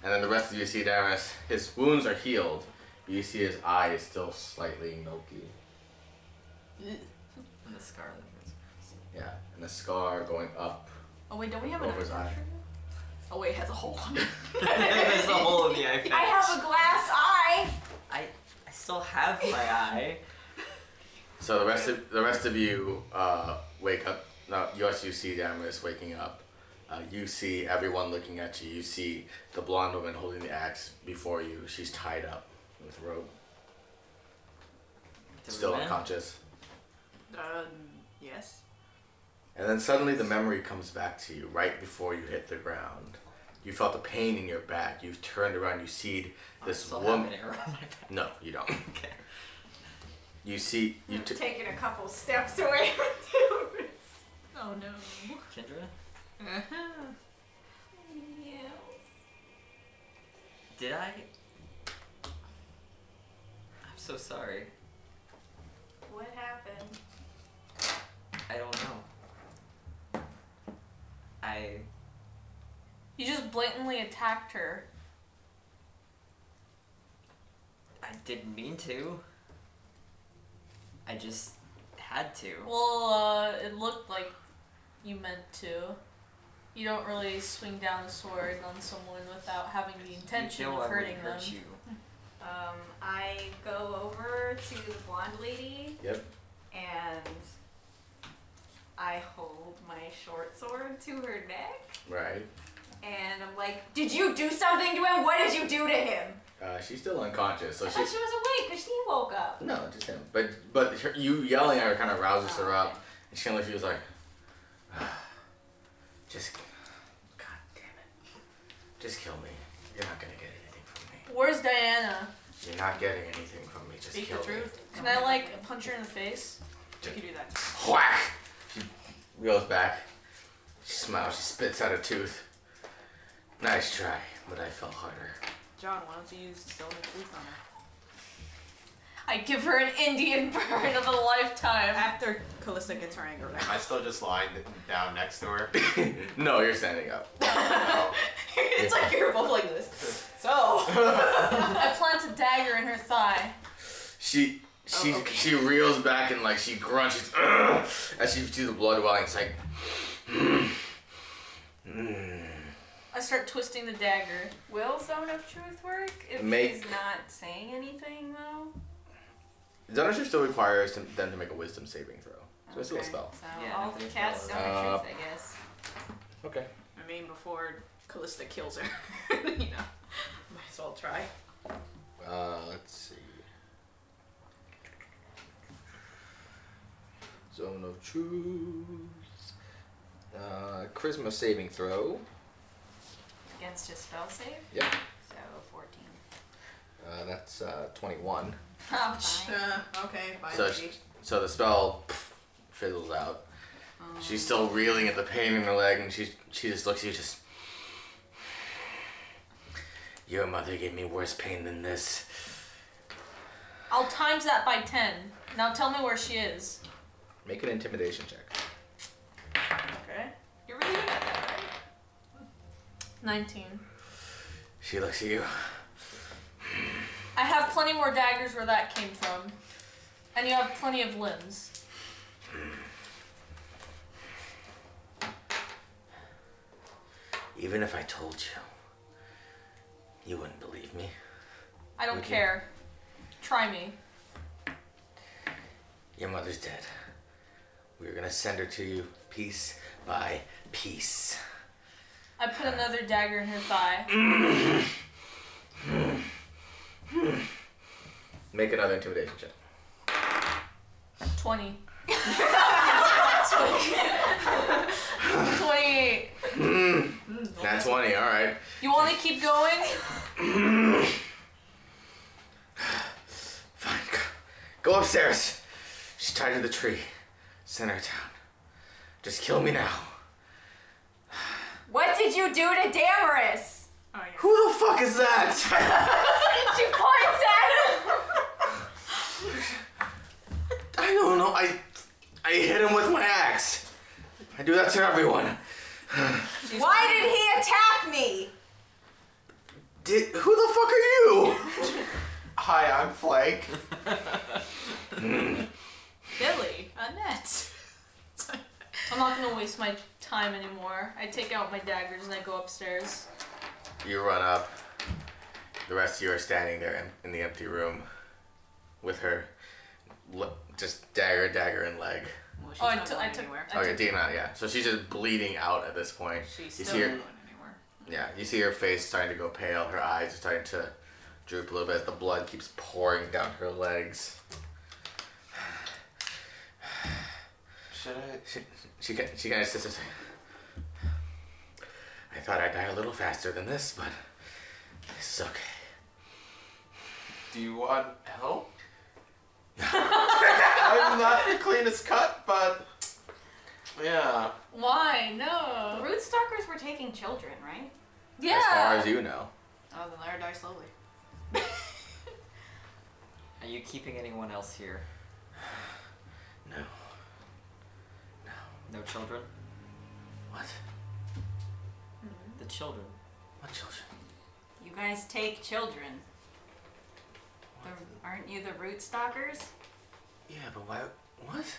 [SPEAKER 1] and then the rest of you see Damaris. His wounds are healed, but you see his eye is still slightly milky.
[SPEAKER 2] And the scar. on the first-
[SPEAKER 1] Yeah, and the scar going up
[SPEAKER 7] Oh wait, don't we have
[SPEAKER 1] over his
[SPEAKER 7] another?
[SPEAKER 1] eye.
[SPEAKER 7] Oh wait, it has a hole.
[SPEAKER 2] There's a hole in the eye patch.
[SPEAKER 8] I have a glass eye.
[SPEAKER 2] I, I still have my eye.
[SPEAKER 1] So the rest of the rest of you uh, wake up. No, yes, you see Damaris waking up. Uh, you see everyone looking at you. You see the blonde woman holding the axe before you. She's tied up with rope,
[SPEAKER 2] The
[SPEAKER 1] still
[SPEAKER 2] woman?
[SPEAKER 1] unconscious.
[SPEAKER 7] Um, yes.
[SPEAKER 1] And then suddenly the memory comes back to you right before you hit the ground. You felt the pain in your back. You've turned around. You see this
[SPEAKER 2] still have
[SPEAKER 1] woman.
[SPEAKER 2] an arrow in my back.
[SPEAKER 1] No, you don't. okay. You see you.
[SPEAKER 2] Hmm.
[SPEAKER 8] I'm
[SPEAKER 1] T-
[SPEAKER 8] taking a couple steps away from Damaris.
[SPEAKER 7] Oh no.
[SPEAKER 2] Kendra,
[SPEAKER 7] Uh-huh.
[SPEAKER 2] did I? I'm so sorry.
[SPEAKER 8] What happened?
[SPEAKER 2] I don't know. I.
[SPEAKER 5] You just blatantly attacked her.
[SPEAKER 2] I didn't mean to. I just had to.
[SPEAKER 5] Well, uh, it looked like you meant to. You don't really swing down a sword on someone without having the intention
[SPEAKER 2] you know
[SPEAKER 5] of
[SPEAKER 2] I
[SPEAKER 5] hurting
[SPEAKER 2] wouldn't
[SPEAKER 5] them.
[SPEAKER 2] hurt you.
[SPEAKER 8] Um, I go over to the blonde lady
[SPEAKER 1] yep.
[SPEAKER 8] and I hold my short sword to her neck
[SPEAKER 1] Right.
[SPEAKER 8] and I'm like, Did you do something to him? What did you do to him?
[SPEAKER 1] Uh, she's still unconscious. So
[SPEAKER 8] I
[SPEAKER 1] she's.
[SPEAKER 8] thought she was awake because she woke up.
[SPEAKER 1] No, just him. But but her, you yelling at her kind of rouses her
[SPEAKER 5] Oh,
[SPEAKER 1] up, and she kind of looks. She was like, just, God damn it, just kill me. You're not gonna get anything from me.
[SPEAKER 5] Where's Diana?
[SPEAKER 1] You're not getting anything from me. Just
[SPEAKER 5] Speak
[SPEAKER 1] kill
[SPEAKER 5] the
[SPEAKER 1] me.
[SPEAKER 5] truth. Can I like punch her in the face?
[SPEAKER 1] You can
[SPEAKER 5] do that.
[SPEAKER 1] Whack. She goes back. She smiles. She spits out a tooth. Nice try, but I fell harder.
[SPEAKER 7] John, why don't you use stone and truth on her?
[SPEAKER 5] I give her an Indian burn of a lifetime.
[SPEAKER 7] After Callista gets her anger back.
[SPEAKER 4] Am I still just lying down next to her?
[SPEAKER 1] no, you're standing up.
[SPEAKER 7] it's like you're both like this. So
[SPEAKER 5] I plant a dagger in her thigh.
[SPEAKER 1] She she she reels back and like she grunts she's, "Ugh," as she sees the blood welling. It's like. "Hmm."
[SPEAKER 5] I start twisting the dagger.
[SPEAKER 8] Will Zone of Truth work if
[SPEAKER 1] Make-
[SPEAKER 8] he's not saying anything though?
[SPEAKER 1] Zonature still requires them them to make a wisdom saving throw. So it's still a
[SPEAKER 7] Okay.
[SPEAKER 1] spell.
[SPEAKER 8] So
[SPEAKER 2] Yeah,
[SPEAKER 8] I'll
[SPEAKER 2] if they
[SPEAKER 8] cast Zone
[SPEAKER 1] follow
[SPEAKER 8] of
[SPEAKER 1] us.
[SPEAKER 8] Truth, I guess.
[SPEAKER 1] Okay.
[SPEAKER 7] I mean, before Callista kills her, you know, might as well try.
[SPEAKER 1] Uh, let's see. Zone of Truth. Uh, charisma saving throw.
[SPEAKER 8] Against a spell save?
[SPEAKER 1] Yep.
[SPEAKER 8] So 14.
[SPEAKER 1] Uh, that's uh, 21.
[SPEAKER 8] Oh,
[SPEAKER 7] Ouch. Uh, okay, bye.
[SPEAKER 1] So,
[SPEAKER 7] Luigi.
[SPEAKER 1] so the spell pff, fizzles out. She's still reeling at the pain in her leg, and she she just looks at you just. Your mother gave me worse pain than this.
[SPEAKER 5] I'll times that by ten. Now tell me where she is.
[SPEAKER 1] Make an intimidation check.
[SPEAKER 5] Okay.
[SPEAKER 7] You're really good at that, right? Hmm.
[SPEAKER 5] Nineteen.
[SPEAKER 1] She looks at you.
[SPEAKER 5] I have plenty more daggers where that came from, and you have plenty of limbs.
[SPEAKER 1] Even if I told you, you wouldn't believe me.
[SPEAKER 5] I don't
[SPEAKER 1] Okay.
[SPEAKER 5] care. Try me.
[SPEAKER 1] Your mother's dead. We're gonna send her to you piece by piece.
[SPEAKER 5] I put another dagger in her thigh.
[SPEAKER 1] Make another intimidation check.
[SPEAKER 5] Twenty. Twenty-eight.
[SPEAKER 1] Hmm. Nat 20, alright.
[SPEAKER 5] You want to keep going?
[SPEAKER 12] Go upstairs. She's tied to the tree. Send her down. Just kill me now.
[SPEAKER 8] What did you do to Damaris?
[SPEAKER 7] Oh,
[SPEAKER 12] Who the fuck is that?
[SPEAKER 8] she points at him.
[SPEAKER 12] I don't know. I I hit him with my axe. I do that to everyone.
[SPEAKER 21] Why did he attack me?
[SPEAKER 12] Did who the fuck are you?
[SPEAKER 1] Hi, I'm Flake.
[SPEAKER 5] Billy. Annette. I'm not gonna waste my time anymore. I take out my daggers and I go upstairs.
[SPEAKER 12] You run up. The rest of you are standing there in, in the empty room with her. Le- just dagger, dagger, and leg.
[SPEAKER 5] oh, I took- I took. I
[SPEAKER 12] Okay,
[SPEAKER 5] took-
[SPEAKER 12] Dina, yeah. So she's just bleeding out at this point.
[SPEAKER 7] She's
[SPEAKER 12] you
[SPEAKER 7] still
[SPEAKER 12] see her,
[SPEAKER 7] not going
[SPEAKER 12] Yeah, you see her face starting to go pale. Her eyes are starting to droop a little bit. The blood keeps pouring down her legs. Should I? She, she, ki- she kind of sits there. I thought I'd die a little faster than this, but this is okay.
[SPEAKER 1] Do you want help? I'm not the cleanest cut, but yeah.
[SPEAKER 5] Why? No.
[SPEAKER 8] Root stalkers Uh, were taking children, right?
[SPEAKER 5] Yeah.
[SPEAKER 12] As far as you know.
[SPEAKER 7] Oh, then let her die slowly.
[SPEAKER 2] Are you keeping anyone else here?
[SPEAKER 12] No.
[SPEAKER 2] No. No children?
[SPEAKER 12] What?
[SPEAKER 2] The children.
[SPEAKER 12] What children?
[SPEAKER 8] You guys take children. The- aren't you the root stalkers?
[SPEAKER 12] Yeah, but why? What?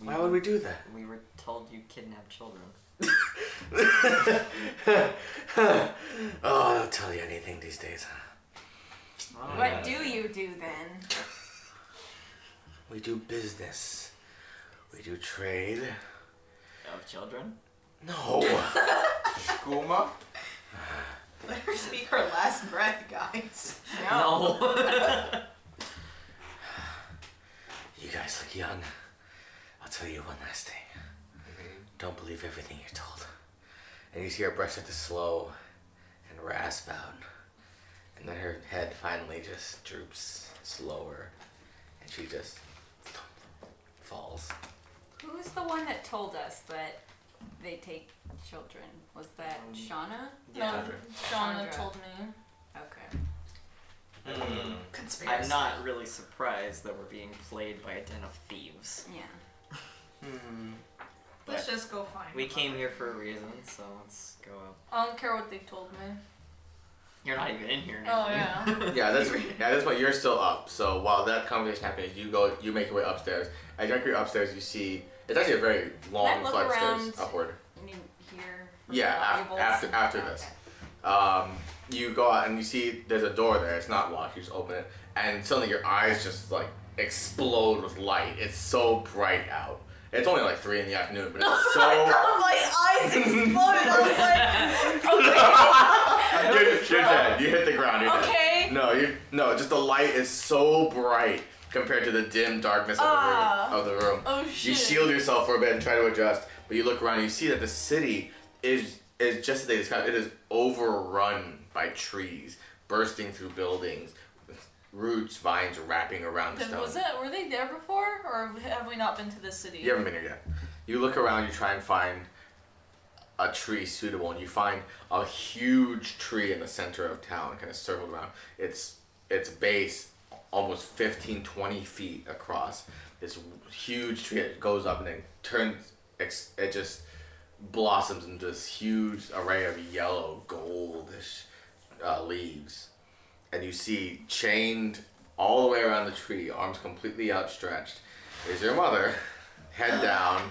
[SPEAKER 12] Why would we do that?
[SPEAKER 2] We were told you kidnapped children.
[SPEAKER 12] Oh, they'll tell you anything these days, huh?
[SPEAKER 5] Oh.
[SPEAKER 2] Oh,
[SPEAKER 8] what do you do then?
[SPEAKER 12] We do business. We do trade.
[SPEAKER 2] Of children?
[SPEAKER 12] No.
[SPEAKER 1] Skooma?
[SPEAKER 7] Let her speak her last breath, guys.
[SPEAKER 12] You guys look young. I'll tell you one last thing.
[SPEAKER 1] Mm-hmm.
[SPEAKER 12] Don't believe everything you're told. And you see her breath start to slow and rasp out. And then her head finally just droops slower. And she just falls.
[SPEAKER 8] Who's the one that told us that they take children? Was that
[SPEAKER 7] Um,
[SPEAKER 8] Shauna?
[SPEAKER 5] No,
[SPEAKER 2] Chandra.
[SPEAKER 5] Shauna
[SPEAKER 8] Chandra.
[SPEAKER 5] told me.
[SPEAKER 8] Okay.
[SPEAKER 1] Mm-hmm.
[SPEAKER 7] Conspiracy.
[SPEAKER 2] I'm not really surprised that we're being played by a den of thieves.
[SPEAKER 8] Yeah.
[SPEAKER 2] Hmm.
[SPEAKER 5] Let's just go find
[SPEAKER 2] We
[SPEAKER 5] them.
[SPEAKER 2] came here for a reason, so let's go up.
[SPEAKER 5] I don't care what they told me.
[SPEAKER 2] You're not even in here now.
[SPEAKER 5] Oh yeah.
[SPEAKER 12] yeah, that's yeah, that's why you're still up. So while that conversation happens, you go, you make your way upstairs. As you make your way upstairs, you see it's actually a very
[SPEAKER 8] Can I
[SPEAKER 12] long
[SPEAKER 8] look
[SPEAKER 12] flight of stairs
[SPEAKER 8] around?
[SPEAKER 12] upward.
[SPEAKER 8] I mean, here. for
[SPEAKER 12] Yeah, af-
[SPEAKER 8] valuables?
[SPEAKER 12] after after this, um, you go out and you see there's a door there. It's not locked. You just open it, and suddenly your eyes just like explode with light. It's so bright out. It's only like three in the afternoon, but it's so.
[SPEAKER 21] my eyes exploded. I was like,
[SPEAKER 12] you're, you're dead. You hit the ground. You're
[SPEAKER 21] Okay.
[SPEAKER 12] Dead. No, you no. Just the light is so bright compared to the dim darkness of the room.
[SPEAKER 21] Ah.
[SPEAKER 12] Of the room.
[SPEAKER 21] Oh,
[SPEAKER 12] You
[SPEAKER 21] shit.
[SPEAKER 12] shield yourself for a bit and try to adjust, but you look around and you see that the city is is just as they described. It is overrun by trees bursting through buildings, with roots, vines wrapping around the
[SPEAKER 5] Then
[SPEAKER 12] stone.
[SPEAKER 5] was it? Were they there before, or have we not been to this city?
[SPEAKER 12] You haven't been here yet. You look around, you try and find a tree suitable, and you find a huge tree in the center of town, kind of circled around. Its its base almost 15, 20 feet across. This huge tree that goes up and then turns, ex- it just blossoms into this huge array of yellow, goldish uh, leaves and you see chained all the way around the tree, arms completely outstretched, is your mother, head down,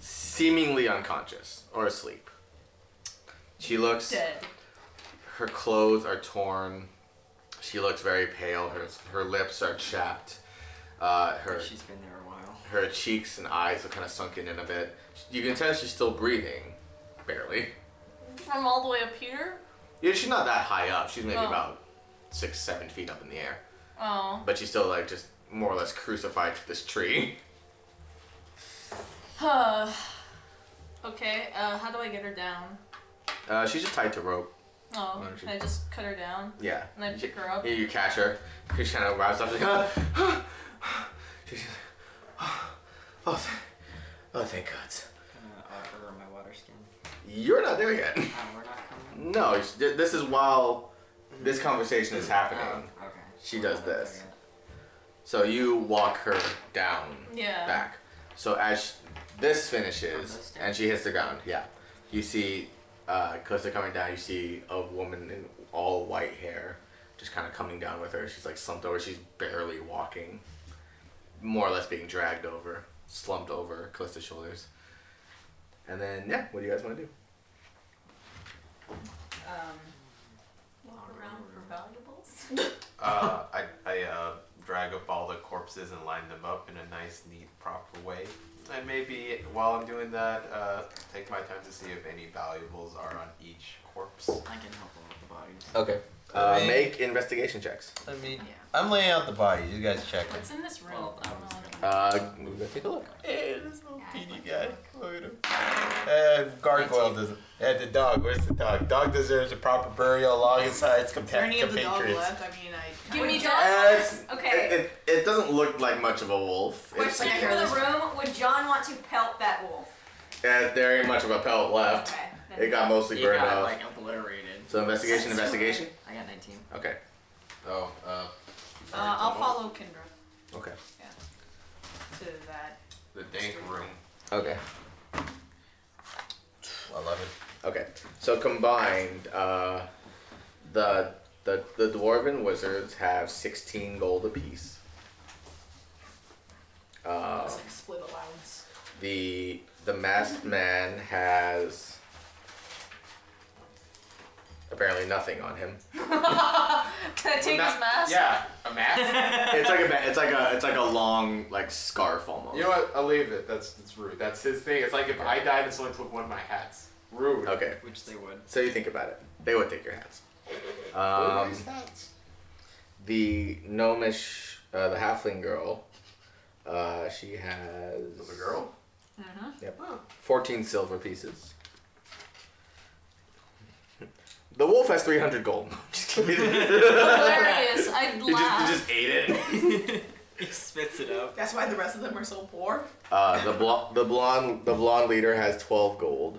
[SPEAKER 12] seemingly unconscious or asleep. She looks.
[SPEAKER 5] Dead.
[SPEAKER 12] Her clothes are torn. She looks very pale. Her her lips are chapped. Uh, her
[SPEAKER 2] She's been there a while.
[SPEAKER 12] her cheeks and eyes are kind of sunken in a bit. You can tell she's still breathing, barely.
[SPEAKER 5] From all the way up here.
[SPEAKER 12] Yeah, she's not that high up. She's maybe
[SPEAKER 5] Oh.
[SPEAKER 12] about six, seven feet up in the air.
[SPEAKER 5] Oh.
[SPEAKER 12] But she's still like just more or less crucified to this tree.
[SPEAKER 5] Huh. okay. Uh, how do I get her down?
[SPEAKER 12] Uh, she's just tied to rope.
[SPEAKER 5] Oh,
[SPEAKER 12] Why don't
[SPEAKER 5] can
[SPEAKER 12] you-
[SPEAKER 5] I just cut her down?
[SPEAKER 12] Yeah.
[SPEAKER 5] And I pick her up.
[SPEAKER 12] You, you catch her. She kind of wraps up. She's "Ah, like, "Ah, ah,
[SPEAKER 22] She's just, oh, oh, th- oh, thank God.
[SPEAKER 2] I'm gonna offer her my water skin.
[SPEAKER 12] You're not there yet.
[SPEAKER 2] Oh, we're not coming.
[SPEAKER 12] No, it's- th- this is while this conversation is happening.
[SPEAKER 2] Oh, okay.
[SPEAKER 12] She does this. So you walk her down.
[SPEAKER 5] Yeah.
[SPEAKER 12] Back. So as sh this finishes and she hits the ground, yeah, you see uh, Calista coming down. You see a woman in all white hair just kind of coming down with her. She's like slumped over. She's barely walking, more or less being dragged over, slumped over Callista's shoulders. And then yeah, what do you guys want to do?
[SPEAKER 5] Um, walk around for valuables.
[SPEAKER 1] Uh, I, I uh, drag up all the corpses and line them up in a nice, neat, proper way. And maybe while I'm doing that, uh, take my time to see if any valuables are on each corpse. I can help them with the bodies.
[SPEAKER 12] Okay. Uh, make investigation checks.
[SPEAKER 4] I mean, I'm laying out the bodies. You guys check.
[SPEAKER 5] What's in this room? Oh.
[SPEAKER 12] Uh, we go take a look.
[SPEAKER 4] Hey, this little PD guy. Look at him. Uh, gargoyle doesn't. And the dog. Where's the dog? Dog deserves a proper burial alongside its compa-
[SPEAKER 7] Is there any of the dog
[SPEAKER 4] compatriots.
[SPEAKER 7] left? I mean, I.
[SPEAKER 2] Oh.
[SPEAKER 8] Give me
[SPEAKER 7] Would-
[SPEAKER 5] Ah,
[SPEAKER 8] dog
[SPEAKER 12] it's-
[SPEAKER 8] Okay.
[SPEAKER 12] It, it, it doesn't look like much of a wolf. It's,
[SPEAKER 8] Question for the room: Would John want to pelt that wolf?
[SPEAKER 12] uh, there ain't much of a pelt left. It got mostly
[SPEAKER 2] You
[SPEAKER 12] burned
[SPEAKER 2] got,
[SPEAKER 12] off.
[SPEAKER 2] like, obliterated.
[SPEAKER 12] So investigation,
[SPEAKER 2] That's-
[SPEAKER 12] investigation?
[SPEAKER 2] I got 19.
[SPEAKER 12] Okay.
[SPEAKER 23] Oh, uh,
[SPEAKER 7] Uh, I'll follow Kendra
[SPEAKER 12] Okay.
[SPEAKER 7] to that.
[SPEAKER 23] the dank room.
[SPEAKER 12] Okay.
[SPEAKER 4] Eleven.
[SPEAKER 12] Okay. So combined, uh, the the the dwarven wizards have sixteen gold apiece. Uh,
[SPEAKER 7] It's like split allowance.
[SPEAKER 12] the the masked man has apparently nothing on him.
[SPEAKER 5] Can I take his mask?
[SPEAKER 12] a mask. it's like a ma- it's like a it's like a long like scarf almost.
[SPEAKER 1] You know what? I'll leave it. That's, that's rude. That's his thing. It's like if I died and someone took one of my hats. Rude.
[SPEAKER 12] Okay.
[SPEAKER 2] Which they would.
[SPEAKER 12] So you think about it. They would take your hats.
[SPEAKER 1] Um,
[SPEAKER 12] Um, the gnomish, uh, the halfling girl, uh, she has. The girl?
[SPEAKER 7] Mm-hmm.
[SPEAKER 12] Yep.
[SPEAKER 7] Oh.
[SPEAKER 12] 14 silver pieces. The wolf has 300 gold. Just kidding.
[SPEAKER 5] Hilarious. I'd
[SPEAKER 12] You just, you
[SPEAKER 5] laugh.
[SPEAKER 12] just ate it.
[SPEAKER 2] he spits it out.
[SPEAKER 7] That's why the rest of them are so poor.
[SPEAKER 12] Uh, the, bl- the blonde the blonde leader has 12 gold.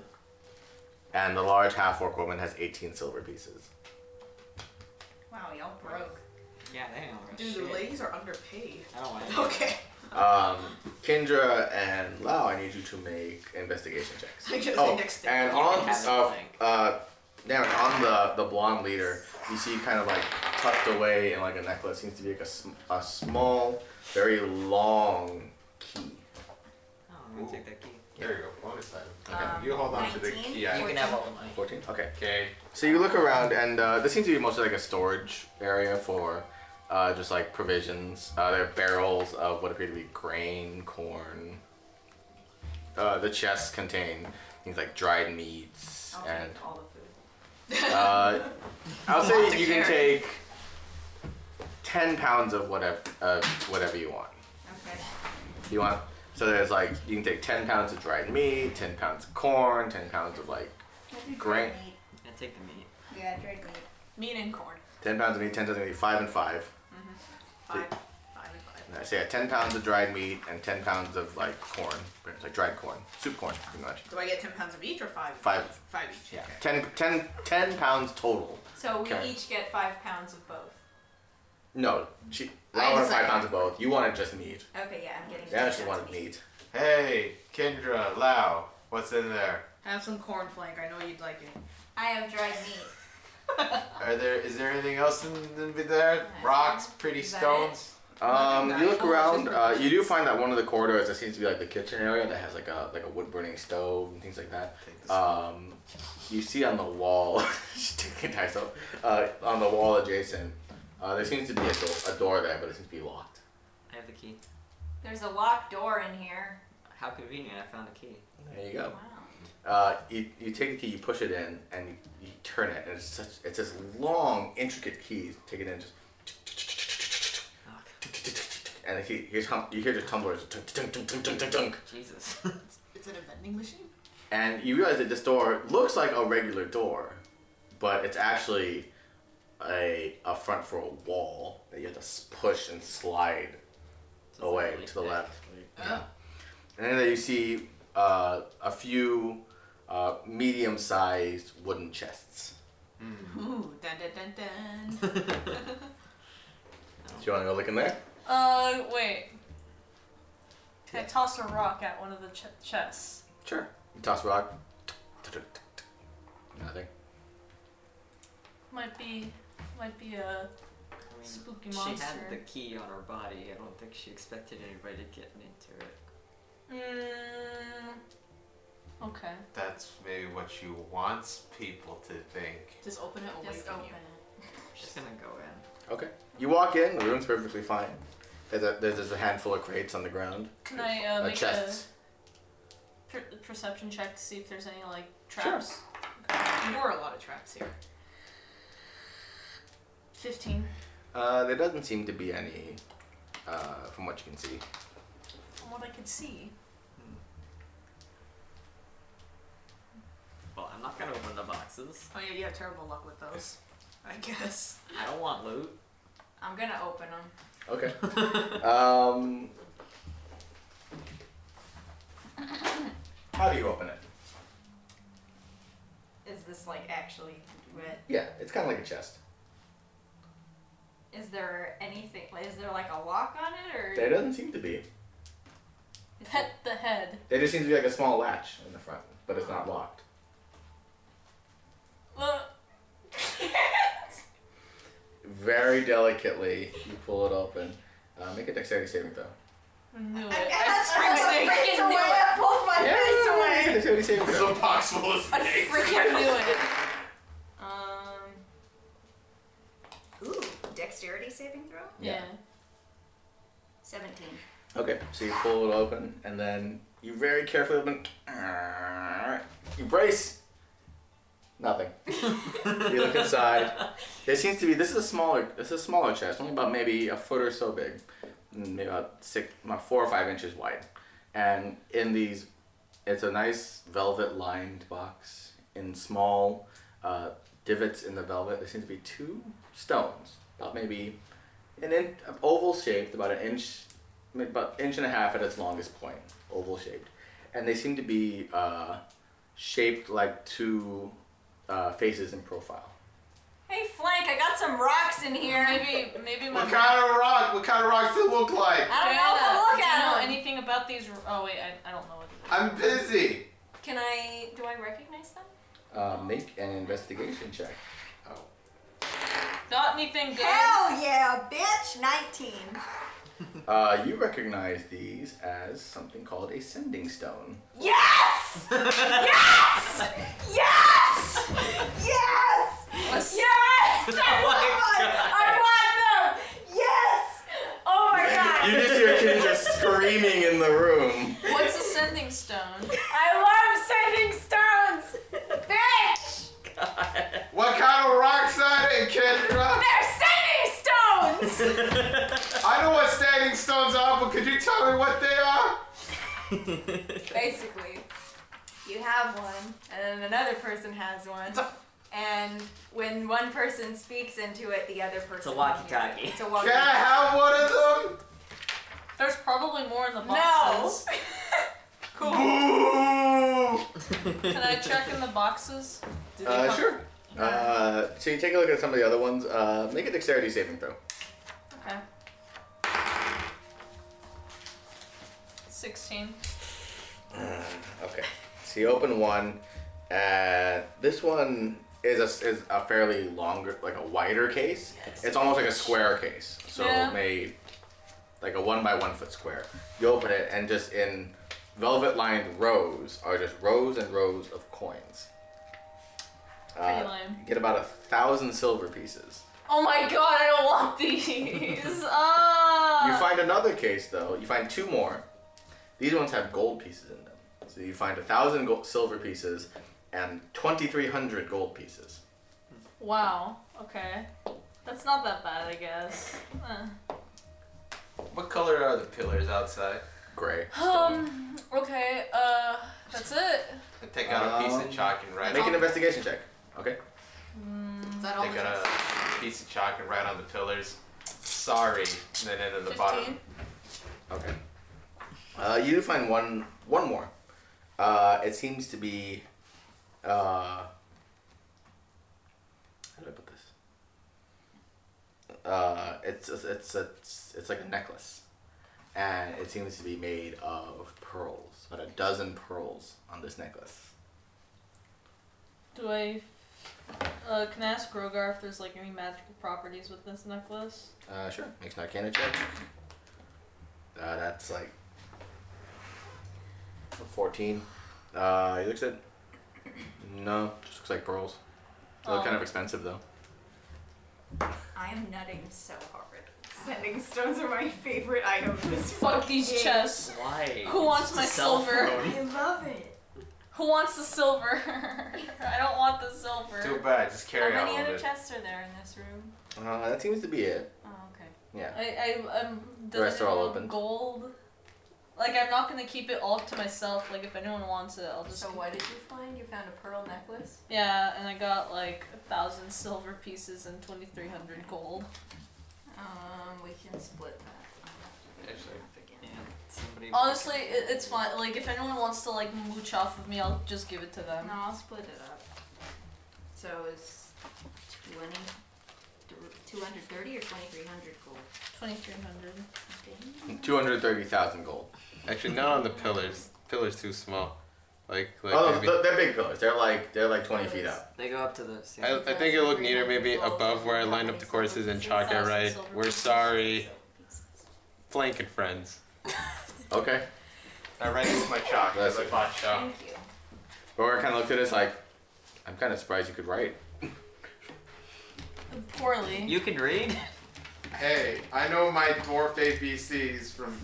[SPEAKER 12] And the large half orc woman has 18 silver pieces.
[SPEAKER 7] Wow, y'all broke.
[SPEAKER 2] Yeah, they ain't
[SPEAKER 7] Dude, the ladies are underpaid.
[SPEAKER 2] I don't want
[SPEAKER 7] Okay.
[SPEAKER 12] Um, Kendra and Lau, I need you to make investigation checks. Oh,
[SPEAKER 7] I
[SPEAKER 2] Oh,
[SPEAKER 7] guess the next step.
[SPEAKER 12] and
[SPEAKER 7] You
[SPEAKER 12] on
[SPEAKER 7] can have it,
[SPEAKER 12] uh, uh, now on the the blonde leader, you see kind of like tucked away in like a necklace seems to be like a, sm- a small, very long key.
[SPEAKER 2] Oh, I'm gonna take that key.
[SPEAKER 1] There you go. Bonus item.
[SPEAKER 12] Okay. Um,
[SPEAKER 1] you hold on to the
[SPEAKER 12] 19?
[SPEAKER 1] key. I-
[SPEAKER 2] You can have all the money.
[SPEAKER 12] Fourteen. Okay.
[SPEAKER 1] Okay.
[SPEAKER 12] So you look around, and uh, this seems to be mostly like a storage area for uh, just like provisions. Uh, there are barrels of what appear to be grain, corn. Uh, the chests contain things like dried meats and
[SPEAKER 24] all the food.
[SPEAKER 12] uh, I'll
[SPEAKER 24] Lots of
[SPEAKER 12] say you can
[SPEAKER 24] carrots.
[SPEAKER 12] take ten pounds of whatever uh, whatever you want.
[SPEAKER 24] Okay.
[SPEAKER 12] You want so there's like you can take ten pounds of dried meat, ten pounds of corn, ten pounds of like Great.
[SPEAKER 2] I take the meat.
[SPEAKER 24] Yeah, dried meat.
[SPEAKER 7] Meat and corn.
[SPEAKER 12] ten pounds of meat, ten pounds of meat, five and five.
[SPEAKER 7] Five. Mm-hmm. Five and five.
[SPEAKER 12] And I say yeah, ten pounds of dried meat and ten pounds of like corn, like dried corn, soup corn, pretty much.
[SPEAKER 7] Do I get ten pounds of each or five?
[SPEAKER 12] Five.
[SPEAKER 7] Five each.
[SPEAKER 12] Yeah, ten, ten, ten pounds total.
[SPEAKER 8] So we
[SPEAKER 12] Okay.
[SPEAKER 8] each get five pounds of both.
[SPEAKER 12] No, she.
[SPEAKER 8] I
[SPEAKER 12] I want
[SPEAKER 8] decided-
[SPEAKER 12] five pounds of both. You wanted just meat.
[SPEAKER 8] Okay, yeah, I'm getting.
[SPEAKER 12] Yeah, she wanted meat.
[SPEAKER 1] Hey, Kendra, Lau, what's in there?
[SPEAKER 7] Have some corn flank. I know you'd like it.
[SPEAKER 8] I have dried meat.
[SPEAKER 1] Are there? Is there anything else in, in there? Rocks, pretty
[SPEAKER 8] Is that
[SPEAKER 1] stones.
[SPEAKER 12] Um, you look around. Uh, you do find that one of the corridors that seems to be like the kitchen area that has like a like a wood burning stove and things like that. Um, you see on the wall, she's taking time so, uh, on the wall adjacent, uh, there seems to be a, do- a door there, but it seems to be locked.
[SPEAKER 2] I have the key.
[SPEAKER 8] There's a locked door in here.
[SPEAKER 2] How convenient! I found a key.
[SPEAKER 12] There you go. Uh, you, you take the key, you push it in, and you, you turn it, and it's such it's this long, intricate key. Take it in, just and the key, you hear hum- you hear the tumblers, tunk, tunk, tunk, tunk, tunk, tunk, tunk.
[SPEAKER 2] Jesus.
[SPEAKER 7] Is it a vending machine?
[SPEAKER 12] and you realize that this door looks like a regular door, but it's actually a, a front for a wall that you have to s- push and slide away to the left.
[SPEAKER 5] Oh.
[SPEAKER 12] And then you see uh, a few uh, medium-sized wooden chests.
[SPEAKER 25] Ooh, dun dun dun dun.
[SPEAKER 12] Do you want to go look in there?
[SPEAKER 5] Uh, wait. Can I toss a rock at one of the ch- chests?
[SPEAKER 12] Sure. You toss rock. Nothing.
[SPEAKER 5] Might be, might be a spooky
[SPEAKER 2] She
[SPEAKER 5] monster.
[SPEAKER 2] had the key on her body. I don't think she expected anybody to get into it.
[SPEAKER 5] Mm, okay.
[SPEAKER 1] That's maybe what she wants people to think.
[SPEAKER 25] Just open it away
[SPEAKER 5] Just
[SPEAKER 25] from
[SPEAKER 5] open
[SPEAKER 25] you.
[SPEAKER 2] She's gonna go in.
[SPEAKER 12] Okay. You walk in. The room's perfectly fine. There's a, there's just a handful of crates on the ground.
[SPEAKER 5] Can I uh,
[SPEAKER 12] Uh,
[SPEAKER 5] make a
[SPEAKER 12] chests.
[SPEAKER 5] per- perception check to see if there's any like traps?
[SPEAKER 25] There were a lot of traps here.
[SPEAKER 5] Fifteen.
[SPEAKER 12] Uh, there doesn't seem to be any, uh, from what you can see.
[SPEAKER 5] From what I could see.
[SPEAKER 2] Well, I'm not gonna open the boxes.
[SPEAKER 25] Oh yeah, you have terrible luck with those. I guess.
[SPEAKER 2] I don't want loot.
[SPEAKER 8] I'm gonna open them.
[SPEAKER 12] Okay. um, how do you open it?
[SPEAKER 8] Is this like actually wet?
[SPEAKER 12] Yeah, it's kind of like a chest.
[SPEAKER 8] Is there anything? like, Is there like a lock on it or?
[SPEAKER 12] There doesn't seem to be.
[SPEAKER 5] Pet the head.
[SPEAKER 12] There just seems to be like a small latch in the front, but it's not locked.
[SPEAKER 5] Well,
[SPEAKER 12] Very delicately, you pull it open. Uh, make a dexterity saving throw.
[SPEAKER 5] I knew it.
[SPEAKER 8] I freaking,
[SPEAKER 5] freaking
[SPEAKER 8] knew it. I pulled my face away.
[SPEAKER 12] Dexterity saving throw.
[SPEAKER 8] I freaking knew it. Um. Ooh, dexterity saving throw.
[SPEAKER 12] Yeah.
[SPEAKER 8] Seventeen.
[SPEAKER 12] Okay, so you pull it open, and then you very carefully open. You brace. Nothing. you look inside. There seems to be. This is a smaller. This is a smaller chest, only about maybe a foot or so big, Mm, maybe about six, about four or five inches wide, and in these, it's a nice velvet-lined box in small uh, divots in the velvet. There seems to be two stones, about maybe an in, oval shaped, about an inch, about inch and a half at its longest point, oval shaped, and they seem to be uh, shaped like two uh, faces in profile.
[SPEAKER 8] Hey Flank, I got some rocks in here.
[SPEAKER 5] Maybe, maybe my.
[SPEAKER 1] What kind of rock? What kind of rocks do it look like?
[SPEAKER 8] I don't know
[SPEAKER 5] Diana,
[SPEAKER 8] if I'll look
[SPEAKER 5] do you
[SPEAKER 8] at
[SPEAKER 5] know
[SPEAKER 8] them.
[SPEAKER 5] anything about these? r- Oh wait, I, I don't know what.
[SPEAKER 1] I'm busy.
[SPEAKER 8] Can I? Do I recognize them?
[SPEAKER 12] Uh, make an investigation check.
[SPEAKER 5] Not anything good.
[SPEAKER 8] Hell yeah, bitch! Nineteen.
[SPEAKER 12] Uh, you recognize these as something called a sending stone.
[SPEAKER 8] Yes! yes! Yes! Yes! Oh Yes! I want, I want them! Yes! Oh my god!
[SPEAKER 12] You just hear kids just screaming in the room.
[SPEAKER 5] What's a sending stone?
[SPEAKER 8] I love sending stones! Bitch!
[SPEAKER 1] What kind of rocks are they, Kendra?
[SPEAKER 8] They're sending stones!
[SPEAKER 1] I know what standing stones are, but could you tell me what they are?
[SPEAKER 8] Basically, you have one, and then another person has one. And when one person speaks into it, the other person.
[SPEAKER 2] It's a walkie-talkie.
[SPEAKER 8] It's a
[SPEAKER 1] Can I have
[SPEAKER 8] walkie-talkie.
[SPEAKER 1] one of them?
[SPEAKER 5] There's probably more in the
[SPEAKER 8] No.
[SPEAKER 5] boxes. cool. Can I check in the boxes? Do they
[SPEAKER 12] Uh,
[SPEAKER 5] come-
[SPEAKER 12] sure. Uh, so you take a look at some of the other ones. Uh, make a dexterity saving throw.
[SPEAKER 5] Okay. Sixteen.
[SPEAKER 12] Okay. So you open one. Uh, this one is a, is a fairly longer, like a wider case. It's almost like a square case. So
[SPEAKER 5] Yeah.
[SPEAKER 12] made like a one by one foot square. You open it, and just in velvet lined rows are just rows and rows of coins.
[SPEAKER 5] Pretty lame.
[SPEAKER 12] you get about a thousand silver pieces.
[SPEAKER 5] Oh my god, I don't want these. Ah.
[SPEAKER 12] You find another case though. You find two more. These ones have gold pieces in them. So you find a thousand gold, silver pieces and twenty three hundred gold pieces.
[SPEAKER 5] wow. Okay. That's not that bad, I guess. Uh.
[SPEAKER 12] What color are the pillars outside? Gray.
[SPEAKER 5] Um. Okay. Uh. That's it.
[SPEAKER 1] Take out a piece
[SPEAKER 12] Um,
[SPEAKER 1] of chalk and write.
[SPEAKER 12] Make an investigation check. Okay.
[SPEAKER 5] Mm,
[SPEAKER 1] They got a piece of chalk and write on the pillars. Sorry. And then into the bottom.
[SPEAKER 12] Okay. Uh, you do find one one more. Uh, it seems to be. Uh, how do I put this? Uh, it's it's it's it's, it's like a necklace, and it seems to be made of pearls, but a dozen pearls on this necklace.
[SPEAKER 5] Do I? Uh, can I ask Grogar if there's like any magical properties with this necklace?
[SPEAKER 12] Uh, sure. Makes an arcana check. Uh, that's like a 14. Uh, he looks at. No, just looks like pearls. They look kind
[SPEAKER 5] Um,
[SPEAKER 8] Oh.
[SPEAKER 12] of expensive though.
[SPEAKER 8] I am nutting so hard. Sending stones are my favorite item. in This
[SPEAKER 5] Fuck
[SPEAKER 8] fucking
[SPEAKER 5] these
[SPEAKER 8] game.
[SPEAKER 5] chests.
[SPEAKER 2] Why?
[SPEAKER 5] Who wants my silver?
[SPEAKER 8] I love it.
[SPEAKER 5] Who wants the silver? I don't want the silver.
[SPEAKER 12] Too bad. Just carry
[SPEAKER 8] How
[SPEAKER 12] on
[SPEAKER 8] many
[SPEAKER 12] with
[SPEAKER 8] other
[SPEAKER 12] it.
[SPEAKER 8] chests are there in this room?
[SPEAKER 12] Uh, that seems to be it.
[SPEAKER 8] Oh, okay.
[SPEAKER 12] Yeah.
[SPEAKER 5] I, I I'm
[SPEAKER 12] The rest are all
[SPEAKER 5] doesn't
[SPEAKER 12] open.
[SPEAKER 5] Gold. Like I'm not gonna keep it all to myself. Like if anyone wants it, I'll just.
[SPEAKER 8] So what did you find? You found a pearl necklace?
[SPEAKER 5] Yeah, and I got like a thousand silver pieces and twenty three hundred gold.
[SPEAKER 8] Um, we can split that.
[SPEAKER 2] Somebody
[SPEAKER 5] Honestly, it, it's fine. Like if anyone wants to like mooch off of me, I'll just give it to them.
[SPEAKER 8] No, I'll split it up. So it's 20, 230 or 2300 gold?
[SPEAKER 5] Twenty three hundred.
[SPEAKER 12] Two hundred thirty thousand gold.
[SPEAKER 16] Actually, not on the pillars. Pillar's too small. Like, like
[SPEAKER 12] oh,
[SPEAKER 16] maybe-
[SPEAKER 12] they're, they're big pillars. They're like they're like twenty feet up.
[SPEAKER 2] They go up to the ceiling.
[SPEAKER 16] I, I think it looked neater maybe above where I lined up the courses and chalk it right. We're sorry. Flank and friends.
[SPEAKER 12] Okay.
[SPEAKER 26] I ran into my chalk.
[SPEAKER 12] That's
[SPEAKER 26] I
[SPEAKER 12] it.
[SPEAKER 26] bought chalk.
[SPEAKER 8] Thank you.
[SPEAKER 12] Or kind of looked at us like, I'm kind of surprised you could write.
[SPEAKER 5] Poorly.
[SPEAKER 2] You can read?
[SPEAKER 26] Hey, I know my dwarf ABCs from.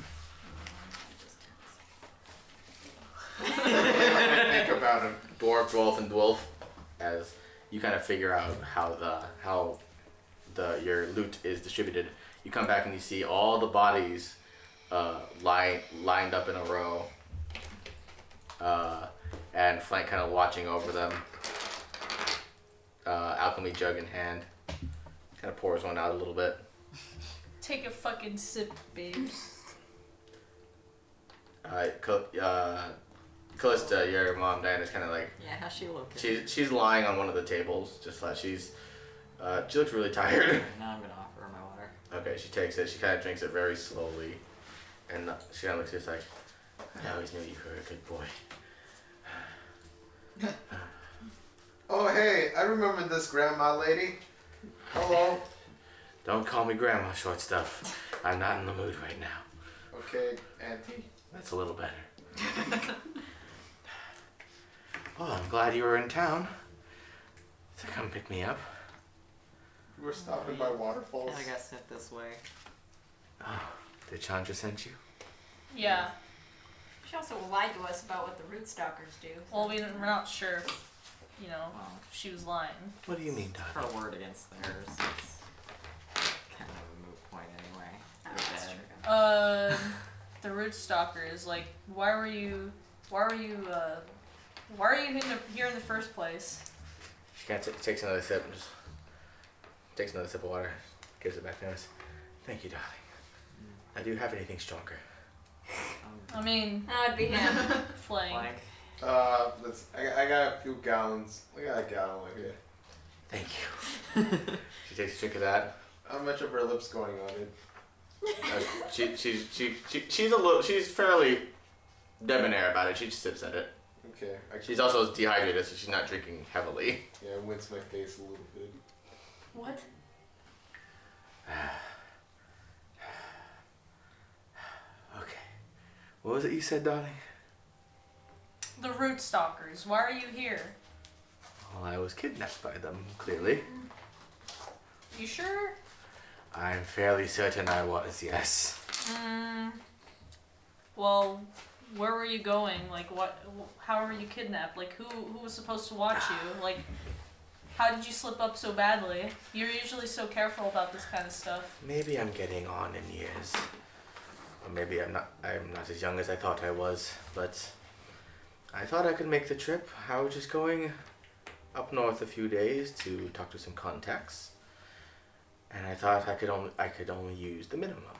[SPEAKER 12] think about him. Dwarf, dwarf, and dwarf, as you kind of figure out how the how the your loot is distributed. You come back and you see all the bodies uh, lined lined up in a row, uh, and Flank kind of watching over them. Uh, alchemy jug in hand, kind of pours one out a little bit.
[SPEAKER 5] Take a fucking sip, babes.
[SPEAKER 12] Uh, Cal- uh, Callista, your mom Diana's kind of like
[SPEAKER 2] Yeah, how's she looking?
[SPEAKER 12] She's she's lying on one of the tables, just like she's. Uh, she looks really tired.
[SPEAKER 2] Now I'm gonna offer her my water.
[SPEAKER 12] okay, she takes it. She kind of drinks it very slowly, and uh, she kind of looks just like, "I always knew you were a good boy."
[SPEAKER 4] Oh, hey, I remember this grandma lady. Hello.
[SPEAKER 12] Don't call me grandma, short stuff. I'm not in the mood right now.
[SPEAKER 4] Okay, Auntie.
[SPEAKER 12] That's a little better. oh, I'm glad you were in town to come pick me up.
[SPEAKER 4] We're stopping by waterfalls.
[SPEAKER 2] I got sent this way.
[SPEAKER 12] Oh, did Chandra send you?
[SPEAKER 5] Yeah.
[SPEAKER 8] She also lied to us about what the rootstalkers do.
[SPEAKER 5] Well, we didn't, we're not sure. If, you know, if she was lying.
[SPEAKER 12] What do you mean, Doc?
[SPEAKER 2] Um, Her word against theirs. It's kind of a moot point anyway. They're
[SPEAKER 8] Oh, that's
[SPEAKER 2] dead.
[SPEAKER 5] Uh, the root stalkers. Like, why were you? Why were you? Uh, why are you in the, here in the first place?
[SPEAKER 12] She kind of t- takes another sip and just takes another sip of water, gives it back to us. Thank you, darling.
[SPEAKER 4] Mm.
[SPEAKER 12] I do have anything stronger.
[SPEAKER 5] I mean,
[SPEAKER 8] That would be him.
[SPEAKER 5] flank.
[SPEAKER 2] Like,
[SPEAKER 4] Uh, let's, I, got- I got a few gallons. I got a gallon right here.
[SPEAKER 12] Thank you. she takes a drink of that.
[SPEAKER 4] How much of her lips going on it?
[SPEAKER 12] Uh, she, she, she, she, she's a little. She's fairly debonair about it. She just sips at it.
[SPEAKER 4] Okay. I
[SPEAKER 12] She's also dehydrated, so she's not drinking heavily.
[SPEAKER 4] Yeah, I wince my face a little bit.
[SPEAKER 5] What?
[SPEAKER 12] Okay. What was it you said, darling?
[SPEAKER 5] The root stalkers. Why are you here?
[SPEAKER 12] Well, I was kidnapped by them. Clearly,
[SPEAKER 5] You sure?
[SPEAKER 12] I'm fairly certain I was. Yes.
[SPEAKER 5] Mm, well, where were you going? Like, what? wh- How were you kidnapped? Like, who who was supposed to watch you? Like, how did you slip up so badly? You're usually so careful about this kind of stuff.
[SPEAKER 12] Maybe I'm getting on in years. Or maybe I'm not I'm not as young as I thought I was, but I thought I could make the trip. I was just going up north a few days to talk to some contacts. And I thought I could only I could only use the minimum.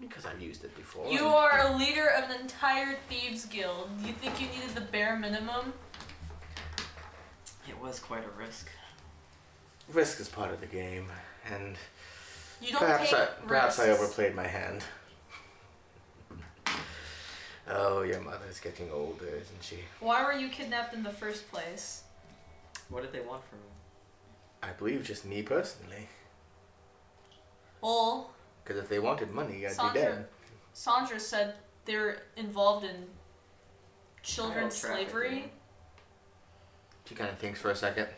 [SPEAKER 12] Because I've used it before.
[SPEAKER 5] You are a leader of an entire thieves guild. You think you needed the bare minimum?
[SPEAKER 2] It was quite a risk.
[SPEAKER 12] Risk is part of the game, and
[SPEAKER 5] You don't
[SPEAKER 12] perhaps
[SPEAKER 5] take
[SPEAKER 12] I, perhaps I
[SPEAKER 5] risks.
[SPEAKER 12] overplayed my hand. Oh, your mother's getting older, isn't she?
[SPEAKER 5] Why were you kidnapped in the first place?
[SPEAKER 2] What did they want from me?
[SPEAKER 12] I believe just me personally.
[SPEAKER 5] Well,
[SPEAKER 12] Because if they wanted money, I'd
[SPEAKER 5] Sandra,
[SPEAKER 12] be dead.
[SPEAKER 5] Sandra said they were involved in children's
[SPEAKER 12] Child
[SPEAKER 5] slavery.
[SPEAKER 12] She kind of thinks for a second.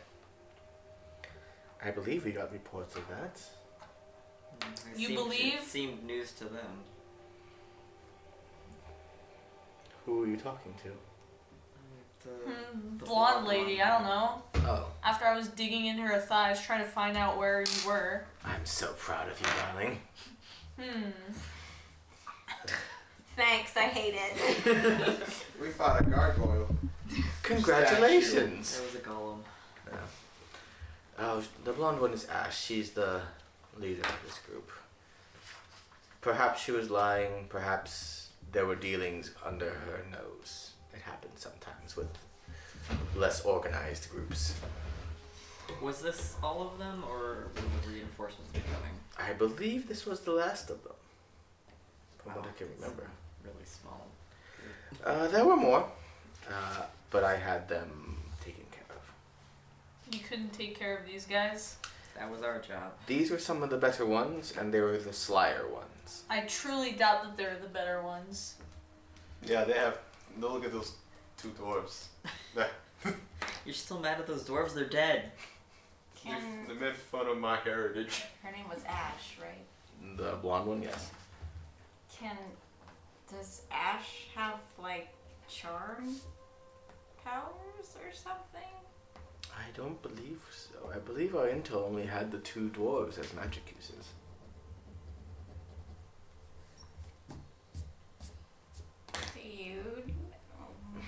[SPEAKER 12] I believe we got reports of that.
[SPEAKER 2] Mm, It
[SPEAKER 5] You
[SPEAKER 2] seemed-
[SPEAKER 5] believe?
[SPEAKER 2] It seemed news to them.
[SPEAKER 12] Who are you talking to?
[SPEAKER 5] Hmm, blonde lady, I don't know.
[SPEAKER 12] Oh,
[SPEAKER 5] After I was digging in her thighs trying to find out where you were.
[SPEAKER 12] I'm so proud of you, darling.
[SPEAKER 5] Hmm.
[SPEAKER 8] Thanks, I hate it.
[SPEAKER 11] We fought a gargoyle.
[SPEAKER 12] Congratulations.
[SPEAKER 2] That was a golem.
[SPEAKER 12] Yeah. Oh, the blonde one is Ash. She's the leader of this group. Perhaps she was lying. Perhaps there were dealings under her nose. It happens sometimes with less organized groups.
[SPEAKER 2] Was this all of them, or were the reinforcements be coming?
[SPEAKER 12] I believe this was the last of them, from what I can remember.
[SPEAKER 2] Really small.
[SPEAKER 12] Uh, there were more, uh, but I had them taken care of.
[SPEAKER 5] You couldn't take care of these guys?
[SPEAKER 2] That was our job.
[SPEAKER 12] These were some of the better ones, and they were the slyer ones.
[SPEAKER 5] I truly doubt that they're the better ones.
[SPEAKER 4] Yeah, they have. No, look at those two dwarves.
[SPEAKER 2] You're still mad at those dwarves? They're dead.
[SPEAKER 4] they made fun of my heritage.
[SPEAKER 8] Her name was Ash, right?
[SPEAKER 12] The blonde one, yes.
[SPEAKER 8] Can does Ash have like charm powers or something?
[SPEAKER 12] I don't believe so. I believe our intel only had the two dwarves as magic uses.
[SPEAKER 8] Do you? um,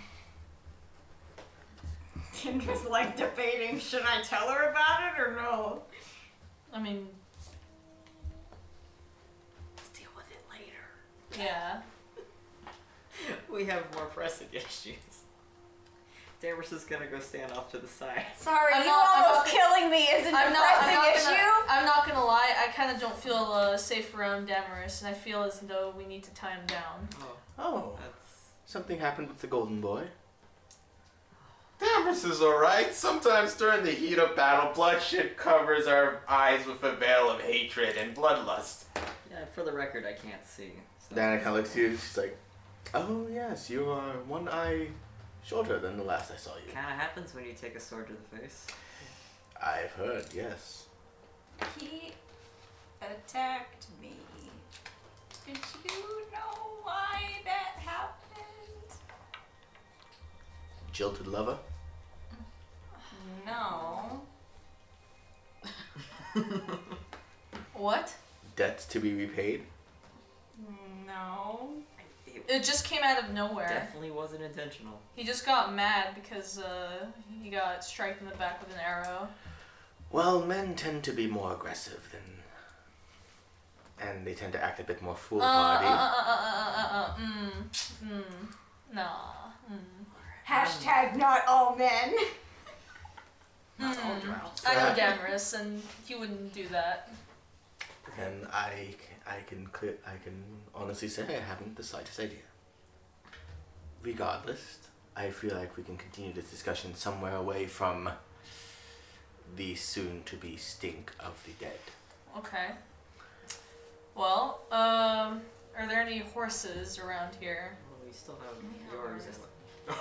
[SPEAKER 8] Kendra's like debating. Should I tell her about it or no?
[SPEAKER 5] I mean,
[SPEAKER 8] Deal with it later.
[SPEAKER 5] yeah.
[SPEAKER 2] We have more pressing issues. Damer's is gonna go stand off to the side.
[SPEAKER 8] Sorry,
[SPEAKER 5] I'm
[SPEAKER 8] you
[SPEAKER 5] not- I'm
[SPEAKER 8] almost
[SPEAKER 5] not gonna-
[SPEAKER 8] killing me isn't
[SPEAKER 5] I'm
[SPEAKER 8] a
[SPEAKER 5] not, I'm
[SPEAKER 8] pressing
[SPEAKER 5] not
[SPEAKER 8] issue.
[SPEAKER 5] Gonna, I'm not gonna lie, I kind of don't feel uh, safe around Damaris, and I feel as though we need to tie him down.
[SPEAKER 2] Oh,
[SPEAKER 12] Oh,
[SPEAKER 2] that's
[SPEAKER 12] something happened with the golden boy.
[SPEAKER 4] Damaris is alright. Sometimes during the heat of battle, bloodshed covers our eyes with a veil of hatred and bloodlust.
[SPEAKER 2] yeah. For the record, I can't see. So.
[SPEAKER 12] Diana kind of looks at you. She's like, "Oh yes, you are one eye shorter than the last I saw you."
[SPEAKER 2] Kind of happens when you take a sword to the face.
[SPEAKER 12] I've heard, yes.
[SPEAKER 8] He attacked me. Did you know why that happened?
[SPEAKER 12] Jilted lover.
[SPEAKER 8] No.
[SPEAKER 5] What?
[SPEAKER 12] Debts to be repaid.
[SPEAKER 8] No.
[SPEAKER 5] It just came out of nowhere.
[SPEAKER 2] Definitely wasn't intentional.
[SPEAKER 5] He just got mad because uh, he got struck in the back with an arrow.
[SPEAKER 12] Well, men tend to be more aggressive than, and they tend to act a bit more
[SPEAKER 5] Uh, uh, uh,
[SPEAKER 12] foolhardy.
[SPEAKER 5] uh, uh, uh, uh, mm, mm, nah, mm.
[SPEAKER 8] Hashtag not all men.
[SPEAKER 5] Mm. I know Damaris, and he wouldn't do that.
[SPEAKER 12] And I, I can clear, I can honestly say I haven't the slightest idea. Regardless, I feel like we can continue this discussion somewhere away from the soon-to-be stink of the dead.
[SPEAKER 5] Okay. Well, um, are there any horses around here?
[SPEAKER 2] Well, we still have yours. And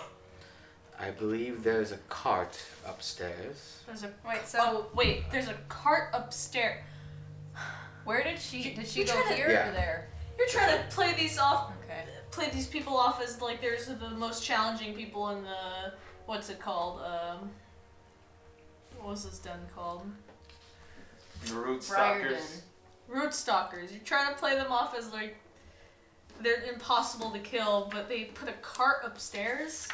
[SPEAKER 12] I believe there's a cart upstairs.
[SPEAKER 5] There's a wait. So oh, wait, there's a cart upstairs.
[SPEAKER 3] Where did she did she
[SPEAKER 5] you
[SPEAKER 3] go
[SPEAKER 5] tryna-
[SPEAKER 3] here
[SPEAKER 12] Yeah.
[SPEAKER 3] or there?
[SPEAKER 5] You're trying to play these off,
[SPEAKER 3] Okay.
[SPEAKER 5] play these people off as like there's the most challenging people in the what's it called? Um, what was this den called?
[SPEAKER 4] The root
[SPEAKER 3] Briarden.
[SPEAKER 4] stalkers.
[SPEAKER 5] Root stalkers. You're trying to play them off as like they're impossible to kill, but they put a cart upstairs.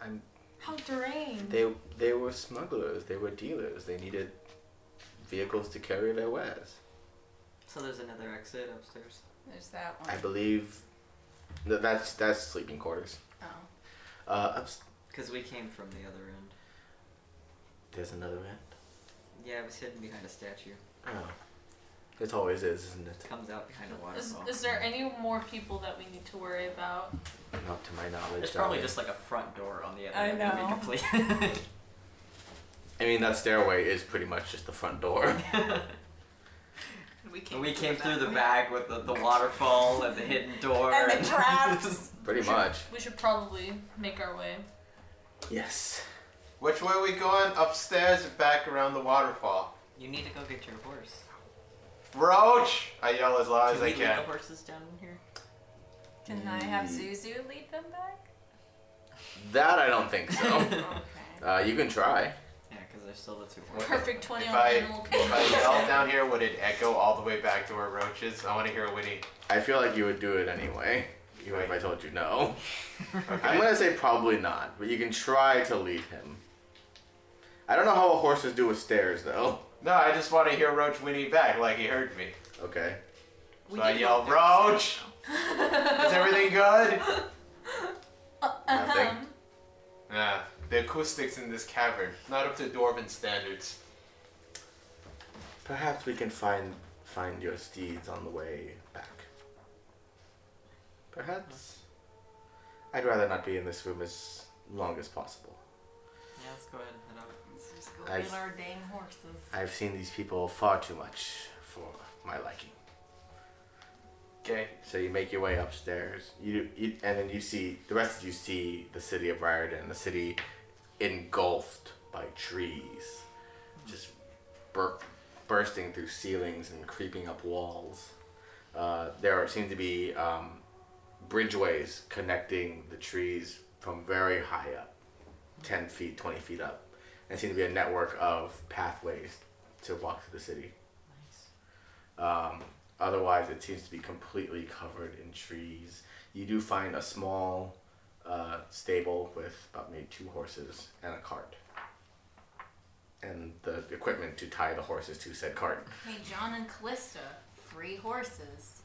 [SPEAKER 12] I'm-
[SPEAKER 5] How deranged.
[SPEAKER 12] They they were smugglers. They were dealers. They needed vehicles to carry their wares.
[SPEAKER 2] So there's another exit upstairs.
[SPEAKER 8] There's that one.
[SPEAKER 12] I believe no, that's that's sleeping quarters.
[SPEAKER 8] Oh.
[SPEAKER 12] Uh,
[SPEAKER 2] Because we came from the other end.
[SPEAKER 12] there's another end.
[SPEAKER 2] Yeah, it was hidden behind a statue.
[SPEAKER 12] Oh, it always is, isn't it?
[SPEAKER 2] Comes out behind a
[SPEAKER 5] Is,
[SPEAKER 2] waterfall.
[SPEAKER 5] is there any more people that we need to worry about?
[SPEAKER 12] Not to my knowledge.
[SPEAKER 2] There's probably
[SPEAKER 12] darling.
[SPEAKER 2] just like a front door on the other
[SPEAKER 5] I
[SPEAKER 2] end. that we
[SPEAKER 5] know.
[SPEAKER 2] completely-
[SPEAKER 12] I mean, that stairway is pretty much just the front door.
[SPEAKER 7] We came,
[SPEAKER 2] we
[SPEAKER 7] through
[SPEAKER 2] came through the back with the, the waterfall and the hidden door.
[SPEAKER 5] And the traps.
[SPEAKER 12] pretty much.
[SPEAKER 5] We should probably make our way.
[SPEAKER 12] Yes.
[SPEAKER 4] Which way are we going? Upstairs or back around the waterfall?
[SPEAKER 2] You need to go get your horse.
[SPEAKER 4] Roach! I yell as
[SPEAKER 2] Can
[SPEAKER 4] loud as
[SPEAKER 2] we
[SPEAKER 4] I
[SPEAKER 2] lead
[SPEAKER 4] can.
[SPEAKER 2] the horses down in here?
[SPEAKER 8] Didn't I have Zuzu lead them back?
[SPEAKER 12] That I don't think so. uh, you can try.
[SPEAKER 2] Yeah, because there's still the two
[SPEAKER 4] What-
[SPEAKER 5] Perfect 20
[SPEAKER 4] if
[SPEAKER 5] on
[SPEAKER 4] I,
[SPEAKER 5] animal
[SPEAKER 4] If I
[SPEAKER 5] control.
[SPEAKER 4] yell down here, would it echo all the way back to where Roach is? I want to hear a whinny.
[SPEAKER 12] I feel like you would do it anyway, even if I told you no. I'm
[SPEAKER 4] Okay.
[SPEAKER 12] gonna say probably not, but you can try to lead him. I don't know how horses do with stairs though.
[SPEAKER 4] No, I just want to hear Roach whinny back like he heard me.
[SPEAKER 12] Okay.
[SPEAKER 4] So I yell, Roach! Is everything good?
[SPEAKER 12] Nothing.
[SPEAKER 4] Yeah, the acoustics in this cavern, not up to Dwarven standards.
[SPEAKER 12] Perhaps we can find find your steeds on the way back. Perhaps. I'd rather not be in this room as long as possible.
[SPEAKER 2] Yeah, let's go ahead and head out.
[SPEAKER 8] Let's just go
[SPEAKER 12] I've-
[SPEAKER 8] get our dang horses.
[SPEAKER 12] I've seen these people far too much for my liking.
[SPEAKER 4] Okay.
[SPEAKER 12] So you make your way upstairs. You, you and then you see the rest of you see the city of Riordan, the city engulfed by trees, just bur- bursting through ceilings and creeping up walls. Uh, there are, seem to be um, bridgeways connecting the trees from very high up, ten feet, twenty feet up, and seem to be a network of pathways to walk through the city. Um, otherwise, it seems to be completely covered in trees. You do find a small uh, stable with about maybe two horses and a cart, and the equipment to tie the horses to said cart.
[SPEAKER 8] Hey, John and Callista, three horses.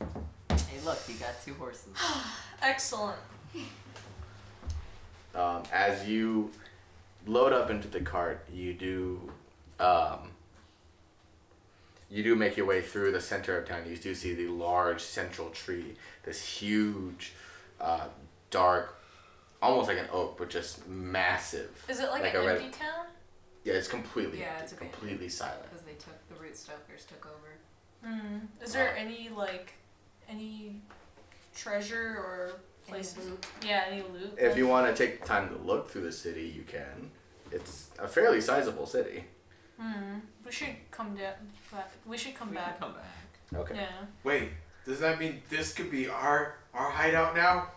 [SPEAKER 2] Hey, look, you got two horses.
[SPEAKER 5] Excellent.
[SPEAKER 12] Um, as you load up into the cart, you do um, you do make your way through the center of town. You do see the large central tree, this huge, uh, dark, almost like an oak, but just massive.
[SPEAKER 5] Is it like,
[SPEAKER 12] a
[SPEAKER 5] an
[SPEAKER 12] red-
[SPEAKER 5] empty town?
[SPEAKER 12] Yeah, it's completely
[SPEAKER 8] Yeah,
[SPEAKER 12] empty,
[SPEAKER 8] it's abandoned.
[SPEAKER 12] completely silent.
[SPEAKER 8] Because they took, the rootstokers took over.
[SPEAKER 5] Hmm. Is there
[SPEAKER 7] Uh,
[SPEAKER 5] any like any treasure or places? Yeah, any loot?
[SPEAKER 12] If you want to take the time to look through the city, you can. It's a fairly sizable city.
[SPEAKER 5] Hmm. We should come down. Back. We should come back.
[SPEAKER 2] Come back.
[SPEAKER 12] Okay.
[SPEAKER 5] Yeah.
[SPEAKER 4] Wait, does that mean this could be our our hideout now?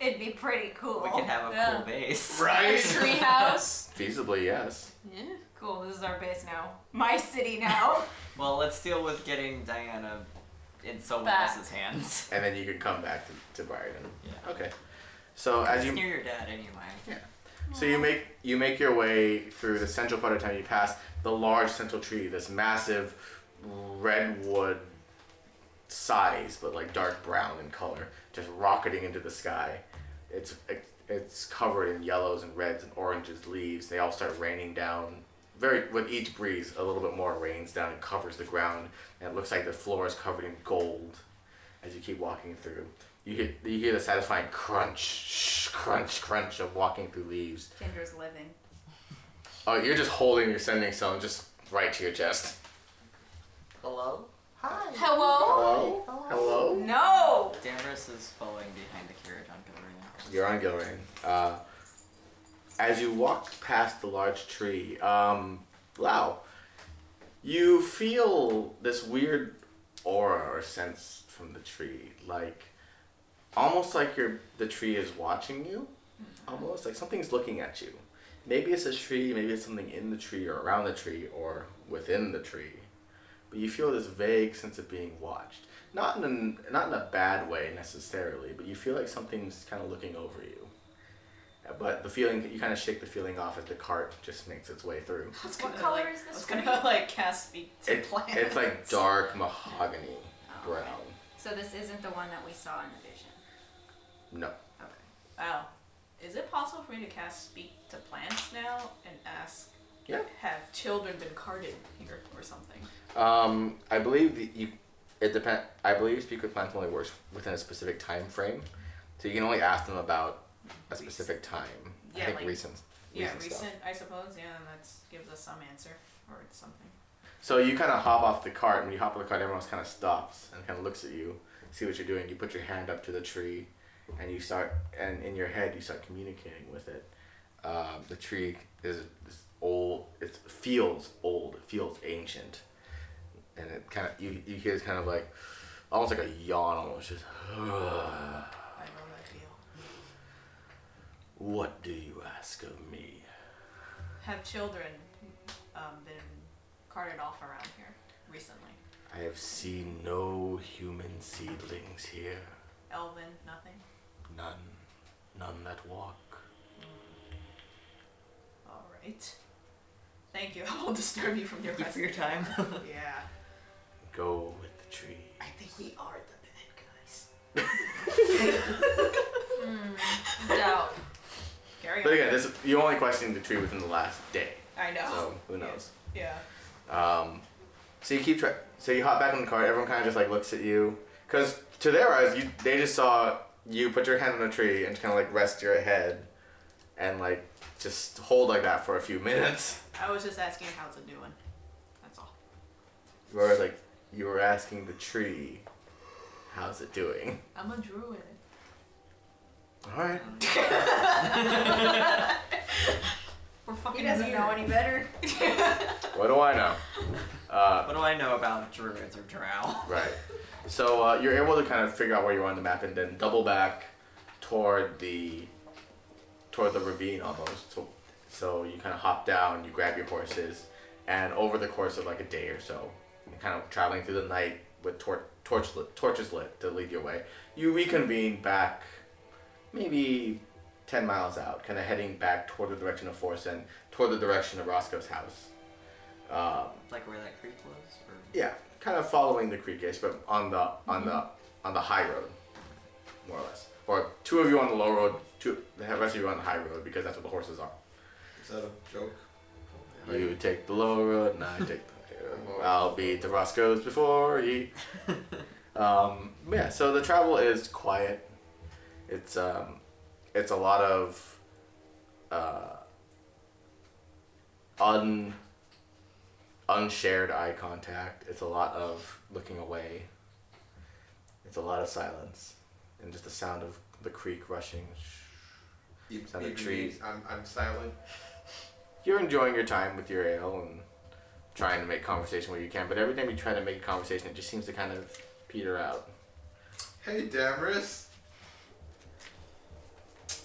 [SPEAKER 8] It'd be pretty cool.
[SPEAKER 2] We can have a
[SPEAKER 5] Yeah.
[SPEAKER 2] cool base.
[SPEAKER 4] Right?
[SPEAKER 8] Tree house.
[SPEAKER 12] Feasibly, yes.
[SPEAKER 5] Yeah.
[SPEAKER 8] Cool, this is our base now. My city now.
[SPEAKER 2] Well, let's deal with getting Diana in someone
[SPEAKER 8] Back.
[SPEAKER 2] else's hands.
[SPEAKER 12] and then you can come back to, to Brighton.
[SPEAKER 2] Yeah.
[SPEAKER 12] Okay. So as
[SPEAKER 2] it's
[SPEAKER 12] you
[SPEAKER 2] near your dad anyway.
[SPEAKER 12] yeah, so you make you make your way through the central part of town. You pass the large central tree, this massive redwood size, but like dark brown in color, just rocketing into the sky. It's it's covered in yellows and reds and oranges leaves. They all start raining down. Very with each breeze, a little bit more rains down and covers the ground, and it looks like the floor is covered in gold. As you keep walking through, you hear you hear the satisfying crunch, shh, crunch, crunch of walking through leaves.
[SPEAKER 8] Kendra's living.
[SPEAKER 12] Oh, you're just holding your sending stone just right to your chest.
[SPEAKER 2] Hello?
[SPEAKER 12] Hello. Hello.
[SPEAKER 8] No!
[SPEAKER 2] Damaris is following behind the carriage on Gilroy.
[SPEAKER 12] You're on Gilrain. Uh, as you walk past the large tree, um, Lau, you feel this weird aura or sense from the tree, like almost like you the tree is watching you, almost like something's looking at you. Maybe it's a tree, maybe it's something in the tree or around the tree or within the tree, but you feel this vague sense of being watched. Not in a, not in a bad way necessarily, but you feel like something's kind of looking over you. Uh, But the feeling you kind of shake the feeling off as the cart just makes its way through.
[SPEAKER 8] What color is
[SPEAKER 5] I
[SPEAKER 8] this
[SPEAKER 5] was
[SPEAKER 8] one?
[SPEAKER 5] gonna like cast speak to
[SPEAKER 12] It,
[SPEAKER 5] plants.
[SPEAKER 8] Oh.
[SPEAKER 12] it's like dark mahogany brown.
[SPEAKER 3] So this isn't the one that we saw in the vision.
[SPEAKER 12] No.
[SPEAKER 7] Oh. Is it possible for me to cast Speak to Plants now and ask,
[SPEAKER 12] Yeah.
[SPEAKER 7] have children been carded here or something?
[SPEAKER 12] Um, I believe the, you. It depend. I believe speak with plants only works within a specific time frame, so you can only ask them about a specific time. I think recent.
[SPEAKER 7] Yeah,
[SPEAKER 12] recent
[SPEAKER 7] recent,
[SPEAKER 12] stuff.
[SPEAKER 7] I suppose. Yeah, and that gives us some answer or something.
[SPEAKER 12] So you kind of hop off the cart, and when you hop off the cart, everyone else kind of stops and kind of looks at you, see what you're doing. You put your hand up to the tree, and you start, and in your head, you start communicating with it. Um, the tree is, is old. It feels old. It feels ancient, and it kind of you you hear it's kind of like almost like a yawn, almost just.
[SPEAKER 7] I know that feel.
[SPEAKER 12] What do you ask of me?
[SPEAKER 7] Have children um, been carted off around here recently?
[SPEAKER 12] I have seen no human seedlings here.
[SPEAKER 7] Elvin, nothing.
[SPEAKER 12] None. None that walk.
[SPEAKER 7] Mm. All right. Thank you. I'll disturb you from your
[SPEAKER 2] Thank you for your time.
[SPEAKER 7] rest. yeah.
[SPEAKER 12] Go with the tree.
[SPEAKER 7] I think we are the bad guys. Hmm. Doubt. Carry
[SPEAKER 12] But
[SPEAKER 7] on.
[SPEAKER 12] again, this you only questioned the tree within the last day.
[SPEAKER 7] I know.
[SPEAKER 12] So who knows?
[SPEAKER 7] Yeah.
[SPEAKER 12] Um, so you keep track. So you hop back in the car. Everyone kind of just like looks at you, because to their eyes, you they just saw you put your hand on a tree and kind of like rest your head, and like just hold like that for a few minutes.
[SPEAKER 7] I was just asking how's it doing. That's all.
[SPEAKER 12] Whereas like you were asking the tree, how's it doing?
[SPEAKER 7] I'm a druid.
[SPEAKER 12] All right.
[SPEAKER 7] We're fucking
[SPEAKER 15] He doesn't know any better.
[SPEAKER 12] What do I know? Uh,
[SPEAKER 2] what do I know about druids or drow?
[SPEAKER 12] Right. So uh, you're able to kind of figure out where you are on the map and then double back toward the toward the ravine almost. So, so you kind of hop down, you grab your horses, and over the course of like a day or so, and kind of traveling through the night with tor- torch lit, torches lit to lead your way, you reconvene back maybe 10 miles out, kind of heading back toward the direction of Force and toward the direction of Roscoe's house. Um,
[SPEAKER 2] Like where that creek was? Or...
[SPEAKER 12] yeah, kind of following the creek edge, but on the on the on the high road, more or less. Or two of you on the low road, two the rest of you on the high road because that's what the horses are.
[SPEAKER 11] Is that a joke?
[SPEAKER 12] You take the low road, and I take the high road. I'll be the Roscoe's before ye. um, but yeah, so the travel is quiet. It's um, it's a lot of uh, un unshared eye contact. It's a lot of looking away. It's a lot of silence, and just the sound of the creek rushing.
[SPEAKER 11] You,
[SPEAKER 12] sound
[SPEAKER 11] you
[SPEAKER 12] of trees.
[SPEAKER 11] I'm, I'm silent.
[SPEAKER 12] You're enjoying your time with your ale and trying to make conversation where you can, but every time you try to make a conversation, it just seems to kind of peter out.
[SPEAKER 11] Hey, Damaris.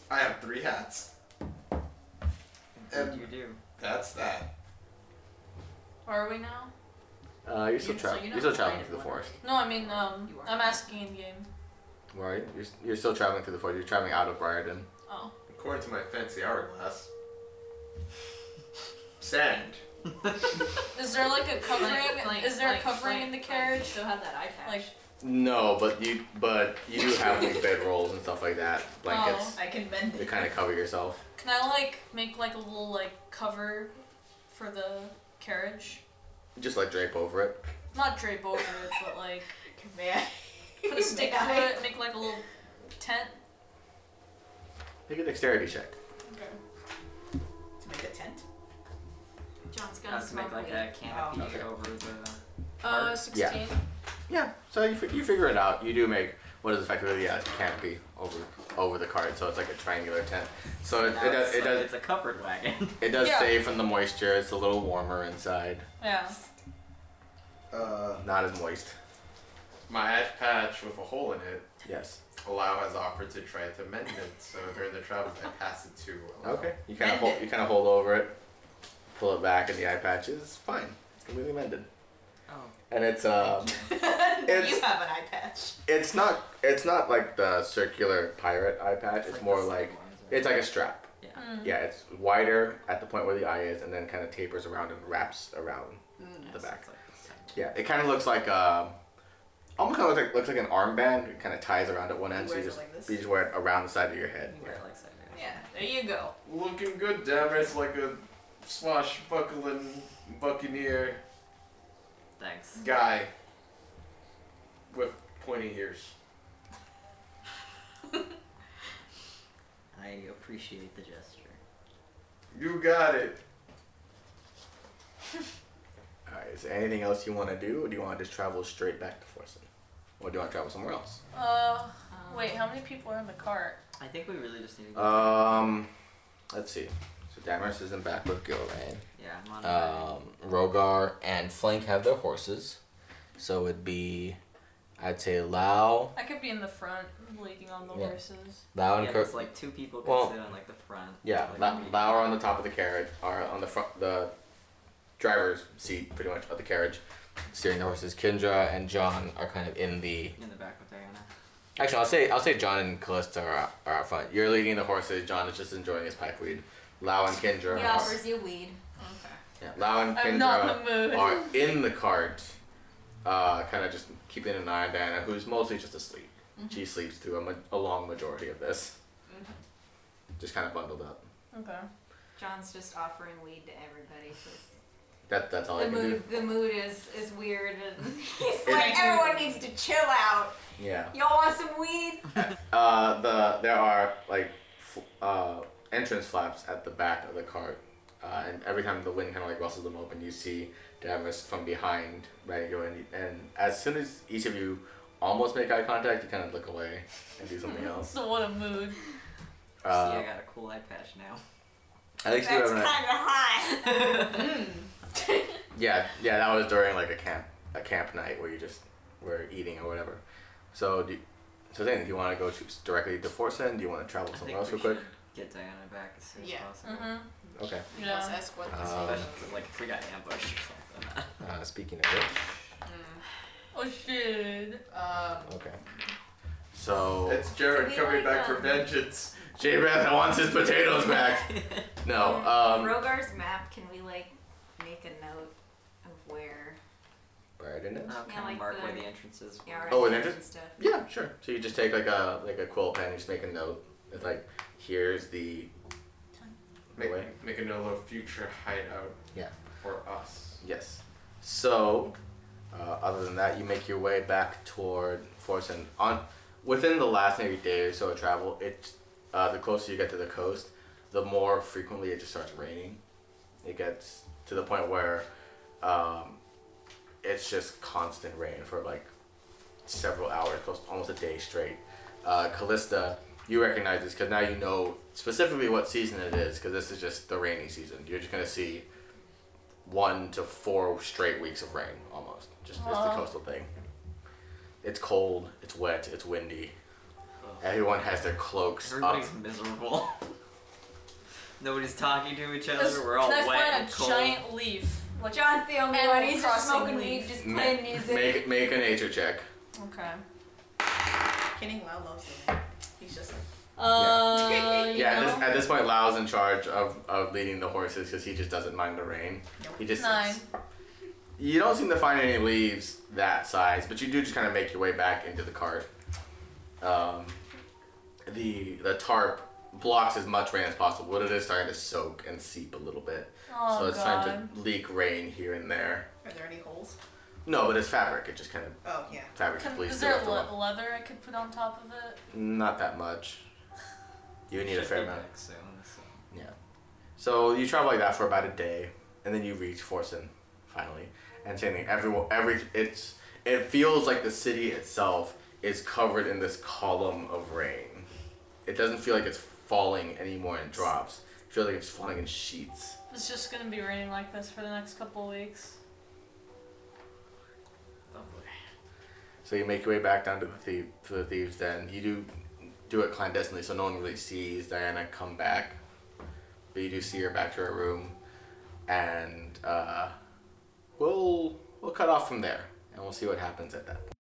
[SPEAKER 11] I have three hats.
[SPEAKER 12] Um,
[SPEAKER 2] And you do.
[SPEAKER 11] That's that.
[SPEAKER 5] Are we now?
[SPEAKER 12] Uh, you're still
[SPEAKER 5] Yeah, so
[SPEAKER 12] traveling.
[SPEAKER 5] you're
[SPEAKER 12] You're,
[SPEAKER 5] not
[SPEAKER 12] still traveling
[SPEAKER 5] related
[SPEAKER 12] through the
[SPEAKER 5] one.
[SPEAKER 12] forest,
[SPEAKER 5] No, I mean, um, I'm asking in game.
[SPEAKER 12] right? You're, you're still traveling through the forest. You're traveling out of Briarden.
[SPEAKER 5] Oh.
[SPEAKER 11] According to my fancy hourglass, sand.
[SPEAKER 5] Is there like a covering?
[SPEAKER 3] blank,
[SPEAKER 5] is there
[SPEAKER 3] blank,
[SPEAKER 5] a covering
[SPEAKER 3] blank,
[SPEAKER 5] in the carriage? Still
[SPEAKER 3] have that eye patch.
[SPEAKER 5] Like,
[SPEAKER 12] No, but you but you do have like bed rolls and stuff like that, blankets
[SPEAKER 5] I can bend
[SPEAKER 8] Oh.
[SPEAKER 12] to kind of cover yourself.
[SPEAKER 5] Can I like make like a little like cover for the carriage?
[SPEAKER 12] Just like drape over it.
[SPEAKER 5] Not drape over it, but like put a stick
[SPEAKER 7] May
[SPEAKER 5] through
[SPEAKER 7] I?
[SPEAKER 5] it, make like a little tent.
[SPEAKER 12] Make a dexterity check.
[SPEAKER 7] Okay. To make a tent?
[SPEAKER 3] John's gonna
[SPEAKER 2] Has to make
[SPEAKER 3] smoke
[SPEAKER 2] like
[SPEAKER 3] weed.
[SPEAKER 2] a canopy
[SPEAKER 12] okay.
[SPEAKER 2] over the.
[SPEAKER 5] Uh,
[SPEAKER 12] Yeah.
[SPEAKER 5] sixteen.
[SPEAKER 12] Yeah, so you, fi- you figure it out. You do make what is effectively a canopy over over the cart, so it's like a triangular tent. So it, it
[SPEAKER 2] Now
[SPEAKER 12] does
[SPEAKER 2] it's
[SPEAKER 12] it
[SPEAKER 2] like-
[SPEAKER 12] does
[SPEAKER 2] It's a covered wagon.
[SPEAKER 12] it does
[SPEAKER 5] Yeah.
[SPEAKER 12] save from the moisture. It's a little warmer inside,
[SPEAKER 5] Yeah.
[SPEAKER 11] Uh,
[SPEAKER 12] not as moist.
[SPEAKER 1] My ash patch with a hole in it.
[SPEAKER 12] Yes.
[SPEAKER 1] Allow has offered to try to mend it, so during the travel I pass it to.
[SPEAKER 16] uh,
[SPEAKER 1] Allow.
[SPEAKER 12] Okay. You kind of hold you kind of hold over it, pull it back, and the eye patch is fine. It's completely mended.
[SPEAKER 2] Oh.
[SPEAKER 12] And it's um
[SPEAKER 7] you
[SPEAKER 12] It's-
[SPEAKER 7] have an eye patch.
[SPEAKER 12] it's not it's not like the circular pirate eye patch. It's more like it's like a strap.
[SPEAKER 2] Yeah.
[SPEAKER 5] Mm.
[SPEAKER 12] Yeah, it's wider at the point where the eye is, and then kind of tapers around and wraps around the back. Yeah, it kind of looks like a, um, Almost kind of looks like, looks like an armband. It kind of ties around at one end, so you
[SPEAKER 7] wears it
[SPEAKER 12] just,
[SPEAKER 7] like this.
[SPEAKER 12] you just wear it around the side of your head.
[SPEAKER 7] Yeah, there you go.
[SPEAKER 16] Looking good, damn it. Like a swashbuckling buccaneer
[SPEAKER 2] Thanks.
[SPEAKER 16] guy with pointy ears.
[SPEAKER 2] I appreciate the gesture.
[SPEAKER 16] You got it.
[SPEAKER 12] All right. Is there anything else you want to do, or do you want to just travel straight back to Forsen, or do you want to travel somewhere else?
[SPEAKER 5] Uh,
[SPEAKER 3] Um,
[SPEAKER 5] wait,
[SPEAKER 7] Um,
[SPEAKER 5] how many people are in the cart?
[SPEAKER 2] I think we really just need to go.
[SPEAKER 12] Um, let's see. So Damaris isn't back with Gilran.
[SPEAKER 2] Yeah, I'm on
[SPEAKER 12] Um, Rogar and Flank have their horses, so it'd be, I'd say Lao,
[SPEAKER 5] I could be in the front, leading on the
[SPEAKER 12] Yeah.
[SPEAKER 5] horses.
[SPEAKER 12] Lao and
[SPEAKER 2] yeah,
[SPEAKER 12] Cur-
[SPEAKER 2] there's like two people can
[SPEAKER 12] Well,
[SPEAKER 2] sit on like the front.
[SPEAKER 12] Yeah,
[SPEAKER 2] like,
[SPEAKER 12] Lau Lau are on the top of the carriage, are on the front, the driver's seat, pretty much of the carriage, steering the horses. Kendra and John are kind of in the.
[SPEAKER 2] in the back with Diana.
[SPEAKER 12] Actually, I'll say I'll say John and Callista are, out- are out front. You're leading the horses. John is just enjoying his pipe weed. Lau and Kendra.
[SPEAKER 27] He
[SPEAKER 12] are-
[SPEAKER 27] offers you weed.
[SPEAKER 12] Yeah, Lau and uh,
[SPEAKER 27] I'm not in the
[SPEAKER 12] Kendra
[SPEAKER 27] mood.
[SPEAKER 12] are in the cart, uh, kind of just keeping an eye on Diana, who's mostly just asleep.
[SPEAKER 27] Mm-hmm.
[SPEAKER 12] She sleeps through a, ma- a long majority of this, just kind of bundled up.
[SPEAKER 5] Okay.
[SPEAKER 8] John's just offering weed to everybody. 'cause
[SPEAKER 12] That, that's all I
[SPEAKER 8] The
[SPEAKER 12] can
[SPEAKER 8] mood, the mood is, is weird, and he's
[SPEAKER 12] It-
[SPEAKER 8] like, everyone needs to chill out.
[SPEAKER 12] do. Yeah.
[SPEAKER 8] Y'all want some weed?
[SPEAKER 12] Uh, the there are like f- uh, entrance flaps at the back of the cart, uh, and every time the wind kind of like rustles them open, you see Damus from behind ready to go. And, and as soon as each of you almost make eye contact, you kind of look away and do something else.
[SPEAKER 5] So what a mood.
[SPEAKER 12] Uh,
[SPEAKER 2] See, I got a cool eye patch now.
[SPEAKER 12] I think she was having a-
[SPEAKER 8] hot.
[SPEAKER 12] yeah, yeah, that was during like a camp a camp night where you just were eating or whatever. So do so then do you want to go to, directly to Forsen? Do you want to travel
[SPEAKER 2] I
[SPEAKER 12] somewhere
[SPEAKER 2] think
[SPEAKER 12] else
[SPEAKER 2] we
[SPEAKER 12] real quick?
[SPEAKER 2] should Get Diana back as soon
[SPEAKER 7] Yeah.
[SPEAKER 2] as
[SPEAKER 8] Mm-hmm.
[SPEAKER 2] possible.
[SPEAKER 12] Okay.
[SPEAKER 5] Mm-hmm. Yeah.
[SPEAKER 7] Let's ask what this
[SPEAKER 12] Um,
[SPEAKER 2] Especially 'cause, like if we got ambushed or something.
[SPEAKER 12] Uh, speaking of which.
[SPEAKER 5] Oh shit.
[SPEAKER 7] Uh,
[SPEAKER 12] Okay. So
[SPEAKER 16] It's Jared
[SPEAKER 8] Do we
[SPEAKER 16] coming
[SPEAKER 8] like,
[SPEAKER 16] back for
[SPEAKER 8] um,
[SPEAKER 16] vengeance.
[SPEAKER 12] Jay Ratha wants his potatoes back. No, um
[SPEAKER 8] Rogar's map, can we, like, make a note of where.
[SPEAKER 12] where did it?
[SPEAKER 2] I'll
[SPEAKER 8] Yeah,
[SPEAKER 2] kind
[SPEAKER 8] like
[SPEAKER 2] of mark where
[SPEAKER 8] the-
[SPEAKER 2] the entrances
[SPEAKER 8] Yeah, our
[SPEAKER 12] Oh, an
[SPEAKER 8] ideas
[SPEAKER 12] entrance?
[SPEAKER 8] and stuff.
[SPEAKER 12] Yeah, sure. So you just take like a like a quill pen and just make a note. It's like here's the
[SPEAKER 16] Make,
[SPEAKER 12] Away.
[SPEAKER 16] make another future hideout
[SPEAKER 12] Yeah.
[SPEAKER 16] for us.
[SPEAKER 12] Yes. So, uh, other than that, you make your way back toward Forest and on within the last maybe day or so of travel. It uh, the closer you get to the coast, the more frequently it just starts raining. It gets to the point where um, it's just constant rain for like several hours, close almost a day straight. Uh, Callista, you recognize this because now you know specifically what season it is because this is just the rainy season. You're just gonna see one to four straight weeks of rain almost. Just it's the
[SPEAKER 5] Aw.
[SPEAKER 12] coastal thing. It's cold, it's wet, it's windy. Oh, Everyone has their cloaks up.
[SPEAKER 2] Everybody's miserable. Nobody's talking to each other.
[SPEAKER 5] Just-
[SPEAKER 2] We're all
[SPEAKER 5] can I
[SPEAKER 2] wet
[SPEAKER 5] find
[SPEAKER 2] and
[SPEAKER 5] a
[SPEAKER 2] cold.
[SPEAKER 5] giant leaf? Like
[SPEAKER 8] John's the only
[SPEAKER 5] Animal
[SPEAKER 8] one. He's just
[SPEAKER 5] Crossing
[SPEAKER 8] smoking
[SPEAKER 5] leaf.
[SPEAKER 8] weed, just
[SPEAKER 12] Ma-
[SPEAKER 8] playing music.
[SPEAKER 12] Make make a nature check.
[SPEAKER 5] Okay.
[SPEAKER 7] Kenny Lau loves him. He's just like,
[SPEAKER 5] Uh, you
[SPEAKER 12] Yeah, at
[SPEAKER 5] know?
[SPEAKER 12] this, at this point, Lau's in charge of, of leading the horses because he just doesn't mind the rain. He just
[SPEAKER 5] Nine.
[SPEAKER 12] you don't seem to find any leaves that size, but you do just kind of make your way back into the cart. Um, the the tarp blocks as much rain as possible, but it is starting to soak and seep a little bit,
[SPEAKER 5] Oh,
[SPEAKER 12] so it's starting
[SPEAKER 5] God.
[SPEAKER 12] to leak rain here and there.
[SPEAKER 7] are there any holes?
[SPEAKER 12] No, but it's fabric. It just kind of
[SPEAKER 7] Oh, yeah.
[SPEAKER 12] fabric
[SPEAKER 5] Can,
[SPEAKER 12] bleeds
[SPEAKER 5] is
[SPEAKER 12] through
[SPEAKER 5] there
[SPEAKER 12] after a
[SPEAKER 5] le-
[SPEAKER 12] while.
[SPEAKER 5] leather I could put on top of it?
[SPEAKER 12] Not that much. You would need a
[SPEAKER 2] Should
[SPEAKER 12] fair
[SPEAKER 2] be
[SPEAKER 12] amount.
[SPEAKER 2] back soon, so.
[SPEAKER 12] Yeah. So you travel like that for about a day, and then you reach Forsen, finally. And same thing. Everyone, every it's it feels like the city itself is covered in this column of rain. It doesn't feel like it's falling anymore in drops. It feels like it's falling in sheets.
[SPEAKER 5] It's just gonna be raining like this for the next couple of weeks.
[SPEAKER 12] So you make your way back down to the thief, to the thieves' den. You do do it clandestinely, so no one really sees Diana come back. But you do see her back to her room, and uh, we'll we'll cut off from there, and we'll see what happens at that. point.